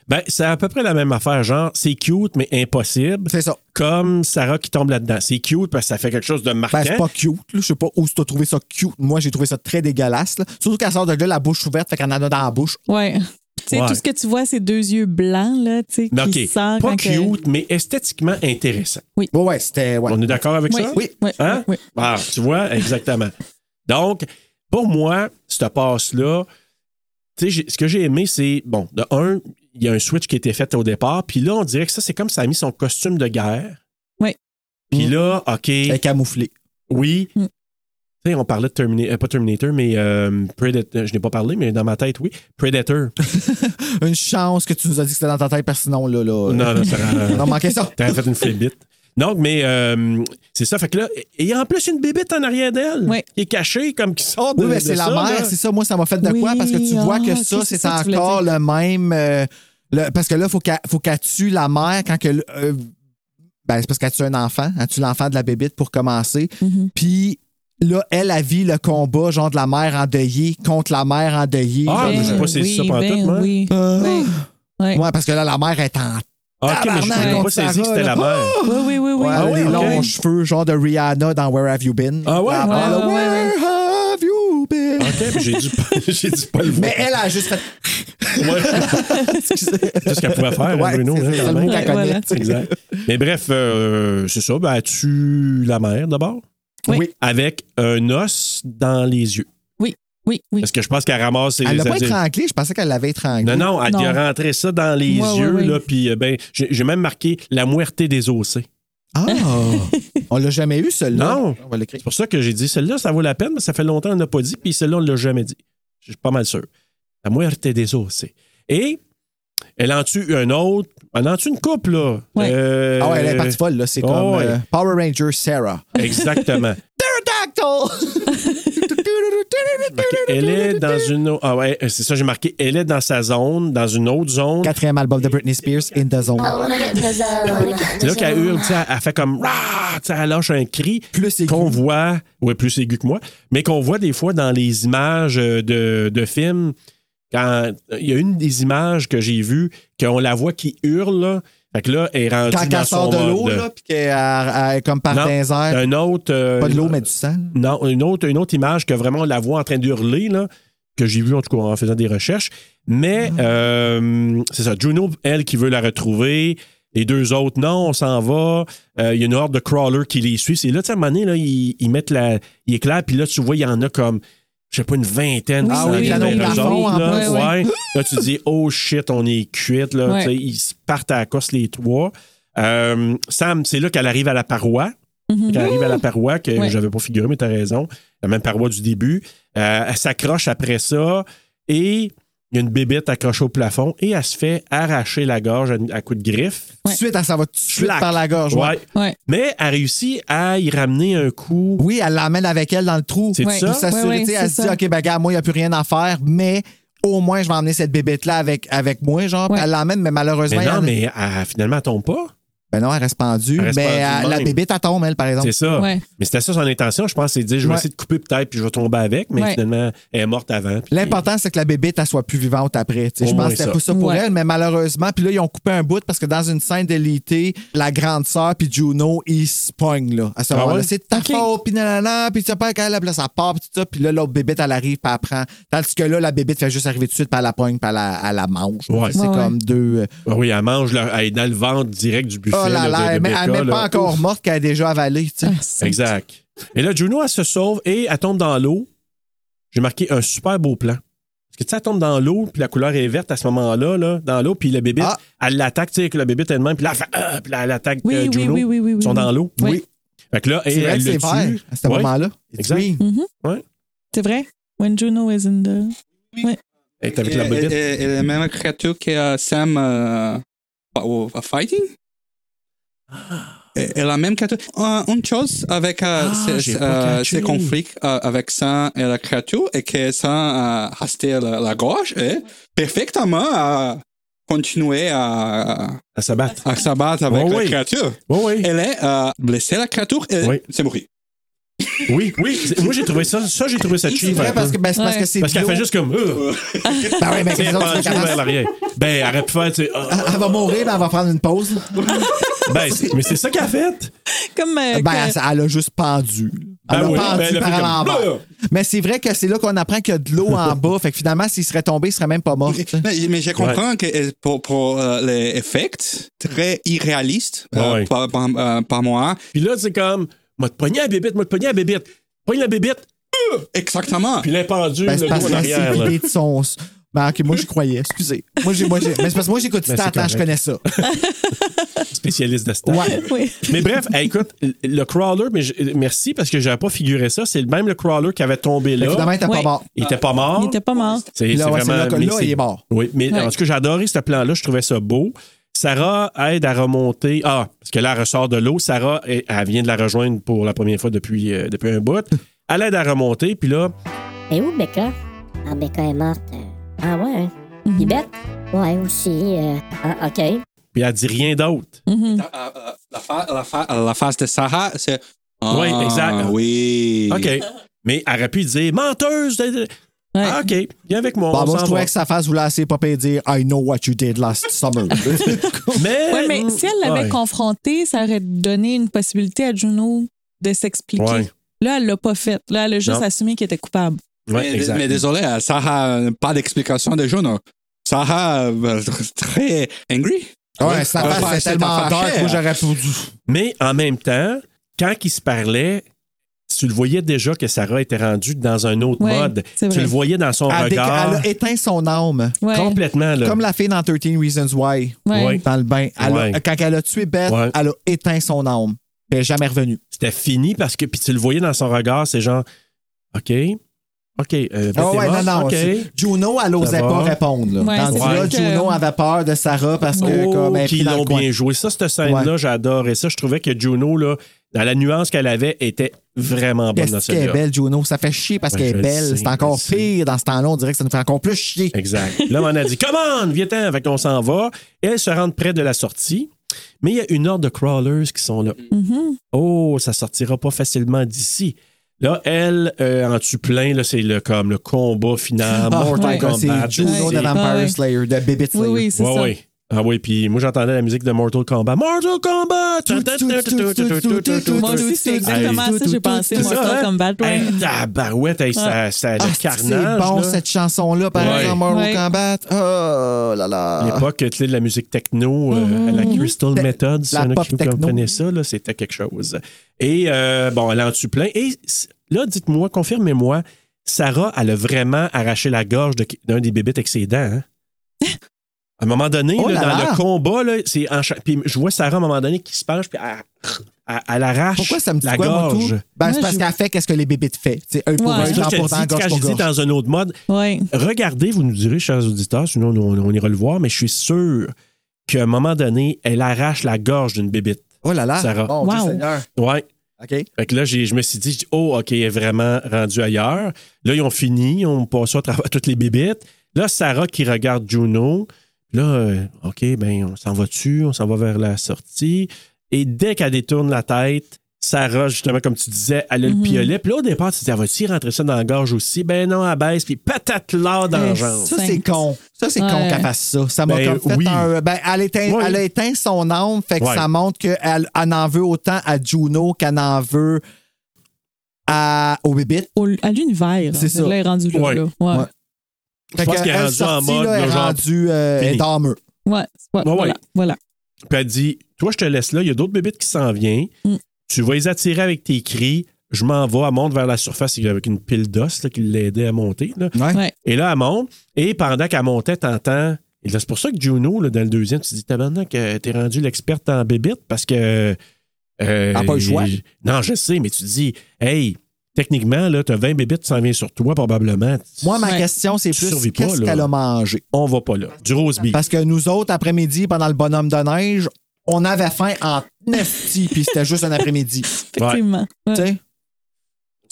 [SPEAKER 1] Ben, c'est à peu près la même affaire. Genre, c'est cute, mais impossible.
[SPEAKER 4] C'est ça.
[SPEAKER 1] Comme Sarah qui tombe là-dedans. C'est cute parce que ça fait quelque chose de marquant.
[SPEAKER 4] Ben, c'est pas cute. là. Je sais pas où tu as trouvé ça cute. Moi, j'ai trouvé ça très dégueulasse. là. Surtout qu'elle sort de là, la bouche ouverte, fait qu'elle en a dans la bouche.
[SPEAKER 7] Ouais. Tu sais,
[SPEAKER 1] Ouais.
[SPEAKER 7] tout ce que tu vois, c'est deux yeux blancs, là, tu sais,
[SPEAKER 1] Mais
[SPEAKER 7] qui
[SPEAKER 1] OK,
[SPEAKER 7] sortent
[SPEAKER 1] pas
[SPEAKER 7] quand que-
[SPEAKER 1] cute, mais esthétiquement intéressant.
[SPEAKER 4] Ouais, ouais, c'était. Ouais.
[SPEAKER 1] On est d'accord avec
[SPEAKER 7] Oui,
[SPEAKER 1] ça?
[SPEAKER 7] oui, oui,
[SPEAKER 1] Hein?
[SPEAKER 7] oui.
[SPEAKER 1] Ah, tu vois, exactement. Donc, pour moi, cette passe-là, tu sais, j'ai- ce que j'ai aimé, c'est, bon, de un, il y a un switch qui a été fait au départ, puis là, on dirait que ça, c'est comme ça a mis son costume de guerre.
[SPEAKER 7] Oui.
[SPEAKER 1] Puis là, OK,
[SPEAKER 4] Elle est camouflée.
[SPEAKER 1] oui.
[SPEAKER 7] Mm.
[SPEAKER 1] Tu sais, on parlait de Terminator, pas Terminator, mais euh, Predator, je n'ai pas parlé, mais dans ma tête, oui. Predator.
[SPEAKER 4] Une chance que tu nous as dit que c'était dans ta tête, parce que sinon, là. là
[SPEAKER 1] non, non, ça
[SPEAKER 4] on en manquait ça.
[SPEAKER 1] T'as fait une flébite. Donc, mais euh, c'est ça. Fait que là, il y a en plus une bébite en arrière d'elle
[SPEAKER 7] Ouais.
[SPEAKER 1] qui est cachée, comme qui sort de
[SPEAKER 4] Oui, mais
[SPEAKER 1] de
[SPEAKER 4] c'est la
[SPEAKER 1] ça,
[SPEAKER 4] mère,
[SPEAKER 1] là.
[SPEAKER 4] c'est ça. Moi, ça m'a fait de
[SPEAKER 7] Oui,
[SPEAKER 4] quoi? Parce que tu vois
[SPEAKER 7] ah,
[SPEAKER 4] que
[SPEAKER 7] ok,
[SPEAKER 4] ça,
[SPEAKER 7] c'est
[SPEAKER 4] c'est
[SPEAKER 7] ça que tu voulais
[SPEAKER 4] encore le même. euh, le- parce que là, il faut qu'elle faut qu'elle tue la mère quand que. le- euh, ben, c'est parce qu'elle tue un enfant. Elle tue l'enfant de la bébite pour commencer.
[SPEAKER 7] Mhm.
[SPEAKER 4] Puis là, elle a vu le combat, genre de la mère endeuillée contre la mère endeuillée.
[SPEAKER 1] Ah,
[SPEAKER 7] Ben
[SPEAKER 1] je sais pas si c'est ça
[SPEAKER 7] oui,
[SPEAKER 1] pendant
[SPEAKER 7] ben
[SPEAKER 1] tout, moi.
[SPEAKER 7] oui.
[SPEAKER 4] Euh,
[SPEAKER 7] Ouais. Ouais.
[SPEAKER 4] Ouais, parce que là, la mère est en
[SPEAKER 1] Ah, ok, mais je
[SPEAKER 4] Tabarnak,
[SPEAKER 1] n'ai
[SPEAKER 4] on
[SPEAKER 1] pas
[SPEAKER 4] Sarah,
[SPEAKER 1] saisi que c'était
[SPEAKER 4] là. Oh!
[SPEAKER 1] la mère.
[SPEAKER 7] Oui, oui, oui, oui.
[SPEAKER 4] Ouais,
[SPEAKER 1] Ah ouais,
[SPEAKER 4] les
[SPEAKER 1] ok.
[SPEAKER 4] longs cheveux, genre de Rihanna dans Where Have You Been.
[SPEAKER 1] Ah ouais? Ah.
[SPEAKER 4] Elle
[SPEAKER 1] Ouais,
[SPEAKER 4] parle de
[SPEAKER 7] ouais, ouais,
[SPEAKER 4] Where Have You Been?
[SPEAKER 1] Ok, mais j'ai dû, pas- (laughs) j'ai dû pas le voir.
[SPEAKER 4] Mais elle a juste fait.
[SPEAKER 1] Ouais. C'est ce qu'elle pouvait faire, hein,
[SPEAKER 4] Ouais,
[SPEAKER 1] Bruno.
[SPEAKER 4] c'est-
[SPEAKER 1] hein,
[SPEAKER 4] c'est le
[SPEAKER 1] vraiment.
[SPEAKER 4] mot qu'elle
[SPEAKER 7] Ouais, voilà.
[SPEAKER 4] connaît. tu sais.
[SPEAKER 1] Exact. Mais bref, euh, c'est ça. Ben, elle tue la mère d'abord.
[SPEAKER 7] Oui.
[SPEAKER 4] Oui.
[SPEAKER 1] Avec un os dans les yeux.
[SPEAKER 7] Oui, oui.
[SPEAKER 1] Parce que je pense qu'elle ramasse ses
[SPEAKER 4] Elle l'a pas
[SPEAKER 1] ses-
[SPEAKER 4] étranglée, je pensais qu'elle l'avait étranglée.
[SPEAKER 1] Non, non, elle lui a
[SPEAKER 7] Non.
[SPEAKER 1] rentré ça dans les
[SPEAKER 7] Ouais,
[SPEAKER 1] yeux,
[SPEAKER 7] ouais, ouais.
[SPEAKER 1] là, puis euh, ben, j'ai j'ai même marqué la muerté des ossés. (laughs)
[SPEAKER 4] Ah! on l'a jamais eu, celle-là.
[SPEAKER 1] Non.
[SPEAKER 4] On va l'écrire.
[SPEAKER 1] C'est pour ça que j'ai dit, celle-là, ça vaut la peine, mais ça fait longtemps qu'on n'a pas dit, puis celle-là, on ne l'a jamais dit. Je suis pas mal sûr. La muerte des ossés. Et elle en tue un autre, elle en tue une coupe, là.
[SPEAKER 7] Ouais.
[SPEAKER 1] Euh,
[SPEAKER 4] Ah ouais, elle est partie folle, là. C'est
[SPEAKER 1] oh,
[SPEAKER 4] comme
[SPEAKER 1] ouais.
[SPEAKER 4] euh, Power Ranger Sarah.
[SPEAKER 1] Exactement. (laughs) Marqué, elle est dans une autre. Ah ouais, c'est ça, j'ai marqué. Elle est dans sa zone, dans une autre zone.
[SPEAKER 4] Quatrième album de Britney Spears, In the Zone.
[SPEAKER 1] Ah C'est là qu'elle hurle, tu sais, elle fait comme. Rah! Tu sais, Elle lâche un cri.
[SPEAKER 4] Plus aigu.
[SPEAKER 1] qu'on voit, ouais, plus aigu que moi, mais qu'on voit des fois dans les images euh, de, de films, quand euh, il y a une des images que j'ai vues, qu'on la voit qui hurle, là. Fait que là, elle est rendue
[SPEAKER 4] Quand
[SPEAKER 1] dans
[SPEAKER 4] elle
[SPEAKER 1] son
[SPEAKER 4] sort de l'eau,
[SPEAKER 1] mode.
[SPEAKER 4] là, puis qu'elle elle est comme par
[SPEAKER 1] Non,
[SPEAKER 4] des airs.
[SPEAKER 1] Un autre... euh,
[SPEAKER 4] Pas de l'eau, mais du sang.
[SPEAKER 1] Non, une autre, une autre image que vraiment on la voit en train d'hurler, là, que j'ai vu en tout cas en faisant des recherches. Mais
[SPEAKER 7] Mm-hmm.
[SPEAKER 1] euh, c'est ça, Juno, elle, qui veut la retrouver. Les deux autres, non, on s'en va. Euh, Il y a une horde de crawlers qui les suit. Et là, tu sais, à un moment donné, là, ils, ils mettent la. Ils éclairent, puis là, tu vois, il y en a comme. Je sais pas, une vingtaine
[SPEAKER 7] Oui,
[SPEAKER 1] qui
[SPEAKER 7] Ah
[SPEAKER 1] s'en
[SPEAKER 7] oui,
[SPEAKER 1] viennent
[SPEAKER 7] oui,
[SPEAKER 1] vers
[SPEAKER 7] oui,
[SPEAKER 1] eux
[SPEAKER 7] oui,
[SPEAKER 1] autres,
[SPEAKER 7] oui,
[SPEAKER 1] là.
[SPEAKER 7] oui,
[SPEAKER 1] Ouais. Là, tu
[SPEAKER 7] (laughs)
[SPEAKER 1] dis, oh shit, on est cuite. Là.
[SPEAKER 7] Ouais.
[SPEAKER 1] Tu sais, Ils se partent à la course, les trois. Euh, Sam, c'est là qu'elle arrive à la paroi.
[SPEAKER 7] Mhm.
[SPEAKER 1] Quand elle arrive à la paroi, que
[SPEAKER 7] Ouais.
[SPEAKER 1] j'avais pas figuré, mais t'as raison, la même paroi du début, euh, elle s'accroche après ça et il y a une bébête accrochée au plafond et elle se fait arracher la gorge à, à coups de griffe.
[SPEAKER 4] Tout de suite, elle s'en va tout de suite
[SPEAKER 1] Flac.
[SPEAKER 4] par la gorge. ouais.
[SPEAKER 7] Ouais.
[SPEAKER 1] Mais elle réussit à y ramener un coup.
[SPEAKER 4] Oui, elle l'emmène avec elle dans le trou.
[SPEAKER 1] C'est
[SPEAKER 7] Ouais.
[SPEAKER 1] ça?
[SPEAKER 4] Pour s'assurer,
[SPEAKER 7] Ouais, ouais,
[SPEAKER 4] tu sais,
[SPEAKER 7] c'est
[SPEAKER 4] elle se dit,
[SPEAKER 7] ça.
[SPEAKER 4] OK, ben, gars, moi, il n'y a plus rien à faire, mais au moins, je vais emmener cette bébête-là avec, avec moi, genre. Puis
[SPEAKER 7] Ouais.
[SPEAKER 4] Elle l'emmène, mais malheureusement.
[SPEAKER 1] Mais non,
[SPEAKER 4] elle-
[SPEAKER 1] mais elle- finalement, elle tombe pas.
[SPEAKER 4] Ben non, elle reste pendue.
[SPEAKER 1] Elle reste
[SPEAKER 4] mais
[SPEAKER 1] pendue
[SPEAKER 4] elle- la
[SPEAKER 1] même.
[SPEAKER 4] bébête, elle tombe, elle, par exemple.
[SPEAKER 1] C'est ça.
[SPEAKER 7] Ouais.
[SPEAKER 1] Mais c'était ça son intention. Je pense, c'est de dire, je vais
[SPEAKER 4] Ouais.
[SPEAKER 1] essayer de couper peut-être, puis je vais tomber avec. Mais
[SPEAKER 7] Ouais.
[SPEAKER 1] finalement, elle est morte avant. puis-
[SPEAKER 4] L'important, c'est que la bébête, elle soit plus vivante après. tu sais.
[SPEAKER 1] Au
[SPEAKER 4] Je pense
[SPEAKER 1] moins
[SPEAKER 4] que c'était
[SPEAKER 1] ça.
[SPEAKER 4] pas ça pour
[SPEAKER 7] Ouais.
[SPEAKER 4] elle, mais malheureusement, puis là, ils ont coupé un bout parce que dans une scène délitée, la grande sœur puis Juno, ils se pognent, là. À ce
[SPEAKER 1] Ah
[SPEAKER 4] moment-là,
[SPEAKER 1] ouais?
[SPEAKER 4] c'est de ta
[SPEAKER 7] Ok.
[SPEAKER 4] faute, puis nanana, puis tu sais pas qu'elle, puis là, ça part, puis tout ça, puis là, l'autre bébête, elle arrive, puis elle prend. Tandis que là, la bébête fait juste arriver tout de suite, puis elle la pogne, puis elle la, elle la mange.
[SPEAKER 1] Ouais.
[SPEAKER 4] C'est
[SPEAKER 7] Ouais,
[SPEAKER 4] comme deux. euh,
[SPEAKER 1] Ah Oui, elle mange, là, elle est dans le ventre direct du buffet.
[SPEAKER 4] Oh là
[SPEAKER 1] là, de-
[SPEAKER 4] là,
[SPEAKER 1] de
[SPEAKER 4] elle n'est
[SPEAKER 1] Becca,
[SPEAKER 4] même
[SPEAKER 1] là.
[SPEAKER 4] pas encore morte qu'elle a déjà avalé, tu sais.
[SPEAKER 7] Ah, c'est-
[SPEAKER 1] Exact. Et là, Juno, elle se sauve et elle tombe dans l'eau. J'ai marqué un super beau plan. Parce que tu sais, elle tombe dans l'eau, puis la couleur est verte à ce moment-là, là, dans l'eau, puis la bébé,
[SPEAKER 4] Ah.
[SPEAKER 1] elle l'attaque, tu sais, que la bébé elle-même, puis là, elle, fait, Ah puis là, elle attaque
[SPEAKER 7] Oui,
[SPEAKER 1] euh,
[SPEAKER 7] oui,
[SPEAKER 1] Juno.
[SPEAKER 7] oui, oui, oui, oui,
[SPEAKER 1] Ils sont
[SPEAKER 7] oui.
[SPEAKER 1] dans l'eau.
[SPEAKER 7] Oui.
[SPEAKER 1] Fait que là,
[SPEAKER 4] C'est
[SPEAKER 1] elle,
[SPEAKER 4] vrai
[SPEAKER 1] elle
[SPEAKER 4] que
[SPEAKER 1] le
[SPEAKER 4] c'est vert
[SPEAKER 1] tue.
[SPEAKER 4] à ce
[SPEAKER 1] Ouais.
[SPEAKER 4] moment-là.
[SPEAKER 1] Exact.
[SPEAKER 4] Oui.
[SPEAKER 7] Mhm.
[SPEAKER 1] Ouais.
[SPEAKER 7] C'est vrai. When Juno is in the.
[SPEAKER 1] Elle est avec la
[SPEAKER 8] Elle-
[SPEAKER 1] bébé.
[SPEAKER 8] Elle elle est la même créature que euh, Sam euh, au- au Fighting.
[SPEAKER 1] Ah.
[SPEAKER 8] Elle elle est la même créature. Un- une chose avec euh,
[SPEAKER 1] Ah,
[SPEAKER 8] ces-
[SPEAKER 1] j'ai pas
[SPEAKER 8] euh,
[SPEAKER 1] catché.
[SPEAKER 8] ces conflits euh, avec Sam et la créature et que Sam a resté la, la gorge et parfaitement a continué à,
[SPEAKER 1] Elle s'abattre.
[SPEAKER 4] ah.
[SPEAKER 8] à s'abattre avec
[SPEAKER 1] Oh
[SPEAKER 8] la
[SPEAKER 1] oui.
[SPEAKER 8] créature.
[SPEAKER 1] Oui, oui.
[SPEAKER 8] Elle est euh, blessée, la créature, et
[SPEAKER 1] Oui.
[SPEAKER 8] c'est mort.
[SPEAKER 1] Oui, oui. C'est- Moi, j'ai trouvé ça. Ça, j'ai trouvé ça
[SPEAKER 4] C'est
[SPEAKER 1] cheap.
[SPEAKER 4] vrai
[SPEAKER 1] un
[SPEAKER 4] parce
[SPEAKER 1] peu.
[SPEAKER 4] que ben, c'est parce
[SPEAKER 7] Ouais.
[SPEAKER 4] que c'est
[SPEAKER 1] hein. Parce qu'elle
[SPEAKER 4] bio.
[SPEAKER 1] fait juste comme. Euh, (laughs)
[SPEAKER 4] Ben ouais,
[SPEAKER 1] elle
[SPEAKER 4] mais
[SPEAKER 1] est
[SPEAKER 4] qu'est-ce que
[SPEAKER 1] pendue
[SPEAKER 4] c'est capable-
[SPEAKER 1] vers l'arrière. Ben, elle aurait pu faire, tu sais. ah,
[SPEAKER 4] Elle va mourir, mais elle va prendre une pause. Ah,
[SPEAKER 1] ben, c'est- mais c'est ça qu'elle a fait.
[SPEAKER 7] Comme.
[SPEAKER 1] Ah,
[SPEAKER 7] euh,
[SPEAKER 4] Ben,
[SPEAKER 7] que-
[SPEAKER 4] elle, elle a juste pendu. Elle
[SPEAKER 1] Ben
[SPEAKER 4] a
[SPEAKER 1] oui,
[SPEAKER 4] pendu
[SPEAKER 1] ben elle a
[SPEAKER 4] par
[SPEAKER 1] fait
[SPEAKER 4] à
[SPEAKER 1] comme-
[SPEAKER 4] l'envers. Mais c'est vrai que c'est là qu'on apprend qu'il y a de
[SPEAKER 1] (laughs)
[SPEAKER 4] l'eau en bas. Fait que finalement, s'il serait tombé, il serait même pas mort.
[SPEAKER 8] (laughs) Mais, mais je comprends que euh, pour, pour euh, les effets très irréalistes euh,
[SPEAKER 1] Ouais.
[SPEAKER 8] par, par- euh, par moi.
[SPEAKER 1] Puis là, c'est comme. M'a te pogné la bébite, m'a te pogné la bébite. Pogne la bébite,
[SPEAKER 8] Exactement.
[SPEAKER 1] Puis l'impendu,
[SPEAKER 4] Ben,
[SPEAKER 1] le
[SPEAKER 4] c'est parce
[SPEAKER 1] dos en
[SPEAKER 4] que c'est
[SPEAKER 1] arrière. là.
[SPEAKER 4] l'idée de son. Ben, ok, moi, j'y croyais. Excusez. Moi, j'ai, moi, j'ai- Mais c'est parce que moi, j'écoute
[SPEAKER 1] Ben,
[SPEAKER 4] ça,
[SPEAKER 1] c'est
[SPEAKER 4] attends, je
[SPEAKER 1] correct.
[SPEAKER 4] connais ça.
[SPEAKER 1] Spécialiste de stats.
[SPEAKER 4] Ouais.
[SPEAKER 7] Oui.
[SPEAKER 1] Mais bref, hey, écoute, le crawler, mais je- merci parce que j'avais pas figuré ça. C'est le même le crawler qui avait tombé
[SPEAKER 4] Fait que finalement, il
[SPEAKER 1] là.
[SPEAKER 4] était pas
[SPEAKER 7] Ouais.
[SPEAKER 4] mort.
[SPEAKER 1] Il était pas mort.
[SPEAKER 7] Il était pas mort.
[SPEAKER 1] C'est
[SPEAKER 4] Là,
[SPEAKER 1] c'est
[SPEAKER 4] ouais, c'est là que-
[SPEAKER 1] mais
[SPEAKER 4] là,
[SPEAKER 1] c'est-
[SPEAKER 4] il est mort.
[SPEAKER 1] Oui, mais
[SPEAKER 7] Ouais.
[SPEAKER 1] en tout cas, j'ai adoré ce plan-là. Je trouvais ça beau. Sarah aide à remonter. Ah, parce que là, elle ressort de l'eau. Sarah, elle, elle vient de la rejoindre pour la première fois depuis, euh, depuis un bout. Elle aide à remonter, puis là,
[SPEAKER 9] Et où Becca? Ah, Becca est morte. Ah ouais? Bibette? Ouais, aussi. euh, Ah, OK.
[SPEAKER 1] puis elle dit rien d'autre.
[SPEAKER 7] Mhm.
[SPEAKER 8] Euh, euh, la, fa- la fa- la face de Sarah, c'est. Ah,
[SPEAKER 1] Oui, exact.
[SPEAKER 8] Oui.
[SPEAKER 1] OK. Mais elle aurait pu dire menteuse.
[SPEAKER 7] Ouais.
[SPEAKER 1] Ah, OK. Viens avec moi.
[SPEAKER 4] Bon,
[SPEAKER 1] on
[SPEAKER 4] moi, je
[SPEAKER 1] s'en
[SPEAKER 4] trouvais
[SPEAKER 1] va.
[SPEAKER 4] que sa face voulait assez popper et dire I know what you did
[SPEAKER 1] (laughs)
[SPEAKER 4] last summer.
[SPEAKER 1] Mais,
[SPEAKER 7] Ouais, mais si elle l'avait
[SPEAKER 1] Ouais.
[SPEAKER 7] confronté, ça aurait donné une possibilité à Juno de s'expliquer.
[SPEAKER 1] Ouais.
[SPEAKER 7] Là, elle l'a pas fait. Là, elle a juste
[SPEAKER 1] Non.
[SPEAKER 7] assumé qu'elle était coupable.
[SPEAKER 1] Ouais,
[SPEAKER 8] mais,
[SPEAKER 1] exact.
[SPEAKER 8] mais désolé, Sarah, euh, pas d'explication de Juno. Sarah, euh, (laughs) très angry. Euh,
[SPEAKER 4] ouais, sa
[SPEAKER 8] Ouais,
[SPEAKER 4] face,
[SPEAKER 8] ouais,
[SPEAKER 4] c'est tellement
[SPEAKER 8] c'était
[SPEAKER 4] dark.
[SPEAKER 8] fâché,
[SPEAKER 4] Moi, j'aurais pu.
[SPEAKER 1] Mais en même temps, quand ils se parlaient, tu le voyais déjà que Sarah était rendue dans un autre
[SPEAKER 7] Ouais,
[SPEAKER 1] mode.
[SPEAKER 7] c'est vrai.
[SPEAKER 1] Tu le voyais dans son
[SPEAKER 4] Elle, déca-
[SPEAKER 1] regard.
[SPEAKER 4] elle a éteint son âme.
[SPEAKER 7] Ouais.
[SPEAKER 1] Complètement, là.
[SPEAKER 4] Comme la fille dans 13 Reasons Why,
[SPEAKER 7] Ouais.
[SPEAKER 1] Ouais.
[SPEAKER 4] dans le bain. Elle a-
[SPEAKER 1] Ouais.
[SPEAKER 4] quand elle a tué Beth,
[SPEAKER 1] Ouais.
[SPEAKER 4] elle a éteint son âme. Elle n'est jamais revenue.
[SPEAKER 1] C'était fini parce que, puis tu le voyais dans son regard, c'est genre, OK, OK, euh,
[SPEAKER 4] Ah ouais,
[SPEAKER 1] t'es
[SPEAKER 4] non,
[SPEAKER 1] morte,
[SPEAKER 4] non.
[SPEAKER 1] OK.
[SPEAKER 4] c'est- Juno, elle n'osait
[SPEAKER 1] Ça va.
[SPEAKER 4] pas répondre. Là.
[SPEAKER 7] Ouais,
[SPEAKER 4] Tandis
[SPEAKER 7] c'est
[SPEAKER 4] là,
[SPEAKER 7] vrai que-
[SPEAKER 4] Juno avait peur de Sarah parce que,
[SPEAKER 1] Oh,
[SPEAKER 4] comme elle est
[SPEAKER 1] qu'ils
[SPEAKER 4] prise dans le
[SPEAKER 1] l'ont
[SPEAKER 4] coin.
[SPEAKER 1] bien joué. Ça, cette scène-là,
[SPEAKER 4] Ouais.
[SPEAKER 1] j'adorais ça. Je trouvais que Juno, là, dans la nuance qu'elle avait, était vraiment bonne dans
[SPEAKER 4] Qu'est-ce qu'elle est
[SPEAKER 1] celle-là.
[SPEAKER 4] belle, Juno? Ça fait chier parce
[SPEAKER 1] Ouais,
[SPEAKER 4] qu'elle
[SPEAKER 1] je
[SPEAKER 4] est
[SPEAKER 1] le
[SPEAKER 4] belle.
[SPEAKER 1] sais,
[SPEAKER 4] C'est encore
[SPEAKER 1] je le sais.
[SPEAKER 4] pire dans ce temps-là. On dirait que ça nous fait encore plus chier.
[SPEAKER 1] Exact. L'homme en a dit Come on, viens-t'en, fait qu'on s'en va. Elle se rend près de la sortie, mais il y a une horde de crawlers qui sont là.
[SPEAKER 7] Mhm.
[SPEAKER 1] Oh, ça sortira pas facilement d'ici. Là, elle, euh, en tue plein, là, c'est le, comme le combat final,
[SPEAKER 4] Ah,
[SPEAKER 1] Mortal
[SPEAKER 4] ouais,
[SPEAKER 1] Kombat.
[SPEAKER 4] C'est Juno
[SPEAKER 1] C'est-
[SPEAKER 4] de
[SPEAKER 7] Ah, ouais.
[SPEAKER 4] Vampire Slayer, de Bébé
[SPEAKER 7] Oui,
[SPEAKER 4] Slayer.
[SPEAKER 7] oui, c'est
[SPEAKER 1] Ouais,
[SPEAKER 7] ça.
[SPEAKER 1] ouais. Ah oui, puis moi j'entendais la musique de Mortal Kombat. Mortal Kombat!
[SPEAKER 7] Moi aussi, c'est exactement
[SPEAKER 4] Hey.
[SPEAKER 7] ça que j'ai pensé.
[SPEAKER 1] C'est
[SPEAKER 7] Mortal
[SPEAKER 1] ça, hein?
[SPEAKER 7] Kombat, ouais.
[SPEAKER 1] Hey, tabarouette, hey, ça, ça, le
[SPEAKER 4] Ah, c'est
[SPEAKER 1] carnage.
[SPEAKER 4] bon,
[SPEAKER 1] là.
[SPEAKER 4] cette chanson-là, par
[SPEAKER 1] Ouais.
[SPEAKER 4] exemple, Mortal
[SPEAKER 7] Ouais.
[SPEAKER 4] Kombat. Oh là
[SPEAKER 1] À
[SPEAKER 4] là.
[SPEAKER 1] l'époque, tu sais, de la musique techno, euh,
[SPEAKER 4] Mm-hmm.
[SPEAKER 1] à la Crystal
[SPEAKER 4] Te-
[SPEAKER 1] Method, si
[SPEAKER 4] Ben, la
[SPEAKER 1] y'en a
[SPEAKER 4] pop
[SPEAKER 1] qui
[SPEAKER 4] techno.
[SPEAKER 1] comprenait ça, là, c'était quelque chose. Et euh, bon, elle en tue plein. Et c- là, dites-moi, confirmez-moi, Sarah, elle a vraiment arraché la gorge de- d'un des bébites avec ses dents.
[SPEAKER 4] (laughs)
[SPEAKER 1] hein? À un moment donné,
[SPEAKER 4] Oh
[SPEAKER 1] là,
[SPEAKER 4] là
[SPEAKER 1] dans
[SPEAKER 4] là!
[SPEAKER 1] le combat, là, c'est en cha- puis je vois Sarah à un moment donné qui se penche, puis elle, elle- elle arrache
[SPEAKER 4] Pourquoi ça me dit
[SPEAKER 1] la
[SPEAKER 4] quoi, moi, tout?
[SPEAKER 1] gorge.
[SPEAKER 4] Ben, c'est
[SPEAKER 7] Ouais,
[SPEAKER 4] parce
[SPEAKER 7] je-
[SPEAKER 4] qu'elle fait qu'est-ce que les bébés te font. C'est un pour
[SPEAKER 7] Ouais.
[SPEAKER 4] un,
[SPEAKER 1] C'est ça
[SPEAKER 4] genre
[SPEAKER 1] que je
[SPEAKER 4] pour
[SPEAKER 1] te
[SPEAKER 4] un,
[SPEAKER 1] dis,
[SPEAKER 4] gorge
[SPEAKER 1] quand
[SPEAKER 4] pour
[SPEAKER 1] je dis
[SPEAKER 4] gorge.
[SPEAKER 1] dans un autre mode,
[SPEAKER 7] Ouais.
[SPEAKER 1] Regardez, vous nous direz, chers auditeurs, sinon on, on ira le voir, mais je suis sûr qu'à un moment donné, elle arrache la gorge d'une bébite.
[SPEAKER 4] Oh là là.
[SPEAKER 1] Sarah.
[SPEAKER 4] Bon, Dieu
[SPEAKER 7] Wow.
[SPEAKER 4] Seigneur.
[SPEAKER 1] Ouais.
[SPEAKER 4] OK.
[SPEAKER 1] Fait que là, j'ai- je me suis dit, je dis, oh, OK, elle est vraiment rendue ailleurs. Là, ils ont fini, on passe à travers (laughs) toutes les bébites. Là, Sarah qui regarde Juno. Là, euh, OK, ben, on s'en va dessus, on s'en va vers la sortie. Et dès qu'elle détourne la tête, Sarah, justement, comme tu disais, elle a le
[SPEAKER 7] Mhm.
[SPEAKER 1] piolet. Puis là, au départ, tu te dis, elle va-tu rentrer ça dans la gorge aussi? Ben non, elle baisse, puis patate là dans la
[SPEAKER 7] Eh,
[SPEAKER 1] jambe.
[SPEAKER 4] Ça, c'est
[SPEAKER 7] Sainte.
[SPEAKER 4] con. Ça, c'est con
[SPEAKER 7] Ouais.
[SPEAKER 4] qu'elle fasse ça. Ça m'a
[SPEAKER 1] Ben,
[SPEAKER 4] comme fait
[SPEAKER 1] oui.
[SPEAKER 4] un. Ben, elle, éteint,
[SPEAKER 1] Ouais.
[SPEAKER 4] elle a éteint son âme, fait que
[SPEAKER 1] Ouais.
[SPEAKER 4] ça montre qu'elle elle en veut autant à Juno qu'elle en veut à, au bébé.
[SPEAKER 7] Au- à l'univers.
[SPEAKER 4] C'est ça.
[SPEAKER 7] Là, elle est rendue là.
[SPEAKER 1] Ouais.
[SPEAKER 7] là. Ouais.
[SPEAKER 4] Ouais.
[SPEAKER 1] Je pense qu'elle est rendue en mode,
[SPEAKER 4] Là, elle est
[SPEAKER 1] genre,
[SPEAKER 4] rendue euh,
[SPEAKER 1] fini.
[SPEAKER 4] elle est en mur.
[SPEAKER 7] Ouais. Ouais,
[SPEAKER 1] ouais.
[SPEAKER 7] Voilà. voilà.
[SPEAKER 1] Puis elle dit Toi, je te laisse là, il y a d'autres bébites qui s'en viennent.
[SPEAKER 7] Mm.
[SPEAKER 1] Tu vas les attirer avec tes cris. Je m'en vais, elle monte vers la surface avec une pile d'os là, qui l'aidait à monter. là.
[SPEAKER 4] Ouais.
[SPEAKER 7] Ouais.
[SPEAKER 1] Et là, elle monte. Et pendant qu'elle montait, t'entends. Et là, c'est pour ça que Juno, là, dans le deuxième, tu te dis Tabarnak, euh, t'es rendu l'experte en bébites parce que. euh,
[SPEAKER 4] a pas le choix.
[SPEAKER 1] Non, je sais, mais tu te dis Hey, techniquement, là, t'as 20 bébites, s'en viennent sur toi, probablement.
[SPEAKER 4] Moi, ma
[SPEAKER 7] Ouais.
[SPEAKER 4] question, c'est
[SPEAKER 1] Tu
[SPEAKER 4] plus
[SPEAKER 1] survis pas,
[SPEAKER 4] qu'est-ce
[SPEAKER 1] là.
[SPEAKER 4] qu'elle a mangé?
[SPEAKER 1] On va pas là. Du roast beef.
[SPEAKER 4] Parce que nous autres, après-midi, pendant le bonhomme de neige, on avait faim en nesti, puis c'était juste un
[SPEAKER 7] (laughs)
[SPEAKER 4] après-midi.
[SPEAKER 7] Effectivement. Ouais.
[SPEAKER 4] Tu sais?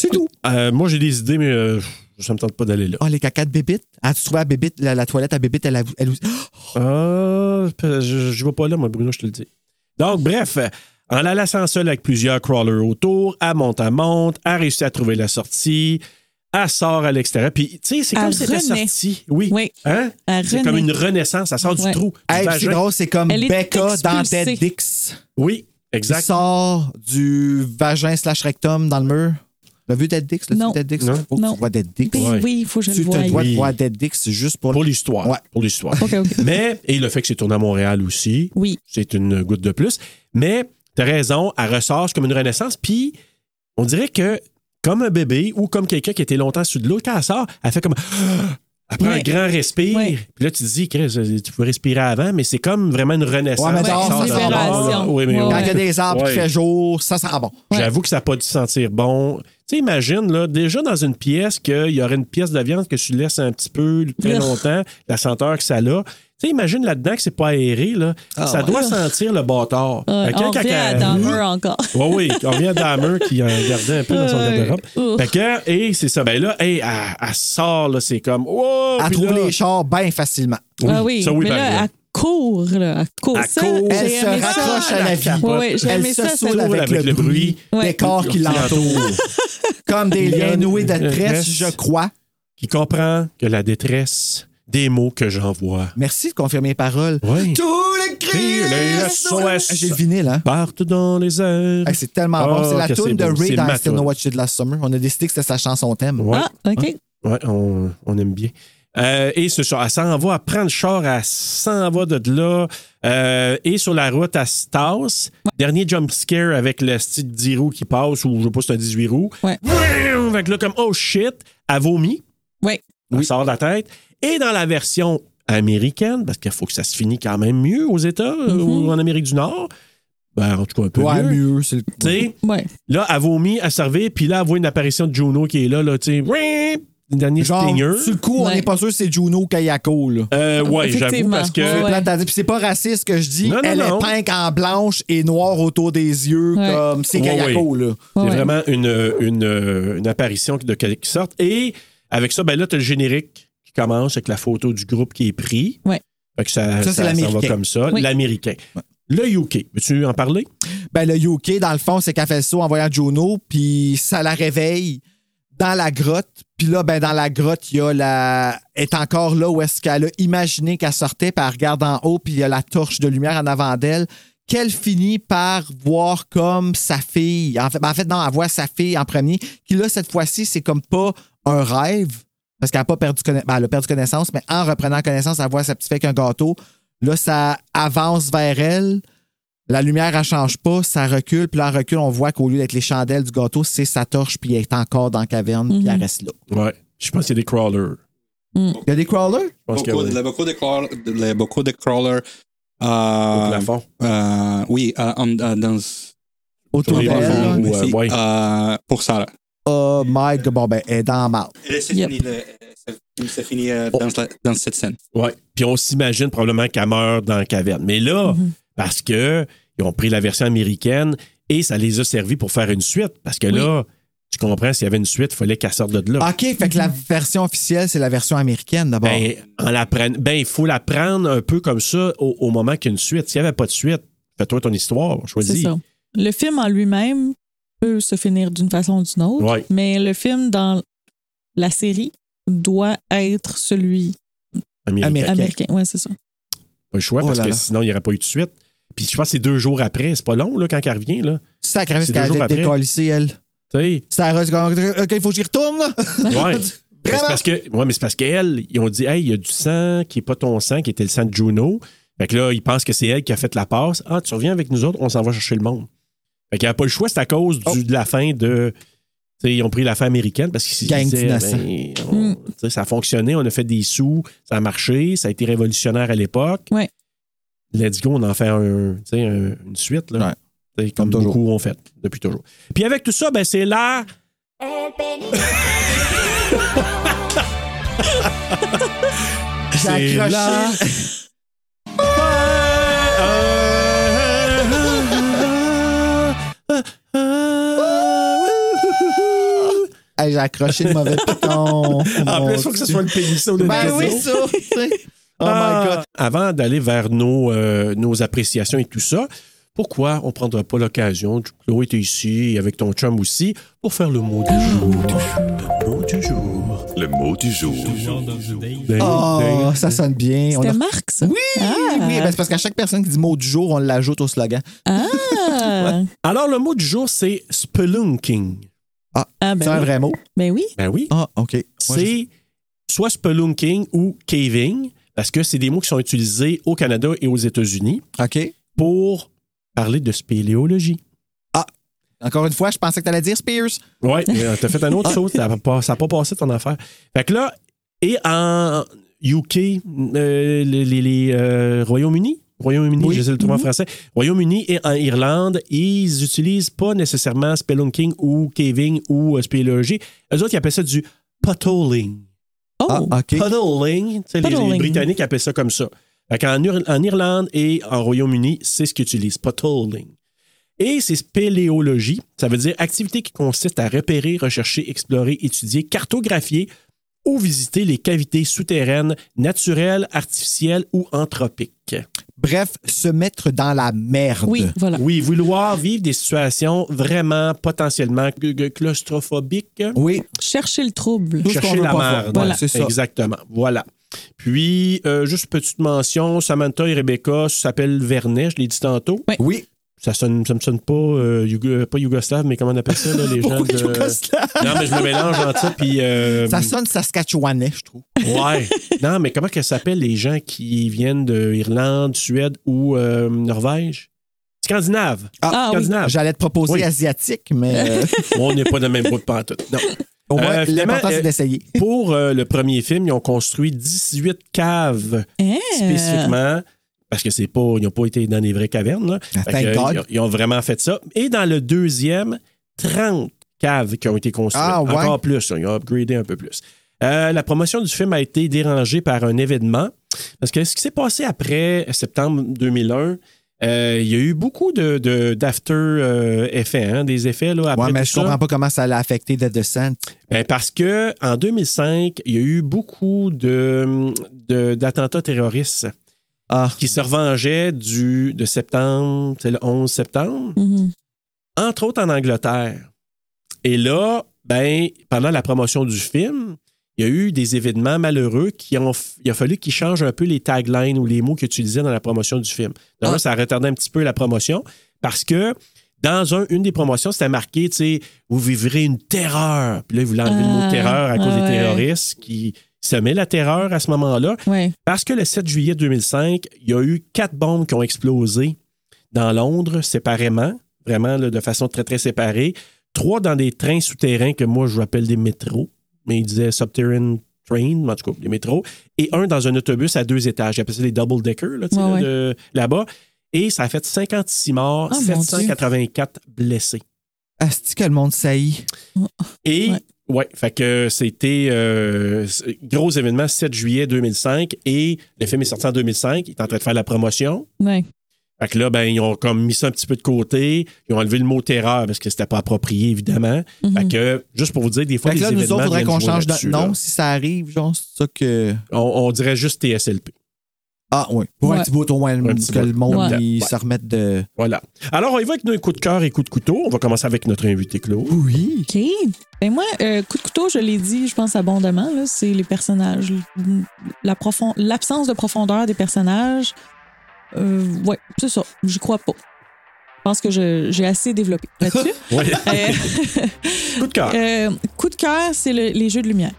[SPEAKER 4] C'est tout.
[SPEAKER 1] Euh, moi, j'ai des idées, mais euh, ça me tente pas d'aller là.
[SPEAKER 4] Ah, les cacas de Bébite. As-tu trouvé à Bébite, la, la toilette à Bébite, elle, a- elle
[SPEAKER 7] (gasps)
[SPEAKER 4] aussi.
[SPEAKER 1] Ah, je, je vais pas là, moi, Bruno, je te le dis. Donc, bref, euh, en la laissant seule avec plusieurs crawlers autour, elle monte, elle monte, elle réussit à trouver la sortie, elle sort à l'extérieur. Puis, tu sais, c'est comme
[SPEAKER 7] Elle
[SPEAKER 1] si c'était
[SPEAKER 7] renaît.
[SPEAKER 1] sortie. Oui.
[SPEAKER 7] Oui. Euh,
[SPEAKER 1] Hein?
[SPEAKER 7] Elle
[SPEAKER 1] C'est
[SPEAKER 7] renaît.
[SPEAKER 1] comme une renaissance, elle sort du
[SPEAKER 7] Ouais.
[SPEAKER 1] trou. du
[SPEAKER 4] Hey, c'est
[SPEAKER 1] vagin.
[SPEAKER 4] drôle, c'est comme
[SPEAKER 7] Elle est
[SPEAKER 4] Becca dans
[SPEAKER 7] expulsée.
[SPEAKER 4] Dead Dix.
[SPEAKER 1] Oui,
[SPEAKER 4] qui
[SPEAKER 1] exact.
[SPEAKER 4] sort du vagin slash rectum dans le mur. L'as vu Dead Dix? L'as-tu
[SPEAKER 7] Non.
[SPEAKER 4] vu Dead Dix?
[SPEAKER 1] Non.
[SPEAKER 4] Faut que
[SPEAKER 7] Non.
[SPEAKER 4] tu vois Dead Dix.
[SPEAKER 7] Ben
[SPEAKER 1] Ouais.
[SPEAKER 7] Oui, il faut que je
[SPEAKER 4] Tu
[SPEAKER 7] le voie.
[SPEAKER 4] te dois de
[SPEAKER 1] Oui.
[SPEAKER 4] voir Dead Dix juste pour...
[SPEAKER 1] Pour l'histoire.
[SPEAKER 4] Ouais.
[SPEAKER 1] Pour l'histoire.
[SPEAKER 7] OK, OK.
[SPEAKER 1] Mais, et le fait que c'est tourné à Montréal aussi,
[SPEAKER 7] Oui.
[SPEAKER 1] c'est une goutte de plus. Mais t'as raison, elle ressort comme une renaissance. Puis on dirait que comme un bébé ou comme quelqu'un qui était longtemps sous de l'eau, quand elle sort, elle fait comme. (gasps) Elle prend
[SPEAKER 7] Ouais.
[SPEAKER 1] un grand respire.
[SPEAKER 7] Ouais.
[SPEAKER 1] Puis là, tu te dis, Chris, euh, tu peux respirer avant, mais c'est comme vraiment une renaissance.
[SPEAKER 4] Ouais, mais
[SPEAKER 1] Elle
[SPEAKER 4] dehors,
[SPEAKER 1] sort
[SPEAKER 4] ça
[SPEAKER 1] de
[SPEAKER 4] sent
[SPEAKER 1] bord,
[SPEAKER 4] bon,
[SPEAKER 1] là.
[SPEAKER 7] là.
[SPEAKER 1] Oui, mais
[SPEAKER 7] Ouais,
[SPEAKER 1] oui.
[SPEAKER 4] Quand il y a des arbres
[SPEAKER 1] Ouais.
[SPEAKER 4] qui fait jour, ça sent bon.
[SPEAKER 7] Ouais.
[SPEAKER 1] J'avoue que ça n'a pas dû sentir bon. Tu sais, imagine, là, déjà dans une pièce, qu'il y aurait une pièce de viande que tu laisses un petit peu très
[SPEAKER 7] Urgh.
[SPEAKER 1] longtemps, la senteur que ça a. Tu sais, imagine là-dedans que c'est pas aéré, là. ça doit sentir le bâtard.
[SPEAKER 7] Ah Ouais,
[SPEAKER 1] Fait que
[SPEAKER 7] on
[SPEAKER 1] quand-
[SPEAKER 7] revient à
[SPEAKER 1] quand-
[SPEAKER 7] Dahmer encore.
[SPEAKER 1] (laughs) Oui, oui, on vient d'Hammer qui en gardait un peu dans son
[SPEAKER 7] Ouais.
[SPEAKER 1] garde-robe.
[SPEAKER 7] Ouf.
[SPEAKER 1] Fait que, et c'est ça. Ben là, hey, elle, elle sort, là, c'est comme. Wow,
[SPEAKER 4] Elle
[SPEAKER 1] puis
[SPEAKER 4] trouve
[SPEAKER 1] là-
[SPEAKER 4] les chars bien facilement.
[SPEAKER 7] ah oui,
[SPEAKER 1] ça, oui,
[SPEAKER 7] mais
[SPEAKER 1] par
[SPEAKER 7] là, à
[SPEAKER 1] exemple.
[SPEAKER 7] court, là, à court.
[SPEAKER 1] Elle court.
[SPEAKER 4] Elle se raccroche à la vie.
[SPEAKER 7] Ouais, ouais, j'ai
[SPEAKER 4] Elle
[SPEAKER 7] aimé
[SPEAKER 4] se
[SPEAKER 7] ça,
[SPEAKER 4] saoule
[SPEAKER 7] ça.
[SPEAKER 4] avec,
[SPEAKER 1] Avec
[SPEAKER 4] le
[SPEAKER 1] le
[SPEAKER 4] bruit
[SPEAKER 7] bruit.
[SPEAKER 4] des
[SPEAKER 7] Ouais.
[SPEAKER 4] corps qui l'entourent. Comme des liens noués de
[SPEAKER 1] De
[SPEAKER 4] tresses,
[SPEAKER 1] tresses.
[SPEAKER 4] je crois.
[SPEAKER 1] qui comprend que la détresse des mots que j'envoie
[SPEAKER 4] Merci de confirmer les paroles.
[SPEAKER 1] Oui.
[SPEAKER 4] Tous les cris,
[SPEAKER 1] Les SOS.
[SPEAKER 4] J'ai le vinyle, hein?
[SPEAKER 1] partent dans les airs.
[SPEAKER 4] Hey, c'est tellement
[SPEAKER 1] Ah,
[SPEAKER 4] bon. C'est la
[SPEAKER 1] que
[SPEAKER 4] tune
[SPEAKER 1] c'est
[SPEAKER 4] de
[SPEAKER 1] beau.
[SPEAKER 4] Ray
[SPEAKER 1] C'est
[SPEAKER 4] dans
[SPEAKER 1] ma
[SPEAKER 4] I Still Know
[SPEAKER 1] toune.
[SPEAKER 4] What You Did Last Summer. On a décidé que c'était sa chanson thème.
[SPEAKER 1] Ouais.
[SPEAKER 7] Ah, OK.
[SPEAKER 1] Ouais, on, on aime bien. Euh, et ce soir, elle s'en va, elle prend le char, elle s'en va de là. Euh, et sur la route, elle se tasse. Dernier jump scare avec le style 10 roues qui passe, ou je sais pas si c'est un 18 roues.
[SPEAKER 7] Ouais.
[SPEAKER 1] Vroom! Fait que là, comme, oh shit, elle vomit.
[SPEAKER 7] Ouais.
[SPEAKER 1] Elle sort de la tête. Et dans la version américaine, parce qu'il faut que ça se finisse quand même mieux aux États
[SPEAKER 7] Mm-hmm.
[SPEAKER 1] euh, ou en Amérique du Nord, ben, en tout cas un peu
[SPEAKER 4] Ouais,
[SPEAKER 1] mieux.
[SPEAKER 4] mieux. c'est le-
[SPEAKER 1] Tu sais,
[SPEAKER 7] Ouais.
[SPEAKER 1] Là, elle vomit, elle servir, puis là, elle voit une apparition de Juno qui est là, là, tu sais, oui, le dernier
[SPEAKER 4] Genre,
[SPEAKER 1] stinger.
[SPEAKER 4] sur le coup, on
[SPEAKER 7] Ouais.
[SPEAKER 4] n'est pas sûr que c'est Juno ou Kayako, là.
[SPEAKER 1] Euh, ouais, j'avoue,
[SPEAKER 7] Effectivement.
[SPEAKER 1] parce que.
[SPEAKER 7] Ouais,
[SPEAKER 4] C'est
[SPEAKER 7] ouais.
[SPEAKER 4] plate à dire. Puis c'est pas raciste que je dis.
[SPEAKER 1] Non, non,
[SPEAKER 4] Elle
[SPEAKER 1] non.
[SPEAKER 4] est peinte en blanche et noire autour des yeux,
[SPEAKER 7] Ouais.
[SPEAKER 4] comme c'est
[SPEAKER 1] Ouais,
[SPEAKER 4] Kayako, là.
[SPEAKER 1] C'est
[SPEAKER 7] Ouais.
[SPEAKER 1] vraiment une, une, euh, une apparition de quelque sorte. Et avec ça, ben là, t'as le générique qui commence avec la photo du groupe qui est pris.
[SPEAKER 7] Ouais.
[SPEAKER 1] Fait que ça,
[SPEAKER 4] Ça, c'est
[SPEAKER 1] ça, ça va
[SPEAKER 4] l'américain.
[SPEAKER 1] comme ça.
[SPEAKER 7] Oui.
[SPEAKER 1] L'américain. Le UK. Veux-tu en parler?
[SPEAKER 4] Ben, le UK, dans le fond, c'est qu'elle fait ça en voyant Juno, puis ça la réveille dans la grotte. Puis là, ben, dans la grotte, il y a la. Elle est encore là où est-ce qu'elle a imaginé qu'elle sortait, puis elle regarde en haut, puis il y a la torche de lumière en avant d'elle, qu'elle finit par voir comme sa fille. En fait, ben, en fait, non, elle voit sa fille en premier, qui là, cette fois-ci, c'est comme pas un rêve, parce qu'elle a pas perdu conna- ben, elle a perdu connaissance, mais en reprenant connaissance, elle voit sa petite fille avec un gâteau. Là, ça avance vers elle. La lumière, elle change pas, ça recule, puis là, elle recule, on voit qu'au lieu d'être les chandelles du gâteau, c'est sa torche, puis elle est encore dans la caverne, puis elle reste là.
[SPEAKER 1] Ouais. Je pense qu'il y a des crawlers.
[SPEAKER 4] Il y a des crawlers?
[SPEAKER 1] Je pense que
[SPEAKER 8] Beaucoup,
[SPEAKER 1] oui.
[SPEAKER 8] les beaucoup de crawlers. les beaucoup de crawlers,
[SPEAKER 1] Au
[SPEAKER 8] euh,
[SPEAKER 1] plafond.
[SPEAKER 8] euh, oui, euh, en- euh, dans
[SPEAKER 4] Autour
[SPEAKER 1] Sur les
[SPEAKER 4] d'elle.
[SPEAKER 1] plafonds,
[SPEAKER 4] là.
[SPEAKER 1] ouais.
[SPEAKER 8] Merci. Euh, pour ça. là.
[SPEAKER 4] Oh my god, bon, ben, elle est dans la marde.
[SPEAKER 8] Et C'est
[SPEAKER 7] Yep.
[SPEAKER 8] fini, le- c'est- c'est fini euh,
[SPEAKER 1] Oh.
[SPEAKER 8] dans, la- dans cette scène.
[SPEAKER 1] Ouais. Puis on s'imagine probablement qu'elle meurt dans la caverne. Mais là,
[SPEAKER 4] Mhm.
[SPEAKER 1] parce que ils ont pris la version américaine et ça les a servi pour faire une suite. Parce que là, tu comprends, s'il y avait une suite, il fallait qu'elle sorte de là.
[SPEAKER 4] OK, fait que la version officielle, c'est la version américaine d'abord.
[SPEAKER 1] Ben, en la prenne- ben, il faut la prendre un peu comme ça au, au moment qu'il y a une suite. S'il n'y avait pas de suite, fais-toi ton histoire,
[SPEAKER 7] C'est
[SPEAKER 1] choisis.
[SPEAKER 7] ça. Le film en lui-même peut se finir d'une façon ou d'une autre,
[SPEAKER 1] Ouais.
[SPEAKER 7] mais le film dans la série doit être celui
[SPEAKER 1] Américain.
[SPEAKER 4] Américain.
[SPEAKER 7] américain. Ouais, c'est ça.
[SPEAKER 1] Pas le choix,
[SPEAKER 4] Oh
[SPEAKER 1] parce
[SPEAKER 4] là
[SPEAKER 1] que
[SPEAKER 4] là.
[SPEAKER 1] sinon, il n'y aurait pas eu de suite. Puis je pense que c'est deux jours après, c'est pas long là, quand elle revient. Là.
[SPEAKER 4] Sacré,
[SPEAKER 1] c'est deux
[SPEAKER 4] parce qu'elle
[SPEAKER 1] jours
[SPEAKER 4] a
[SPEAKER 1] après.
[SPEAKER 4] décollissé, elle.
[SPEAKER 1] Tu sais,
[SPEAKER 4] Sarah, c'est comme, OK, il faut que j'y retourne, là.
[SPEAKER 1] Ouais. Mais c'est parce que, ouais, mais c'est parce qu'elle, ils ont dit, hey, il y a du sang qui n'est pas ton sang, qui était le sang de Juno. Fait que là, ils pensent que c'est elle qui a fait la passe. Ah, tu reviens avec nous autres, on s'en va chercher le monde. Fait qu'il n'y a pas le choix, c'est à cause du- de la fin de. tu sais, ils ont pris la fin américaine parce qu'ils
[SPEAKER 4] Gang
[SPEAKER 1] disaient,
[SPEAKER 4] d'innocents.
[SPEAKER 1] ben, on- tu sais, ça a fonctionné, on a fait des sous, ça a marché, ça a été révolutionnaire à l'époque.
[SPEAKER 7] Ouais.
[SPEAKER 1] Let's go, on en fait un, tu sais, un- une suite, là.
[SPEAKER 4] Ouais.
[SPEAKER 1] Tu sais, Comme,
[SPEAKER 4] Comme toujours.
[SPEAKER 1] beaucoup ont fait depuis toujours. Puis avec tout ça, ben, c'est là.
[SPEAKER 4] J'ai accroché.
[SPEAKER 1] là.
[SPEAKER 4] Hey, J'ai accroché le mauvais piton.
[SPEAKER 1] (laughs) En
[SPEAKER 4] Mon
[SPEAKER 1] plus, Ah, faut que ce
[SPEAKER 4] Dieu.
[SPEAKER 1] soit le pénisson de
[SPEAKER 4] Ben
[SPEAKER 1] Dino.
[SPEAKER 4] oui, ça, tu sais. Oh
[SPEAKER 1] Ah,
[SPEAKER 4] my God.
[SPEAKER 1] Avant d'aller vers nos, euh, nos appréciations et tout ça, pourquoi on ne prendra pas l'occasion, Chloé était ici et avec ton chum aussi, pour faire le mot du jour?
[SPEAKER 11] Le mot du jour.
[SPEAKER 1] Ben,
[SPEAKER 4] Oh,
[SPEAKER 1] ben,
[SPEAKER 4] ça sonne bien. On a-
[SPEAKER 7] C'était Marc, ça?
[SPEAKER 4] Oui,
[SPEAKER 7] Ah.
[SPEAKER 4] oui, ben, c'est parce qu'à chaque personne qui dit mot du jour, on l'ajoute au slogan.
[SPEAKER 7] Ah,
[SPEAKER 1] Alors, le mot du jour, c'est spelunking.
[SPEAKER 7] Ah,
[SPEAKER 4] c'est un
[SPEAKER 7] ben, oui.
[SPEAKER 4] vrai mot.
[SPEAKER 7] ben oui.
[SPEAKER 1] Ben oui.
[SPEAKER 4] Ah, OK. Moi, je-
[SPEAKER 1] c'est soit spelunking ou caving, parce que c'est des mots qui sont utilisés au Canada et aux États-Unis
[SPEAKER 4] OK.
[SPEAKER 1] pour parler de spéléologie.
[SPEAKER 4] Encore une fois, je pensais que t'allais dire Spears.
[SPEAKER 1] Oui, euh, t'as fait un autre chose, ça n'a pas, ça a pas passé ton affaire. Fait que là, et en UK, euh, les, les- les, euh, Royaume-Uni, Royaume-Uni,
[SPEAKER 4] Oui.
[SPEAKER 1] je sais le trouver en français, Royaume-Uni et en Irlande, ils utilisent pas nécessairement spelunking ou caving ou euh, spéléologie. Eux autres, ils appellent ça du potholing.
[SPEAKER 7] Oh,
[SPEAKER 4] Ah, OK.
[SPEAKER 1] Puddling. tu sais, les- Les,
[SPEAKER 7] Puddling.
[SPEAKER 1] Britanniques appellent ça comme ça. Fait qu'en Ur- en Irlande et en Royaume-Uni, c'est ce qu'ils utilisent, puddling. Et c'est spéléologie, ça veut dire activité qui consiste à repérer, rechercher, explorer, étudier, cartographier ou visiter les cavités souterraines, naturelles, artificielles ou anthropiques.
[SPEAKER 4] Bref, se mettre dans la merde.
[SPEAKER 7] Oui, voilà.
[SPEAKER 1] Oui, vouloir vivre des situations vraiment potentiellement cla- cla- claustrophobiques.
[SPEAKER 4] Oui,
[SPEAKER 7] Chercher le trouble.
[SPEAKER 4] Tout ce qu'on
[SPEAKER 1] chercher
[SPEAKER 4] veut
[SPEAKER 1] la
[SPEAKER 4] pas faire.
[SPEAKER 1] merde.
[SPEAKER 4] Voilà, c'est ça.
[SPEAKER 1] Exactement. Voilà. Puis, euh, juste petite mention, Samantha et Rebecca s'appellent Vernet, je l'ai dit tantôt.
[SPEAKER 7] Oui.
[SPEAKER 4] oui.
[SPEAKER 1] Ça sonne, ça me sonne pas, euh, Yougo- pas yougoslave, mais comment on appelle ça, là,
[SPEAKER 4] (laughs)
[SPEAKER 1] les gens
[SPEAKER 4] Pourquoi
[SPEAKER 1] de...
[SPEAKER 4] Yougoslave?
[SPEAKER 1] Non, mais je me mélange entre ça, puis... euh,
[SPEAKER 4] Ça sonne saskatchewanais, je trouve.
[SPEAKER 1] Ouais. Non, mais comment qu'elle s'appelle les gens qui viennent d'Irlande, Suède ou euh, Norvège? Scandinave.
[SPEAKER 7] Ah, oui.
[SPEAKER 1] Scandinave.
[SPEAKER 4] J'allais te proposer
[SPEAKER 1] Oui.
[SPEAKER 4] asiatique, mais euh,
[SPEAKER 1] On n'est pas dans le même groupe pantoute. Non.
[SPEAKER 4] au moins,
[SPEAKER 1] Euh, finalement,
[SPEAKER 4] l'important,
[SPEAKER 1] euh,
[SPEAKER 4] c'est d'essayer.
[SPEAKER 1] Pour euh, le premier film, ils ont construit 18 caves
[SPEAKER 7] Hein?
[SPEAKER 1] spécifiquement. Parce que c'est pas, ils n'ont pas été dans les vraies cavernes. là.
[SPEAKER 4] Euh. Ah,
[SPEAKER 1] Fait
[SPEAKER 4] thank
[SPEAKER 1] que,
[SPEAKER 4] God.
[SPEAKER 1] ils ont- Ils ont vraiment fait ça. Et dans le deuxième, 30 caves qui ont été construites.
[SPEAKER 4] Ah, ouais.
[SPEAKER 1] Encore plus. Ils ont upgradé un peu plus. Euh, la promotion du film a été dérangée par un événement. Parce que ce qui s'est passé après septembre 2001, euh, il y a eu beaucoup de, de- d'after euh, effets, hein, des effets là, après
[SPEAKER 4] Ouais, mais
[SPEAKER 1] tout
[SPEAKER 4] je
[SPEAKER 1] ça.
[SPEAKER 4] comprends pas comment ça l'a affecté The Descent.
[SPEAKER 1] Ben, parce que en 2005, il y a eu beaucoup de, de- d'attentats terroristes
[SPEAKER 4] Ah,
[SPEAKER 1] qui se revengeaient du, de septembre, c'est le 11 septembre,
[SPEAKER 7] Mhm.
[SPEAKER 1] entre autres en Angleterre. Et là, ben, pendant la promotion du film, il y a eu des événements malheureux qui ont. f- Il a fallu qu'ils changent un peu les taglines ou les mots qu'ils utilisaient dans la promotion du film. Donc,
[SPEAKER 7] Ah.
[SPEAKER 1] ça a retardé un petit peu la promotion parce que dans un- une des promotions, c'était marqué, tu sais, vous vivrez une terreur. Puis là, ils voulaient enlever le mot
[SPEAKER 7] Ah,
[SPEAKER 1] terreur à cause
[SPEAKER 7] ah
[SPEAKER 1] des
[SPEAKER 7] ouais.
[SPEAKER 1] terroristes qui semaient la terreur à ce moment-là.
[SPEAKER 7] Ouais.
[SPEAKER 1] Parce que le 7 juillet 2005, il y a eu quatre bombes qui ont explosé dans Londres séparément, vraiment là, de façon très, très séparée. Trois dans des trains souterrains que moi, je rappelle des métros, mais ils disaient subterranean train, mais en tout cas, des métros, et un dans un autobus à deux étages. Ils appellent ça les double-deckers là, tu sais,
[SPEAKER 7] Ouais,
[SPEAKER 1] là,
[SPEAKER 7] ouais.
[SPEAKER 1] de- là-bas. Et ça a fait 56 morts,
[SPEAKER 7] Ah, mon Dieu.
[SPEAKER 1] 784 blessés.
[SPEAKER 4] asti que le monde saillit.
[SPEAKER 1] Et
[SPEAKER 7] Ouais.
[SPEAKER 1] ouais, fait que c'était euh, c'est- gros événement 7 juillet 2005 et le film est sorti en 2005, il est en train de faire la promotion.
[SPEAKER 7] Ouais.
[SPEAKER 1] Fait que là, ben, ils ont comme mis ça un petit peu de côté. Ils ont enlevé le mot terreur parce que c'était pas approprié, évidemment.
[SPEAKER 7] Mhm.
[SPEAKER 1] Fait que, juste pour vous dire, des fois,
[SPEAKER 4] Fait que
[SPEAKER 1] les
[SPEAKER 4] là, nous
[SPEAKER 1] événements
[SPEAKER 4] autres, faudrait
[SPEAKER 1] viennent
[SPEAKER 4] qu'on
[SPEAKER 1] jouer
[SPEAKER 4] change de
[SPEAKER 1] là-dessus,
[SPEAKER 4] nom
[SPEAKER 1] là.
[SPEAKER 4] si ça arrive, genre, c'est ça que.
[SPEAKER 1] On, on dirait juste TSLP.
[SPEAKER 4] Ah, oui. Pour
[SPEAKER 7] Ouais.
[SPEAKER 4] un petit bout, au moins,
[SPEAKER 1] Un petit
[SPEAKER 4] que
[SPEAKER 1] bout.
[SPEAKER 4] le monde,
[SPEAKER 1] Ouais.
[SPEAKER 4] il
[SPEAKER 1] Ouais.
[SPEAKER 4] se remette de.
[SPEAKER 1] Voilà. Alors, on y va avec nos coups de cœur et coups de couteau. On va commencer avec notre invité Claude.
[SPEAKER 4] Oui.
[SPEAKER 7] OK. Ben moi, euh, coup de couteau, je l'ai dit, je pense abondamment, là, c'est les personnages. La profon- L'absence de profondeur des personnages. Euh, ouais, c'est ça. J'y crois pas. Je pense que je- j'ai assez développé
[SPEAKER 1] (laughs)
[SPEAKER 7] là-dessus.
[SPEAKER 1] Ouais.
[SPEAKER 7] Euh,
[SPEAKER 1] Coup de cœur.
[SPEAKER 7] euh, coup de cœur, c'est le- les jeux de lumière.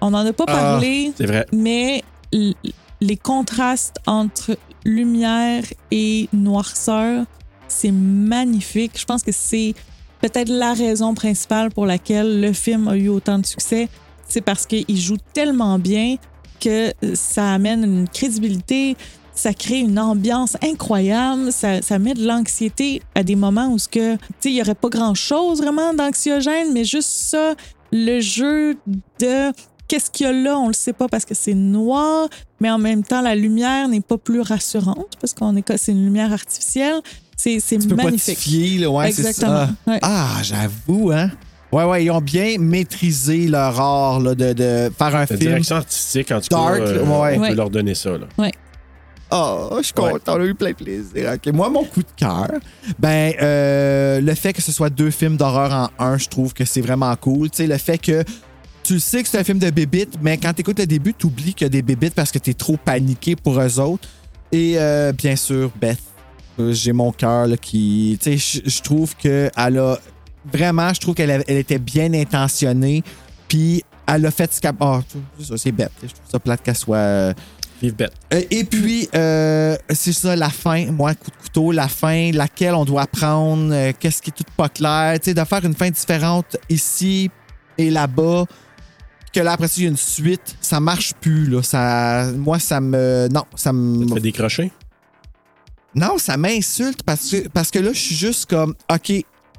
[SPEAKER 7] On n'en a pas
[SPEAKER 1] Ah.
[SPEAKER 7] parlé,
[SPEAKER 1] C'est vrai.
[SPEAKER 7] mais l- les contrastes entre lumière et noirceur, c'est magnifique. Je pense que c'est peut-être la raison principale pour laquelle le film a eu autant de succès. C'est parce qu'il joue tellement bien que ça amène une crédibilité, ça crée une ambiance incroyable, ça, ça met de l'anxiété à des moments où ce que, tu sais, il n'y aurait pas grand-chose vraiment d'anxiogène, mais juste ça, le jeu de qu'est-ce qu'il y a là, on le sait pas parce que c'est noir, mais en même temps, la lumière n'est pas plus rassurante parce qu'on est, c'est une lumière artificielle. C'est, c'est
[SPEAKER 4] Tu peux pas te
[SPEAKER 7] magnifique.
[SPEAKER 4] fier, là, ouais, c'est
[SPEAKER 7] Exactement.
[SPEAKER 4] ça.
[SPEAKER 7] Ouais.
[SPEAKER 4] Ah, j'avoue, hein. Ouais, ouais, ils ont bien maîtrisé leur art là, de, de faire un
[SPEAKER 1] La
[SPEAKER 4] film.
[SPEAKER 1] direction artistique, en tout
[SPEAKER 4] Dark,
[SPEAKER 1] cas, euh,
[SPEAKER 4] ouais.
[SPEAKER 1] on
[SPEAKER 7] Ouais.
[SPEAKER 1] peut leur donner ça. Là.
[SPEAKER 4] Ah, je suis content, on a eu plein de plaisir. OK, moi, mon coup de cœur, ben, euh, le fait que ce soit deux films d'horreur en un, je trouve que c'est vraiment cool. Tu sais, le fait que tu le sais que c'est un film de bébites, mais quand t'écoutes le début, t'oublies qu'il y a des bébites parce que t'es trop paniqué pour eux autres. Et euh, bien sûr, Beth, euh, j'ai mon cœur là, qui... Tu sais, je- je trouve qu'elle a... Vraiment, je trouve qu'elle a- elle était bien intentionnée, puis elle a fait ce qu'elle... Ah, c'est ça, c'est bête. Je trouve ça plate qu'elle soit... euh,
[SPEAKER 1] Vive bête.
[SPEAKER 4] euh, Et puis, euh, c'est ça, la fin, moi, coup de couteau, la fin, laquelle on doit prendre, euh, qu'est-ce qui est tout pas clair, tu sais, de faire une fin différente ici et là-bas, que là, après ça, il y a une suite, ça marche plus, là, ça, moi, ça me, non, ça me,
[SPEAKER 1] Ça te fait décrocher?
[SPEAKER 4] non, ça m'insulte parce que, parce que là, je suis juste comme, OK,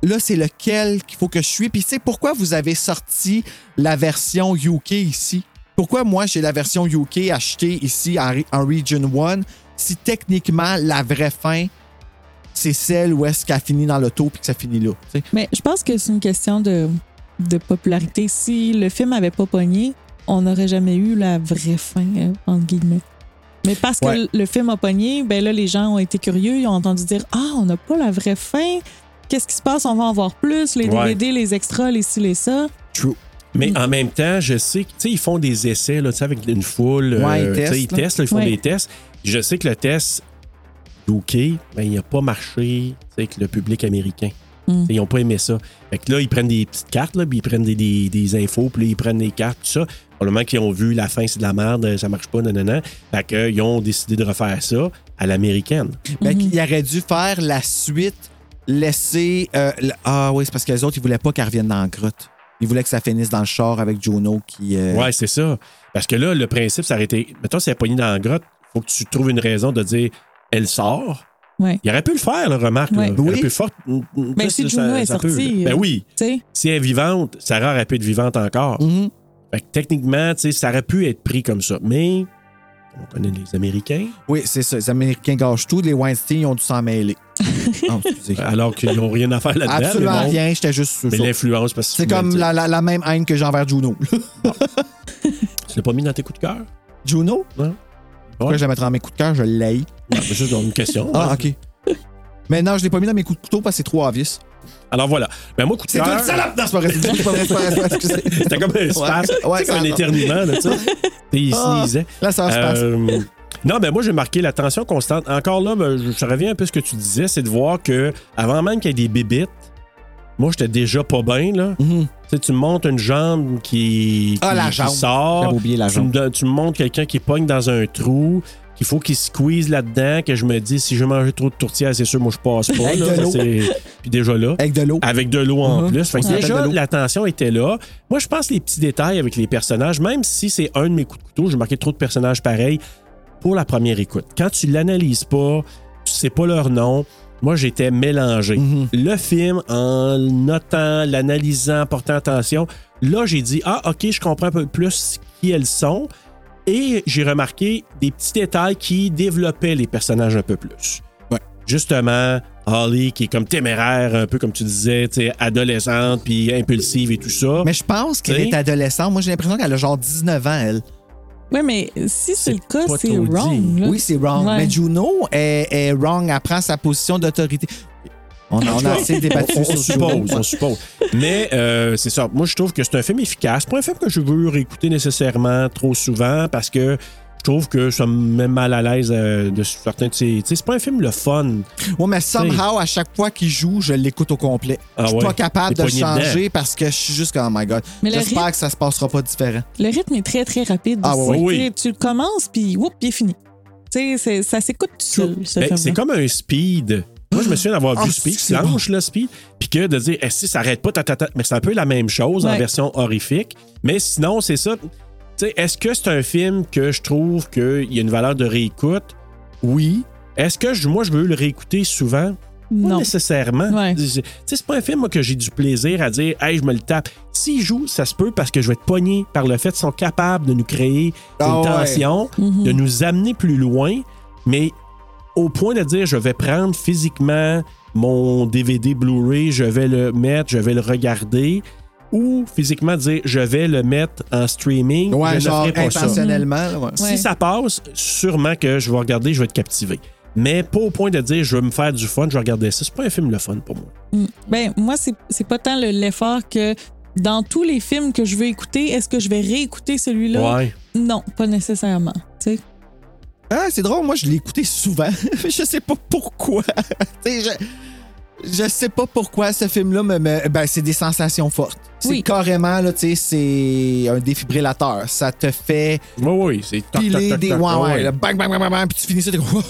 [SPEAKER 4] là, c'est lequel qu'il faut que je suis. Puis, tu sais, pourquoi vous avez sorti la version UK ici? Pourquoi moi, j'ai la version UK achetée ici en, re- en Region 1 si techniquement, la vraie fin, c'est celle où est-ce qu'elle finit dans l'auto puis que ça finit là? tu sais?
[SPEAKER 7] Mais je pense que c'est une question de, de popularité. Si le film avait pas pogné, on n'aurait jamais eu la vraie fin, euh, entre guillemets. Mais parce que
[SPEAKER 4] Ouais.
[SPEAKER 7] le- le film a pogné, ben là, les gens ont été curieux, ils ont entendu dire Ah, on n'a pas la vraie fin. Qu'est-ce qui se passe? On va en voir plus. Les
[SPEAKER 1] Ouais.
[SPEAKER 7] DVD, les extras, les ci, les ça.
[SPEAKER 4] True. Mm.
[SPEAKER 1] Mais en même temps, je sais que, tu sais, ils font des essais, là, tu sais, avec une foule. euh,
[SPEAKER 4] Ouais, ils
[SPEAKER 1] tu sais,
[SPEAKER 4] testent,
[SPEAKER 1] ils
[SPEAKER 4] là.
[SPEAKER 1] testent, là, ils font
[SPEAKER 7] Ouais.
[SPEAKER 1] des tests. Je sais que le test UK, ben, il n'a pas marché, tu sais, avec le public américain.
[SPEAKER 7] Mm.
[SPEAKER 1] Tu sais, Ils n'ont pas aimé ça. Fait que là, ils prennent des petites cartes, là, puis ils prennent des, des- des infos, puis là, ils prennent des cartes, tout ça. Probablement qu'ils ont vu la fin, c'est de la merde, ça marche pas, nanana. Fait que, euh, ils ont décidé de refaire ça à l'américaine.
[SPEAKER 4] Ben, qu'il aurait dû faire la suite, laisser. euh, la- Ah oui, c'est parce que les autres, ils voulaient pas qu'elle revienne dans la grotte. Ils voulaient que ça finisse dans le char avec Juno qui. euh,
[SPEAKER 1] Ouais, c'est ça. Parce que là, le principe, ça aurait été. Mettons, si elle est pognée dans la grotte, faut que tu trouves une raison de dire elle sort.
[SPEAKER 7] Ouais.
[SPEAKER 1] Il aurait pu le faire, la remarque.
[SPEAKER 7] Ouais.
[SPEAKER 1] Là. Il aurait
[SPEAKER 4] Oui.
[SPEAKER 1] pu fort- mm, mm,
[SPEAKER 7] Mais
[SPEAKER 1] plus,
[SPEAKER 7] si
[SPEAKER 1] ça-
[SPEAKER 7] Juno est
[SPEAKER 1] ça peut, là.
[SPEAKER 7] sortie,
[SPEAKER 1] Ben
[SPEAKER 7] euh,
[SPEAKER 1] oui.
[SPEAKER 7] Tu sais?
[SPEAKER 1] Si elle est vivante, Sarah aurait pu être vivante encore.
[SPEAKER 7] Mm-hmm.
[SPEAKER 4] Mhm.
[SPEAKER 1] Fait que techniquement, tu sais, ça aurait pu être pris comme ça. Mais on connaît les Américains.
[SPEAKER 4] Oui, c'est ça. Les Américains gâchent tout. Les Weinstein, ils ont dû s'en mêler. oh, excusez.
[SPEAKER 1] Alors qu'ils n'ont rien à faire là-dedans. mais
[SPEAKER 4] Absolument
[SPEAKER 1] bon.
[SPEAKER 4] rien, j'étais juste sur
[SPEAKER 1] Mais
[SPEAKER 4] ça.
[SPEAKER 1] l'influence, parce que
[SPEAKER 4] C'est
[SPEAKER 1] tu l'as
[SPEAKER 4] comme
[SPEAKER 1] dit.
[SPEAKER 4] la, la- la même haine que j'ai
[SPEAKER 1] (laughs)
[SPEAKER 4] envers Juno.
[SPEAKER 1] Tu l'as pas mis dans tes coups de cœur?
[SPEAKER 4] Juno?
[SPEAKER 1] Ouais.
[SPEAKER 4] Pourquoi je la mettrais dans mes coups de cœur? Je l'ai.
[SPEAKER 1] Non, mais juste dans une question.
[SPEAKER 4] Ah,
[SPEAKER 1] hein.
[SPEAKER 4] OK. (laughs) Mais non, je l'ai pas mis dans mes coups de couteau parce que c'est trop obvious.
[SPEAKER 1] Alors voilà. Ben moi, coup de
[SPEAKER 4] C'est toi
[SPEAKER 1] cœur.
[SPEAKER 4] le salope! Non, c'est pas vrai. C'est pas vrai, c'est pas vrai, c'est pas vrai, excusez.
[SPEAKER 1] (laughs) C'était comme un espace.
[SPEAKER 4] Ouais,
[SPEAKER 1] c'est comme un
[SPEAKER 4] ça-
[SPEAKER 1] éternuement, là, tu
[SPEAKER 4] (laughs)
[SPEAKER 1] sais. Puis il
[SPEAKER 4] Ah.
[SPEAKER 1] sneezait.
[SPEAKER 4] Là, ça se passe.
[SPEAKER 1] Euh, non, mais moi, j'ai marqué la tension constante. Encore là, ben, je, je reviens un peu à ce que tu disais, c'est de voir que avant même qu'il y ait des bébites, moi, j'étais déjà pas bien, là. Tu
[SPEAKER 4] Mhm.
[SPEAKER 1] sais, tu me montes une jambe qui,
[SPEAKER 4] Ah,
[SPEAKER 1] qui-
[SPEAKER 4] la
[SPEAKER 1] qui
[SPEAKER 4] jambe.
[SPEAKER 1] sort.
[SPEAKER 4] J'avais oublié la
[SPEAKER 1] Tu
[SPEAKER 4] jambe.
[SPEAKER 1] me don- Tu me montres quelqu'un qui pogne dans un trou, qu'il faut qu'il squeeze là-dedans, que je me dis, si je mange trop de tourtière, c'est sûr, moi, je passe pas.
[SPEAKER 4] Avec
[SPEAKER 1] là.
[SPEAKER 4] de
[SPEAKER 1] Ça,
[SPEAKER 4] l'eau.
[SPEAKER 1] c'est- Puis déjà là.
[SPEAKER 4] Avec de l'eau.
[SPEAKER 1] Avec de l'eau en
[SPEAKER 4] Mhm.
[SPEAKER 1] plus. Fait que
[SPEAKER 4] Ouais. Avec
[SPEAKER 1] déjà,
[SPEAKER 4] de l'eau.
[SPEAKER 1] la tension était là. Moi, je pense que les petits détails avec les personnages, même si c'est un de mes coups de couteau, j'ai marqué trop de personnages pareils pour la première écoute. Quand tu l'analyses pas, tu sais pas leur nom. Moi, j'étais mélangé.
[SPEAKER 4] Mhm.
[SPEAKER 1] Le film, en le notant, l'analysant, portant attention, là, j'ai dit Ah, OK, je comprends un peu plus qui elles sont. Et j'ai remarqué des petits détails qui développaient les personnages un peu plus.
[SPEAKER 4] Ouais.
[SPEAKER 1] Justement, Holly, qui est comme téméraire, un peu comme tu disais, tu sais, adolescente, puis impulsive et tout ça.
[SPEAKER 4] Mais je pense qu'elle
[SPEAKER 1] T'sais?
[SPEAKER 4] est adolescente. Moi, j'ai l'impression qu'elle a genre 19 ans, elle.
[SPEAKER 7] Ouais, mais si c'est
[SPEAKER 1] C'est
[SPEAKER 7] le cas,
[SPEAKER 1] pas
[SPEAKER 7] c'est
[SPEAKER 1] trop dit.
[SPEAKER 7] wrong. là.
[SPEAKER 4] Oui, c'est wrong.
[SPEAKER 7] Mm. Ouais.
[SPEAKER 4] Mais Juno est, est wrong. Elle prend sa position d'autorité. On,
[SPEAKER 1] (laughs)
[SPEAKER 4] on a assez débattu
[SPEAKER 1] on, on
[SPEAKER 4] sur Juno.
[SPEAKER 1] suppose, on suppose. Mais euh, c'est ça. Moi, je trouve que c'est un film efficace. Pas un film que je veux réécouter nécessairement trop souvent parce que je trouve que ça me met mal à l'aise euh, de certains de ces. Tu sais, c'est pas un film le fun.
[SPEAKER 4] Ouais, mais somehow, à chaque fois qu'il joue, je l'écoute au complet.
[SPEAKER 1] Ah
[SPEAKER 4] je suis
[SPEAKER 1] ouais?
[SPEAKER 4] pas capable
[SPEAKER 1] T'es
[SPEAKER 4] de
[SPEAKER 1] poigné dedans.
[SPEAKER 4] changer parce que je suis juste comme, oh my God.
[SPEAKER 7] Mais le
[SPEAKER 4] J'espère que ça se passera pas différent.
[SPEAKER 7] Le rythme est très, très rapide.
[SPEAKER 4] Ah,
[SPEAKER 7] aussi.
[SPEAKER 1] ouais, oui.
[SPEAKER 7] Tu sais, Tu le commences, puis whoop, puis il est fini. Tu sais, c'est- ça s'écoute tout seul, ce
[SPEAKER 1] Ben, c'est
[SPEAKER 7] film-là.
[SPEAKER 1] comme un speed. Moi, je me souviens d'avoir
[SPEAKER 4] Ah,
[SPEAKER 1] vu
[SPEAKER 4] c'est
[SPEAKER 1] Speed,
[SPEAKER 4] que c'est
[SPEAKER 1] Blanche, là, Speed, puis que de dire, eh, si ça arrête pas, ta, ta, ta. mais c'est un peu la même chose en
[SPEAKER 7] Ouais.
[SPEAKER 1] version horrifique. Mais sinon, c'est ça. Tu sais, est-ce que c'est un film que je trouve qu'il y a une valeur de réécoute? Oui. Est-ce que je- moi, je veux le réécouter souvent? Pas
[SPEAKER 7] Non.
[SPEAKER 1] nécessairement.
[SPEAKER 7] Ouais.
[SPEAKER 1] Tu sais, c'est pas un film moi, que j'ai du plaisir à dire, hey, je me le tape. S'il joue, ça se peut parce que je vais être pogné par le fait qu'ils sont capables de nous créer
[SPEAKER 4] Ah
[SPEAKER 1] une
[SPEAKER 4] ouais.
[SPEAKER 1] tension,
[SPEAKER 7] Mhm.
[SPEAKER 1] de nous amener plus loin, mais au point de dire, je vais prendre physiquement mon DVD Blu-ray, je vais le mettre, je vais le regarder, ou physiquement dire, je vais le mettre en streaming. je
[SPEAKER 4] Ouais,
[SPEAKER 1] ne
[SPEAKER 4] genre
[SPEAKER 1] ferai pas ça.
[SPEAKER 4] intentionnellement. là, ouais.
[SPEAKER 7] Ouais.
[SPEAKER 1] Si ça passe, sûrement que je vais regarder, je vais être captivé. Mais pas au point de dire je veux me faire du fun, je vais regarder ça. C'est pas un film le fun pour moi.
[SPEAKER 7] Mm. Ben, moi, c'est c'est pas tant le- l'effort que dans tous les films que je veux écouter, est-ce que je vais réécouter celui-là?
[SPEAKER 1] Ouais.
[SPEAKER 7] Non, pas nécessairement. Tu sais,
[SPEAKER 4] Ah, c'est drôle, moi je l'ai écouté souvent. (laughs) je sais pas pourquoi. (laughs) Tu sais, je, je sais pas pourquoi ce film-là me. me- ben, c'est des sensations fortes. C'est
[SPEAKER 7] Oui.
[SPEAKER 4] carrément, là, tu sais, c'est un défibrillateur. Ça te fait
[SPEAKER 1] Oui, oui, c'est toc, toc,
[SPEAKER 4] piler
[SPEAKER 1] toc,
[SPEAKER 4] des.
[SPEAKER 1] toc, Ah
[SPEAKER 4] Ouais, ouais,
[SPEAKER 1] ouais.
[SPEAKER 4] là, bang, bang, bang, bang, bang, puis tu finis ça, t'es comme. (laughs)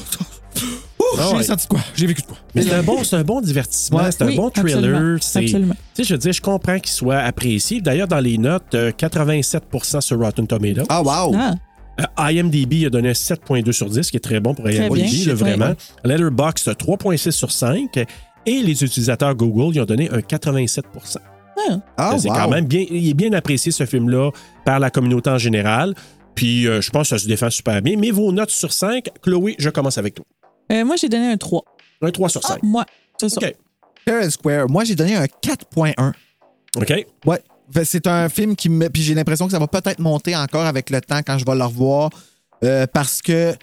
[SPEAKER 4] Ouh,
[SPEAKER 1] Ah
[SPEAKER 4] j'ai
[SPEAKER 1] ouais.
[SPEAKER 4] senti de quoi? J'ai vécu de quoi?
[SPEAKER 1] Mais c'est un bon, c'est un bon divertissement,
[SPEAKER 4] Ouais.
[SPEAKER 1] c'est un
[SPEAKER 7] Oui,
[SPEAKER 1] bon
[SPEAKER 7] absolument,
[SPEAKER 1] thriller. c'est-
[SPEAKER 7] absolument.
[SPEAKER 1] Tu sais, je veux dire, je comprends qu'il soit apprécié. D'ailleurs, dans les notes, euh, 87% sur Rotten Tomatoes.
[SPEAKER 4] Ah, wow!
[SPEAKER 7] Ah,
[SPEAKER 1] Euh, IMDb il a donné un 7.2 sur 10, ce qui est très bon pour IMDb,
[SPEAKER 7] bien,
[SPEAKER 1] là,
[SPEAKER 7] oui.
[SPEAKER 1] vraiment. Letterboxd, 3.6 sur 5. Et les utilisateurs Google, ils ont donné un 87%.
[SPEAKER 7] ah.
[SPEAKER 4] Ah,
[SPEAKER 1] Euh, c'est
[SPEAKER 4] wow.
[SPEAKER 1] quand même bien, il est bien apprécié ce film-là par la communauté en général. Puis euh, je pense que ça se défend super bien. Mais vos notes sur 5, Chloé, je commence avec toi.
[SPEAKER 7] Euh, moi, j'ai donné un 3.
[SPEAKER 1] Un 3 sur
[SPEAKER 7] Ah,
[SPEAKER 1] 5.
[SPEAKER 7] moi, c'est ça.
[SPEAKER 1] OK.
[SPEAKER 4] Fair and Square, moi j'ai donné un 4.1.
[SPEAKER 1] OK.
[SPEAKER 4] Ouais. Fait- C'est un film qui me. Puis j'ai l'impression que ça va peut-être monter encore avec le temps quand je vais le revoir. euh, parce que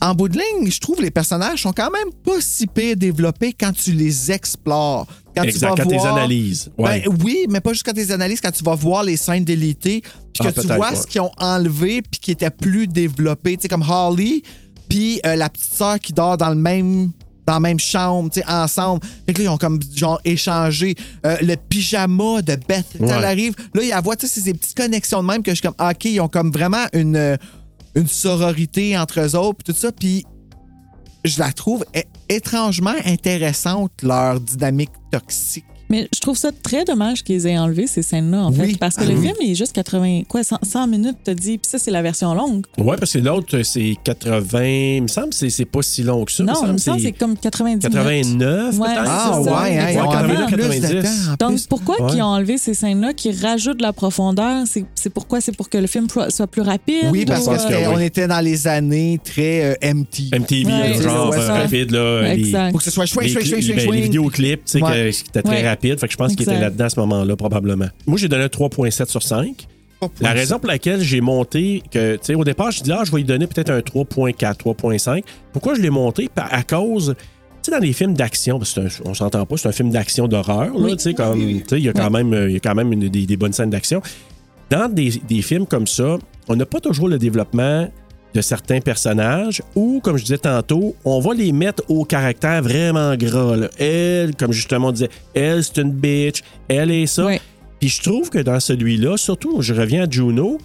[SPEAKER 4] en bout de ligne, je trouve les personnages sont quand même pas si pire développés quand tu les explores. Quand
[SPEAKER 1] Exact,
[SPEAKER 4] tu vas
[SPEAKER 1] quand tu les
[SPEAKER 4] voir-
[SPEAKER 1] analyses. Ouais.
[SPEAKER 4] Ben oui, mais pas juste quand tu les analyses, quand tu vas voir les scènes délitées, puis
[SPEAKER 1] Ah,
[SPEAKER 4] que tu
[SPEAKER 1] peut-être,
[SPEAKER 4] vois
[SPEAKER 1] ouais.
[SPEAKER 4] ce qu'ils ont enlevé, puis qui était plus développé. Tu sais, comme Harley, puis euh, la petite sœur qui dort dans le même dans la même chambre, tu sais, ensemble. Fait que là, ils ont comme, genre, échangé euh, le pyjama de Beth. Tu sais,
[SPEAKER 1] Ouais.
[SPEAKER 4] Elle arrive, là, il y a voit, tu sais, c'est des petites connexions de même que je suis comme, ah, OK, ils ont comme vraiment une, euh, une sororité entre eux autres, puis tout ça. Puis je la trouve é- étrangement intéressante, leur dynamique toxique.
[SPEAKER 7] Mais je trouve ça très dommage qu'ils aient enlevé ces scènes-là, en
[SPEAKER 4] Oui.
[SPEAKER 7] fait.
[SPEAKER 1] Ah
[SPEAKER 7] Parce que le film, il est juste 80, quoi, 100, 100 minutes, t'as dit. Puis ça, c'est la version longue.
[SPEAKER 1] Ouais, parce que l'autre, c'est 80. Il me semble que c'est- c'est pas si long que ça.
[SPEAKER 7] non,
[SPEAKER 1] il
[SPEAKER 7] il
[SPEAKER 1] me semble
[SPEAKER 7] c'est
[SPEAKER 1] que
[SPEAKER 7] comme 90 minutes.
[SPEAKER 1] 89.
[SPEAKER 7] Ouais,
[SPEAKER 1] peut-être,
[SPEAKER 7] Ah,
[SPEAKER 1] c'est ça?
[SPEAKER 7] ouais, hein, ils ont enlevé
[SPEAKER 1] 89,
[SPEAKER 4] plus de
[SPEAKER 1] 90.
[SPEAKER 4] temps. En
[SPEAKER 7] Donc,
[SPEAKER 4] plus-
[SPEAKER 7] pourquoi
[SPEAKER 1] Ouais.
[SPEAKER 7] qu'ils ont enlevé ces scènes-là qui rajoutent de la profondeur? C'est c'est pourquoi? C'est pour que le film pro- soit plus rapide?
[SPEAKER 4] Oui, parce
[SPEAKER 7] ou,
[SPEAKER 4] que
[SPEAKER 1] parce que
[SPEAKER 4] c'était-
[SPEAKER 1] oui.
[SPEAKER 4] on était dans les années très euh, MTV.
[SPEAKER 1] MTV,
[SPEAKER 7] Ouais,
[SPEAKER 1] là,
[SPEAKER 4] c'est
[SPEAKER 1] genre
[SPEAKER 4] ça, ouais,
[SPEAKER 1] euh,
[SPEAKER 4] ça.
[SPEAKER 1] rapide, là. les-
[SPEAKER 7] Exact.
[SPEAKER 4] Pour que ce soit chouin,
[SPEAKER 1] les,
[SPEAKER 4] chouin,
[SPEAKER 1] cli-
[SPEAKER 4] chouin,
[SPEAKER 1] ben,
[SPEAKER 4] chouin,
[SPEAKER 1] les
[SPEAKER 4] chouin.
[SPEAKER 1] vidéoclips, tu sais,
[SPEAKER 4] Ouais.
[SPEAKER 1] que- qui étaient
[SPEAKER 7] Ouais.
[SPEAKER 1] très rapides. Fait que je pense qu'ils étaient
[SPEAKER 7] Exact.
[SPEAKER 1] là-dedans à ce moment-là, probablement. Moi, j'ai donné un 3,7 sur 5. La raison pour laquelle j'ai monté, que, tu sais, au départ, je dis, ah, je vais lui donner peut-être un 3.4, 3.5. Pourquoi je l'ai monté? Pa- À cause, tu sais, dans les films d'action, parce que c'est un- on s'entend pas, c'est un film d'action d'horreur, là,
[SPEAKER 7] Oui.
[SPEAKER 1] tu sais, comme, tu sais, il y a quand même, euh, il y a quand même une- des, des bonnes scènes d'action. Dans des, des films comme ça, on n'a pas toujours le développement de certains personnages ou, comme je disais tantôt, on va les mettre au caractère vraiment gras. là. Elle, comme justement on disait, elle, c'est une bitch, elle est ça.
[SPEAKER 7] Ouais.
[SPEAKER 1] Puis je trouve que dans celui-là, surtout, je reviens à Juno,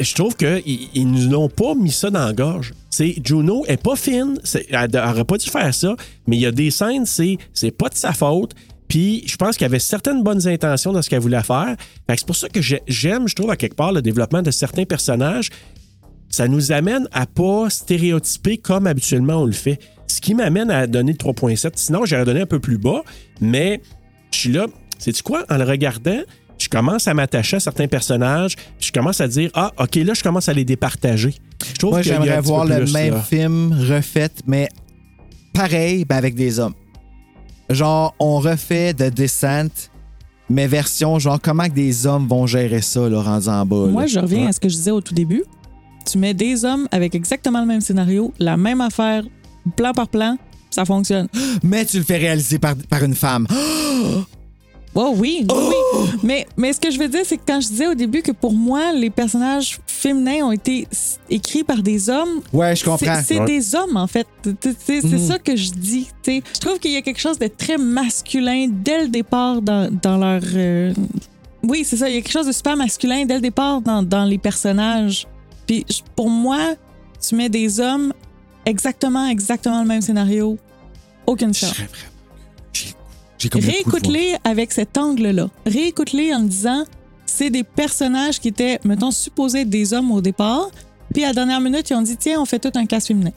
[SPEAKER 1] je trouve qu'ils ils nous n'ont pas mis ça dans la gorge. C'est Juno est pas fine, c'est- elle n'aurait pas dû faire ça, mais il y a des scènes, c'est c'est pas de sa faute. Puis je pense qu'il y avait certaines bonnes intentions dans ce qu'elle voulait faire. Fait que C'est pour ça que j'ai- j'aime, je trouve, à quelque part, le développement de certains personnages ça nous amène à pas stéréotyper comme habituellement on le fait. Ce qui m'amène à donner le 3.7. Sinon, j'aurais donné un peu plus bas, mais je suis là. Sais-tu quoi? En le regardant, je commence à m'attacher à certains personnages. puis Je commence à dire Ah, OK, là, je commence à les départager. Je trouve
[SPEAKER 4] Moi,
[SPEAKER 1] qu'il y a un
[SPEAKER 4] j'aimerais
[SPEAKER 1] petit peu
[SPEAKER 4] voir le
[SPEAKER 1] plus,
[SPEAKER 4] même
[SPEAKER 1] là.
[SPEAKER 4] film refait, mais pareil, mais avec des hommes. Genre, on refait The Descent, mais version, genre, comment que des hommes vont gérer ça, là, rendu en bas. là.
[SPEAKER 7] Moi, je reviens à ce que je disais au tout début. Tu mets des hommes avec exactement le même scénario, la même affaire, plan par plan, ça fonctionne. (gasps)
[SPEAKER 4] Mais tu le fais réaliser par, par une femme. (gasps)
[SPEAKER 7] Oh oui, oui, oui. Mais, mais ce que je veux dire, c'est que quand je disais au début que pour moi, les personnages féminins ont été s- écrits par des hommes,
[SPEAKER 4] Ouais, je comprends. Mhm.
[SPEAKER 7] c'est c'est
[SPEAKER 1] Ouais.
[SPEAKER 7] des hommes, en fait. Tu- tu- tu sais, C'est ça que je dis. tu sais. Je trouve qu'il y a quelque chose de très masculin dès le départ dans, dans leur. euh, Oui, c'est ça. Il y a quelque chose de super masculin dès le départ dans, dans les personnages. Puis je- pour moi, tu mets des hommes exactement, exactement le même scénario. Aucune chance.
[SPEAKER 4] J'ai comme le coup de
[SPEAKER 7] Réécoute-les avec cet angle-là. Réécoute-les en me disant c'est des personnages qui étaient, mettons, supposés être des hommes au départ. Puis à la dernière minute, ils ont dit tiens, on fait tout un casse féminin.
[SPEAKER 4] voir.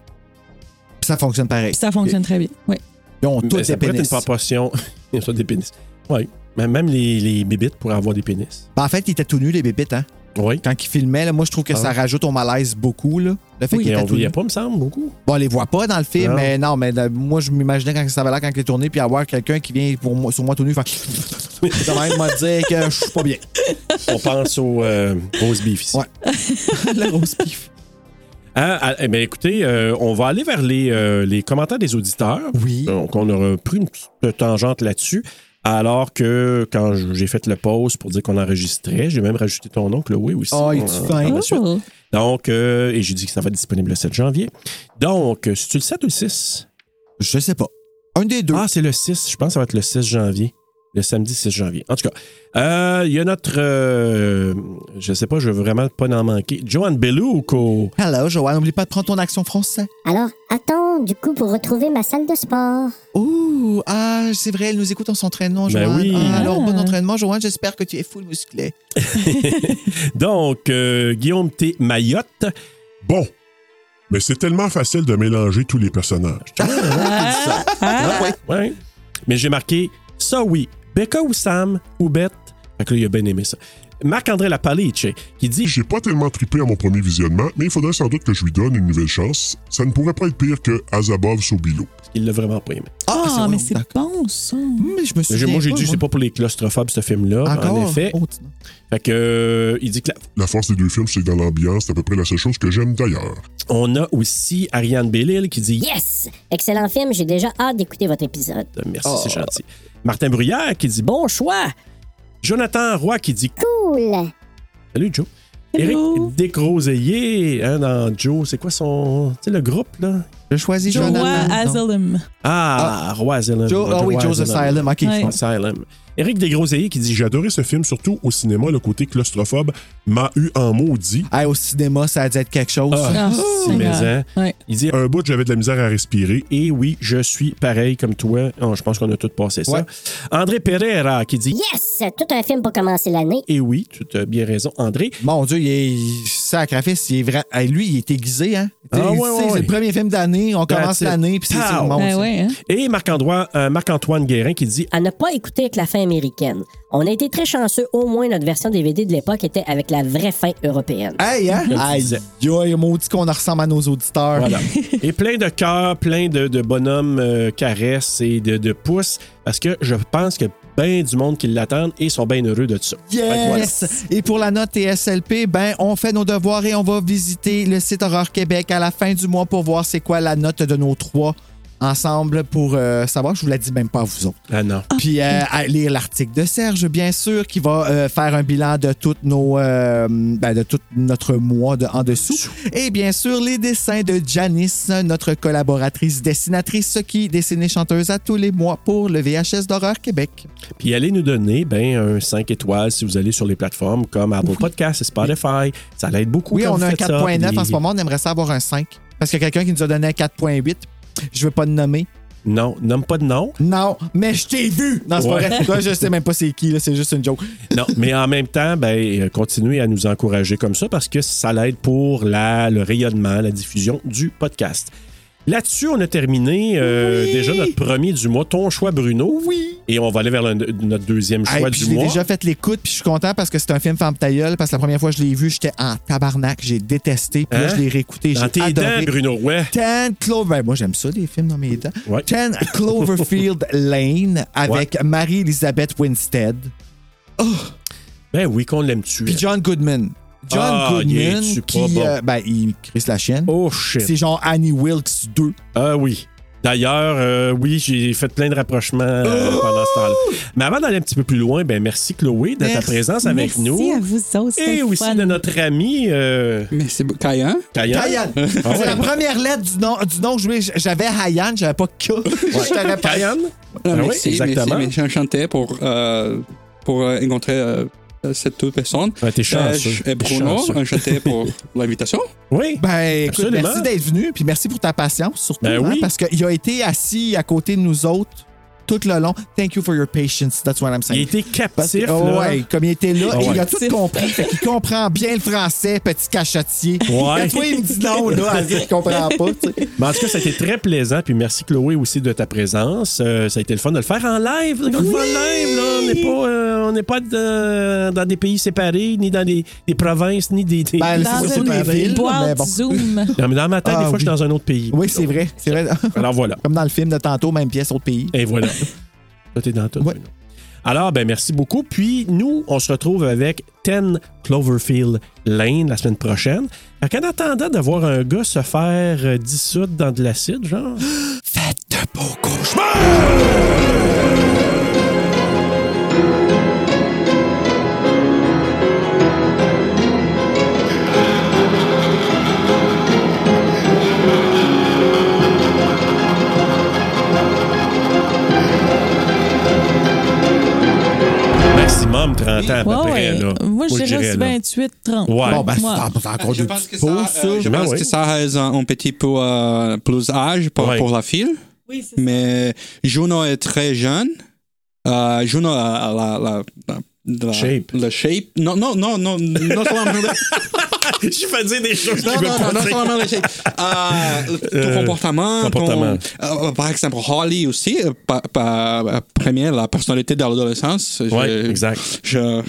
[SPEAKER 4] Puis Ça fonctionne pareil.
[SPEAKER 7] Puis ça fonctionne très bien. Oui.
[SPEAKER 4] Ils ont tous
[SPEAKER 1] Mais Ben,
[SPEAKER 4] des
[SPEAKER 1] ça pourrait être
[SPEAKER 4] pénis.
[SPEAKER 1] une proportion. (laughs) Ils ont tous des pénis. Oui. Même les, les bébites pourraient avoir des pénis.
[SPEAKER 4] Ben, en fait, ils étaient tout nus, les bébites, hein.
[SPEAKER 1] Oui.
[SPEAKER 4] Quand ils filmaient, là, moi, je trouve que
[SPEAKER 1] Ah.
[SPEAKER 4] ça rajoute au malaise beaucoup, là. Le fait
[SPEAKER 1] Mais
[SPEAKER 4] qu'ils étaient
[SPEAKER 1] on
[SPEAKER 4] tout
[SPEAKER 1] voyait
[SPEAKER 4] nus.
[SPEAKER 1] pas, me semble, beaucoup.
[SPEAKER 4] Bon, on les voit pas dans le film,
[SPEAKER 1] Non.
[SPEAKER 4] mais non, mais euh, moi, je m'imaginais quand ça avait l'air quand il est tourné, puis avoir quelqu'un qui vient pour moi, sur moi tout nu, faire. (laughs) Ça va même me dire que je suis pas bien.
[SPEAKER 1] On pense au euh, roast beef ici.
[SPEAKER 4] Ouais. (laughs) La grosse pif.
[SPEAKER 1] Ah, ah, eh bien, écoutez, euh, on va aller vers les, euh, les commentaires des auditeurs.
[SPEAKER 4] Oui.
[SPEAKER 1] Donc, on aura pris une petite euh, tangente là-dessus. Alors que quand j- j'ai fait le pause pour dire qu'on enregistrait, j'ai même rajouté ton nom, Chloé, aussi.
[SPEAKER 4] Ah, il est
[SPEAKER 1] euh,
[SPEAKER 4] fin.
[SPEAKER 1] par la suite.
[SPEAKER 7] Oh.
[SPEAKER 1] Donc, euh, et j'ai dit que ça va être disponible le 7 janvier. Donc, euh, c'est-tu le 7 ou le 6?
[SPEAKER 4] Je sais pas. Un des deux.
[SPEAKER 1] Ah, c'est le 6. Je pense que ça va être le 6 janvier. Le samedi 6 janvier. En tout cas, euh, il y a notre... euh, je sais pas, je veux vraiment pas en manquer. Joanne Bellouk au...
[SPEAKER 4] Hello, Joanne, n'oublie pas de prendre ton action français.
[SPEAKER 10] Alors, attends, du coup, pour retrouver ma salle de sport.
[SPEAKER 4] Ouh, ah, c'est vrai, elle nous écoute en s'entraînement,
[SPEAKER 1] Ben
[SPEAKER 4] Joanne.
[SPEAKER 1] oui.
[SPEAKER 4] Ah, alors,
[SPEAKER 7] Ah.
[SPEAKER 4] bon entraînement, Joanne, j'espère que tu es full musclé.
[SPEAKER 1] Donc, euh, Guillaume T. Mayotte.
[SPEAKER 11] Bon, mais c'est tellement facile de mélanger tous les personnages.
[SPEAKER 1] Ouais. Mais j'ai marqué ça oui. Becca ou Sam ou Beth. Fait que là, il a bien aimé ça. Marc-André Lapalice qui dit
[SPEAKER 11] J'ai pas tellement trippé à mon premier visionnement, mais il faudrait sans doute que je lui donne une nouvelle chance. Ça ne pourrait pas être pire que Azabov Sobilo.
[SPEAKER 1] Il l'a vraiment pas aimé.
[SPEAKER 7] Ah,
[SPEAKER 4] c'est-
[SPEAKER 7] mais
[SPEAKER 4] oh,
[SPEAKER 7] c'est
[SPEAKER 4] d'accord.
[SPEAKER 7] bon, ça.
[SPEAKER 4] Mais je me suis
[SPEAKER 1] J'ai- Moi, j'ai dit, c'est pas pour les claustrophobes, ce film-là. En effet.
[SPEAKER 4] Oh, dis donc.
[SPEAKER 1] Fait que, euh, il dit que la-
[SPEAKER 11] La force des deux films, c'est que dans l'ambiance, c'est à peu près la seule chose que j'aime d'ailleurs.
[SPEAKER 1] On a aussi Ariane Bellil qui dit
[SPEAKER 9] Yes! Excellent film, j'ai déjà hâte d'écouter votre épisode.
[SPEAKER 1] Merci, c'est gentil. Martin Bruyère qui dit Bon choix. Jonathan Roy qui dit
[SPEAKER 10] Cool.
[SPEAKER 1] Salut, Joe.
[SPEAKER 7] Hello.
[SPEAKER 1] Eric Desgroseilliers, hein, dans Joe, c'est quoi son. Tu sais, le groupe, là
[SPEAKER 4] Je choisis
[SPEAKER 7] Joa
[SPEAKER 4] Jonathan. non?
[SPEAKER 7] Hazelum.
[SPEAKER 1] Ah, Roy Ah, Asylum.
[SPEAKER 4] Joe, ah oui, Joe's Asylum. OK.
[SPEAKER 7] Ouais.
[SPEAKER 1] Asylum. Eric Desgroseilliers qui dit
[SPEAKER 2] J'ai adoré ce film, surtout au cinéma. Le côté claustrophobe m'a eu en maudit.
[SPEAKER 4] Hey, au cinéma, ça a dû être quelque chose.
[SPEAKER 1] Ah,
[SPEAKER 7] Ah,
[SPEAKER 1] c'est
[SPEAKER 7] Seigneur.
[SPEAKER 1] maison.
[SPEAKER 7] Ouais.
[SPEAKER 1] Il dit
[SPEAKER 2] Un bout, j'avais de la misère à respirer.
[SPEAKER 1] Et oui, je suis pareil comme toi. Oh, je pense qu'on a tous passé ça.
[SPEAKER 4] Ouais.
[SPEAKER 1] André Pereira qui dit
[SPEAKER 9] Yes! Tout un film pour commencer l'année.
[SPEAKER 1] Et oui, tu as bien raison, André.
[SPEAKER 4] Mon Dieu, il est sacrifice. Il est vrai. Hey, lui, il est aiguisé. Hein?
[SPEAKER 1] Ah,
[SPEAKER 4] Tu sais,
[SPEAKER 1] ouais,
[SPEAKER 4] tu sais,
[SPEAKER 1] ouais,
[SPEAKER 4] C'est
[SPEAKER 1] ouais.
[SPEAKER 4] le premier film d'année. On
[SPEAKER 1] That's
[SPEAKER 4] commence
[SPEAKER 1] it.
[SPEAKER 4] l'année, puis c'est
[SPEAKER 1] Pow.
[SPEAKER 4] sur le monde.
[SPEAKER 7] Ben
[SPEAKER 4] ça.
[SPEAKER 7] ouais, hein?
[SPEAKER 1] Et Marc-Antoine Marc-Antoine Guérin qui dit
[SPEAKER 9] À ne pas écouter avec la fin américaine. On a été très chanceux, au moins notre version DVD de l'époque était avec la vraie fin européenne.
[SPEAKER 4] Hey, hein?
[SPEAKER 1] Comme tu
[SPEAKER 4] Aïe,
[SPEAKER 1] disais.
[SPEAKER 4] aïe, maudit qu'on ressemble à nos auditeurs. (laughs)
[SPEAKER 1] Voilà. et plein de cœurs, plein de, de bonhommes euh, caresses et de, de pouces, parce que je pense que bien du monde qui l'attendent et sont bien heureux de ça. Fait que voilà.
[SPEAKER 4] Yes! Et pour la note TSLP, ben, on fait nos devoirs et on va visiter le site Horreur Québec à la fin du mois pour voir c'est quoi la note de nos trois ensemble pour euh, savoir. Je vous la dis même pas à vous autres.
[SPEAKER 1] Ah non.
[SPEAKER 4] Puis euh, à lire l'article de Serge, bien sûr, qui va euh, faire un bilan de toutes nos, euh, ben, de tout notre mois de, en dessous. Et bien sûr, les dessins de Janice, notre collaboratrice dessinatrice qui dessine les chanteuses à tous les mois pour le VHS d'Horreur Québec.
[SPEAKER 1] Puis allez nous donner ben, un 5 étoiles si vous allez sur les plateformes comme Apple Podcasts et Spotify. Ça l'aide beaucoup.
[SPEAKER 4] Oui,
[SPEAKER 1] quand
[SPEAKER 4] on
[SPEAKER 1] vous
[SPEAKER 4] a un
[SPEAKER 1] faites ça.
[SPEAKER 4] 4.9 en
[SPEAKER 1] Puis-
[SPEAKER 4] ce moment, on aimerait ça avoir un 5. Parce qu'il y a quelqu'un qui nous a donné un 4.8. Je veux pas le nommer.
[SPEAKER 1] Non, nomme pas de nom.
[SPEAKER 4] Non, mais je t'ai vu! Non, c'est
[SPEAKER 1] Ouais.
[SPEAKER 4] pas
[SPEAKER 1] (laughs)
[SPEAKER 4] vrai. Toi, je sais même pas c'est qui, là, c'est juste une joke.
[SPEAKER 1] Non, mais en même temps, ben, euh, continuez à nous encourager comme ça parce que ça l'aide pour la, le rayonnement, la diffusion du podcast. Là-dessus, on a terminé euh, déjà notre premier du mois, ton choix Bruno.
[SPEAKER 4] Oui.
[SPEAKER 1] Et on va aller vers le- notre deuxième
[SPEAKER 4] Hey,
[SPEAKER 1] choix
[SPEAKER 4] puis
[SPEAKER 1] du
[SPEAKER 4] je l'ai
[SPEAKER 1] mois.
[SPEAKER 4] déjà fait l'écoute, puis je suis content parce que c'est un film femme ta gueule, parce que la première fois que je l'ai vu, j'étais en tabarnak, j'ai détesté, puis là,
[SPEAKER 1] Hein?
[SPEAKER 4] je l'ai réécouté,
[SPEAKER 1] Dans
[SPEAKER 4] j'ai
[SPEAKER 1] tes dents,
[SPEAKER 4] adoré.
[SPEAKER 1] Bruno, ouais.
[SPEAKER 4] Ten Clover... ben, moi, j'aime ça, les films dans mes dents.
[SPEAKER 1] Ouais.
[SPEAKER 4] Ten
[SPEAKER 1] (laughs)
[SPEAKER 4] Cloverfield Lane avec Marie-Elisabeth Winstead,
[SPEAKER 1] Ben oui, qu'on l'aime tu
[SPEAKER 4] puis John Goodman. John
[SPEAKER 1] Ah, il est
[SPEAKER 4] Goodman,
[SPEAKER 1] super
[SPEAKER 4] qui...
[SPEAKER 1] bon.
[SPEAKER 4] euh, ben, il crisse la chienne.
[SPEAKER 1] Oh shit.
[SPEAKER 4] C'est genre Annie Wilkes 2.
[SPEAKER 1] Ah oui. D'ailleurs, euh, oui, j'ai fait plein de rapprochements
[SPEAKER 4] Oh!
[SPEAKER 1] euh, pendant ce temps-là. Mais avant d'aller un petit peu plus loin, ben merci Chloé de ta
[SPEAKER 4] Merci.
[SPEAKER 1] présence avec
[SPEAKER 7] Merci
[SPEAKER 1] nous.
[SPEAKER 7] à vous autres.
[SPEAKER 1] Et
[SPEAKER 7] c'était
[SPEAKER 1] aussi
[SPEAKER 7] fun.
[SPEAKER 1] de notre ami euh, Ah
[SPEAKER 8] Mais c'est beau. Caïen.
[SPEAKER 1] Kayan.
[SPEAKER 4] Kayan! C'est la première lettre du nom, du nom que je voulais- J'avais Hayan, j'avais pas K. (laughs) Je t'aurais pas-
[SPEAKER 1] Kayan?
[SPEAKER 8] Ah,
[SPEAKER 1] Ah oui,
[SPEAKER 8] merci,
[SPEAKER 1] exactement.
[SPEAKER 8] merci, merci. Enchanté pour, euh, pour euh, rencontrer euh, cette toute personne.
[SPEAKER 1] Ouais, t'es
[SPEAKER 8] Euh,
[SPEAKER 1] chanceux.
[SPEAKER 8] je- et
[SPEAKER 1] T'es
[SPEAKER 8] Bruno,
[SPEAKER 1] chanceux. (laughs)
[SPEAKER 8] enchanté pour l'invitation.
[SPEAKER 1] Oui.
[SPEAKER 4] Ben, écoute,
[SPEAKER 1] Absolument.
[SPEAKER 4] merci d'être venu, puis merci pour ta patience, surtout, hein,
[SPEAKER 1] Ben oui.
[SPEAKER 4] parce qu'il a été assis à côté de nous autres tout le long. Thank you for your patience, that's what I'm
[SPEAKER 1] Il
[SPEAKER 4] saying.
[SPEAKER 1] était
[SPEAKER 4] Parce-
[SPEAKER 1] captif,
[SPEAKER 4] Oh,
[SPEAKER 1] là.
[SPEAKER 4] ouais, comme il était là,
[SPEAKER 1] Ah
[SPEAKER 4] et il
[SPEAKER 1] ouais.
[SPEAKER 4] a tout compris. Fait qu'il comprend bien le français, petit cachotier.
[SPEAKER 1] Ouais.
[SPEAKER 4] Et toi, il me dit non, là, à dire qu'il comprend pas, tu sais.
[SPEAKER 1] Mais en tout cas, ça a été très plaisant. Puis merci, Chloé, aussi de ta présence. Euh, ça a été le fun de le faire en live. On le fait en live, là. On n'est pas, euh, on n'est pas de- dans des pays séparés, ni dans des, des provinces, ni des. des-
[SPEAKER 4] Ben,
[SPEAKER 7] Dans
[SPEAKER 4] c'est surtout
[SPEAKER 7] une
[SPEAKER 4] les villes, mais
[SPEAKER 7] boîte
[SPEAKER 4] bon.
[SPEAKER 7] Zoom.
[SPEAKER 1] Non, mais dans ma tête,
[SPEAKER 4] Ah,
[SPEAKER 1] des fois, je suis
[SPEAKER 4] oui.
[SPEAKER 1] dans un autre pays.
[SPEAKER 4] Oui, c'est vrai, c'est vrai. (laughs)
[SPEAKER 1] Alors voilà.
[SPEAKER 4] Comme dans le film de tantôt, même pièce, autre pays.
[SPEAKER 1] Et voilà. (laughs) Toi, t'es dans tout.
[SPEAKER 4] Ouais.
[SPEAKER 1] Bruno. Alors, ben merci beaucoup. Puis nous, on se retrouve avec 10 Cloverfield Lane la semaine prochaine. Fait qu'en attendant de voir un gars se faire euh, dissoudre dans de l'acide, genre.
[SPEAKER 4] Faites de beaux cauchemars!
[SPEAKER 1] Maximum 30 ans à peu
[SPEAKER 7] Ouais,
[SPEAKER 1] près.
[SPEAKER 7] ouais.
[SPEAKER 1] Là.
[SPEAKER 7] Moi, je dirais
[SPEAKER 1] là. (laughs)
[SPEAKER 7] 28, 30.
[SPEAKER 1] Ouais.
[SPEAKER 4] Bon, ben,
[SPEAKER 7] Moi.
[SPEAKER 4] c'est- c'est encore
[SPEAKER 8] Je
[SPEAKER 4] du
[SPEAKER 8] pense que
[SPEAKER 4] petit
[SPEAKER 8] ça,
[SPEAKER 4] pot,
[SPEAKER 8] euh, je
[SPEAKER 1] Ben
[SPEAKER 8] pense
[SPEAKER 1] oui.
[SPEAKER 8] que ça a un, un petit peu euh, plus âge pour,
[SPEAKER 1] Ouais.
[SPEAKER 8] pour la fille. Mais Juno est très jeune. Euh, Juno a la, la, la, la-
[SPEAKER 1] Shape.
[SPEAKER 8] Le shape. Non, non, non, non, non seulement le-
[SPEAKER 1] J'ai fait dire des choses
[SPEAKER 8] non,
[SPEAKER 1] qu'il veut
[SPEAKER 8] non,
[SPEAKER 1] pas
[SPEAKER 8] non, non
[SPEAKER 1] dire.
[SPEAKER 8] seulement le shape. Euh, ton
[SPEAKER 1] Euh,
[SPEAKER 8] comportement. ton-
[SPEAKER 1] comportement.
[SPEAKER 8] euh, par exemple, Holly aussi. euh, pa- pa- euh, première, la personnalité de l'adolescence. Je-
[SPEAKER 1] Ouais, exact.
[SPEAKER 8] Je,